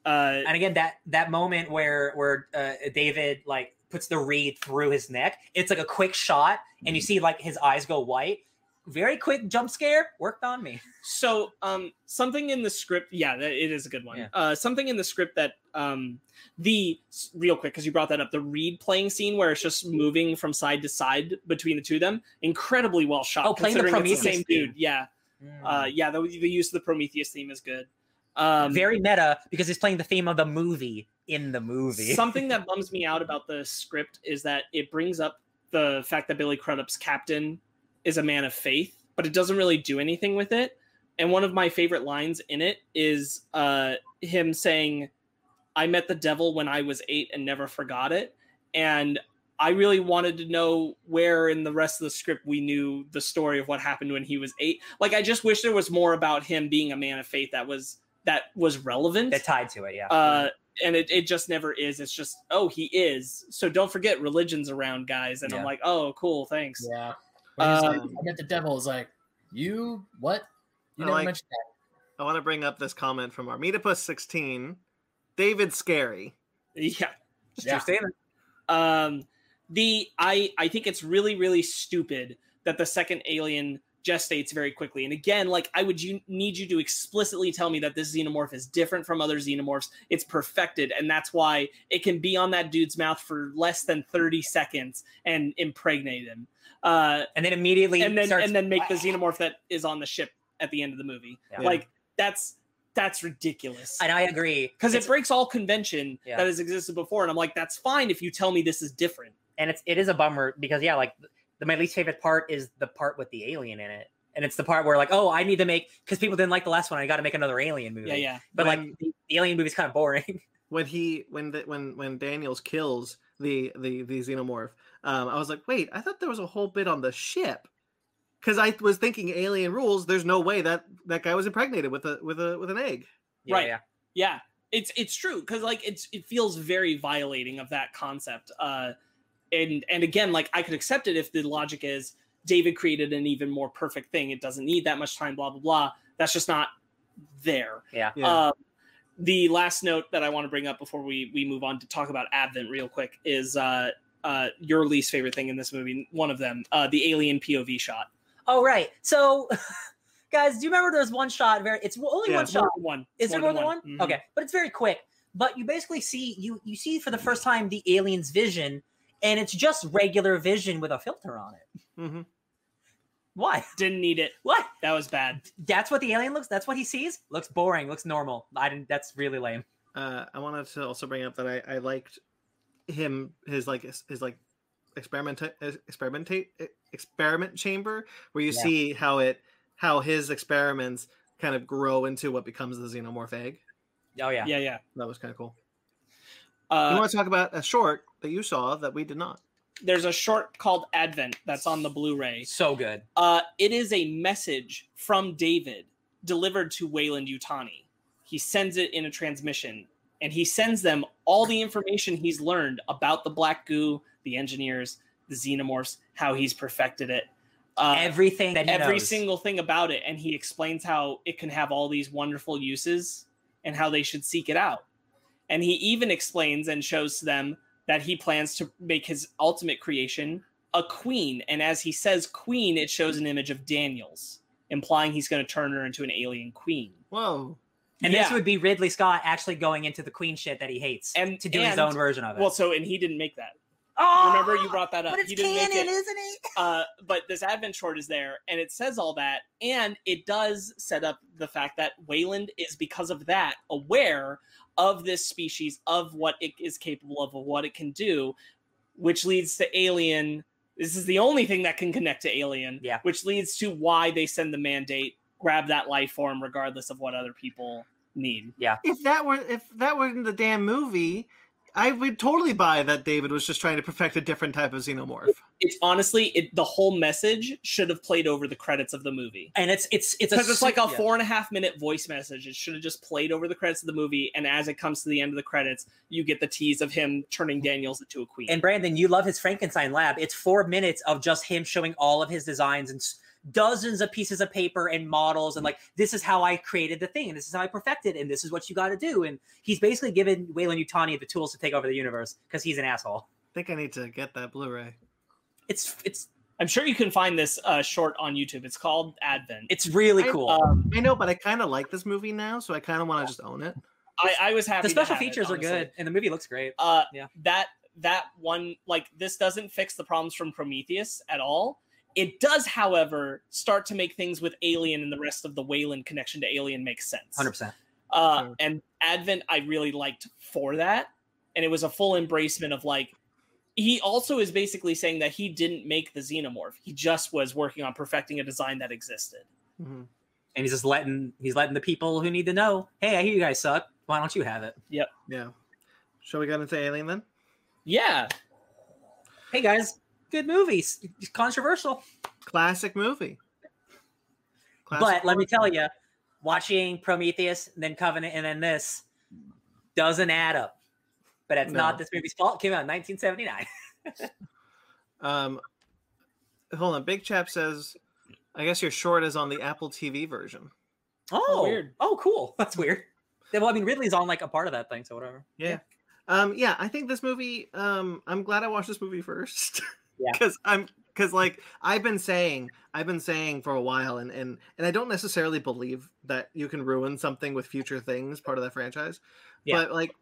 E: uh,
B: And again, that that moment where where uh, David like puts the reed through his neck, it's like a quick shot, and you see like his eyes go white. Very quick jump scare worked on me.
E: so um, something in the script, yeah, that, it is a good one.
B: Yeah.
E: Uh, something in the script that um, the s- real quick because you brought that up, the Reed playing scene where it's just moving from side to side between the two of them, incredibly well shot.
B: Oh, playing the
E: considering it's
B: Prometheus
E: same
B: theme.
E: dude, yeah. Uh, yeah, the, the use of the Prometheus theme is good. Um,
B: very meta because he's playing the theme of the movie in the movie. [LAUGHS]
E: something that bums me out about the script is that it brings up the fact that Billy Crudup's captain is a man of faith, but it doesn't really do anything with it. And one of my favorite lines in it is uh, him saying, "I met the devil when I was eight and never forgot it." And I really wanted to know where in the rest of the script we knew the story of what happened when he was eight. Like, I just wish there was more about him being a man of faith that was that was relevant
B: that tied to it. Yeah.
E: uh and it, it just never is it's just oh he is so don't forget religion's around guys and i'm
C: Yeah.
E: like oh cool thanks
C: Yeah. When he's like,
E: Um,
C: I met the devil. Is like, you what? You
A: I
C: never
A: like-
C: mentioned
A: I
C: that.
A: want to bring up this comment from Armitapus16. David Scary.
E: [LAUGHS] yeah
B: Just
C: yeah.
B: your statement.
E: um the i i think it's really really stupid that the second alien gestates very quickly and again like i would you need you to explicitly tell me that this xenomorph is different from other xenomorphs it's perfected and that's why it can be on that dude's mouth for less than 30 seconds and impregnate him uh
B: and then immediately
E: and then
B: starts-
E: and then make the xenomorph that is on the ship at the end of the movie.
B: Yeah.
E: Like that's that's ridiculous.
B: And I agree
E: Because it
B: it's,
E: breaks all convention
B: Yeah.
E: that has existed before, and I'm like, that's fine if you tell me this is different.
B: and it's it is a bummer because yeah, like the, my least favorite part is the part with the alien in it, and it's the part where like oh I need to make because people didn't like the last one I got to make another alien movie.
E: Yeah, yeah.
B: But
A: When-
B: like the, the alien movie's kind of boring. [LAUGHS]
A: when he when the, when when Daniels kills the the the xenomorph, um, I was like, wait, I thought there was a whole bit on the ship. because I was thinking Alien Rules. There's no way that that guy was impregnated with a with a with an egg.
B: Yeah,
E: Right.
B: Yeah.
E: yeah it's it's true because like it's it feels very violating of that concept uh and and again like i could accept it if the logic is david created an even more perfect thing it doesn't need that much time blah blah blah that's just not there
B: Yeah.
A: Yeah.
E: um the last note that i want to bring up before we we move on to talk about advent real quick is uh uh your least favorite thing in this movie one of them uh the alien pov shot
B: Oh, right. So, [LAUGHS] guys, do you remember there's one shot? Very, it's only
A: Yeah,
B: one
E: It's
B: shot.
E: more than one
B: Is
E: It's
B: there more than one? Mm-hmm.
E: Mhm.
B: Okay, but it's very quick. But you basically see you you see for the first time the alien's vision, and it's just regular vision with a filter on it.
A: Mm-hmm.
B: Why? [LAUGHS]
E: didn't need it
B: What?
E: that was bad
B: That's what the alien looks. That's what he sees. Looks boring. Looks normal. I didn't. That's really lame.
A: Uh, I wanted to also bring up that I, I liked him his like his, his like experiment experimentate e, experiment chamber where you
B: Yeah.
A: see how it how his experiments kind of grow into what becomes the xenomorph egg.
B: Oh yeah.
E: yeah yeah
A: That was kind of cool.
E: uh
A: you want to talk about a short that you saw that we did not?
E: there's a short called Advent that's on the Blu-ray.
B: So good.
E: Uh, it is a message from David delivered to Wayland Utani. He sends it in a transmission, and he sends them all the information he's learned about the black goo, the engineers, the xenomorphs, how he's perfected it. Uh,
B: Everything that he
E: every
B: knows.
E: single thing about it and he explains how it can have all these wonderful uses and how they should seek it out and he even explains and shows to them that he plans to make his ultimate creation a queen and as he says queen it shows an image of daniel's implying he's going to turn her into an alien queen
A: Whoa.
B: And this
E: Yeah.
B: would be Ridley Scott actually going into the queen shit that he hates
E: And-
B: to do his
E: and-
B: own version of it.
E: well so and he didn't make that
B: oh,
E: remember
B: [GASPS]
E: you brought that up he didn't make it.
B: isn't it?
E: uh, but this advent short is there and it says all that and it does set up the fact that wayland is because of that aware of this species of what it is capable of of what it can do which leads to alien this is the only thing that can connect to alien
B: Yeah.
E: which leads to why they send the mandate grab that life form regardless of what other people need
A: If that were if that were in the damn movie, I would totally buy that David was just trying to perfect a different type of xenomorph.
E: it's honestly it, the whole message should have played over the credits of the movie
B: And it's it's it's a
E: because it's
B: su-
E: like a
B: yeah.
E: four and a half minute voice message. It should have just played over the credits of the movie, and as it comes to the end of the credits, you get the tease of him turning Daniels into a queen.
B: And Brandon, you love his Frankenstein lab. It's four minutes of just him showing all of his designs and s- dozens of pieces of paper and models and like this is how I created the thing and this is how I perfected it and this is what you got to do. And he's basically given Waylon Utani the tools to take over the universe because he's an asshole.
A: I think I need to get that Blu-ray.
B: It's it's
E: I'm sure you can find this uh, short on YouTube. It's called Advent.
B: it's really
A: I-
B: cool.
E: um,
A: I know, but I kind of like this movie now, so I kind of want to just own it.
E: I, I was happy.
B: the
E: to
B: special
E: have it,
B: features are
E: honestly.
B: good and the movie looks great.
E: Uh,
B: Yeah.
E: That that one like this doesn't fix the problems from Prometheus at all. It does, however, start to make things with Alien and the rest of the Wayland connection to Alien make sense.
B: Hundred percent.
E: uh,
A: Sure.
E: and Advent I really liked for that, and it was a full embracement of like. He also is basically saying that he didn't make the xenomorph; he just was working on perfecting a design that existed.
A: Mhm.
B: And he's just letting he's letting the people who need to know. Hey, I hear you guys suck. Why don't you have it?
A: Yeah. Shall we get into Alien then?
E: Yeah,
B: Hey guys, good movies. Controversial.
A: Classic movie.
B: but let me tell you, watching Prometheus, and then Covenant, and then this doesn't add up. But that's
A: No.
B: not this movie's fault. It came out in [LAUGHS] 1979.
A: Um, hold on. Big Chap says, "I guess your short is on the Apple TV version."
B: Oh,
E: weird.
B: Oh, cool. [LAUGHS] That's weird. Yeah, Well, I mean, Ridley's on like a part of that thing, so whatever.
A: Yeah. Um, yeah, I think this movie. Um, I'm glad I watched this movie first. [LAUGHS]
B: Yeah.
A: Because I'm because like I've been saying, I've been saying for a while, and and and I don't necessarily believe that you can ruin something with future things, part of that franchise.
B: Yeah.
A: But like.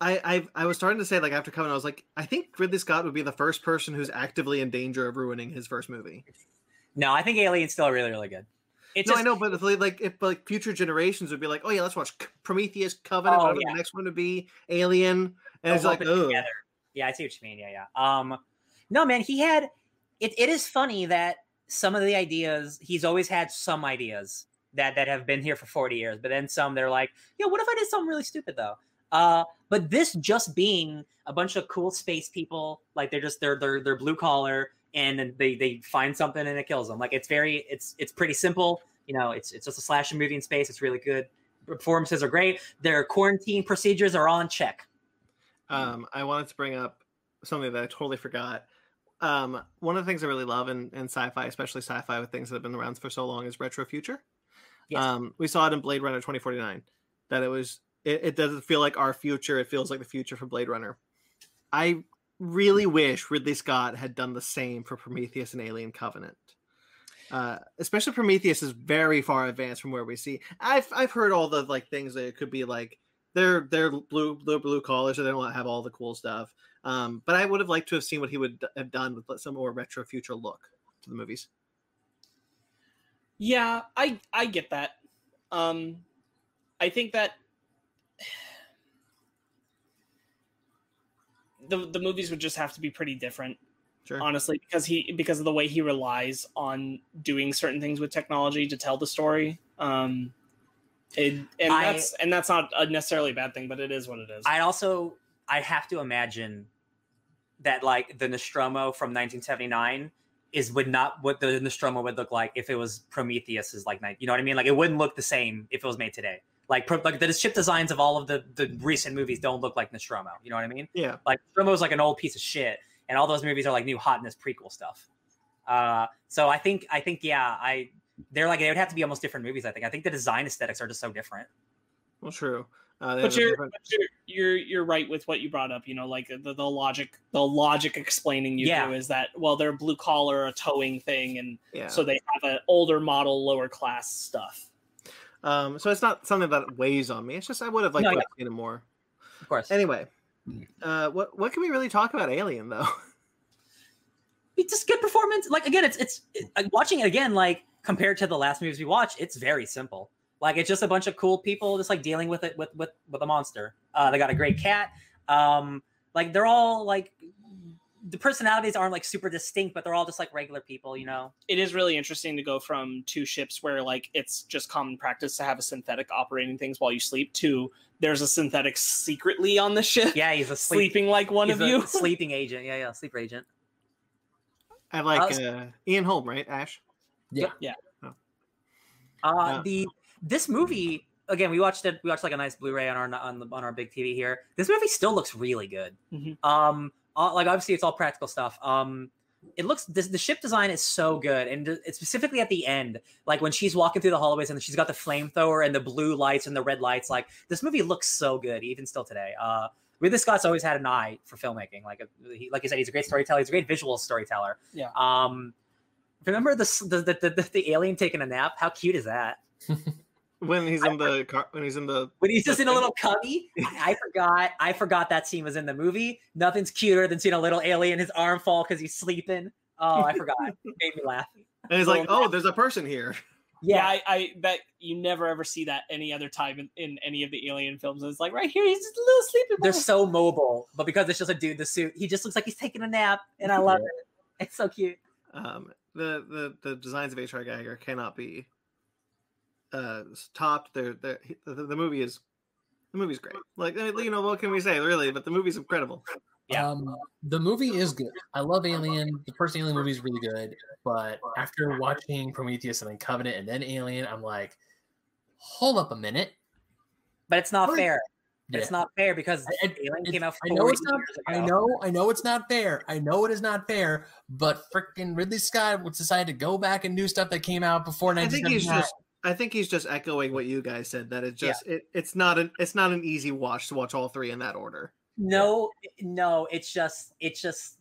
A: I, I I was starting to say like after coming I was like I think Ridley Scott would be the first person who's actively in danger of ruining his first movie.
B: No, I think Alien's still really, really good. It's
A: no,
B: just,
A: I know, but if, like, like if like future generations would be like, oh yeah, let's watch C- Prometheus, Covenant,
B: Oh,
A: whatever
B: yeah.
A: the next one would be, Alien, and it's
B: lump
A: like,
B: it
A: oh,
B: together. Yeah, I see what you mean. Yeah, yeah. Um, no, man, he had. It, it is funny that some of the ideas he's always had some ideas that that have been here for forty years, but then some they're like, yo, what if I did something really stupid though? Uh, but this just being a bunch of cool space people, like they're just they're they're they're blue collar and then they they find something and it kills them. Like it's very it's it's pretty simple. You know, it's it's just a slasher movie in space. It's really good. Performances are great. Their quarantine procedures are all in check.
A: Um, I wanted to bring up something that I totally forgot. Um, one of the things I really love in, in sci-fi, especially sci-fi with things that have been around for so long, is retro future.
B: Yes.
A: Um, we saw it in Blade Runner 2049 that it was it, it doesn't feel like our future. It feels like the future for Blade Runner. I really wish Ridley Scott had done the same for Prometheus and Alien Covenant. Uh, especially Prometheus is very far advanced from where we see. I've I've heard all the like things that it could be like they're they're blue blue blue collars, so they don't have all the cool stuff. Um, but I would have liked to have seen what he would d- have done with some more retro future look to the movies.
E: Yeah, I I get that. Um I think that [SIGHS] the the movies would just have to be pretty different,
A: Sure.
E: honestly, because he because of the way he relies on doing certain things with technology to tell the story. Um it, and
B: I-
E: that's and that's not a necessarily bad thing, but it is what it is.
B: I also I have to imagine that like the Nostromo from 1979 is would not what the Nostromo would look like if it was Prometheus is like nine- you know what I mean like it wouldn't look the same if it was made today. Like pro- like the ship designs of all of the the recent movies don't look like Nostromo. You know what I mean?
A: Yeah.
B: Like Nostromo's like an old piece of shit, and all those movies are like new hotness prequel stuff. Uh, so I think I think yeah I they're like they would have to be almost different movies. I think I think the design aesthetics are just so different.
A: Well, true. Uh, they
E: but
A: have a
E: you're,
A: different-
E: but you're you're you're right with what you brought up. You know, like the, the logic the logic explaining you
B: Yeah.
E: do is that well they're blue collar a towing thing, and
A: yeah.
E: so they have an older model lower class stuff.
A: Um, so it's not something that weighs on me. It's just I would have liked
B: No,
A: to have seen it more.
B: Of course.
A: Anyway, uh, what what can we really talk about Alien though? [LAUGHS]
B: it's just good performance. Like again, it's it's it, like, watching it again. Like compared to the last movies we watched, it's very simple. Like it's just a bunch of cool people just like dealing with it with with with a monster. Uh, they got a great cat. Um, like they're all like the personalities aren't like super distinct, but they're all just like regular people, you know.
E: It is really interesting to go from two ships where like it's just common practice to have a synthetic operating things while you sleep to there's a synthetic secretly on the ship
B: Yeah, he's a sleep,
E: sleeping like one
B: he's
E: of
B: a
E: you.
B: sleeping agent. [LAUGHS] Yeah, yeah, sleeper agent.
A: I like
B: Us.
A: uh, Ian Holm, right? Ash.
E: Yeah,
B: Uh,
A: Yeah.
B: the this movie again, we watched it. We watched like a nice Blu-ray on our on, the, on our big TV here. This movie still looks really good.
E: Mhm.
B: Um, all- like obviously it's all practical stuff. Um, it looks this, the ship design is so good, and th- it's specifically at the end, like when she's walking through the hallways and she's got the flamethrower and the blue lights and the red lights. Like this movie looks so good, even still today. Uh, Ridley Scott's always had an eye for filmmaking. Like uh, he, like you said, he's a great storyteller. He's a great visual storyteller.
E: Yeah.
B: Um, remember the s- the the, the, the alien taking a nap? How cute is that?
A: When he's in the car, when he's in the
B: When he's just in a little cubby. I, I forgot. I forgot that scene was in the movie. Nothing's cuter than seeing a little alien his arm fall because he's sleeping. Oh, I forgot. Made me laugh.
A: and he's like,
E: Little-
A: oh, there's a person here.
E: yeah.
B: Yeah,
E: I, I bet you never ever see that any other time in, in any of the Alien films. It's like right here, he's just a little sleeping.
B: they're
E: boy.
B: so mobile, but because it's just a dude in the suit, he just looks like he's taking a nap, and I love it. It's so cute.
A: Um, the the the designs of H.R. Geiger cannot be uh topped. They're, they're, he- the the movie is the movie's great. Like I mean, you know what can we say really? But the movie's incredible.
B: Yeah.
C: Um, the movie is good. I love Alien. The first Alien movie is really good, but after watching Prometheus and then Covenant and then Alien, I'm like, hold up a minute.
B: But it's not
C: Right.
B: fair.
C: Yeah.
B: It's not fair because
C: I- I-
B: Alien
C: it's-
B: came out.
C: I know it's
B: 40
C: not.
B: years
C: I
B: ago.
C: know. I know it's not fair. I know it is not fair. But frickin' Ridley Scott would decide to go back and do stuff that came out before
A: I think he's
C: 1979.
A: just. I think he's just echoing what you guys said. That it's
B: Yeah.
A: just it, it's not an it's not an easy watch to watch all three in that order.
B: No, no, it's just, it's just,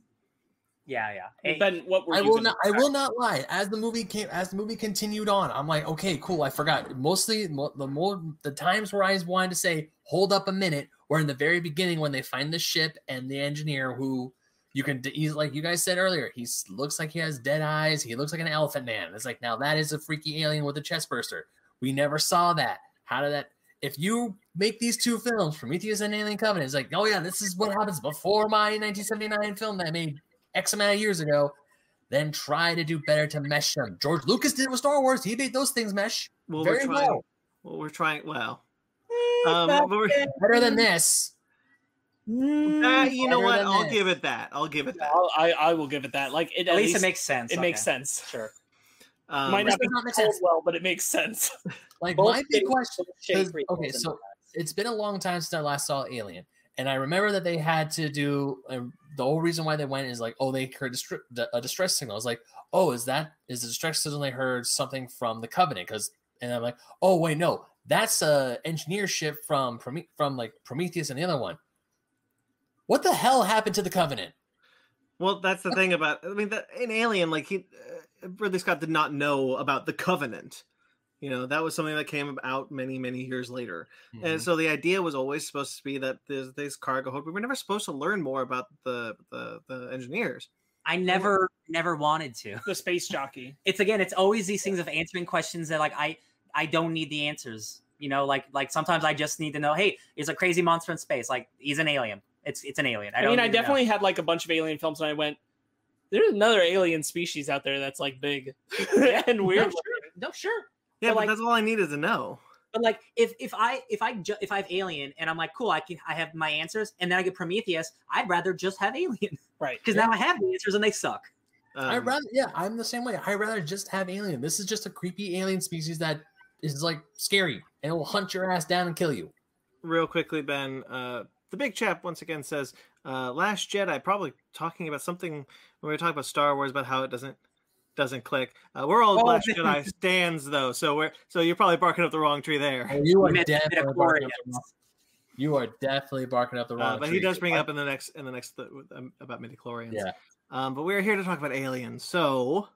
B: yeah, yeah. It-
E: Ben, what were
C: I
E: you
C: will
E: gonna
C: not. I will not lie. As the movie came, as the movie continued on, I'm like, okay, cool. I forgot. Mostly, mo- the more the times where I wanted to say, "Hold up a minute," were in the very beginning when they find the ship and the engineer who you can. d- He's like you guys said earlier. He s- looks like he has dead eyes. He looks like an elephant man. It's like now that is a freaky alien with a chest burster. We never saw that. How did that? If you make these two films, Prometheus and Alien Covenant, it's like, oh yeah, this is what happens before my 1979 film that I made X amount of years ago then try to do better to mesh them. George Lucas did it with Star Wars. He made those things mesh
A: Well,
C: very
A: we're trying.
C: well.
A: Well, we're trying. Well,
B: Eh,
A: um,
B: not
A: but we're-
E: Mm-hmm.
B: good.
C: Better than this.
A: That- you know
C: better
A: what?
C: than
A: I'll
C: this.
A: give it that. I'll give it that.
E: I'll- I, I will give it that. Like it,
B: At, least, it makes sense.
E: it makes
B: okay.
E: sense.
B: Sure.
A: Um,
E: Might not
C: This
E: be
C: does not make
E: told
C: sense.
E: well, but it makes sense.
C: Like
E: Both
C: my big
E: things-
C: question.
E: Shade
C: Does-
E: three
C: okay,
E: thousand.
C: so it's been a long time since I last saw Alien, and I remember that they had to do uh, the whole reason why they went is like, oh, they heard a, stri- d- a distress signal. I was like, oh, is that is the distress signal they heard something from the Covenant? Because and I'm like, oh wait, no, that's a engineer ship from Prome- from like Prometheus and the other one. What the hell happened to the Covenant?
A: Well, that's the thing about. I mean, that, in Alien, like he, uh, Ridley Scott did not know about the Covenant. You know, that was something that came out many, many years later.
E: Mm-hmm.
A: And so the idea was always supposed to be that there's this cargo hold. We were never supposed to learn more about the the, the engineers.
B: I never, never wanted to.
E: the space jockey.
B: It's again, it's always these things of answering questions that like I, I don't need the answers. You know, like like sometimes I just need to know. Hey, is a crazy monster in space. Like he's an alien. It's it's an alien. I,
E: I,
B: don't
E: mean, I
B: need to know.
E: definitely had like a bunch of alien films, and I went, "There's another alien species out there that's like big
B: [LAUGHS]
E: [LAUGHS] and weird."
B: No, sure. No, sure.
A: Yeah,
E: But,
A: but
E: like-
A: that's all I needed to know.
B: But like, if if I if I ju- if I have Alien and I'm like, cool, I can I have my answers, and then I get Prometheus. I'd rather just have Alien
E: Right.
B: because now I have the answers and they suck.
C: I
A: Um,
C: rather yeah, I'm the same way. I rather just have alien. This is just a creepy alien species that is like scary and it will hunt your ass down and kill you.
A: real quickly, Ben, uh, the big chap once again says, uh, "Last Jedi," probably talking about something when we were talking about Star Wars about how it doesn't doesn't click. Uh, we're all
E: Oh,
A: Last
E: man.
A: Jedi stands though, so we're so you're probably barking up the wrong tree there.
C: Oh, you are
B: Mid-
C: definitely
B: midichlorians.
C: barking up the wrong, you are definitely barking up the wrong.
A: Uh, but he
C: tree.
A: does bring up in the next in the next th- with, um, about midi chlorians.
C: Yeah.
A: Um, but we're here to talk about aliens, so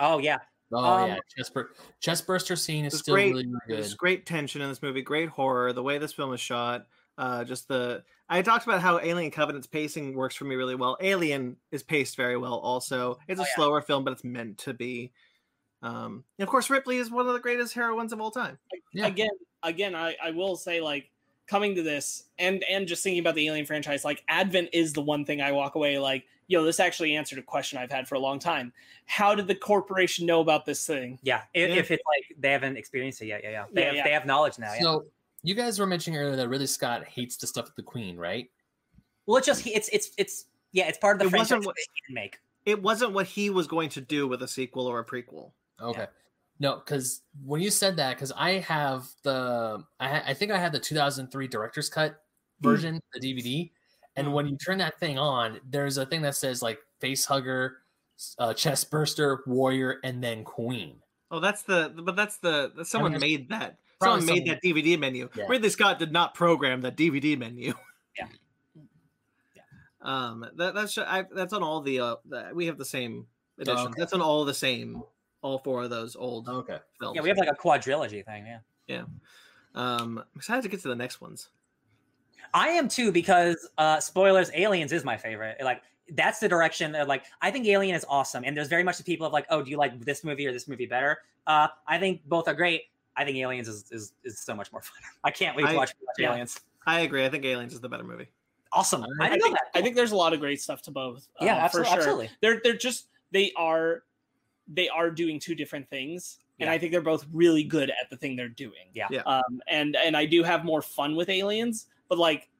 B: Oh yeah,
C: Oh
B: um,
C: yeah, chestburster chestburster scene is
A: It's
C: still
A: great.
C: really, really good.
A: There's great tension in this movie, great horror, the way this film is shot. Uh, just the I talked about how Alien Covenant's pacing works for me really well. Alien is paced very well, also. It's a
B: Oh, yeah.
A: slower film, but it's meant to be. Um, and of course, Ripley is one of the greatest heroines of all time.
C: Yeah.
E: Again, again, I, I will say like coming to this and and just thinking about the alien franchise, like Advent is the one thing I walk away like, yo, this actually answered a question I've had for a long time. How did the corporation know about this thing?
B: yeah. If,
A: Yeah.
B: if it's like they haven't experienced it yet, yeah, yeah. They
E: Yeah,
B: have
E: yeah.
B: they have knowledge now. Yeah.
C: So you guys were mentioning earlier that Ridley Scott hates the stuff with the Queen, right?
B: well, it's just he- it's it's it's yeah, it's part of the
A: It
B: franchise
A: wasn't
B: that
A: what-
B: they can make.
A: It wasn't what he was going to do with a sequel or a prequel.
C: Okay. No, because when you said that, because I have the, I, ha- I think I had the 2003 director's cut version, the DVD, and when you turn that thing on, there's a thing that says like face hugger, s- uh, chest burster, warrior, and then queen.
A: Oh, that's the but that's the that someone
C: that's
A: made that.
C: probably
A: Someone made
C: someone-
A: that DVD menu.
C: Yeah.
A: Ridley Scott did not program that DVD menu.
B: Yeah. Yeah.
A: [LAUGHS] Um. That that's I, that's on all the uh. The, we have the same edition.
C: okay.
A: That's on all the same. All four of those old
C: Okay.
A: films.
B: Yeah, we have like a quadrilogy thing. Yeah,
A: Um. I'm excited to get to the next ones.
B: I am too because uh spoilers. Aliens is my favorite. Like that's the direction that like I think Alien is awesome. And there's very much the people of like, oh, do you like this movie or this movie better? Uh, I think both are great. I think Aliens is is, is so much more fun. [LAUGHS] I can't wait to
A: I-
B: watch, watch
E: yeah.
B: Aliens.
A: I agree. I think Aliens is the better movie.
B: Awesome. I
E: I
B: didn't know
E: think,
B: that.
E: I think there's a lot of great stuff to both. uh,
B: yeah,
E: for
B: absolutely.
E: sure.
B: absolutely.
E: They're they're just they are they are doing two different things. And
B: Yeah.
E: I think they're both really good at the thing they're doing.
B: Yeah.
A: Yeah.
E: Um and and I do have more fun with aliens, but like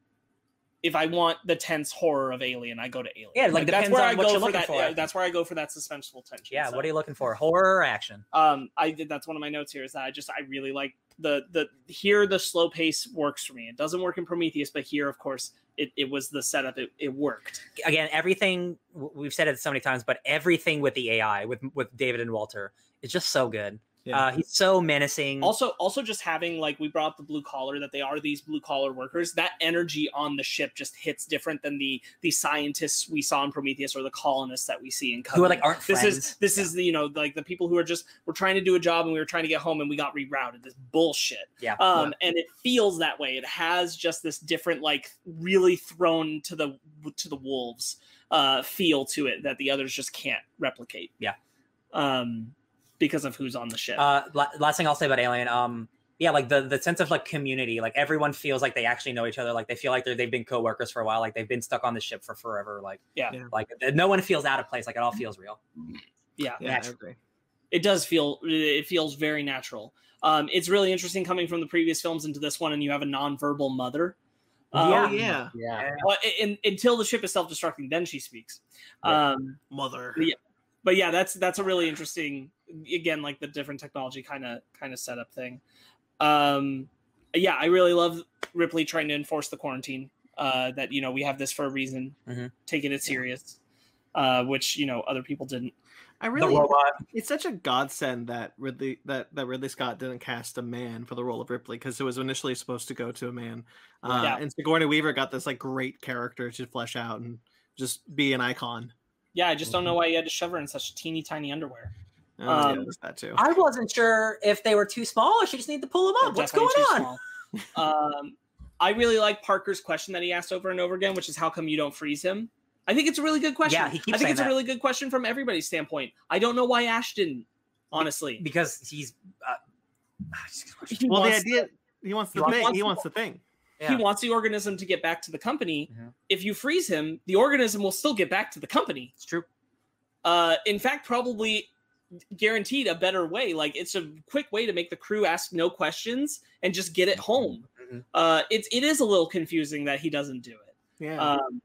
E: if I want the tense horror of Alien, I go to Alien.
B: Yeah, like, depends on what you're
E: for
B: looking
E: that.
B: for.
E: yeah, that's where I go for that suspenseful tension.
B: Yeah,
E: so
B: what are you looking for? Horror or action?
E: um i did that's one of my notes here is that i just i really like the the here the slow pace works for me it doesn't work in prometheus but here of course it, it was the setup it, it worked
B: Again, everything w- we've said it so many times, but everything with the AI with with David and Walter is just so good.
A: Yeah.
B: Uh, he's so menacing.
E: also also just having like we brought up the blue collar that they are these blue collar workers that energy on the ship just hits different than the the scientists we saw in prometheus or the colonists that we see in
B: who are
E: Covenant.
B: like aren't
E: this
B: friends.
E: is this is the you know like the people who are just we're trying to do a job and we were trying to get home and we got rerouted this bullshit
B: yeah.
E: um and it feels that way it has just this different like really thrown to the to the wolves uh feel to it that the others just can't replicate
B: Yeah.
E: um because of who's on the ship
B: uh, la- last thing I'll say about Alien. Um, yeah, like the the sense of like community. Like everyone feels like they actually know each other. Like they feel like they're, they've been coworkers for a while. Like they've been stuck on the ship for forever. Like
E: Yeah.
A: Yeah.
B: like th- no one feels out of place. Like it all feels real.
E: yeah
A: Yeah, I
B: Natural.
A: agree.
E: it does feel it feels very natural um it's really interesting coming from the previous films into this one and you have a nonverbal mother Um,
A: Oh yeah,
C: Yeah.
E: well, in, in- until the ship is self-destructing, then she speaks. Um,
A: mother.
E: Yeah. but yeah, that's that's a really interesting again, like the different technology kind of kind of setup thing. Um, yeah, I really love Ripley trying to enforce the quarantine. Uh, that you know we have this for a reason,
B: Mhm.
E: taking it serious, uh, which you know other people didn't.
A: I really,
B: the robot.
A: it's such a godsend that Ridley that that Ridley Scott didn't cast a man for the role of Ripley because it was initially supposed to go to a man, uh,
E: Yeah.
A: and Sigourney Weaver got this like great character to flesh out and just be an icon.
E: Yeah, I just don't know why you had to shove her in such teeny tiny underwear.
A: Uh, yeah,
E: Um,
A: there's that too.
B: I wasn't sure if they were too small or she just needed to pull them
E: They're
B: up. Oh, What's going
E: definitely too
B: on?
E: small. Um, I really like Parker's question that he asked over and over again, which is how come you don't freeze him? I think it's a really good question.
B: Yeah, he keeps
E: I think
B: saying
E: it's
B: that.
E: a really good question from everybody's standpoint. I don't know why Ash didn't, honestly.
B: Because he's. Uh, [SIGHS]
E: He,
A: well, the
E: wants,
A: idea he wants the
B: He
A: thing.
E: wants
A: He
E: to-
A: wants the thing.
E: he wants the organism to get back to the company.
B: Mhm.
E: If you freeze him, the organism will still get back to the company.
B: it's true.
E: uh, in fact, probably guaranteed a better way. Like it's a quick way to make the crew ask no questions and just get it home.
B: Mhm.
E: Uh, it's it is a little confusing that he doesn't do it.
A: Yeah.
E: Um,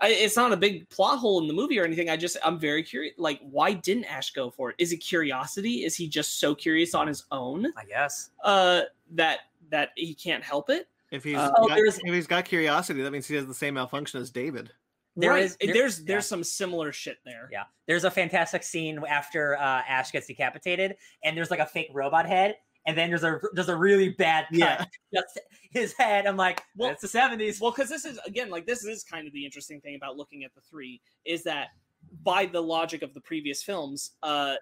E: I, it's not a big plot hole in the movie or anything. I just I'm very curious. Like, why didn't Ash go for it? Is it curiosity? Is he just so curious on his own
B: I guess.
E: uh, that that he can't help it?
A: if he's
E: uh,
B: oh,
A: got,
B: there's-
A: if he's got curiosity, that means he has the same malfunction as David.
B: There
E: right.
B: is- there-
E: there's
B: yeah.
E: there's some similar shit there.
B: Yeah. There's a fantastic scene after uh, Ash gets decapitated, and there's like a fake robot head, and then there's a there's a really bad cut.
A: Yeah.
B: Just his head. I'm like, well,
E: Well-
B: it's the 70s.
E: Well, because this is again like this is kind of the interesting thing about looking at the three is that by the logic of the previous films, uh,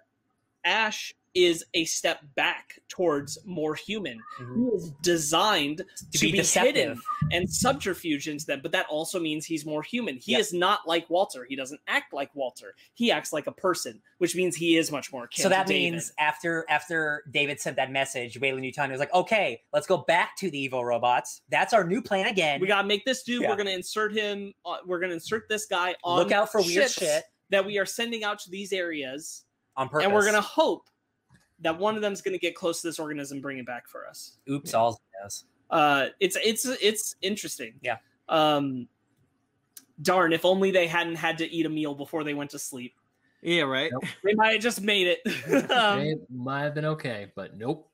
E: Ash is a step back towards more human. He is designed to, be, hidden and subterfuge into them, but that also means he's more human. He
B: Yeah.
E: is not like Walter. He doesn't act like Walter. He acts like a person, which means he is much more. akin
B: So
E: to
B: that
E: David.
B: means after after David sent that message, Waylon Yutani was like, okay, let's go back to the evil robots. That's our new plan again.
E: we gotta make this dude.
B: Yeah.
E: We're gonna insert him. Uh, we're gonna insert this guy on.
B: Look out for weird
E: ships
B: shit
E: that we are sending out to these areas.
B: on purpose.
E: and we're gonna hope that one of them's gonna get close to this organism, and bring it back for us.
B: oops all those.
E: Uh, it's it's it's interesting.
B: Yeah.
E: Um, darn! If only they hadn't had to eat a meal before they went to sleep,
A: Yeah. Right.
C: Nope.
E: they might have just made it. [LAUGHS] um,
C: it might have been okay, but nope.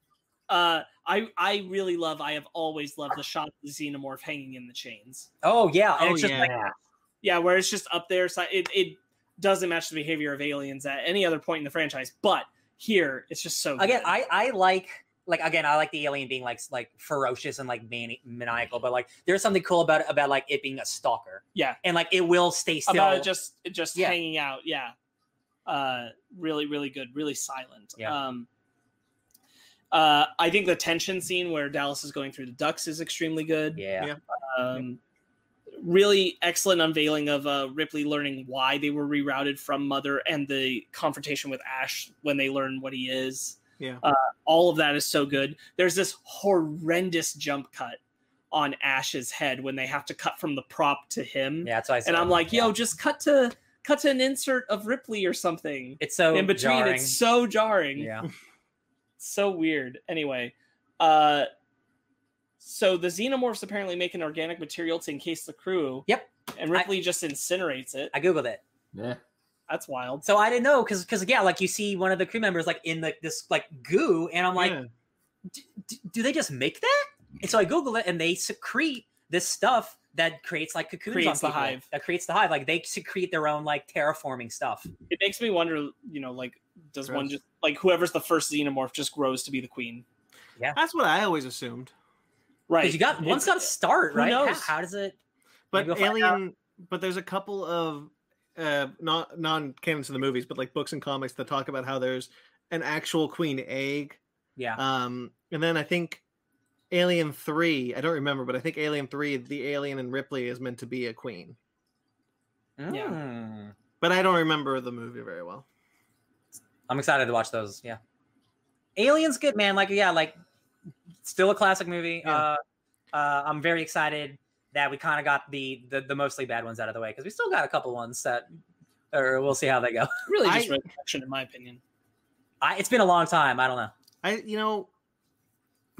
E: uh, I I really love. I have always loved the shot of the xenomorph hanging in the chains.
B: Oh yeah, and
A: Oh,
B: it's just
A: yeah.
B: like
E: Yeah, where it's just up there. So it it doesn't match the behavior of aliens at any other point in the franchise, but here it's just so
B: again
E: good.
B: i i like like again i like the alien being like s- like ferocious and like mani- maniacal but like there's something cool about it about like it being a stalker
E: Yeah.
B: and like it will stay still
E: about it just it just
B: Yeah.
E: hanging out yeah uh really really good really silent
B: Yeah.
E: um uh i think the tension scene where dallas is going through the ducks is extremely good
B: yeah,
A: Yeah.
E: um really excellent unveiling of uh ripley learning why they were rerouted from mother and the confrontation with ash when they learn what he is
A: Yeah.
E: uh, all of that is so good there's this horrendous jump cut on ash's head when they have to cut from the prop to him
B: yeah that's what i said
E: and I'm like,
B: Yeah.
E: yo, just cut to cut to an insert of Ripley or something
B: it's so
E: in between.
B: jarring.
E: It's so jarring,
B: yeah
E: so weird. Anyway, uh, so the xenomorphs apparently make an organic material to encase the crew.
B: Yep.
E: and Ripley just incinerates it.
B: i googled it
C: Yeah.
E: That's wild.
B: so i didn't know because because yeah like you see one of the crew members like in like this like goo and i'm
A: [LAUGHS]
B: like
A: Yeah.
B: "D- d- do they just make that and so i googled it and they secrete this stuff that creates like cocoons on
E: Creates the
B: people,
E: hive.
B: that creates the hive like they secrete their own like terraforming stuff
E: It makes me wonder, you know, like does one
A: Gross.
E: just like whoever's the first xenomorph just grows to be the queen?
A: That's what I always assumed.
E: Right.
B: Because you got one's
E: It's-
B: got to start,
E: who
B: right? How,
E: knows?
B: how does it?
A: But
B: Maybe we'll find out.
A: alien. But there's a couple of uh, not non canon to the movies, but like books and comics that talk about how there's an actual queen egg.
B: Yeah.
A: Um, and then I think Alien Three. I don't remember, but I think Alien Three, the alien and Ripley is meant to be a queen.
E: yeah.
B: Mm.
A: But I don't remember the movie very well.
B: I'm excited to watch those. Yeah. Aliens, good man. Like yeah, like still a classic movie.
A: Yeah.
B: Uh, uh, I'm very excited that we kind of got the, the the mostly bad ones out of the way because we still got a couple ones that, or we'll see how they go. [LAUGHS]
E: really just [LAUGHS]
A: I-
E: resurrection, in my opinion.
B: I, it's been a long time. I don't know.
A: I you know,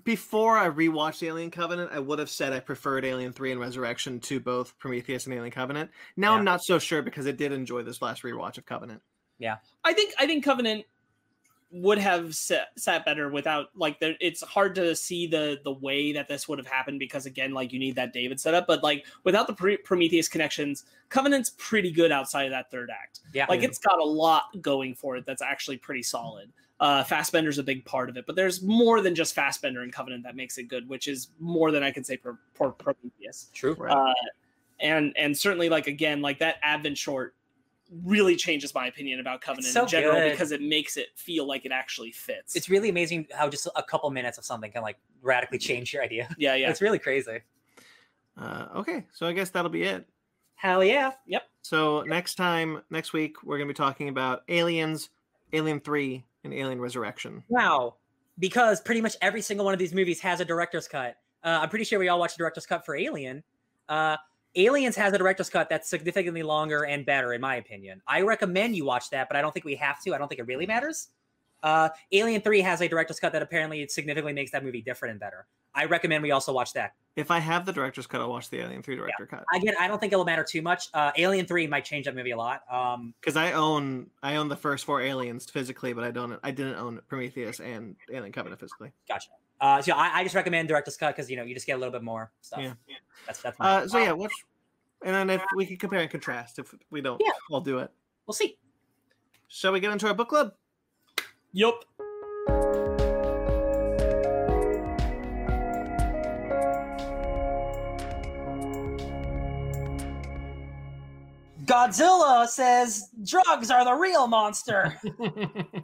A: before I rewatched Alien Covenant, I would have said I preferred Alien 3 and Resurrection to both Prometheus and Alien Covenant. Now
B: Yeah.
A: I'm not so sure because I did enjoy this last rewatch of Covenant.
E: I think I think Covenant would have sat, sat better without like the, it's hard to see the the way that this would have happened because again like you need that David setup but like without the Pre- Prometheus connections Covenant's pretty good outside of that third act
B: Yeah.
E: like it's got a lot going for it that's actually pretty solid uh Fassbender's a big part of it but there's more than just Fassbender and Covenant that makes it good which is more than I can say for, for Prometheus
B: true.
A: Right.
E: uh, and and certainly like again like that advent short really changes my opinion about covenant
B: so
E: in general
B: good.
E: because it makes it feel like it actually fits
B: It's really amazing how just a couple minutes of something can like radically change your idea.
E: yeah
B: [LAUGHS]
E: yeah
B: It's really crazy.
A: Uh, okay, so I guess that'll be it.
B: Hell yeah.
A: So next time, next week, we're going to be talking about Aliens, Alien 3, and Alien Resurrection.
B: Wow. Because pretty much every single one of these movies has a director's cut. Uh, I'm pretty sure we all watched the director's cut for Alien. Uh, Aliens has a director's cut that's significantly longer and better, in my opinion. I recommend you watch that, but I don't think we have to. I don't think it really matters. Uh, Alien 3 has a director's cut that apparently it significantly makes that movie different and better. I recommend we also watch that.
A: If I have the director's cut, I'll watch the Alien 3 director cut
B: Again, I don't think it'll matter too much. Uh, Alien 3 might change that movie a lot. Um,
A: because I own I own the first four Aliens physically, but I don't I didn't own Prometheus and Alien Covenant physically.
B: uh, so I, I just recommend director's cut because, you know, you just get a little bit more stuff.
A: Yeah.
B: That's, that's my
A: Uh, so yeah, watch, and then if we can compare and contrast, if we don't,
B: Yeah.
A: I'll do it.
B: We'll see.
A: Shall we get into our book club?
E: yep
B: Godzilla says drugs are the real [LAUGHS] monster.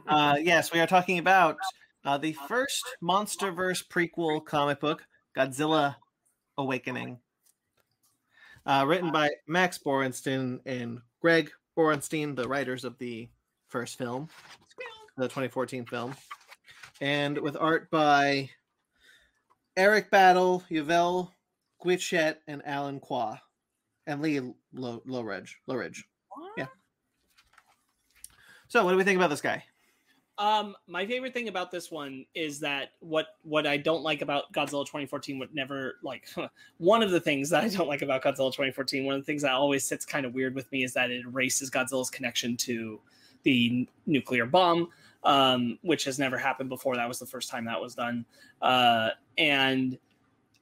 A: Uh, yes, we are talking about uh, the first MonsterVerse prequel comic book, Godzilla Awakening, uh, written by Max Borenstain and Greg Borenstein, the writers of the first film, the 2014 film, and with art by Eric Battle, Yvel Guichet, and Alan Qua, and Lee Lo- Lowridge. Lowridge. Yeah. So, what do we think about this guy?
E: um my favorite thing about this one is that what what i don't like about godzilla 2014 would never like [LAUGHS] one of the things that i don't like about godzilla 2014 one of the things that always sits kind of weird with me is that it erases godzilla's connection to the n- nuclear bomb um which has never happened before that was the first time that was done uh and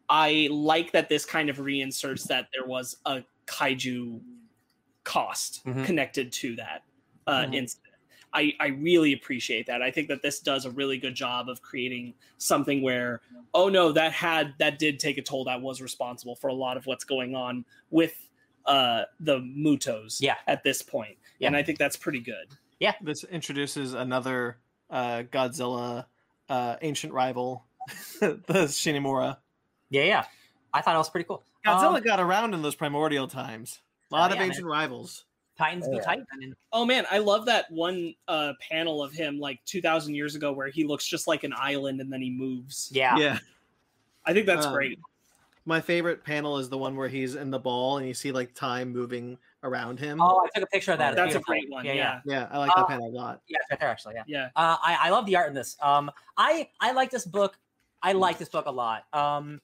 E: i like that this kind of reinserts that there was a kaiju cost
B: Mhm.
E: connected to that uh
A: Mhm.
E: incident I, I really appreciate that. I think that this does a really good job of creating something where, oh no, that had that did take a toll. That was responsible for a lot of what's going on with uh the Mutos
B: Yeah.
E: at this point. And I think that's pretty good.
A: this introduces another uh, Godzilla uh, ancient rival, [LAUGHS] the Shinimura.
B: Yeah, yeah. I thought it was pretty cool.
A: Godzilla
B: Um,
A: got around in those primordial times. A lot
B: Oh,
A: of
B: yeah,
A: ancient rivals.
B: Titans
C: Oh,
B: be
C: yeah.
B: Titan. And
E: Oh man, I love that one uh panel of him like two thousand years ago where he looks just like an island and then he moves.
B: yeah.
E: I think that's
A: Um,
E: great.
A: My favorite panel is the one where he's in the ball and you see like time moving around him.
B: Oh, I took a picture of that. It's
E: That's a
B: beautiful.
E: great one.
B: Yeah,
E: Yeah.
B: yeah.
E: Yeah.
A: Yeah, I like that
B: uh,
A: panel a lot.
B: Yeah, it's right there actually. Yeah.
E: yeah.
B: Uh, I I love the art in this. Um, I I like this book. I like this book a lot. Um,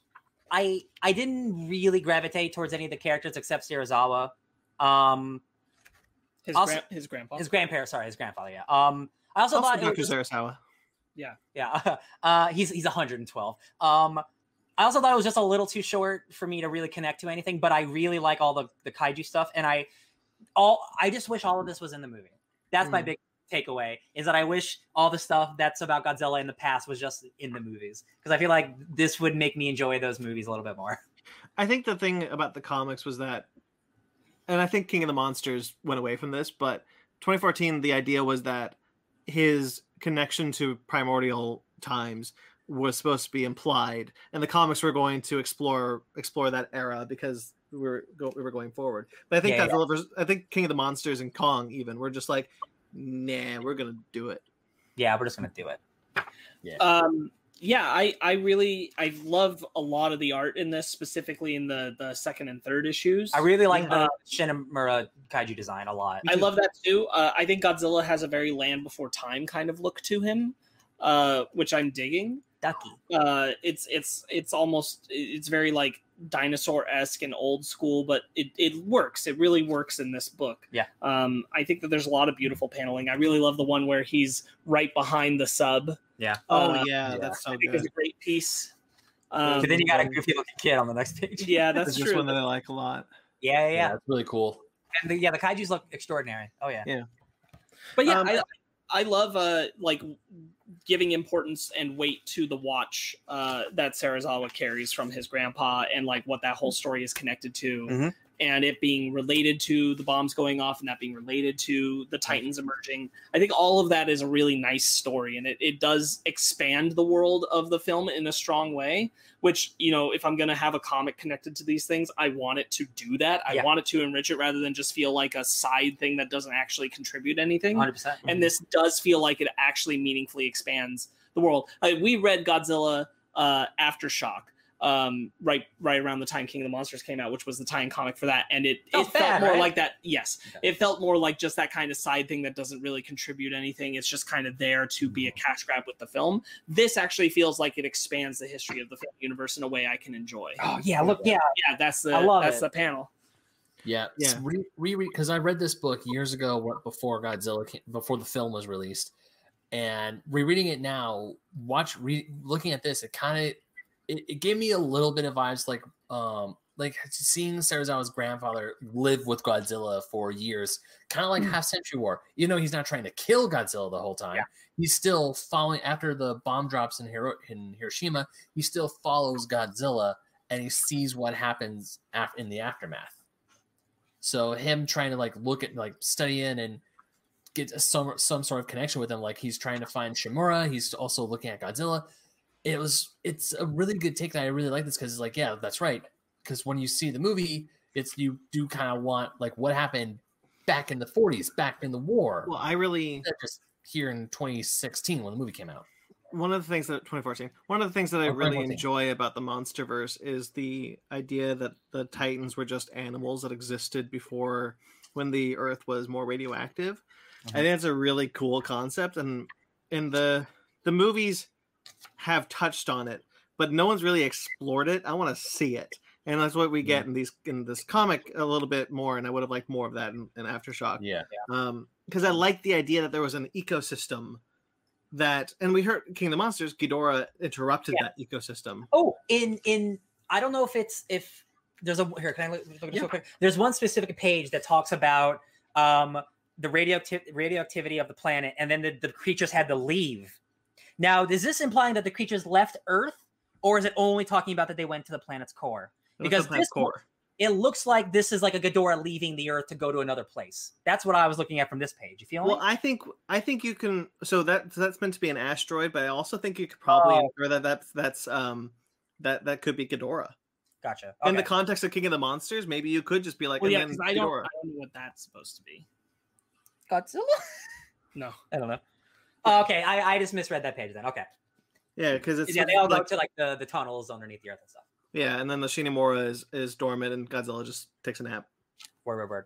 B: I I didn't really gravitate towards any of the characters except Serizawa. Um,
E: His
B: Also-
E: gran- his grandpa.
B: his grandparents, sorry, his grandfather. Yeah. Um, I also,
A: Also,
B: thought it was
A: Dr.
B: just-
A: Sarasawa.
B: Yeah. [LAUGHS] Uh, he's he's 112. Um, I also thought it was just a little too short for me to really connect to anything, but I really like all the the kaiju stuff, and I all I just wish all of this was in the movie. That's my
A: Mm.
B: big takeaway is that I wish all the stuff that's about Godzilla in the past was just in the movies because I feel like this would make me enjoy those movies a little bit more. [LAUGHS]
A: I think the thing about the comics was that, and I think King of the Monsters went away from this, but 2014, the idea was that his connection to primordial times was supposed to be implied, and the comics were going to explore explore that era because we were go, we were going forward. But I think
B: Yeah,
A: that's all vers- I think King of the Monsters and Kong even were just like, nah, we're gonna do it.
B: Yeah, we're just gonna do it.
E: um yeah i i really i love a lot of the art in this specifically in the the second and third issues
B: I really like
E: Yeah.
B: the Shinamura kaiju design a lot.
E: I love that too uh, i think godzilla has a very land before time kind of look to him uh which i'm digging
B: Ducky.
E: uh it's it's it's almost it's very like dinosaur-esque and old school but it, it works it really works in this book
B: Yeah.
E: um i think that there's a lot of beautiful paneling i really love the one where he's right behind the sub
B: Yeah.
A: Oh
E: Uh,
A: yeah,
C: yeah.
A: that's so
E: i think is
A: good.
E: a great piece um,
B: but then you got a goofy looking kid on the next page.
A: [LAUGHS]
E: yeah
A: That's
E: that's
A: just
E: true
A: one that I like a lot.
B: [LAUGHS] Yeah, yeah. yeah.
C: that's really cool.
B: And the, yeah, the kaiju's look extraordinary. Oh yeah.
E: but yeah
A: Um,
E: I, I love uh like giving importance and weight to the watch uh that sarazawa carries from his grandpa and like what that whole
A: Mm.
E: story is connected to
B: Mhm.
E: and it being related to the bombs going off and that being related to the titans emerging i think all of that is a really nice story and it, it does expand the world of the film in a strong way which you know if i'm going to have a comic connected to these things i want it to do that i
B: Yeah.
E: want it to enrich it rather than just feel like a side thing that doesn't actually contribute anything
B: 100%.
A: Mm-hmm.
E: and this does feel like it actually meaningfully expands the world. Like, we read Godzilla uh, Aftershock um, right right around the time King of the Monsters came out, which was the tie-in comic for that, and it it
B: Felt
E: felt
B: bad,
E: more
B: right?
E: like that. Yes,
C: Okay.
E: it felt more like just that kind of side thing that doesn't really contribute anything. It's just kind of there to be a
A: Mm-hmm.
E: cash grab with the film. This actually feels like it expands the history of the film universe in a way I can enjoy.
A: Ah.
B: Oh yeah, look, yeah.
E: Yeah, that's the
B: I love
E: that's
B: it.
E: the panel.
C: Yeah,
A: Yeah.
C: yeah. Re- reread because I read this book years ago, what before Godzilla, came, before the film was released, and rereading it now, watch, re- looking at this, it kind of, it, it gave me a little bit of vibes like, um, like seeing Sarazawa's grandfather live with Godzilla for years, kind of like Half Century War. You know, he's not trying to kill Godzilla the whole time.
B: Yeah.
C: He's still following after the bomb drops in, Hiro- in Hiroshima. He still follows Godzilla and he sees what happens af- in the aftermath. So him trying to like look at like study in and get a- some some sort of connection with him. Like he's trying to find Shimura. He's also looking at Godzilla. It was it's a really good take, and I really like this because it's like yeah, that's right. Because when you see the movie, it's you do kind of want like what happened back in the 40s, back in the war,
A: Well, I really
C: instead of just here in 2016 when the movie came out.
A: one of the things that 2014 one of the things that i
C: Oh,
A: really
C: 2014.
A: enjoy about the monsterverse is the idea that the titans were just animals that existed before when the earth was more radioactive
C: Uh-huh.
A: i think it's a really cool concept and and the the movies have touched on it but no one's really explored it i want to see it and that's what we
C: Yeah.
A: get in these in this comic a little bit more and i would have liked more of that in, in aftershock
C: Yeah,
A: um because i like the idea that there was an ecosystem that and we heard king of the monsters Ghidorah interrupted
B: Yeah.
A: that ecosystem
B: Oh, in in I don't know if it's if there's a here. Can I look, look at this
A: Yeah.
B: real quick? There's one specific page that talks about um the radioacti- radioactivity of the planet, and then the, the creatures had to leave. Now, is this implying that the creatures left Earth, or is it only talking about that they went to the planet's core?
A: It was
B: Because
A: the planet's
B: this mo- It looks like this is like a Ghidorah leaving the Earth to go to another place. That's what I was looking at from this page. You feel
A: well
B: me?
A: i think i think you can so that so that's meant to be an asteroid but i also think you could probably
B: Oh.
A: infer that that's that's um that that could be Ghidorah.
B: Gotcha.
A: In the
B: Okay.
A: context of King of the Monsters, maybe you could just be like,
E: Well, yeah,
A: and
E: because
A: then
E: I don't
A: Ghidorah.
E: I don't know what that's supposed to be.
B: Godzilla?
E: No,
B: I don't know. Oh, okay, I, I just misread that page then. Okay.
A: yeah, because it's
B: yeah, they all
A: like,
B: go to like the, the tunnels underneath the earth and stuff.
A: yeah, and then the Shinimura is is dormant, and Godzilla just takes a nap.
B: Word, word, word.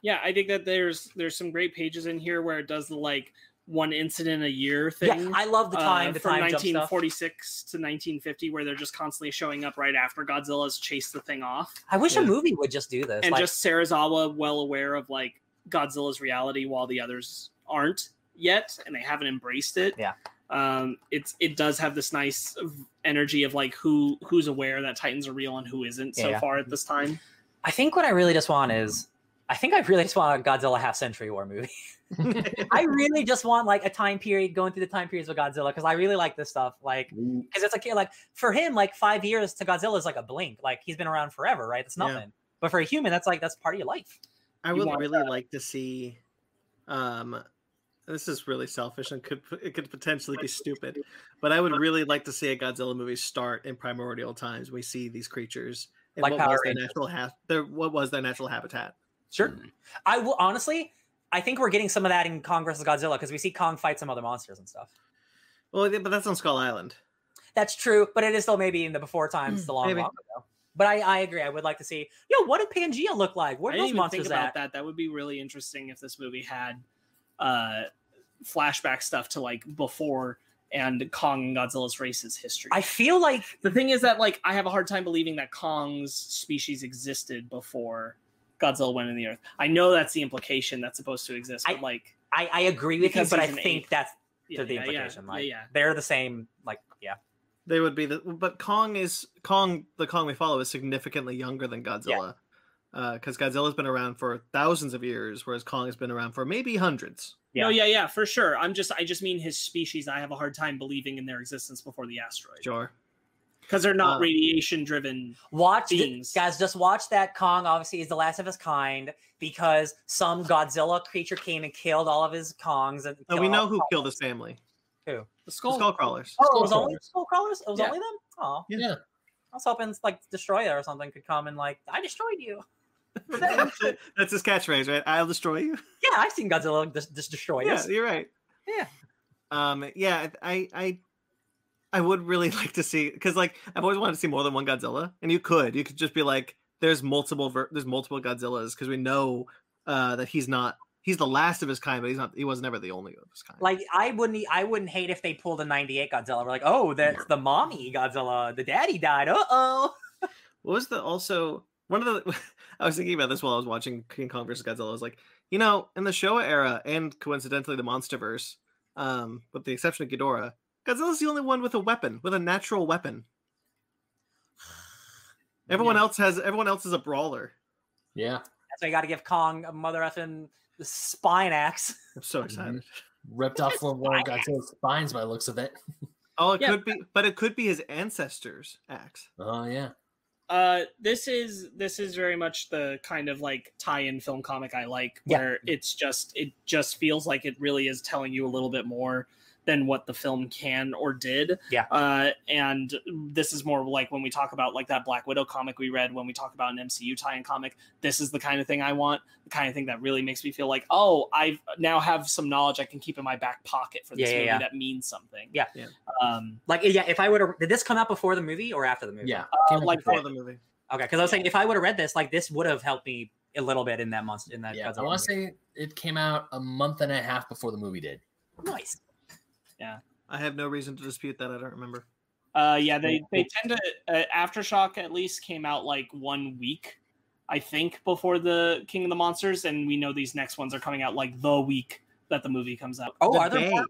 E: yeah i think that there's there's some great pages in here where it does the like one incident a year thing
B: Yeah, I love the
E: uh,
B: time, the
E: from
B: time jump stuff.
E: 1946 to 1950 where they're just constantly showing up right after godzilla's chased the thing off
B: I wish a
A: Yeah.
B: movie would just do this.
E: and
B: like,
E: just sarazawa well aware of like godzilla's reality while the others aren't yet and they haven't embraced it
B: Yeah.
E: um it's it does have this nice v- energy of like who who's aware that titans are real and who isn't so
B: Yeah.
E: far at this time
B: I think what I really just want is, I think I really just want a Godzilla half century war movie. [LAUGHS] I really just want like a time period going through the time periods of Godzilla because I really like this stuff. Like, because it's like yeah, like for him, like five years to Godzilla is like a blink. Like he's been around forever, right? That's
A: Yeah.
B: nothing. But for a human, that's like that's part of your life.
A: I
E: you
A: would
E: want
A: really like to see. Um, this is really selfish and could it could potentially be stupid, but I would really like to see a Godzilla movie start in primordial times. We see these creatures and
B: Like
A: what
B: Power
A: was their
B: Rangers.
A: natural ha- their, what was their natural habitat.
B: Sure. Mm. I will honestly. I think we're getting some of that in Kong versus Godzilla because we see Kong fight some other monsters and stuff.
A: Well, yeah, but that's on Skull Island.
B: That's true, but it is still maybe in the before times, the long,
A: Maybe.
B: long ago. But I, I agree. I would like to see. Yo, what did Pangea look like? What
E: I
B: are
E: didn't
B: those
E: even think
B: monsters
E: about
B: at?
E: that. That would be really interesting if this movie had uh, flashback stuff to like before and Kong and Godzilla's race's history.
B: I feel like
E: the thing is that like I have a hard time believing that Kong's species existed before Godzilla went in the earth. I know that's the implication that's supposed to exist, but
B: I-
E: like
B: I, I agree with
E: Because
B: you, but I
E: he's an
B: think
E: ape.
B: that's
E: yeah,
B: the
E: yeah, yeah,
B: implication. like
E: yeah, yeah.
B: they're the same. Like yeah,
A: They would be the but Kong is Kong the Kong we follow is significantly younger than Godzilla. Because Godzilla's been around for thousands of years, whereas Kong has been around for maybe hundreds.
E: No, yeah, yeah, for sure. I'm just I just mean his species. I have a hard time believing in their existence before the asteroid.
A: Sure.
E: Because they're not
B: Um,
A: Uh,
E: radiation driven.
B: watch th-
E: Beings.
B: guys. Just watch that Kong. Obviously, is the last of his kind because some Godzilla creature came and killed all of his Kongs. And
A: And
B: killed
A: we
B: all-
A: know who killed his family.
E: The
A: The
E: skull.
A: skull crawlers.
B: Oh, it was only skull crawlers. It was
E: Yeah.
B: only them. Oh,
C: Yeah.
B: I was hoping like Destroyer or something could come and like I destroyed you.
A: That's his catchphrase, right? I'll destroy you.
B: Yeah, I've seen Godzilla just, just destroy.
A: Yeah,
B: us.
A: you're right.
B: Yeah.
A: Um. Yeah. I. I. I would really [LAUGHS] like to see because, like, I've always wanted to see more than one Godzilla, and you could. You could just be like, "There's multiple. Ver- there's multiple Godzillas," because we know uh, that he's not. He's the last of his kind, but he's not. He was never the only of his kind.
B: Like I wouldn't, e, I wouldn't hate if they pulled a '98 Godzilla. We're like, oh, that's the mommy Godzilla. The daddy died. Uh oh.
A: What was the also one of the? [LAUGHS] I was thinking about this while I was watching King Kong versus Godzilla. I was like, you know, in the Showa era, and coincidentally the MonsterVerse, um, with the exception of Ghidorah, Godzilla's the only one with a weapon, with a natural weapon. Everyone
E: Yeah.
A: else has. Everyone else is a brawler.
C: Yeah.
B: That's why you got to give Kong a mother effing spine axe.
A: I'm so excited.
C: Ripped off from one of Godzilla's spines by the looks of it.
A: Oh, it
E: Yeah.
A: could be, but it could be his ancestors' axe.
C: Oh yeah.
E: Uh, this is this is very much the kind of like tie-in film comic I like,
B: Yeah.
E: where it's just it just feels like it really is telling you a little bit more than what the film can or did.
B: Yeah.
E: Uh, and this is more like when we talk about like that Black Widow comic we read. When we talk about an MCU tie-in comic, this is the kind of thing I want. The kind of thing that really makes me feel like, oh, I now have some knowledge I can keep in my back pocket for this
B: Yeah, yeah,
E: movie
B: yeah.
E: that means something.
B: Yeah.
A: Yeah.
E: Um,
B: Like, yeah, if I would have, did this come out before the movie or after the movie?
C: Yeah.
E: uh, like
A: Before the movie,
B: Okay, because I was saying if I would have read this, like this would have helped me a little bit in that monster in that.
C: yeah. I
B: Godzilla
C: want to
B: movie.
C: say it came out a month and a half before the movie did.
B: nice.
A: I have no reason to dispute that. I don't remember.
E: Uh, yeah, they,
C: Yeah.
E: they tend to. Uh, Aftershock at least came out like one week, I think, before the King of the Monsters, and we know these next ones are coming out like the week that the movie comes out.
B: Oh,
A: The
B: are there
A: Bay.
B: more?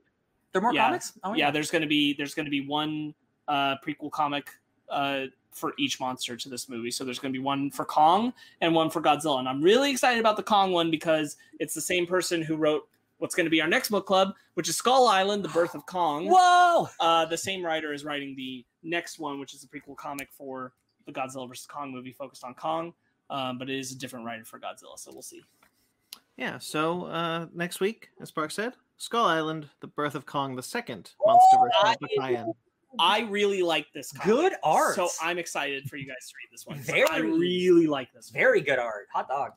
B: There more
E: Yeah.
B: comics? Oh
E: yeah, there's gonna be there's gonna be one uh, prequel comic uh, for each monster to this movie. So there's gonna be one for Kong and one for Godzilla, and I'm really excited about the Kong one because it's the same person who wrote what's gonna be our next book club, which is Skull Island: The Birth of Kong.
B: Whoa!
E: Uh, the same writer is writing the next one, which is a prequel comic for the Godzilla vs. Kong movie focused on Kong, um, but it is a different writer for Godzilla, so we'll see.
A: Yeah, so uh, next week, as Park said, Skull Island, The Birth of Kong the Second, Monsterverse Cosmic Tie-In.
E: I really like this comic.
B: Good art.
E: So I'm excited for you guys to read this one. 'cause I
B: Very.
E: really like this one.
B: Very good art. Hot dog.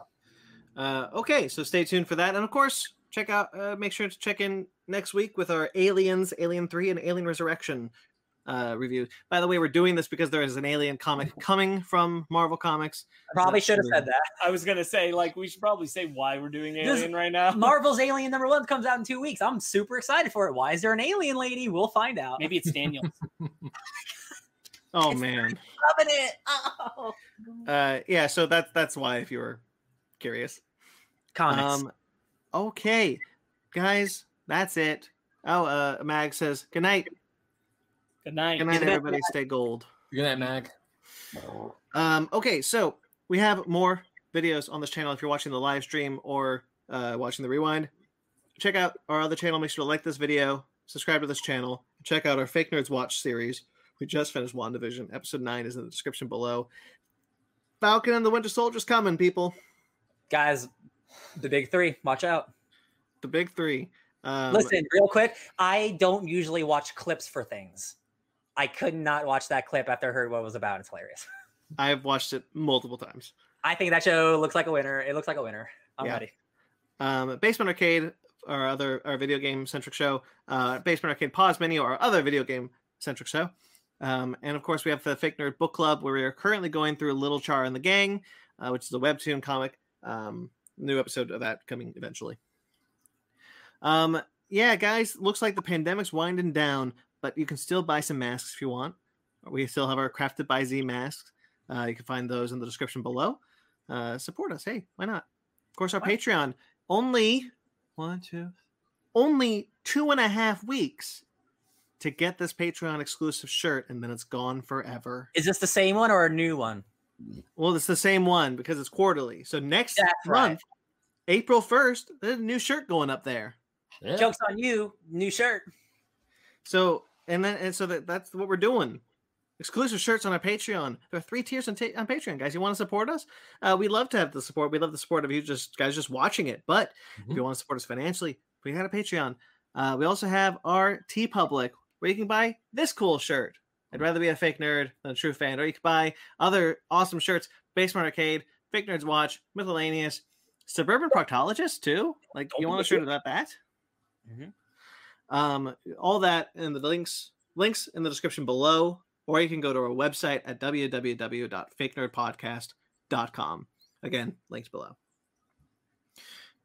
A: Uh, okay, so stay tuned for that, and of course, check out. Uh, make sure to check in next week with our Aliens, Alien Three, and Alien Resurrection uh, review. By the way, we're doing this because there is an Alien comic coming from Marvel Comics.
B: Probably should have said that. [LAUGHS]
E: I was gonna say, like, we should probably say why we're doing
B: This-
E: Alien right now.
B: Marvel's Alien number one comes out in two weeks. I'm super excited for it. Why is there an alien lady? We'll find out.
E: Maybe
B: [LAUGHS]
E: it's Daniel.
A: Oh
B: It's-
A: man,
B: Loving it. [LAUGHS] Oh.
A: uh, yeah. So that's that's why, if you were curious.
B: Comics.
A: Um, okay, guys, that's it. Oh, uh, Mag says good night.
E: Good night.
A: Good night,
B: night,
A: everybody. Stay gold.
C: Good night, Mag.
A: Um, okay, so we have more videos on this channel. If you're watching the live stream or uh, watching the rewind, check out our other channel. Make sure to like this video, subscribe to this channel, check out our Fake Nerds Watch series. We just finished WandaVision. Episode 9 is in the description below. Falcon and the Winter Soldier's coming, people.
B: Guys, the big three. Watch out.
A: The big three. Um,
B: Listen, real quick. I don't usually watch clips for things. I could not watch that clip after I heard what it was about. It's hilarious.
A: I've watched it multiple times.
B: I think that show looks like a winner. It looks like a winner. I'm
A: Yeah.
B: ready.
A: um, Basement Arcade, our other our video game centric show, uh, Basement Arcade Pause Menu, our other video game centric show, um, and of course we have the Fake Nerd Book Club, where we are currently going through Little Char and the Gang, uh, which is a webtoon comic. Um, new episode of that coming eventually. Um, yeah, guys, looks like the pandemic's winding down, but you can still buy some masks if you want. We still have our Crafted by Z masks. Uh, you can find those in the description below. Uh, support us. Hey, why not? Of course, our
E: Why-
A: Patreon only one, two, only two and a half weeks to get this Patreon exclusive shirt, and then it's gone forever.
B: Is this the same one or a new one?
A: Well, it's the same one because it's quarterly. So next
B: That's right.
A: month, April 1st, there's a new shirt going up there.
C: Yeah.
B: Joke's on you. New shirt.
A: So and then and so that, that's what we're doing. Exclusive shirts on our Patreon. There are three tiers on, ta- on Patreon, guys. You want to support us? Uh, we love to have the support. We love the support of you, just guys, just watching it. But if you want to support us financially, we got a Patreon. Uh, we also have our T Public, where you can buy this cool shirt. I'd rather be a fake nerd than a true fan. Or you can buy other awesome shirts: Basement Arcade, Fake Nerds Watch, Miscellaneous, Suburban Proctologist too. Like you want a shirt about that?
B: Mhm.
A: Um, all that and the links links in the description below, or you can go to our website at www.fakenerdpodcast.com. Again, links below.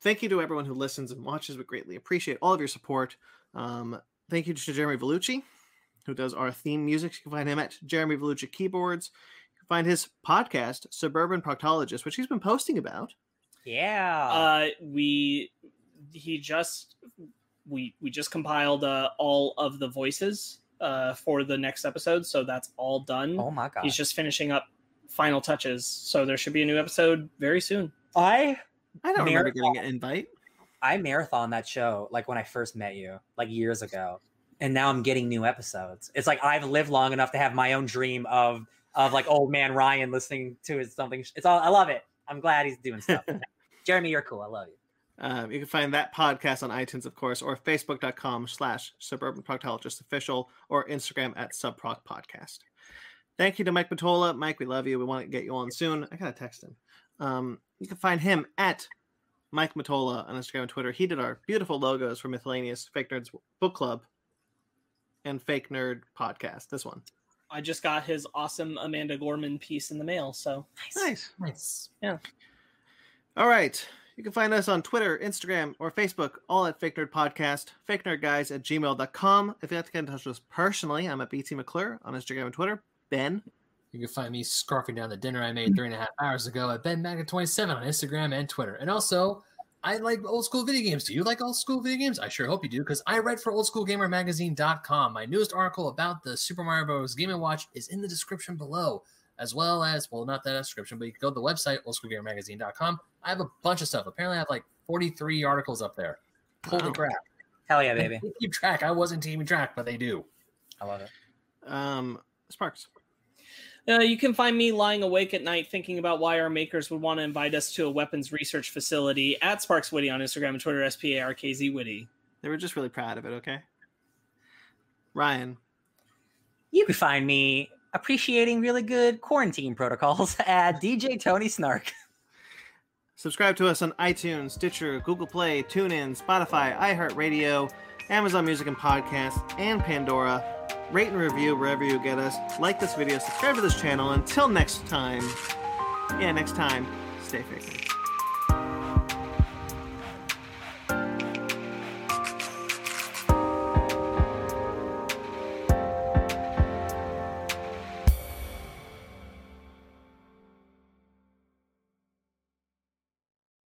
A: Thank you to everyone who listens and watches. We greatly appreciate all of your support. Um, thank you to Jeremy Vellucci, who does our theme music. You can find him at Jeremy Vellucci Keyboards. You can find his podcast, Suburban Proctologist, which he's been posting about.
B: Yeah.
E: uh we he just we we just compiled uh, all of the voices uh for the next episode so that's all done
B: oh my god.
E: he's just finishing up final touches so there should be a new episode very soon
B: I
A: I don't remember
B: Marathon.
A: getting an invite.
B: I marathon that show like when I first met you, like years ago. And now I'm getting new episodes. It's like I've lived long enough to have my own dream of of like old man Ryan listening to his something. It's all I love it. I'm glad he's doing stuff. Jeremy, you're cool. I love you.
A: Um, you can find that podcast on iTunes, of course, or facebook.com slash suburban proctologist official or Instagram at subproc podcast. Thank you to Mike Patola. Mike, we love you. We want to get you on soon. I gotta text him. Um, you can find him at Mike Matola on Instagram and Twitter. He did our beautiful logos for Miscellaneous Fake Nerds Book Club and Fake Nerd Podcast. This one.
E: i just got his awesome amanda gorman piece in the mail so
A: Nice.
C: Nice.
A: All right. You can find us on Twitter, Instagram, or Facebook, all at Fake Nerd Podcast, fakenerdguys at gmail.com. If you'd like to get in touch with us personally, I'm at BT McClure on Instagram and Twitter. Ben,
C: You can find me scarfing down the dinner I
B: Hmm.
C: made three and a half hours ago at Ben 27 on Instagram and Twitter. And also, I like old school video games. Do you like old school video games? I sure hope you do, because I write for oldschoolgamermagazine.com. My newest article about the Super Mario Bros. Game and Watch is in the description below, as well as, well, not that description, but you can go to the website, oldschoolgamermagazine.com. I have a bunch of stuff. Apparently, I have like 43 articles up there. Holy
A: Wow.
C: crap.
B: Hell yeah,
C: [LAUGHS] They
B: baby.
C: keep track. I wasn't keeping track, but they do.
B: I love it.
A: um, Sparks.
E: Uh, you can find me lying awake at night thinking about why our makers would want to invite us to a weapons research facility at Sparks Witty on Instagram and Twitter, S P A R K Z Witty.
A: They were just really proud of it, okay? Ryan,
B: You can find me appreciating really good quarantine protocols [LAUGHS] at DJ Tony Snark.
A: subscribe to us on iTunes, Stitcher, Google Play, TuneIn, Spotify, iHeartRadio, Amazon Music and Podcasts, and Pandora. Rate and review wherever you get us. Like this video, subscribe to this channel. Until next time, yeah, next time, stay fake.